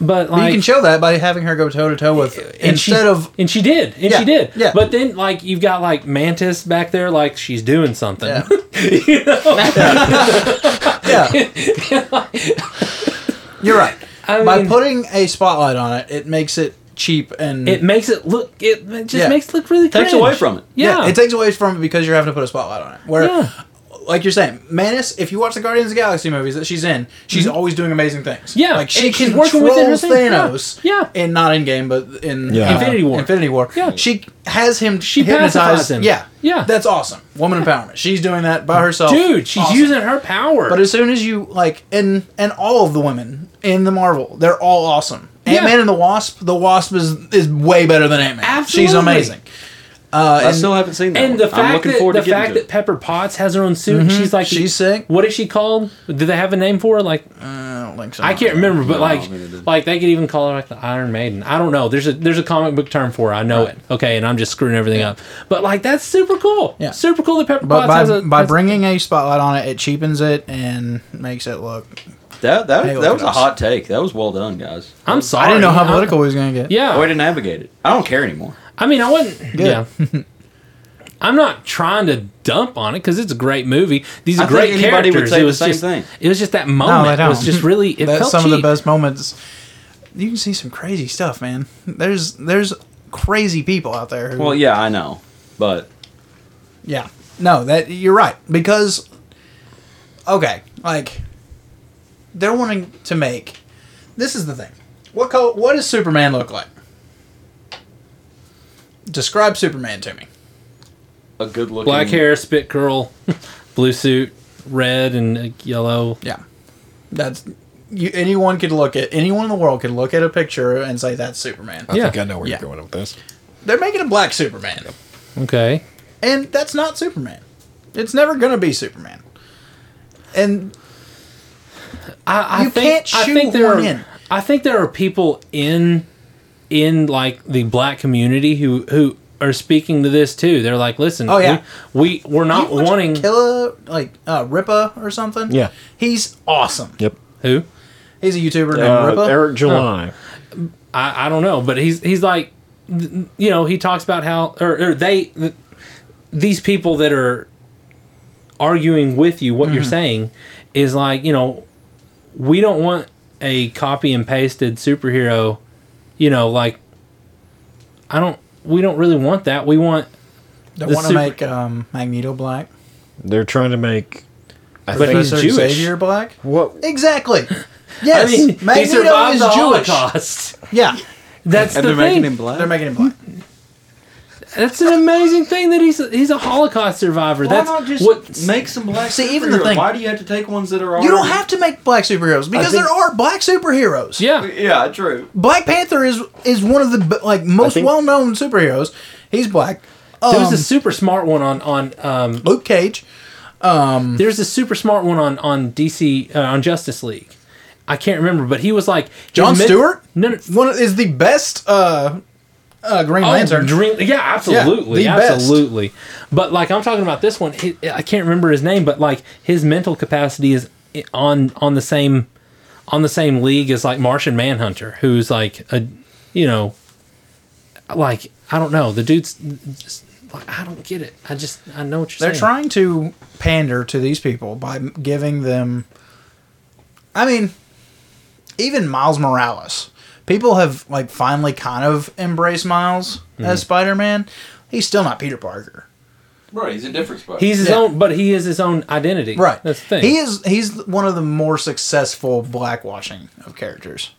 S4: but
S5: But
S4: like
S5: you can show that by having her go toe to toe with instead
S4: she,
S5: of
S4: and she did and
S5: Yeah,
S4: she did.
S5: yeah.
S4: But then like you've got like Mantis back there like she's doing something.
S5: yeah.
S4: (laughs) you know?
S5: (laughs) yeah.
S4: (laughs)
S5: You're right.
S4: I
S5: by
S4: mean-
S5: putting a spotlight on it, it makes it cheap and
S4: It makes it look. It just
S5: Yeah.
S4: makes it look really.
S9: Takes
S4: cringe.
S9: away from it.
S4: Yeah.
S5: it takes away from it because you're having to put a spotlight on it. Where,
S4: Yeah.
S5: like you're saying, Manus, if you watch the Guardians of the Galaxy movies that she's in, she's always doing amazing things.
S4: Mm-hmm. Yeah,
S5: like she
S4: and she's
S5: can
S4: working
S5: working
S4: within
S5: with
S4: her thing, yeah,
S5: Thanos.
S4: yeah.
S5: and not in game, but in
S6: Yeah.
S4: Infinity War.
S5: Infinity War.
S4: Yeah.
S5: she has him.
S4: She pacifies
S5: hypnotized
S4: him.
S5: Yeah,
S4: Yeah.
S5: That's awesome. Woman empowerment. She's doing that by herself.
S4: Dude, she's
S5: Awesome.
S4: using her power.
S5: But as soon as you like, and and all of the women in the Marvel, they're all awesome.
S4: Yeah.
S5: Ant Man and the Wasp. The Wasp is is way better than Ant Man.
S4: Absolutely.
S5: she's amazing. Uh,
S9: I still haven't seen that.
S4: and
S9: one.
S4: the
S9: I'm
S4: fact
S9: looking
S4: that
S9: forward
S4: the
S9: to getting
S4: fact
S9: to
S4: that Pepper Potts has her own suit, and she's like
S5: Mm-hmm. She's sick.
S4: What is she called? Do they have a name for her? Like
S5: I don't think so.
S4: I can't remember, but
S9: No,
S4: like
S9: neither did.
S4: like they could even call her like the Iron Maiden. I don't know. There's a there's a comic book term for her. I know it. Okay, and I'm just screwing everything up. But like that's super cool.
S5: Yeah.
S4: super cool that Pepper
S5: But
S4: Potts
S5: by,
S4: has a
S5: by
S4: has-
S5: bringing a spotlight on it, it cheapens it and makes it look.
S9: it. that that,
S5: Hey,
S9: that
S5: look
S9: was
S5: at
S9: a
S5: us.
S9: hot take. That was well done, guys.
S4: I'm sorry.
S5: I didn't know how
S4: I'm-
S5: political he was going to get.
S4: Oh, yeah.
S9: Way to navigate it. I don't care anymore.
S4: I mean, I wasn't. Yeah. I'm not trying to dump on it because it's a great movie. These are
S9: I think
S4: great
S9: anybody
S4: characters.
S9: would say
S4: it
S9: the
S4: was
S9: same
S4: just,
S9: thing.
S4: It was just that
S5: No, I
S4: moment.
S5: don't.
S4: oh, it was just really. It
S5: That's
S4: felt
S5: some
S4: cheap.
S5: of the best moments. You can see some crazy stuff, man. There's there's crazy people out there. Who,
S9: Well, yeah, I know, but
S5: yeah. No, that you're right because. Okay, like, they're wanting to make. This is the thing. What color? What does Superman look like? Describe Superman to me.
S9: a good looking
S4: Black hair, spit curl, blue suit, red and uh, yellow.
S5: Yeah, that's you. Anyone could look at anyone in the world could look at a picture and say that's Superman.
S6: I
S4: Yeah.
S6: think I know where
S5: Yeah.
S6: you're going with this.
S5: They're making a black Superman,
S4: Okay.
S5: and that's not Superman. It's never gonna be Superman. And
S4: I, I
S5: You
S4: think,
S5: can't
S4: I think there
S5: shoehorn
S4: are,
S5: in.
S4: I think there are people in in like the black community who who are speaking to this too. They're like, listen,
S5: Oh, yeah.
S4: we, we we're not
S5: you watch
S4: wanting
S5: Killa, like uh, Ripa or something.
S6: Yeah.
S5: he's awesome.
S6: Yep.
S4: who
S5: He's a YouTuber named
S6: Uh,
S5: Ripa.
S6: Eric
S4: Oh.
S6: July.
S4: I, I don't know, but he's he's like, th- you know, he talks about how or, or they th- these people that are arguing with you what you're
S9: Mm-hmm.
S4: saying is like, you know, we don't want a copy and pasted superhero, you know, like I don't we don't really want that. We want
S5: They
S4: the
S5: want to
S4: super-
S5: make um, Magneto black,
S6: They're trying to make. I
S4: But he's
S6: think-
S5: Professor
S4: Jewish.
S5: Xavier black.
S6: What?
S5: Exactly.
S4: (laughs)
S5: Yes,
S4: I mean, they
S5: Magneto
S4: survived
S5: is
S4: the
S5: Jewish.
S9: (laughs)
S4: Holocaust.
S5: Yeah,
S4: That's
S9: and
S4: the
S9: they're
S4: thing.
S9: making him black.
S5: they're making him black.
S4: That's an amazing thing that he's a, he's a Holocaust survivor.
S9: Why
S4: That's
S9: not just
S4: what
S9: make some black?
S5: See, even the
S9: superheroes?
S5: thing-
S9: Why do you have to take ones that are?
S5: You don't have to make black superheroes because
S6: think-
S5: there are black superheroes.
S4: yeah.
S5: (laughs)
S9: Yeah, true.
S5: Black Panther is is one of the b- like most
S6: think-
S5: well known superheroes. He's black.
S4: There
S5: Um,
S4: was a super smart one on on um,
S5: Luke Cage.
S4: There's a super smart one on on DC uh, on Justice League. I can't remember, but he was like
S5: John
S4: his mid-
S5: Stewart?
S4: No, no
S5: One of- is the best uh, uh, Green
S4: oh,
S5: Lantern.
S4: Dream- yeah, absolutely,
S5: Yeah, the best.
S4: absolutely. But like I'm talking about this one, he, I can't remember his name, but like his mental capacity is i- on on the same on the same league as like Martian Manhunter, who's like a you know like I don't know the dude's. Just, like, I don't get it. I just I know what you're
S5: They're
S4: saying.
S5: trying to pander to these people by m- giving them. I mean, even Miles Morales. People have like finally kind of embraced Miles
S9: Mm-hmm.
S5: as Spider Man. He's still not Peter Parker.
S9: Right, he's a different spot.
S4: He's his
S5: Yeah.
S4: own, but he is his own identity.
S5: Right.
S4: That's the thing.
S5: He is he's one of the more successful blackwashing of characters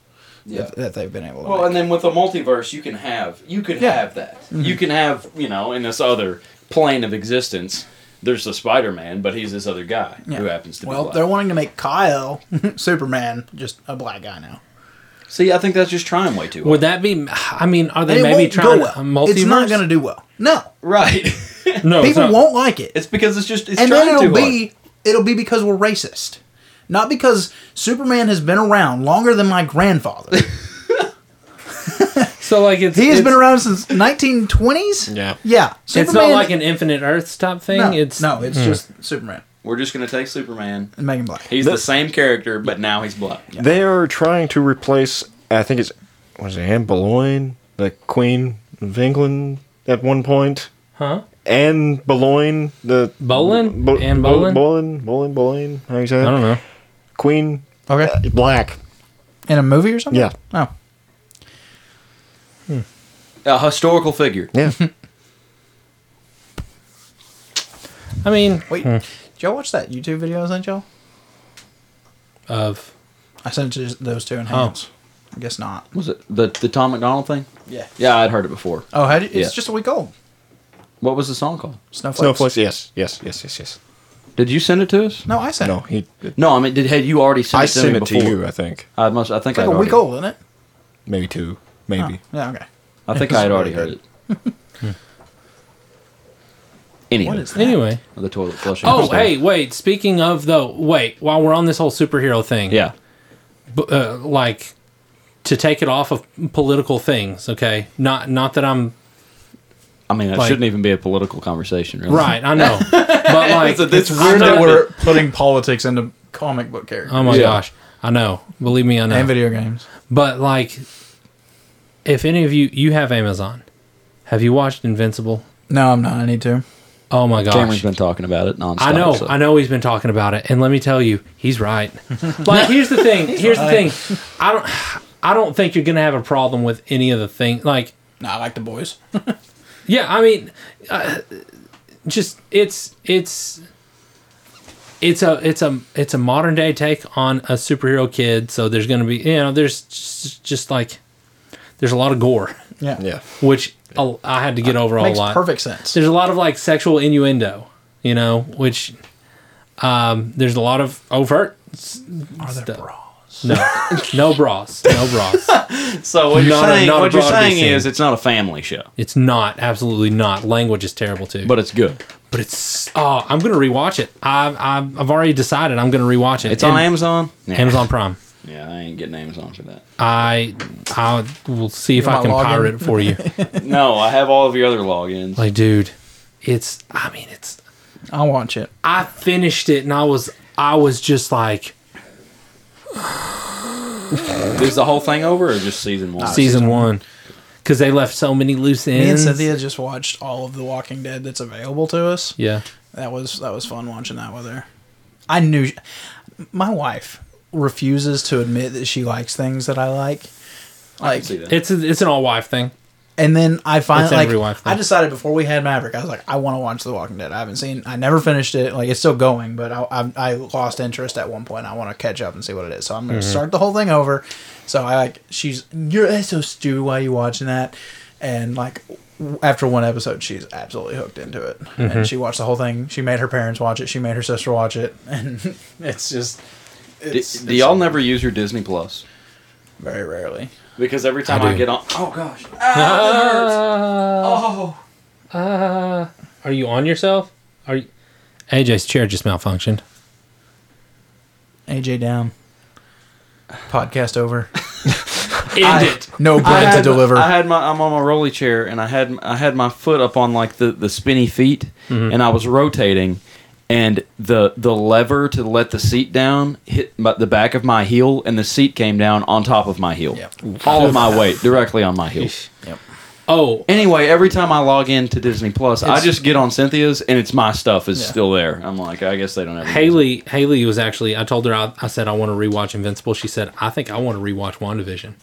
S9: yeah.
S5: that they've been able to
S9: Well,
S5: make.
S9: and then with the multiverse, you can have you could
S5: Yeah.
S9: have that.
S4: Mm-hmm.
S9: You can have you know in this other plane of existence. There's the Spider-Man, but he's this other guy who
S5: Yeah.
S9: happens to
S5: well,
S9: be
S5: they're (laughs)
S9: black.
S5: wanting to make Kyle Superman just a black guy now.
S9: See, I think that's just trying way too hard.
S4: Would that be? I mean, are they
S5: And it
S4: maybe
S5: won't go
S4: trying
S5: well.
S4: a multiverse?
S5: It's not going to do well. No,
S9: right.
S4: No, it's
S5: people
S4: not.
S5: won't like it.
S9: (laughs) it's because it's just it's
S5: and
S9: trying
S5: then it'll
S9: too
S5: be
S9: hard.
S5: it'll be because we're racist, not because Superman has been around longer than my (laughs) grandfather.
S4: So like it's
S5: He has
S4: it's-
S5: been around since 1920s.
S11: Yeah.
S5: yeah.
S4: It's not like an Infinite Earths type thing.
S5: no,
S4: it's
S5: no, it's just Superman
S9: We're just gonna take Superman.
S5: and Megan Black.
S9: He's the same character, but now he's black.
S6: They are trying to replace. I think it's was it Anne Boleyn, the Queen of England, at one point.
S4: huh?
S6: Anne Boleyn, the
S4: Bolin
S6: Bo-
S4: and
S6: Bo-
S4: Bolin.
S6: Boleyn, Boleyn, Boleyn. How you say?
S4: I
S6: it?
S4: don't know.
S6: Queen
S5: Okay,
S6: Black.
S5: in a movie or something.
S6: Yeah.
S5: Oh,
S9: A historical figure.
S4: (laughs)
S6: Yeah.
S4: I mean,
S5: wait. Did y'all watch that YouTube video I sent y'all?
S4: of
S5: I sent it to those two in hands. I guess not.
S9: Was it the the Tom McDonald thing?
S5: Yeah.
S9: Yeah, I'd heard it before.
S5: Oh, how did, it's
S9: Yeah.
S5: just a week old.
S9: What was the song called?
S5: Snowflakes.
S6: Snowflakes. Yes. Yes. Yes. Yes. Yes.
S9: Did you send it to us?
S5: No, I sent
S6: No,
S5: it.
S6: he.
S9: No, I mean, did had you already sent
S6: I
S9: it to
S6: sent
S9: me
S6: it
S9: before?
S6: to you. I think
S9: I must. I
S5: It's
S9: think
S5: like
S9: I'd
S5: a
S9: already,
S5: week old, isn't it?
S6: maybe two. Maybe.
S5: Oh, yeah. Okay.
S9: I think I had already heard it. Anyway,
S5: What is that?
S4: anyway.
S9: the toilet flushing.
S4: Oh,
S9: stuff.
S4: hey, wait. Speaking of though, wait. While we're on this whole superhero thing,
S9: Yeah.
S4: b- uh, like to take it off of political things. Okay, not not that I'm
S9: I mean, that
S4: Like-
S9: shouldn't even be a political conversation, really.
S4: right. I know, but like
S5: It's
S4: I'm
S5: weird that
S4: not-
S5: we're putting politics into comic book characters
S4: Oh my
S9: Yeah.
S4: gosh, I know. Believe me, I know.
S5: and video games.
S4: But like, if any of you you have Amazon, have you watched Invincible?
S5: No, I'm not. I need to.
S4: Oh my gosh,
S9: Cameron's been talking about it nonstop.
S4: I know,
S9: so-
S4: I know he's been talking about it, and let me tell you, he's right. (laughs) like, here's the thing. Here's the thing. I don't, I don't think you're gonna have a problem with any of the thing. Like,
S5: No, I like the boys.
S4: yeah, I mean, uh, just it's it's it's a it's a it's a modern day take on a superhero kid. So there's gonna be you know there's just, just like there's a lot of gore, (laughs)
S5: Yeah.
S4: Ah.
S6: Yeah.
S4: which I, I had to
S9: Uh,
S4: get over a
S5: Makes
S4: lot.
S5: perfect sense.
S4: there's a lot of like sexual innuendo, you know, which um, there's a lot of overt. s-
S5: Are there
S4: stuff.
S5: bras?
S4: No, (laughs) no bras, no bras.
S9: So what you're
S4: Not a-
S9: saying,
S4: not a
S9: what you're
S4: Broadway
S9: saying
S4: scene.
S9: is it's not a family show,
S4: It's not, absolutely not. Language is terrible too.
S9: but it's good.
S4: but it's oh, I'm gonna rewatch it. I've I've, I've already decided I'm gonna rewatch it.
S9: It's on
S4: And-
S9: Amazon. Nah.
S4: Amazon Prime.
S9: Yeah, I ain't getting Amazon for that.
S4: I I will see if
S5: You
S4: I
S5: want
S4: can
S5: my login?
S4: pirate it
S9: (laughs)
S4: for you.
S9: no, I have all of your other logins.
S4: like, dude, it's. I mean, it's.
S5: I'll watch it.
S4: I finished it and I was I was just like
S9: is the whole thing over or just season one?
S4: season one because they left so many loose
S5: Me and
S4: ends.
S5: Cynthia just watched all of The Walking Dead that's available to us.
S4: Yeah.
S5: That was that was fun watching that with her. I knew my wife refuses to admit that she likes things that I like. Like
S9: see that.
S4: It's a, it's an all wife thing.
S5: and then I
S4: It's
S5: finally like
S4: every wife thing.
S5: I decided before we had Maverick, I was like, I want to watch The Walking Dead. I haven't seen, I never finished it. Like it's still going, but I I, I lost interest at one point. I want to catch up and see what it is. So I'm gonna start the whole thing over. So I like she's you're that's so stupid. Why are you watching that? And like w- after one episode, she's absolutely hooked into it, and she watched the whole thing. She made her parents watch it. She made her sister watch it, (laughs) and it's just
S9: Do,
S5: it's,
S9: do y'all never use your Disney Plus?
S5: very rarely.
S9: Because every time I,
S4: do.
S9: get on, oh gosh,
S4: Are you on yourself? Are you? AJ's chair just malfunctioned.
S5: AJ down. Podcast over.
S4: End it.
S5: No
S9: I
S5: bread to
S9: had my-
S5: deliver.
S9: I had my I'm on my rolly chair and I had I had my foot up on like the the spinny feet and I was rotating and the the lever to let the seat down hit my, the back of my heel and the seat came down on top of my heel. All of my weight directly on my (laughs) heel.
S4: Oh,
S9: Anyway, every time I log in to Disney Plus, I just get on Cynthia's and it's my stuff is
S5: Yeah.
S9: still there. I'm like, I guess they don't have
S4: Haley. Haley was actually. I told her. I, I said I want to rewatch Invincible. She said I think I want to rewatch WandaVision.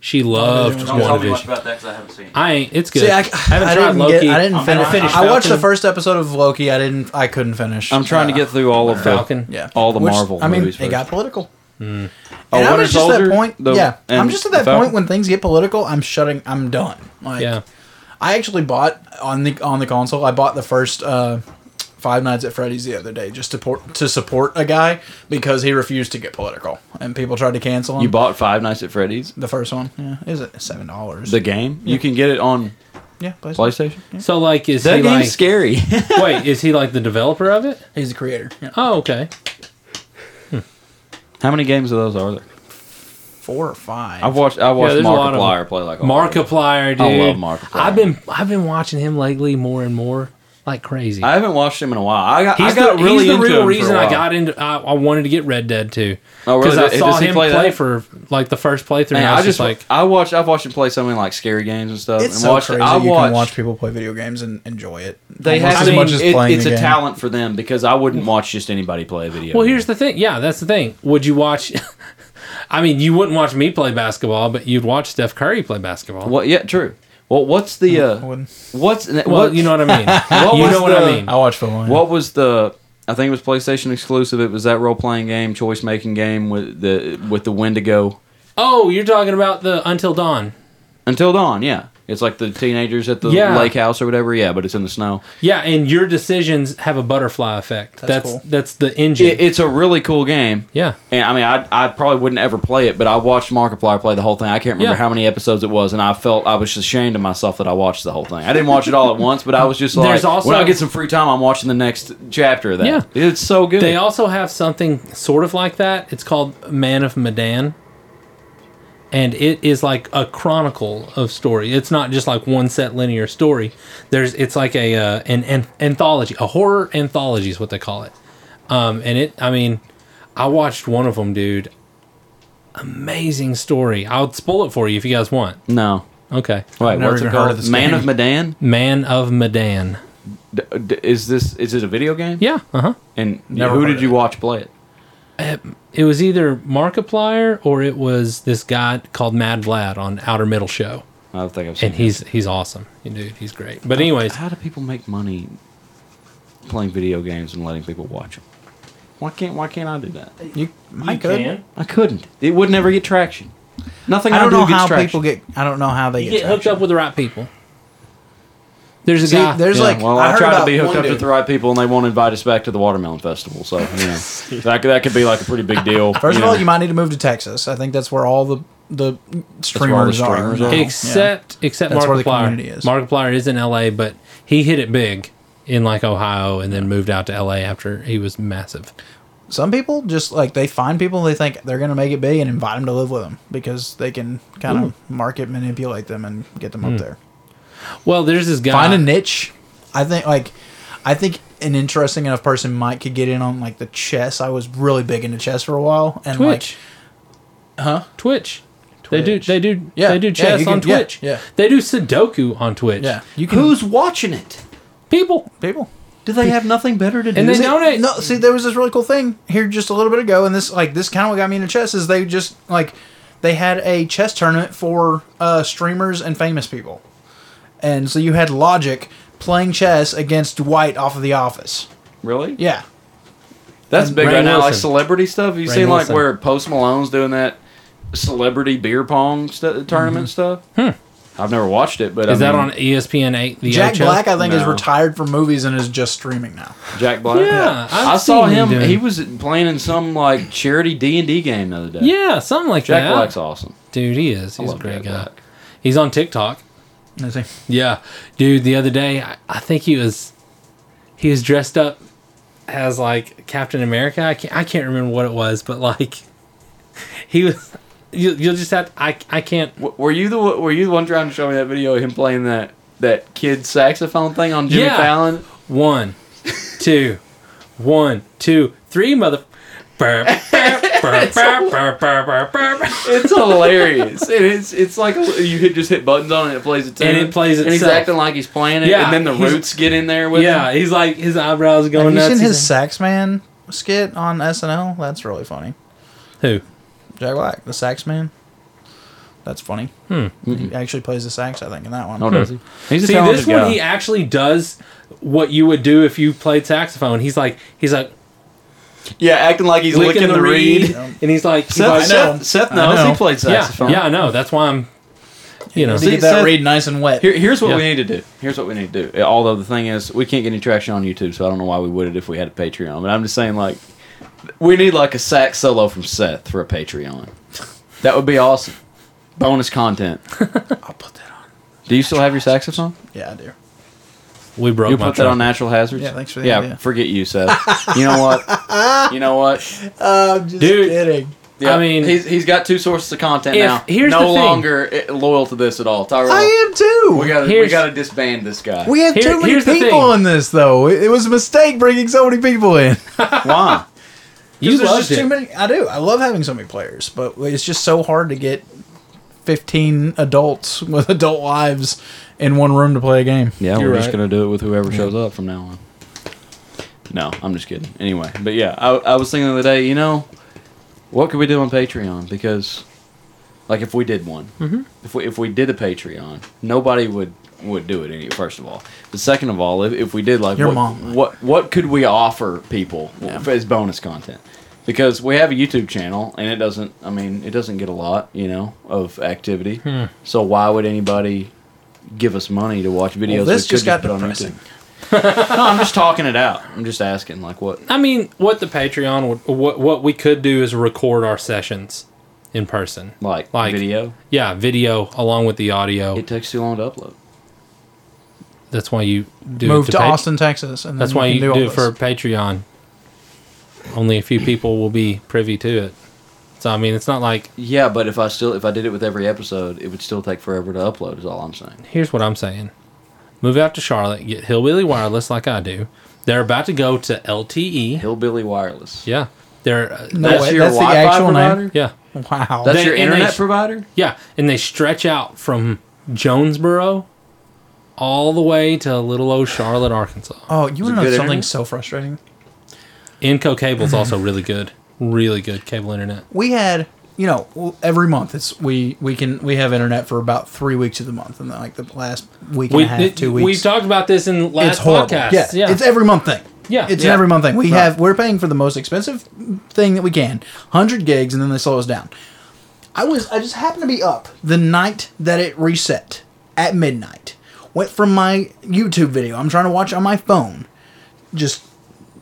S4: She loved
S5: Don't tell me
S4: WandaVision.
S9: about that because I haven't seen.
S4: I ain't. It's good.
S5: See, I, I,
S4: haven't tried
S5: didn't
S4: Loki.
S5: get. I didn't
S4: I'm
S5: finish.
S4: gonna finish
S5: I watched the
S4: Falcon.
S5: first episode of Loki. I didn't. I couldn't finish.
S9: I'm trying to
S5: Uh,
S9: get through all of the
S4: Falcon.
S5: yeah
S9: all the
S5: Which,
S9: Marvel
S5: I mean,
S9: movies
S5: it
S9: first.
S5: got political.
S9: Oh,
S5: and I'm
S9: Winter
S5: just at
S9: Soldier,
S5: that point.
S9: the-
S5: yeah, I'm
S9: and
S5: just at that
S9: the
S5: point
S9: Falcon?
S5: when things get political, I'm shutting. I'm done. Like,
S4: Yeah.
S5: I actually bought on the on the console. I bought the first uh, Five Nights at Freddy's the other day just to port, to support a guy because he refused to get political and people tried to cancel him.
S9: You bought Five Nights at Freddy's,
S5: the first one, yeah, is it was seven dollars?
S9: the game. You can get it on
S5: yeah, PlayStation.
S9: PlayStation.
S4: So like, is
S9: That
S4: he
S9: game's
S4: like?
S9: scary. (laughs)
S4: wait, is he like the developer of it?
S5: He's the creator. Yeah.
S4: Oh, okay.
S9: How many games of those are there?
S5: Four or five.
S9: I've watched. I watched
S4: there's a lot of
S9: Markiplier play like all of them.
S4: Markiplier, dude.
S9: I love Markiplier.
S4: I've been I've been watching him lately more and more, like crazy.
S9: I haven't watched him in a while. I got.
S4: he's
S9: I got
S4: the,
S9: really
S4: he's the
S9: into him
S4: real
S9: for a
S4: reason I
S9: while.
S4: got into. I, I wanted to get Red Dead too.
S9: Oh, really?
S4: Because I
S9: Does-
S4: saw
S9: does he
S4: him
S9: play
S4: play,
S9: that?
S4: for like the first playthrough.
S9: Man,
S4: and
S9: I,
S4: I was
S9: just
S4: just like,
S9: I watched. I've watched him play so many like scary games and stuff.
S5: it's
S9: and
S5: so
S9: watched,
S5: crazy.
S9: I
S5: you
S9: watched,
S5: can watch people play video games and enjoy it.
S9: They
S5: almost
S9: have
S5: as much as
S9: it,
S5: playing
S9: It's
S5: the
S9: a
S5: game.
S9: talent for them because I wouldn't watch just anybody play a video.
S4: well,
S9: game.
S4: here's the thing. Yeah, that's the thing. Would you watch? (laughs) I mean, you wouldn't watch me play basketball, but you'd watch Steph Curry play basketball.
S9: Well, yeah, true. Well, what's the uh,
S5: wouldn't.
S9: what's well,
S4: Well, you know what I
S9: (laughs)
S4: mean. you
S9: was
S4: know what I
S9: the-
S4: mean.
S5: I watch football. yeah.
S9: What was the? I think it was PlayStation exclusive. It was that role playing game, choice making game with the with the Wendigo.
S4: Oh, you're talking about the Until Dawn.
S9: Until dawn, yeah. It's like the teenagers at the
S4: Yeah.
S9: lake house or whatever. Yeah, but it's in the snow.
S4: Yeah, and your decisions have a butterfly effect. That's that's,
S5: cool.
S4: the engine.
S9: It, it's a really cool game.
S4: yeah.
S9: And I mean, I I probably wouldn't ever play it, but I watched Markiplier play the whole thing. I can't remember
S4: Yeah.
S9: how many episodes it was, and I felt I was ashamed of myself that I watched the whole thing. I didn't watch it all at once, but I was just like,
S4: There's also-
S9: when I get some free time, I'm watching the next chapter of that.
S4: Yeah.
S9: it's so good.
S4: They also have something sort of like that. It's called Man of Medan. And it is like a chronicle of story. It's not just like one set linear story. There's it's like a uh, an, an anthology, a horror anthology is what they call it. Um, and it, I mean, I watched one of them, dude. Amazing story. I'll spoil it for you if you guys want.
S9: no,
S4: Okay,
S9: wait,
S5: never
S9: what's it
S5: even heard
S9: called?
S5: of this
S9: Man
S5: game.
S9: of Medan.
S4: Man of Medan.
S9: D- d- is this is it a video game?
S4: Yeah, uh huh.
S9: And
S5: Never
S9: who
S5: heard
S9: did
S5: of
S9: you
S5: it.
S9: watch play it?
S4: it was either Markiplier or it was this guy called Mad Vlad on Outer Middle Show,
S9: I don't think I've seen.
S4: and he's he's awesome, dude. He's great. But anyways,
S9: How do people make money playing video games and letting people watch them? Why can't Why can't I do that?
S5: you, I could.
S9: I couldn't. It would never get traction. Nothing.
S5: I don't
S9: do
S5: know
S9: gets
S5: how
S9: traction.
S5: people get. I don't know how they
S4: You
S5: get
S4: get hooked
S5: traction.
S4: up with the right people. There's a
S5: See,
S4: guy.
S5: there's
S9: Yeah,
S5: like
S9: well,
S5: I,
S9: I,
S5: heard
S9: try to
S5: about
S9: be hooked
S5: one
S9: up
S5: dude.
S9: with the right people, and they won't invite us back to the watermelon festival. So you know, that could- that could be like a pretty big deal.
S5: First of all,
S9: know.
S5: you might need to move to Texas. I think that's where all the the streamers,
S9: streamers
S5: are.
S9: are.
S5: now.
S4: except except
S5: That's where the
S4: Markiplier.
S5: community is.
S4: Markiplier is in L.A., but he hit it big in like Ohio, and then moved out to L.A. after he was massive.
S5: Yeah. some people just like they find people they think they're gonna make it big and invite them to live with them because they can kind of market manipulate them and get them
S9: Hmm.
S5: up there.
S4: Well, there's this guy.
S5: Find a niche. I think like I think an interesting enough person might could get in on like the chess. I was really big into chess for a while and like
S4: Twitch. huh? Twitch. They do.
S5: Twitch.
S4: They do.
S5: Yeah,
S4: They do
S5: yeah,
S4: chess
S5: you
S4: on
S5: can- yeah,
S4: Twitch.
S5: yeah.
S4: They do Sudoku on Twitch.
S5: yeah, you can
S9: who's watching it?
S4: People
S5: people.
S9: Do they have nothing better to do?
S4: and they
S5: See,
S4: donate.
S5: No, see, there was this really cool thing here just a little bit ago, and this like this kind of what got me into chess is they just like they had a chess tournament for uh, streamers and famous people, and so you had Logic playing chess against Dwight off of The Office.
S9: really?
S5: Yeah,
S9: That's big
S4: Rain
S9: right now, like
S4: Wilson.
S9: celebrity stuff. You
S4: Rain
S9: seen like
S4: Wilson.
S9: where Post Malone's doing that celebrity beer pong stu tournament stuff? I've never watched it, but
S4: Is
S9: I
S4: that
S9: mean,
S4: on E ESPN eight? The
S5: Jack
S4: OHL?
S5: Black I think is
S9: No.
S5: retired from movies and is just streaming now.
S9: Jack Black?
S4: Yeah, I've
S9: I saw
S4: seen him
S9: him.
S4: doing-
S9: He was playing in some like charity D and D game the other day.
S4: Yeah, something like
S9: Jack
S4: that.
S9: Black's awesome.
S4: Dude, he is. He's a
S9: love
S4: great
S9: Jack
S4: guy.
S9: Black.
S4: He's on TikTok.
S5: Is he?
S4: Yeah, dude. The other day, I, I think he was he was dressed up as like Captain America. I can't I can't remember what it was, but like (laughs) he was. You, you'll just have. I I can't.
S9: W- Were you the one- were you the one trying to show me that video of him playing that that kid saxophone thing on Jimmy
S4: Yeah.
S9: Fallon?
S4: One, (laughs) two, one, two, three, mother. (laughs) Burp, burp, burp, burp, burp, burp, burp, burp.
S9: It's hilarious. and it's it's like a- you hit just hit buttons on it, it plays it.
S4: And it plays
S9: And he's
S4: itself.
S9: acting like he's playing it,
S4: Yeah,
S9: and then the
S4: he's-
S9: roots get in there with
S4: Yeah,
S9: him.
S4: he's like his eyebrows going
S5: Have you
S4: nuts.
S5: seen his
S4: He's
S5: Sax Man skit on SNL? That's really funny.
S4: like- who?
S5: Jack Black, the Sax Man. That's funny.
S4: Hmm.
S5: He actually plays the sax, I think, in that one.
S9: Oh, does he? He's a
S4: See,
S9: talented
S4: this
S9: guy.
S4: one he actually does what you would do if you played saxophone. He's like he's like
S9: yeah, acting like he's licking, the reed.
S4: (laughs) and he's like, he's
S9: Seth,
S4: like
S9: Seth, Seth
S5: I
S9: knows
S5: know.
S9: he played
S4: yeah,
S9: saxophone.
S4: yeah, I know. That's why I'm. you know.
S5: to get that
S9: Seth-
S5: read nice and wet.
S9: Here, here's what we
S4: Yeah.
S9: need to do. Here's what we need to do. Although the thing is, we can't get any traction on YouTube, so I don't know why we would it if we had a Patreon. But I'm just saying, like, we need like a sax solo from Seth for a Patreon. That would be awesome.
S4: (laughs)
S9: Bonus content.
S5: I'll put that on.
S9: Do you still have your saxophone?
S5: Yeah, I do.
S4: We broke
S9: You
S4: my
S9: put that on
S4: truck.
S9: Natural Hazards.
S5: Yeah, thanks for the
S9: yeah.
S5: idea.
S9: Forget you, Seth. you know what? You know what?
S5: I'm just
S9: Dude.
S5: kidding.
S9: Yeah,
S4: I mean-
S9: he's he's got two sources of content
S4: If-
S9: now.
S4: here's
S9: no
S4: the thing.
S9: longer eh, loyal to this at all. Tyrell,
S5: I am too.
S9: we gotta we
S4: Here's-
S9: gotta disband this guy.
S5: We have
S4: Here-
S5: too many
S4: here's the
S5: people
S4: thing.
S5: on this, though. It, it was a mistake bringing so many people in.
S9: Why?
S4: (laughs) You
S5: there's
S4: loved
S5: just too
S4: it.
S5: many. I do. I love having so many players, but it's just so hard to get 15 adults (laughs) with adult lives in one room to play a game.
S9: Yeah,
S4: You're
S9: we're just
S4: right.
S9: gonna do it with whoever shows up from now on. No, I'm just kidding. Anyway, but yeah, I, I was thinking the other day, you know, what could we do on Patreon? Because, like, if we did one,
S4: Mm-hmm.
S9: if we if we did a Patreon, nobody would would do it. Any first of all, but second of all, if, if we did like
S5: Your
S9: what,
S5: mom.
S9: what what could we offer people as bonus content? Because we have a YouTube channel and it doesn't, I mean, it doesn't get a lot, you know, of activity.
S5: Hmm.
S9: So why would anybody give us money to watch videos?
S5: Well,
S9: we
S5: this
S9: could
S5: just got
S9: put on
S5: depressing.
S9: YouTube? (laughs) no, I'm just talking it out. I'm just asking, like, what?
S4: I mean, what the Patreon would, what what we could do is record our sessions in person.
S9: Like,
S4: Like-
S9: video?
S4: Yeah, video along with the audio.
S9: It takes too long to upload.
S4: That's why you do
S5: Move
S4: it
S5: to,
S4: Pat-
S5: Austin, Texas, and then
S4: Mm-hmm. That's why
S5: can
S4: you do,
S5: all
S4: it for
S5: this.
S4: Patreon. Only a few people will be privy to it. So I mean, it's not like
S9: Yeah, but if I still if I did it with every episode, it would still take forever to upload. Is all I'm saying.
S4: here's what I'm saying. Move out to Charlotte, get Hillbilly Wireless like I do. They're about to go to LTE.
S9: Hillbilly Wireless.
S4: Yeah. They're uh,
S5: No
S4: that's-
S5: way. that's the actual name?
S9: provider.
S4: yeah.
S5: Wow.
S9: That's
S4: They-
S9: your
S4: and they
S9: internet
S4: sh-
S9: provider.
S4: Yeah, and they stretch out from Jonesboro all the way to little old Charlotte, Arkansas.
S5: oh, you want
S9: good
S5: to know
S9: internet?
S5: something so frustrating?
S4: Enco cable's also
S5: Mm-hmm.
S4: really good. Really good cable internet.
S5: we had you know well, every month it's we we can we have internet for about three weeks of the month and then like the last week and
S4: We,
S5: a half two
S4: we've
S5: weeks
S4: talked about this in last
S5: it's horrible
S4: podcast.
S5: yeah,
S4: yeah.
S5: it's every month thing
S4: Yeah.
S5: it's
S4: Yeah.
S5: an every month thing we have we're paying for the most expensive thing that we can 100 gigs and then they slow us down i was i just happened to be up the night that it reset at midnight went from my youtube video i'm trying to watch on my phone just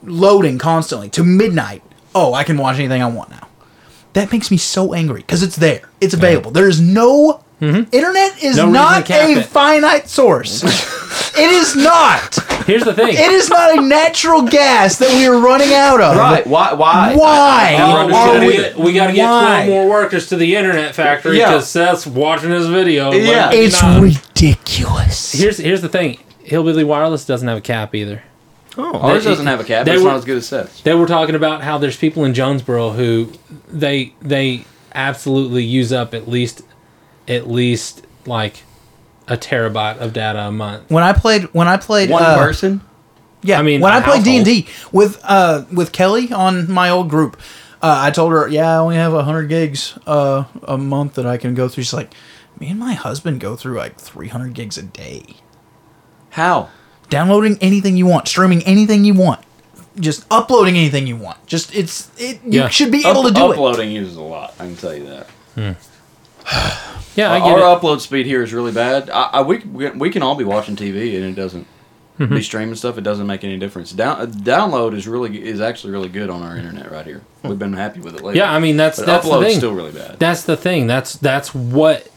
S5: loading constantly to midnight oh i can watch anything i want now that makes me so angry because it's there it's available there's no internet is
S4: Mm-hmm. No reason
S5: not
S4: to cap
S5: a
S4: it.
S5: finite source it is not
S4: Here's the thing.
S5: it is not a natural gas that we are running out of.
S9: Right. Why? Why?
S5: Why?
S9: I- I
S4: Oh,
S9: don't
S4: well,
S9: understand
S4: we,
S9: it.
S4: we got to get
S5: Why?
S4: 12 more workers to the internet factory
S9: Yeah.
S4: because Seth's watching his video. Let
S9: Yeah.
S4: him
S5: Oh, It's
S4: not.
S5: ridiculous.
S4: Here's here's the thing. Hillbilly Wireless doesn't have a cap either.
S9: Ours doesn't have a cap.
S4: They
S9: But it's
S4: were-
S9: not as good as Seth's.
S4: They were talking about how there's people in Jonesboro who they they absolutely use up at least at least like a terabyte of data a month.
S5: When I played, when I played,
S9: One
S5: uh,
S9: person.
S5: yeah,
S4: I mean,
S5: when
S4: a
S5: I played D
S4: household.
S5: and D with uh with Kelly on my old group, uh, I told her, yeah, I only have hundred gigs uh, a month that I can go through. She's like, me and my husband go through like three hundred gigs a day,
S9: How?
S5: downloading anything you want, streaming anything you want, just uploading anything you want. Just it's it. You
S4: Yeah.
S5: should be able to
S9: Up-
S5: do it.
S9: uploading uses a lot. I can tell you that.
S4: Yeah, I get
S9: Our
S4: it.
S9: upload speed here is really bad. I, I we we can all be watching TV and it doesn't
S4: Mm-hmm.
S9: be streaming stuff. It doesn't make any difference. Down, uh, download is really is actually really good on our internet right here. We've been happy with it lately.
S4: Hmm. Yeah, I mean that's
S9: But
S4: that's the
S9: upload's
S4: thing.
S9: still really bad.
S4: That's the thing. That's that's what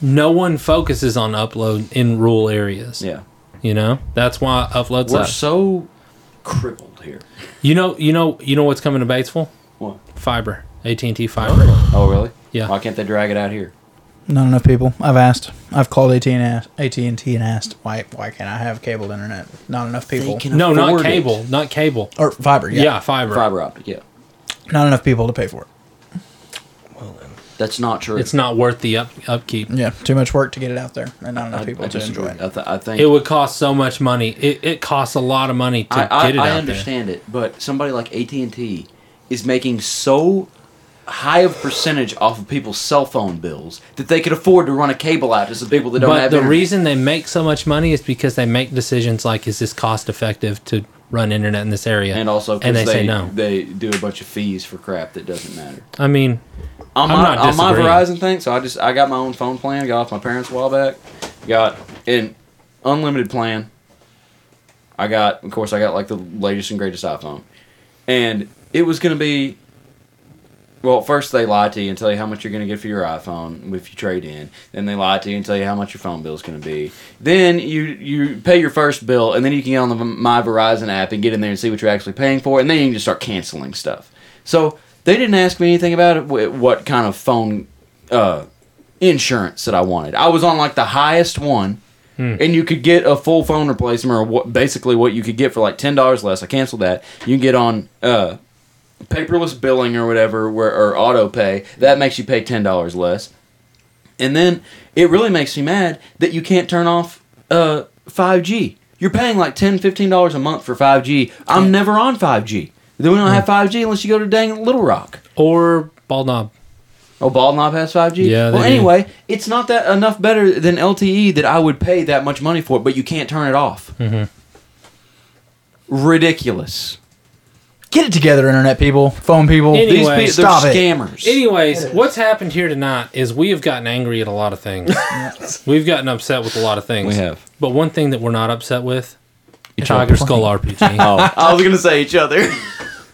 S4: no one focuses on upload in rural areas.
S9: yeah,
S4: You know? That's why upload
S9: we're
S4: sucks.
S9: so crippled
S4: (sighs)
S9: here.
S4: You know, you know, you know what's coming to Batesville?
S9: What?
S4: Fiber, AT and T fiber.
S9: Oh really?
S4: Yeah.
S9: Why can't they drag it out here?
S5: Not enough people. I've asked. I've called AT and asked AT and T and asked why why can't I have cable internet? Not enough people.
S4: no, not
S9: afford it.
S4: cable, not cable.
S5: or fiber.
S4: Yeah,
S5: Yeah.
S4: fiber.
S9: Fiber optic. Yeah,
S5: Not enough people to pay for it.
S9: that's not true.
S4: It's not worth the up, upkeep.
S5: Yeah, too much work to get it out there, and not
S9: I,
S5: enough people
S9: I
S5: to enjoy
S9: disagree.
S5: it.
S9: I, th- I think
S4: It would cost so much money. It, it costs a lot of money to
S9: I,
S4: get it
S9: I,
S4: out
S9: I understand it, but somebody like AT and T is making so high of percentage off of people's cell phone bills that they could afford to run a cable out to some people that
S4: there.
S9: don't have
S4: But the
S9: internet.
S4: reason they make so much money is because they make decisions like, is this cost effective to run internet in this area.
S9: And also,
S4: and they, say no.
S9: They do a bunch of fees for crap that doesn't matter.
S4: I mean,
S9: On
S4: I'm
S9: my,
S4: not
S9: on my
S4: disagreeing.
S9: Verizon thing, so I just I got my own phone plan. Got off my parents a while back. Got an unlimited plan. I got, of course, I got like the latest and greatest iPhone, and it was gonna be. Well, first they lie to you and tell you how much you're going to get for your iPhone if you trade in. Then they lie to you and tell you how much your phone bill is going to be. Then you you pay your first bill, and then you can get on the My Verizon app and get in there and see what you're actually paying for, and then you can just start canceling stuff. So they didn't ask me anything about it, wh- what kind of phone uh, insurance that I wanted. I was on like the highest one, and you could get a full phone replacement or what, basically what you could get for like ten dollars less. I canceled that. You can get on uh, paperless billing or whatever, where or auto pay. That makes you pay ten dollars less. And then it really makes me mad that you can't turn off uh, 5G. You're paying like $10, $15 a month for 5G. I'm never on 5G. Then we don't have 5G unless you go to dang Little Rock.
S4: or Bald Knob.
S9: Oh, Bald Knob has 5G?
S4: Yeah, they
S9: Well,
S4: do.
S9: anyway, it's not that enough better than LTE that I would pay that much money for it, but you can't turn it off.
S4: Mm-hmm.
S9: Ridiculous.
S5: Get it together, internet people, phone people.
S4: Anyway,
S9: These people,
S5: stop
S9: they're
S5: it.
S9: scammers.
S4: Anyways, what's happened here tonight is we have gotten angry at a lot of
S5: (laughs)
S4: things. We've gotten upset with a lot of things.
S9: We
S4: (laughs)
S9: have.
S4: But one thing that we're not upset with,
S5: It's
S4: Tiger
S5: our
S4: Skull RPG.
S9: (laughs) Oh, I was going to say each other.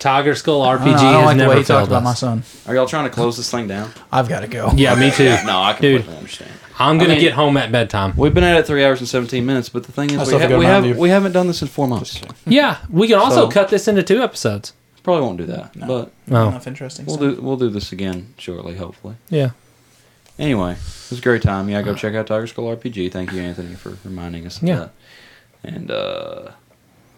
S4: Tiger Skull
S5: I don't,
S4: RPG
S5: know,
S4: has
S5: I don't like the way
S4: never
S5: he talked
S4: failed
S5: about my
S4: us.
S5: son.
S9: Are y'all trying to close this thing down?
S5: I've got to go.
S4: Yeah, me too.
S9: No, I
S4: Dude.
S9: completely understand.
S4: I'm gonna
S9: I mean-
S4: get home at bedtime.
S9: We've been at it three hours and seventeen minutes, but the thing is, we,
S5: still have to go
S9: ha-
S5: to
S9: we,
S5: Mountain
S9: have,
S5: View.
S9: we haven't done this in four months.
S4: Yeah, we can also
S9: So-
S4: cut this into two episodes.
S9: Probably won't do that, but
S4: Oh,
S5: Enough interesting.
S9: we'll
S5: stuff.
S9: do we'll do this again shortly, hopefully.
S4: yeah.
S9: Anyway, it was a great time. Yeah, go check out Tiger Skull RPG. Thank you, Anthony, for reminding us of
S4: Yeah.
S9: that. And uh,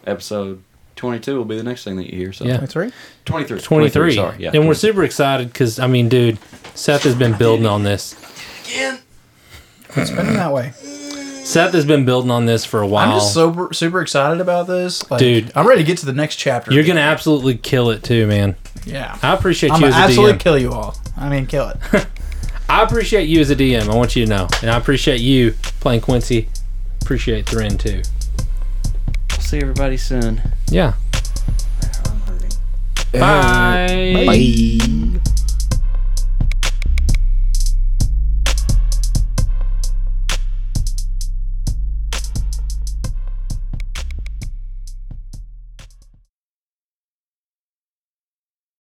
S9: episode twenty-two will be the next thing that you hear. So
S4: Yeah.
S5: That's right.
S9: 23.
S4: 23.
S9: Sorry, yeah.
S4: and we're super excited because, I mean, dude, Seth has been building on this.
S5: It's been that way.
S4: Seth has been building on this for a while.
S5: I'm just super super excited about this, Like,
S4: Dude.
S5: I'm ready to get to the next chapter.
S4: You're going to absolutely kill it, too, man.
S5: yeah.
S4: I appreciate
S5: I'm
S4: you
S5: gonna
S4: as a
S5: absolutely
S4: DM.
S5: kill you all. I mean, kill it.
S4: I appreciate you as a DM. I want you to know. And I appreciate you playing Quincy. Appreciate Thren, too.
S9: See everybody soon.
S4: Yeah. Bye.
S6: Bye.